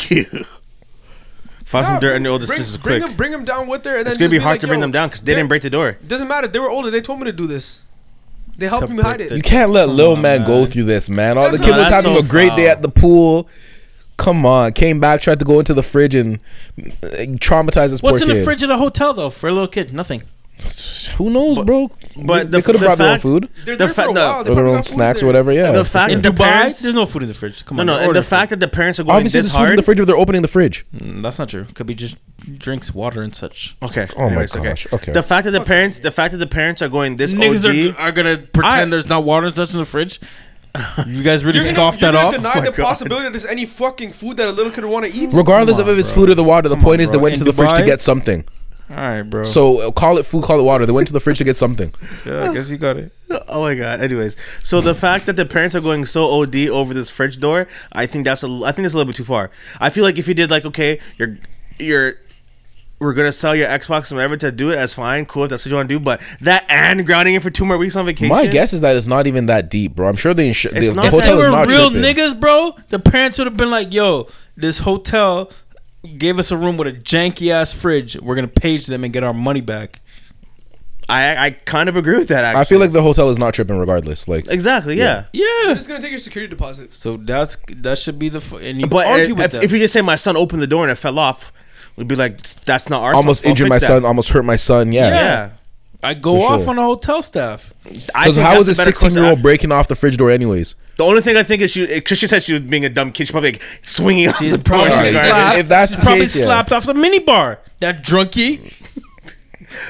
Five
Nah,
from dirt and your older
bring,
sisters
bring
quick.
Them, bring them down with her, and then
it's gonna
just
be hard
like,
to bring
yo,
them down because they didn't break the door.
Doesn't matter. They were older. They told me to do this. They helped
To
me hide
break
it.
the-
[laughs]
You can't let Lil
on,
man, go
man.
through this, man. All the
That's
kid
not-
was
that's
having
so
a great day
foul.
at the pool. Come on, came back, tried to go into the fridge and uh, traumatize this
What's
poor
in
kid.
the fridge at a hotel though for a little kid? Nothing.
Who knows, bro?
but
they,
the-
could have
the fact-
brought their own food
They're
The
there for
fact-
a
no.
while. They
or their
probably
own
got food
snacks or
there.
whatever. Yeah,
The fact
In
that the
Dubai,
parents,
there's no food in the fridge. Come
no,
on.
no,
they
and
order
the fact that the parents are going
obviously
this
there's food in
hard.
the fridge if they're opening the fridge.
food. Mm, That's not true. Could be just drinks, water, and such.
Okay.
Oh my
okay.
gosh, okay.
The fact that the parents, the fact that the parents are going this
[laughs] Niggas
OG,
are, are gonna pretend
I-
there's not water and such in the fridge. [laughs] You guys really
You're gonna-
scoffed
you're
that
gonna
off.
Deny the
Oh God.
possibility that there's any fucking food that a little kid would want to eat.
Regardless of if it's food or the water, the point is they
bro.
went
In
to the fridge to
Dubai?
get something.
All right, bro. So
So uh, call it food, call it water. They went to the fridge to get something.
yeah, I guess you got it.
[laughs] oh my god. Anyways, so the fact that the parents are going so OD over this fridge door, I think that's a, l- I think that's a little bit too far. I feel like if you did like, okay, you're, you're. We're gonna sell your Xbox and whatever to do it. That's fine, cool. If that's what you want to do. But that and grounding it for two more weeks on vacation.
My guess is that it's not even that deep, bro. I'm sure the, insu- the,
not
the
that-
If they
hotel is
were
not
real
tripping.
niggas, bro, the parents would have been like, "Yo, this hotel gave us a room with a janky ass fridge. We're gonna page them and get our money back."
I I kind of agree with that. Actually.
I feel like the hotel is not tripping regardless. Like
exactly. yeah.
You're
Yeah.
just gonna take your security deposits.
So that's that should be the f- and you
But
argue
if,
with
if,
them.
if you just say my son opened the door and it fell off, we'd be like, that's not our
almost
fault. I'll
injured my
fix that."
son, almost hurt my son.
yeah.
Yeah.
I go
For
off
sure.
on the hotel staff.
I
Because
think
how
that's
is
the
a
better course
16 year
of
old
action.
breaking off the fridge door anyways?
The only thing I think is she, because she said she was being a dumb kid, she's probably like [laughs] swinging. She's the
Probably
porch
Alright,
garden.
slapped.
if that's the
probably
case, yeah.
slapped off the minibar. That drunkie.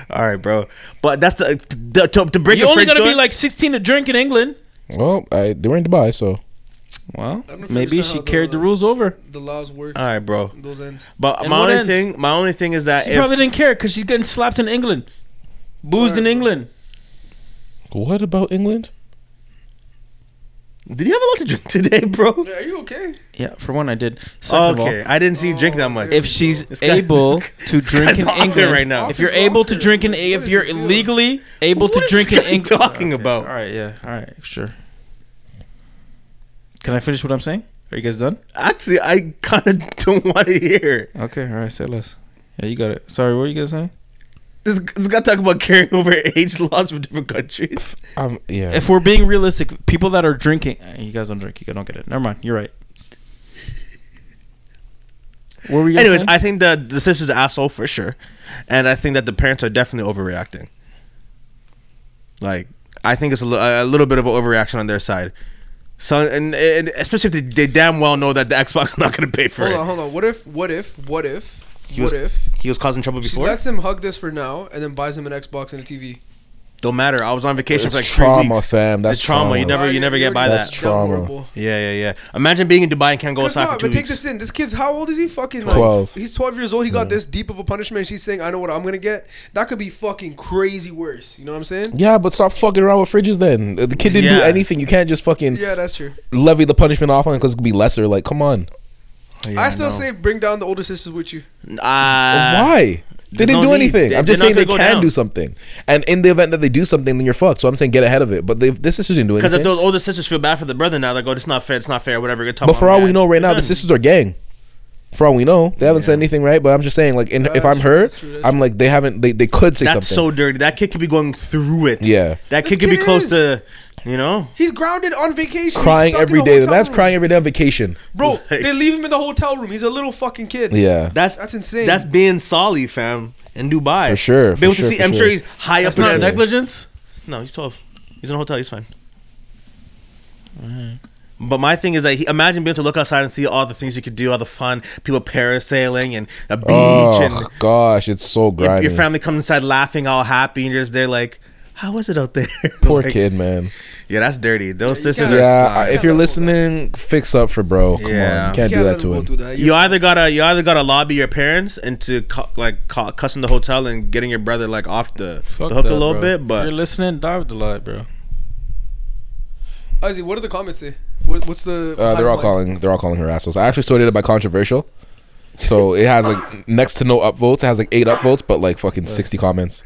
All right, bro. But that's the the- to, to break.
You
the
only
fridge
gotta
door-
be like 16 to drink in England.
Well, I, they were in Dubai, so
Well,
don't know if you
maybe
understand
she
how the-
carried the rules over.
The laws work.
All right, bro.
Those ends.
But
And
my
what
only
ends?
thing, my only thing is that
She
if,
probably didn't care because she's getting slapped in England, boozed in England.
what about England?
did you have a lot to drink today, bro?
Yeah, Are you okay?
Yeah, for one, I did. Second
Okay,
of
I didn't see you drink that much.
all, if she's
This
[laughs]
guy-
able to drink
guy's
in
off it
England
right now.
if you're
Off his
able to
rocker.
drink in,
What
if
is
you're
this deal?
legally able
What
to
is
drink [laughs] in
this guy
England,
talking about?
All right, yeah, all right, sure. Can I finish what I'm saying? Are you guys done?
actually, I kind of [laughs] don't want to hear.
Okay, all right, say less. Yeah, you got it. Sorry, what were you guys saying?
This this guy talking about carrying [laughs] over age laws from different
[laughs]
countries.
Um, yeah.
If we're being realistic, people that are drinking, eh, you guys don't drink. You guys don't get it. Never mind. You're right. What were you? guys
Anyways,
saying?
I think the the sister's an asshole for sure, and I think that the parents are definitely overreacting. Like, I think it's a, li- a little bit of an overreaction on their side. So, and, and especially if they, they damn well know that the Xbox [laughs] is not going to pay for
Hold
it.
on, hold on. What if? What if? What if?
He
What
was-
if?
He was causing trouble
She
before.
lets him hug this for now, and then buys him an Xbox and a TV.
Don't matter. I was on vacation
It's
for like three
trauma,
weeks.
fam. That's
It's trauma. You
trauma.
never, you
You're-
never
you're
get by
already
that.
That's trauma.
horrible.
Yeah, yeah, yeah. Imagine being in Dubai and can't go
Cause
outside
no,
for two
but take
weeks.
this in. This kid's how old is he? Fucking like,
12.
He's twelve years old. He got this deep of a punishment. She's saying, "I know what I'm gonna get." That could be fucking crazy worse. You know what I'm saying?
yeah, but stop fucking around with fridges then. The kid didn't do
Yeah.
anything. You can't just fucking
Yeah, that's true.
levy the punishment off on it because it could be lesser. Like, come on.
Yeah,
I still
no.
say bring down the older sisters with you.
Ah,
Why? They
there's
didn't
no
do
need.
anything.
They-
I'm just
they're
saying
not
they
gonna
can
go down.
do something. And in the event that they do something, then you're fucked. So I'm saying get ahead of it. But they, this sister didn't do
Because
anything.
if those older sisters feel bad for the brother now, they go, "It's not fair. It's not fair. Whatever." Good
But for all we know right now, the sisters are gang. For all we know, they haven't said anything, right? But I'm just saying, like, in, if
That's
I'm
true,
her,
that's true, that's
I'm like, they haven't, they, they could say
That's so
something.
dirty. That kid could be going through it.
Yeah.
That
This
kid could be
kid
close
is.
to, you know.
He's grounded on vacation. He's
crying
stuck in
every
a
day. The
hotel
man's
room.
crying every day on vacation.
Bro,
Like-
they leave him in the hotel room. He's a little fucking kid.
Yeah.
That's
That's insane.
That's being Solly, fam, in Dubai
For sure,
Be able
for
to
sure,
see.
for
I'm
sure.
sure he's high
That's
up.
not
in that-
negligence.
No, he's 12. He's in a hotel. He's fine. But my thing is that he, imagine being able to look outside and see all the things you could do, all the fun, people parasailing and a beach,
Oh
and
gosh, it's so
your- your,
grinding.
family comes inside laughing, all happy, and you're just there like, "How was it out there?" [laughs]
Poor
Like,
kid, man.
Yeah, that's dirty. Those sisters are.
Yeah,
slime.
if you're listening, fix up for bro. Come on,
Yeah.
you can't do
let
that to
go
him.
through that.
You either gotta you either gotta lobby your parents into cu- like cu- cussing the hotel and getting your brother like off the, the
Fuck
hook
that,
a little
bro.
bit,
if you're
but
listening, die with the lie, bro.
Ozzy, what do the comments say? What, what's the?
Uh, they're all
pipeline?
calling. They're all calling her assholes. I actually sorted it by controversial, so it has like next to no upvotes. It has like eight upvotes, but like fucking sixty comments,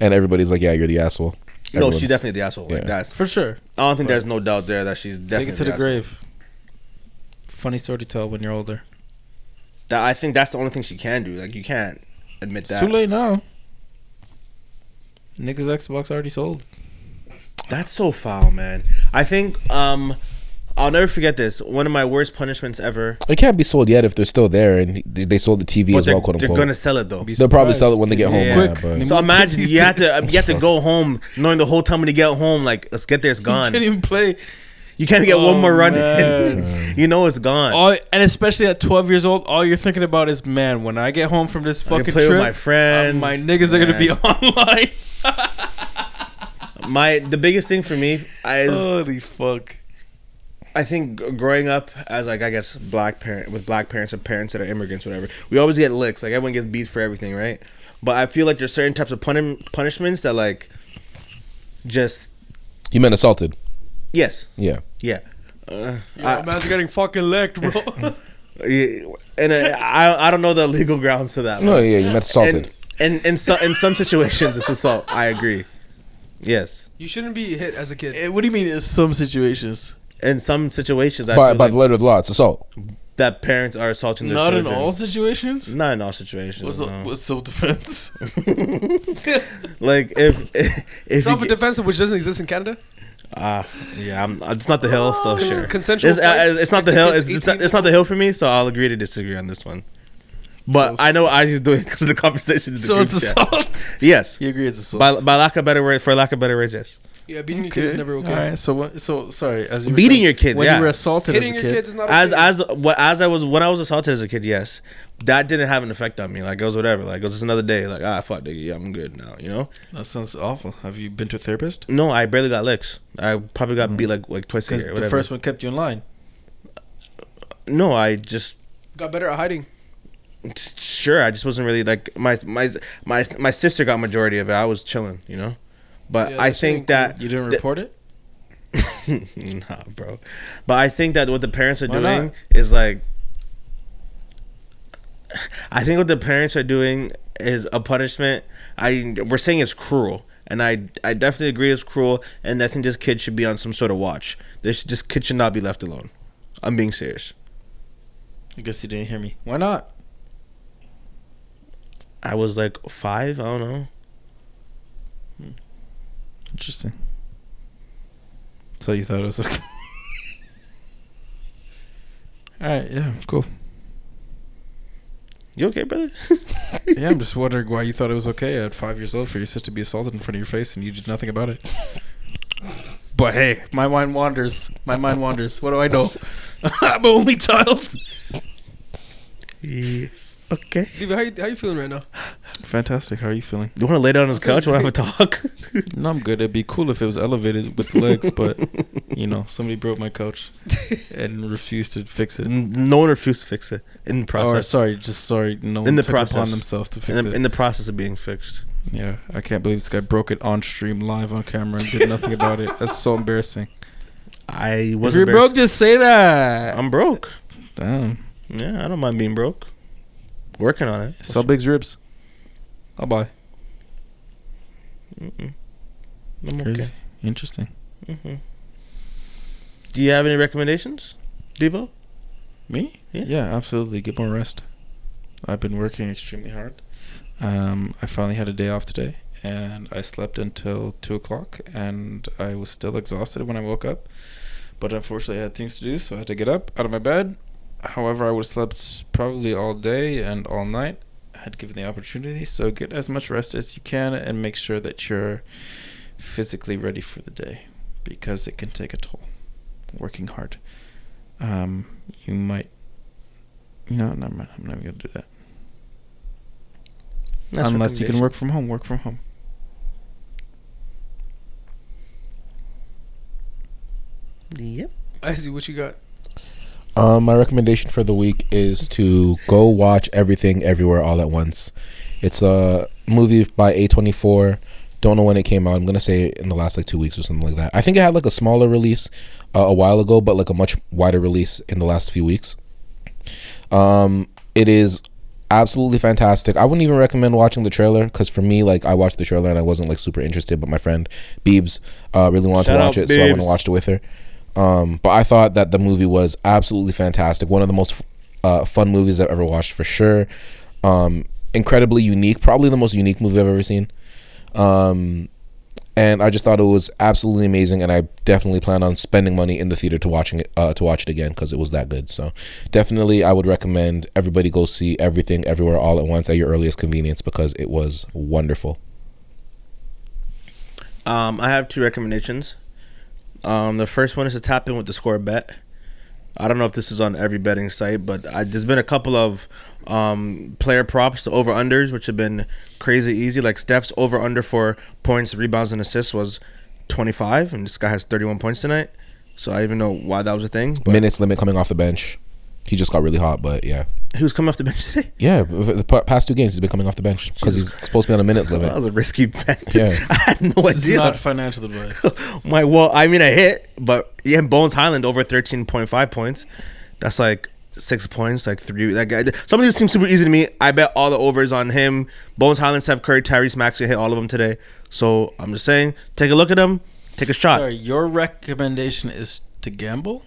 and everybody's like, "Yeah, you're the asshole."
no,
Everyone's-
she's definitely the asshole. Like
Yeah.
that's
For sure.
I don't think there's no doubt there that she's definitely
Take it to the
asshole.
grave. Funny story to tell when you're older.
That I think that's the only thing she can do. Like you can't admit
It's
that.
too late now. Niggas Xbox already sold.
That's so foul, man. I think um I'll never forget this. One of my worst punishments ever.
It can't be sold yet if they're still there and they they sold the TV
But
as
they're,
well, quote
they're
unquote.
gonna sell it though.
They'll probably sell it when they get home.
Yeah.
Yeah,
Quick.
but-
So imagine you have to
[laughs] Jesus.
you have to go home knowing the whole time when you get home, like let's get there, it's gone.
Can't even play.
You can't get
Oh,
one more run
man.
in. [laughs] you know it's gone.
All, and especially at 12 years old, all you're thinking about is, man, when I get home from this
I
fucking
can play
trip, uh,
with my friends.
my niggas are gonna be
Man.
[laughs] online.
my the biggest thing for me is
Holy fuck!
I think g- growing up as like I guess black parent with black parents or parents that are immigrants, whatever, we always get licks. Like everyone gets beats for everything, right? But I feel like there's certain types of puni- punishments that like just
You meant assaulted.
yes,
Yeah.
yeah. Uh,
Yo, man's getting fucking licked, bro.
I, and uh, I I don't know the [laughs] legal grounds to that.
No,
but-
yeah, you meant assaulted.
and and in so, in some situations it's assault. I agree. Yes,
[laughs] you shouldn't be hit as a kid.
Eh, What do you mean? In some situations,
in some situations I
by
feel
by
like
the letter of the law, it's assault.
that parents are assaulting their
not
children.
in all situations.
Not in all situations.
What's,
no.
what's self defense?
[laughs]
[laughs]
like if if, if you
Self
get-
defense, which doesn't exist in Canada.
Ah, yeah, I'm, it's not the hill, so
Cons-
sure.
consensual
It's, uh,
sex?
it's not the
Like the
hill.
kids
It's, it's, not,
18?
it's not the hill for me, so I'll agree to disagree on this one. But I know what Izzy's doing because the conversation is.
so it's assault.
Yes,
you agree it's assault.
by, by lack of better word, for lack of better words, yes.
Yeah, beating your kids is never okay.
All right. So what? So sorry. As you were
Beating
saying,
your kids,
when
yeah.
you were assaulted
Hitting
as a
your
kid.
kids is not okay.
As as what as I was when I was assaulted as a kid, yes, that didn't have an effect on me. Like it was whatever. Like it was just another day. Like ah, fuck, nigga, yeah, I'm good now. You know?
That sounds awful. Have you been to a therapist?
No, I barely got licks. I probably got beat like like twice a
Because
year.
the
Whatever.
first one kept you in line.
no, I just
got better at hiding.
sure i just wasn't really like my my my my sister got majority of it i was chilling you know but
Yeah,
i
that's
think
really
that
You didn't
the-
report it.
[laughs] nah bro but i think that what the parents are
Why
doing
not?
is like i think what the parents are doing is a punishment i we're saying it's cruel and I, I definitely agree it's cruel, and I think this kid should be on some sort of watch. This this kid should not be left alone. I'm being serious.
I guess you didn't hear me. Why not?
I was like five, I don't know.
Interesting. So you thought it was okay. All right. Yeah. Cool.
You okay, brother? [laughs]
Yeah, I'm just wondering why you thought it was okay at five years old for your sister to be assaulted in front of your face and you did nothing about it. But hey, my mind wanders. My mind wanders. What do I know? [laughs] I'm an only child.
Yeah. Okay.
Diva, how you, how you feeling right now?
Fantastic. How are you feeling?
You want to lay down on his couch? Want to have
[laughs]
a talk?
No, I'm good. It'd be cool if it was elevated with legs, but you know, somebody broke my couch and refused to fix it.
N- no one refused to fix it in the
Or
process.
sorry, just sorry. No
In
one
the
took it upon
process.
themselves to fix
in, the,
it.
in the process of being fixed.
yeah, I can't believe this guy broke it on stream live on camera and did nothing about it. That's so embarrassing.
I
If
was
you're broke, just say that.
I'm broke.
Damn.
Yeah, I don't mind being broke. Working on it.
Sell Big's ribs. I'll buy.
I'm okay.
Crazy. Interesting.
hmm Do you have any recommendations, Devo?
Me?
Yeah.
absolutely. Get more rest. I've been working extremely hard. Um, I finally had a day off today, and I slept until two o'clock, and I was still exhausted when I woke up. But unfortunately, I had things to do, so I had to get up out of my bed. However, I would have slept probably all day and all night had given the opportunity. So get as much rest as you can, and make sure that you're physically ready for the day, because it can take a toll. Working hard. Um, you might. No, never mind. I'm not even gonna do that.
Nice
Unless you can
recommendation.
work from home, work from home.
Yep.
I see what you got.
Um, my recommendation for the week is to go watch Everything Everywhere All at Once. It's a movie by A24. Don't know when it came out. I'm gonna say in the last like two weeks or something like that. I think it had like a smaller release uh, a while ago, but like a much wider release in the last few weeks. Um, it is absolutely fantastic. I wouldn't even recommend watching the trailer because for me, like I watched the trailer and I wasn't like super interested, but my friend Beebs uh, really wanted
Shout
to watch
out
it, so I went
Biebs.
and watched it with her. Um, but I thought that the movie was absolutely fantastic. One of the most uh, fun movies I've ever watched for sure. Um, incredibly unique, probably the most unique movie I've ever seen. Um, and I just thought it was absolutely amazing, and I definitely plan on spending money in the theater to watching it uh, to watch it again because it was that good. So definitely, I would recommend everybody go see everything, everywhere, all at once at your earliest convenience because it was wonderful.
Um, I have two recommendations. Um, the first one is to tap in with the score bet. I don't know if this is on every betting site, but I, there's been a couple of um, player props, the over unders, which have been crazy easy. Like Steph's over under for points, rebounds, and assists was 25, and this guy has 31 points tonight. So I even know why that was a thing. But
Minutes limit coming off the bench. He just got really hot, but yeah,
he was coming off the bench today.
yeah. The p- past two games, he's been coming off the bench because he's supposed to be on a minutes
That
limit.
was a risky bet.
Yeah.
[laughs] I had no
This
idea.
is not financial advice.
[laughs] My well, I mean, I hit, but yeah, Bones Highland over thirteen point five points. That's like six points, like three. That guy. Some of these seem super easy to me. I bet all the overs on him. Bones Highland, Steph Curry, Tyrese Maxey hit all of them today. So I'm just saying, take a look at them, take a shot.
Sorry, your recommendation is to gamble?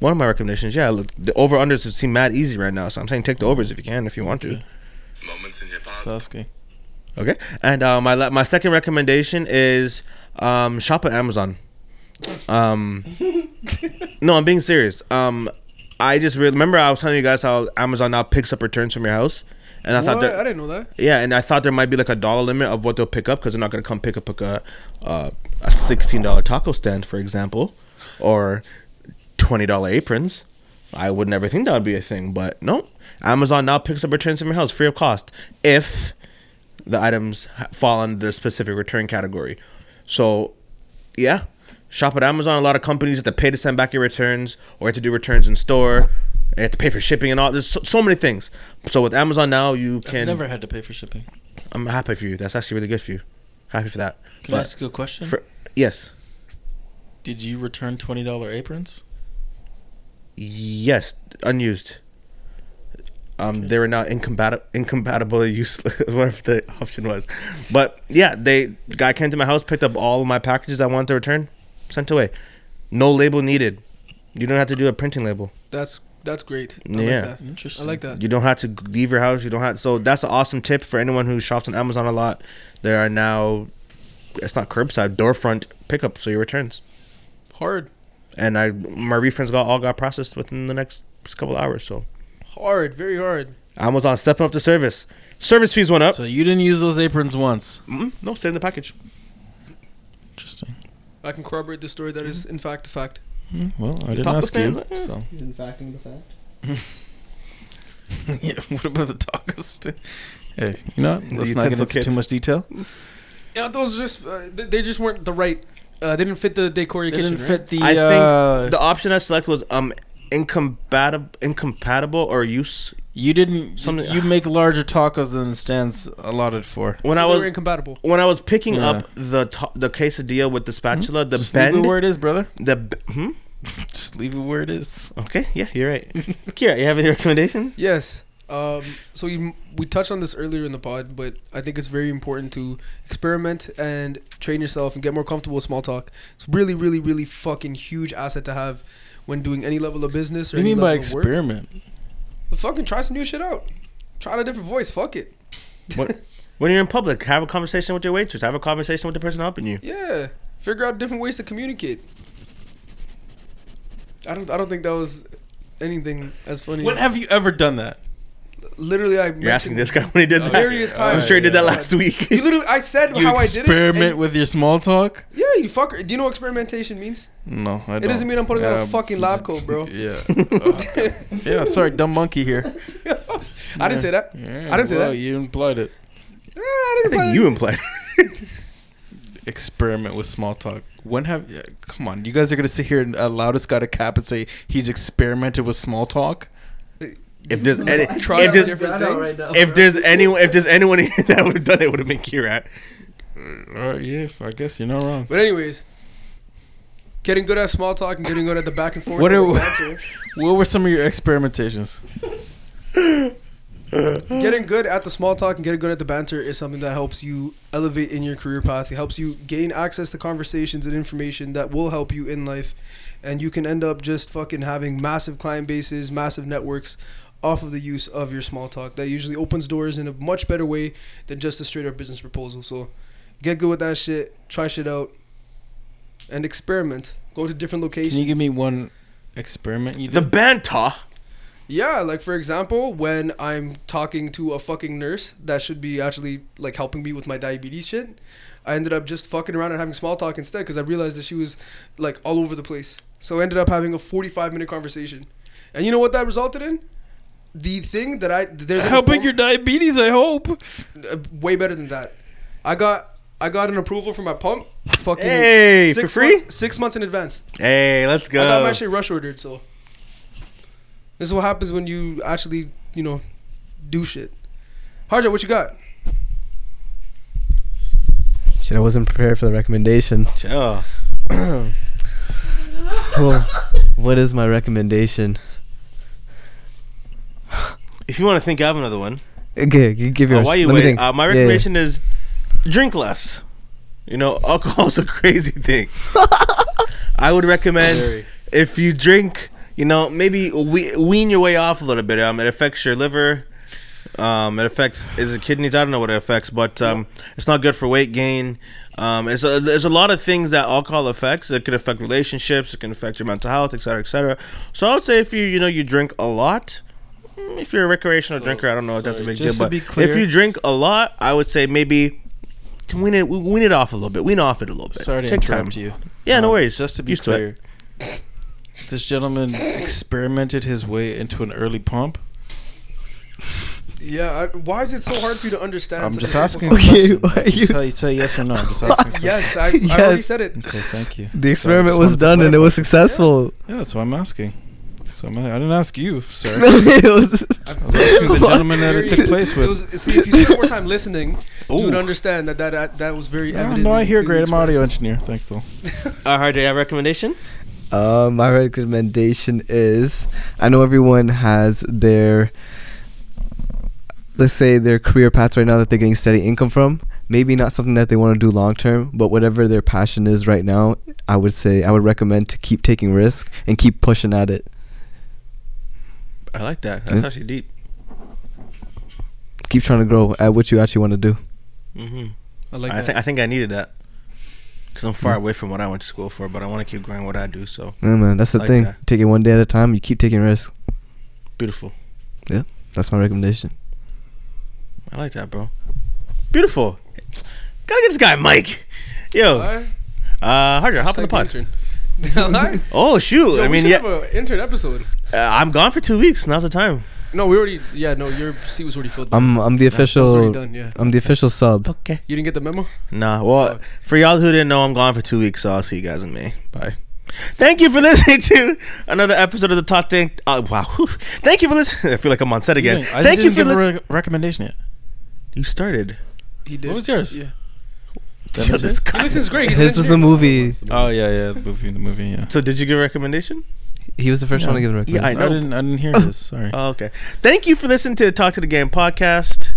One of my recommendations, yeah, look, the over unders seem mad easy right now. So I'm saying take the overs if you can, if you want to.
Sasuke.
Okay. And uh, my la- my second recommendation is um, shop at Amazon. Um, no, I'm being serious. Um, I just re- remember I was telling you guys how Amazon now picks up returns from your house, and I
What?
thought
I
that
didn't know that.
yeah, and I thought there might be like a dollar limit of what they'll pick up because they're not gonna come pick up like a uh, a sixteen dollar taco stand, for example, or twenty dollar aprons. I would never think that would be a thing, but no. Amazon now picks up returns from your house free of cost if the items ha- fall under the specific return category. So, yeah, shop at Amazon. A lot of companies have to pay to send back your returns, or have to do returns in store. You have to pay for shipping and all. There's so, so many things. So with Amazon now, you can.
Never had to pay for shipping.
I'm happy for you. That's actually really good for you. Happy for that.
Can I
But
ask you a question?
for yes,
Did you return twenty dollar aprons?
yes, unused. Um, they were now incompatible, incompatible, useless, [laughs] whatever the option was. But yeah, they guy came to my house, picked up all of my packages I wanted to return, sent away. No label needed. You don't have to do a printing label.
That's that's great. I
Yeah.
like that. I
Interesting.
like that.
You don't have to g- leave your house. You don't have. So that's an awesome tip for anyone who shops on Amazon a lot. There are now, it's not curbside, door front pickup, so your returns.
Hard,
and I my refunds got all got processed within the next couple hours. So
hard, very hard.
Amazon stepping up the service. Service fees went up.
So you didn't use those aprons once.
Mm, no, stay in the package.
Interesting.
I can corroborate the story. That is in fact a fact.
Hmm, well, I didn't
Taco
ask you.
stands, yeah.
So.
He's in facting the fact.
[laughs] yeah, what about the taco stand? [laughs] Hey, you know, what? let's
The
not get
utensil
into
kits.
too much detail.
Yeah, those are just uh, th- they just weren't the right. Uh, they didn't fit the decor.
They
kitchen,
didn't
right?
fit the.
I
uh,
think the option I select was um incompatible, incompatible or use.
you didn't.
Something-
you make larger tacos than the stands allotted for.
When
They
I
were
was
incompatible.
when I was picking
Yeah. Mm-hmm.
up the ta the quesadilla with the spatula, the
Just leave it where
bend,
it is, brother.
the b- hmm?
Just leave it where it is.
okay, yeah, you're right. [laughs] Kira, you have
[laughs]
any recommendations?
Yes. Um, so you, we touched on this earlier in the pod, but I think it's very important to experiment and train yourself and get more comfortable with small talk. It's really, really, really fucking huge asset to have when doing any level of business or
What do you
any
mean by
level of work.
experiment?
But fucking try some new shit out. Try a different voice. Fuck it.
When, when you're in public, have a conversation with your waitress. Have a conversation with the person helping you.
Yeah. Figure out different ways to communicate. I don't. I don't think that was anything as funny.
When have you ever done that?
Literally, I
You're asking this guy [laughs] when he did
[laughs]
that.
various
I'm
times.
sure he did that
Yeah.
last week. [laughs]
You literally, I said
You
how I did it. and-
experiment with your small talk?
Yeah, you fucker. Do you know what experimentation means?
No, I don't.
It doesn't mean I'm putting on
Yeah,
a fucking lab coat,
[laughs]
bro.
Yeah.
[laughs]
Uh, yeah. Sorry, dumb monkey here.
I didn't say that. I didn't say
well,
that.
You implied it.
Eh, I didn't
I
find-
think you
[laughs]
implied.
Experiment with small talk. When have? Yeah, come on, you guys are gonna sit here and allow this guy to cap and say he's experimented with small talk.
If there's any,
Try
if
out
there's,
different things.
if there's anyone, if there's anyone here [laughs] that would have done it, would have been Kirat.
All right, yeah, I guess you're not wrong.
But anyways, getting good at small talk and getting good at the back and forth.
What
of
are- [laughs]
the banter.
What were some of your experimentations?
getting good at the small talk and getting good at the banter is something that helps you elevate in your career path. It helps you gain access to conversations and information that will help you in life. and you can end up just fucking having massive client bases, massive networks off of the use of your small talk. That usually opens doors in a much better way than just a straight up business proposal. So get good with that shit, try shit out, and experiment. Go to different locations.
Can you give me one experiment you did?
The banta.
Yeah, like for example, when I'm talking to a fucking nurse that should be actually like helping me with my diabetes shit, I ended up just fucking around and having small talk instead because I realized that she was like all over the place. So I ended up having a 45 minute conversation. And you know what that resulted in? The thing that I there's
Helping your diabetes, I hope.
uh, way better than that. I got I got an approval for my pump. Fucking
Hey, for free?
months, six months in advance.
Hey, let's go.
I got my shit rush ordered, so this is what happens when you actually, you know, do shit. Harja, what you got?
Shit, I wasn't prepared for the recommendation.
Chill.
[laughs] Well, what is my recommendation?
If you want to think, I have another one.
Okay, you give
Uh,
yours.
while you
Let me
wait,
think.
uh, my
Yeah, yeah.
recommendation is drink less. You know, [laughs] alcohol's a crazy
[laughs]
thing. I would recommend if you drink, you know, maybe we, wean your way off a little bit. Um, it affects your liver. Um, it affects is it kidneys? I don't know what it affects, but um, it's not good for weight gain. Um, it's a, there's a lot of things that alcohol affects. It could affect relationships. It can affect your mental health, etc., etc. So I would say if you you know you drink a lot, mm, if you're a recreational drinker, I don't know if that's a big deal,
just to
but
be clear-
if you drink a lot, I would say maybe wean it wean it off a little bit. Wean off it a little bit.
Sorry to
Take
interrupt
time.
you.
Yeah, no
Um,
worries.
Just to be
Used to
clear, this gentleman experimented his way into an early pump.
Yeah, I, why is it so hard for you to understand?
I'm
such
just
a simple
asking. [laughs]
question?
Okay,
Okay,
why are you-
Tell you say yes or no. I'm just asking.
[laughs] Yes, I, I already
Yes.
said it.
Okay, thank you.
the experiment
just
was
wanted to
done and it was successful.
Yeah, that's what I'm asking. So I'm, I didn't ask you,
[laughs]
sir.
it was.
I was asking the gentleman that it
[laughs]
took place
It
with.
was, see, if you spent more time listening, you would understand that that, that, that was very
No,
evident.
no, I
and
hear
clearly
great. I'm audio [laughs] Uh-huh.
expressed. [laughs]
engineer. Thanks, though.
Uh, RJ, I have a recommendation.
Uh, my recommendation is I know everyone has their, let's say, their career paths right now that they're getting steady income from. Maybe not something that they want to do long term, but whatever their passion is right now, I would say I would recommend to keep taking risk and keep pushing at it.
I like that. That's
Yeah.
actually deep.
Keep trying to grow at what you actually want to do.
hmm
I like
I
that.
think I think I needed that because I'm far away from what I went to school for, but I want to keep growing what I do. So
Yeah, man, that's the
Like
thing.
that.
Take it one day at a time. You keep taking risk.
beautiful.
That's my recommendation.
I like that, bro. Beautiful. Gotta get this guy, Mike.
oh,
Yo,
Alright,
uh, Harder, hop on the
hashtag
pod.
[laughs]
intern. [laughs] Alright.
Oh shoot!
Yo,
I
we
mean,
should
yeah,
have an intern episode.
uh, I'm gone for two weeks. Now's the time.
No, we already. Yeah, no, your seat was already filled. bro.
I'm I'm the
That was already
official.
done. Yeah,
I'm the official sub.
Okay.
you didn't get the memo.
Nah. Well,
Fuck.
for y'all who didn't know, I'm gone for two weeks. So I'll see you guys in May. Bye. Thank you for [laughs] listening to another episode of the Talk Thing. Uh, wow. [laughs] whew. Thank you for listening. I feel like I'm on set again.
I
Thank
didn't
you for
give a
listening.
re- recommendation yet.
you started.
He did.
What was yours?
Yeah.
That
[laughs] Yo,
was
[laughs] this
it?
guy-
He listens great. He's
His was the movie.
Oh yeah, yeah, the movie, the movie, yeah.
So did you give a recommendation?
He was the first
Yeah.
one to give the
Yeah,
recommendation.
I,
I know.
didn't, I didn't hear this. Sorry.
Oh, okay. Thank you for listening to the Talk to the Game podcast.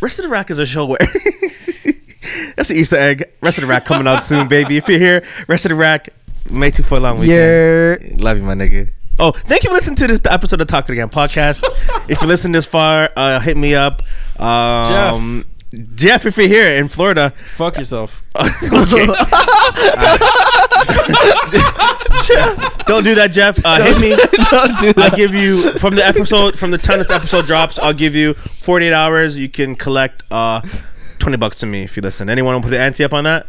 Rest of the Rack is a show where. [laughs] That's an Easter egg. Rest of the Rack coming
[laughs]
out soon, baby. If you're here, Rest of the Rack, May 2 for a long weekend.
Yeah.
Love you, my nigga. Oh, thank you for listening to this episode of Talk to the Game podcast.
[laughs]
if you listen this far, uh, hit me up. Um, Jeff. if you're here in Florida,
Fuck yourself.
[laughs]
[laughs]
okay. [laughs] Don't do that, Jeff. Uh,
[laughs]
hit me. I'll give you from the episode from the time this episode drops. I'll give you 48 hours. You can collect uh, 20 bucks to me if you listen. Anyone want to put the ante up on that?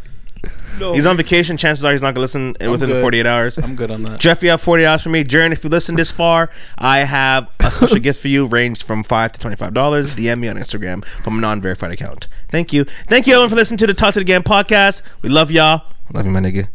No. He's on vacation. Chances are he's not gonna listen within the
good.
48 hours.
I'm good on that.
Jeff, you have 40 hours for me. Jaren, if you listen this far, I have a
[laughs]
special gift for you, ranged from 5 to $25. DM me on Instagram from a non verified account. Thank you. Thank you, everyone, for listening to the Talk to the Game podcast. We love y'all. Love you, my nigga.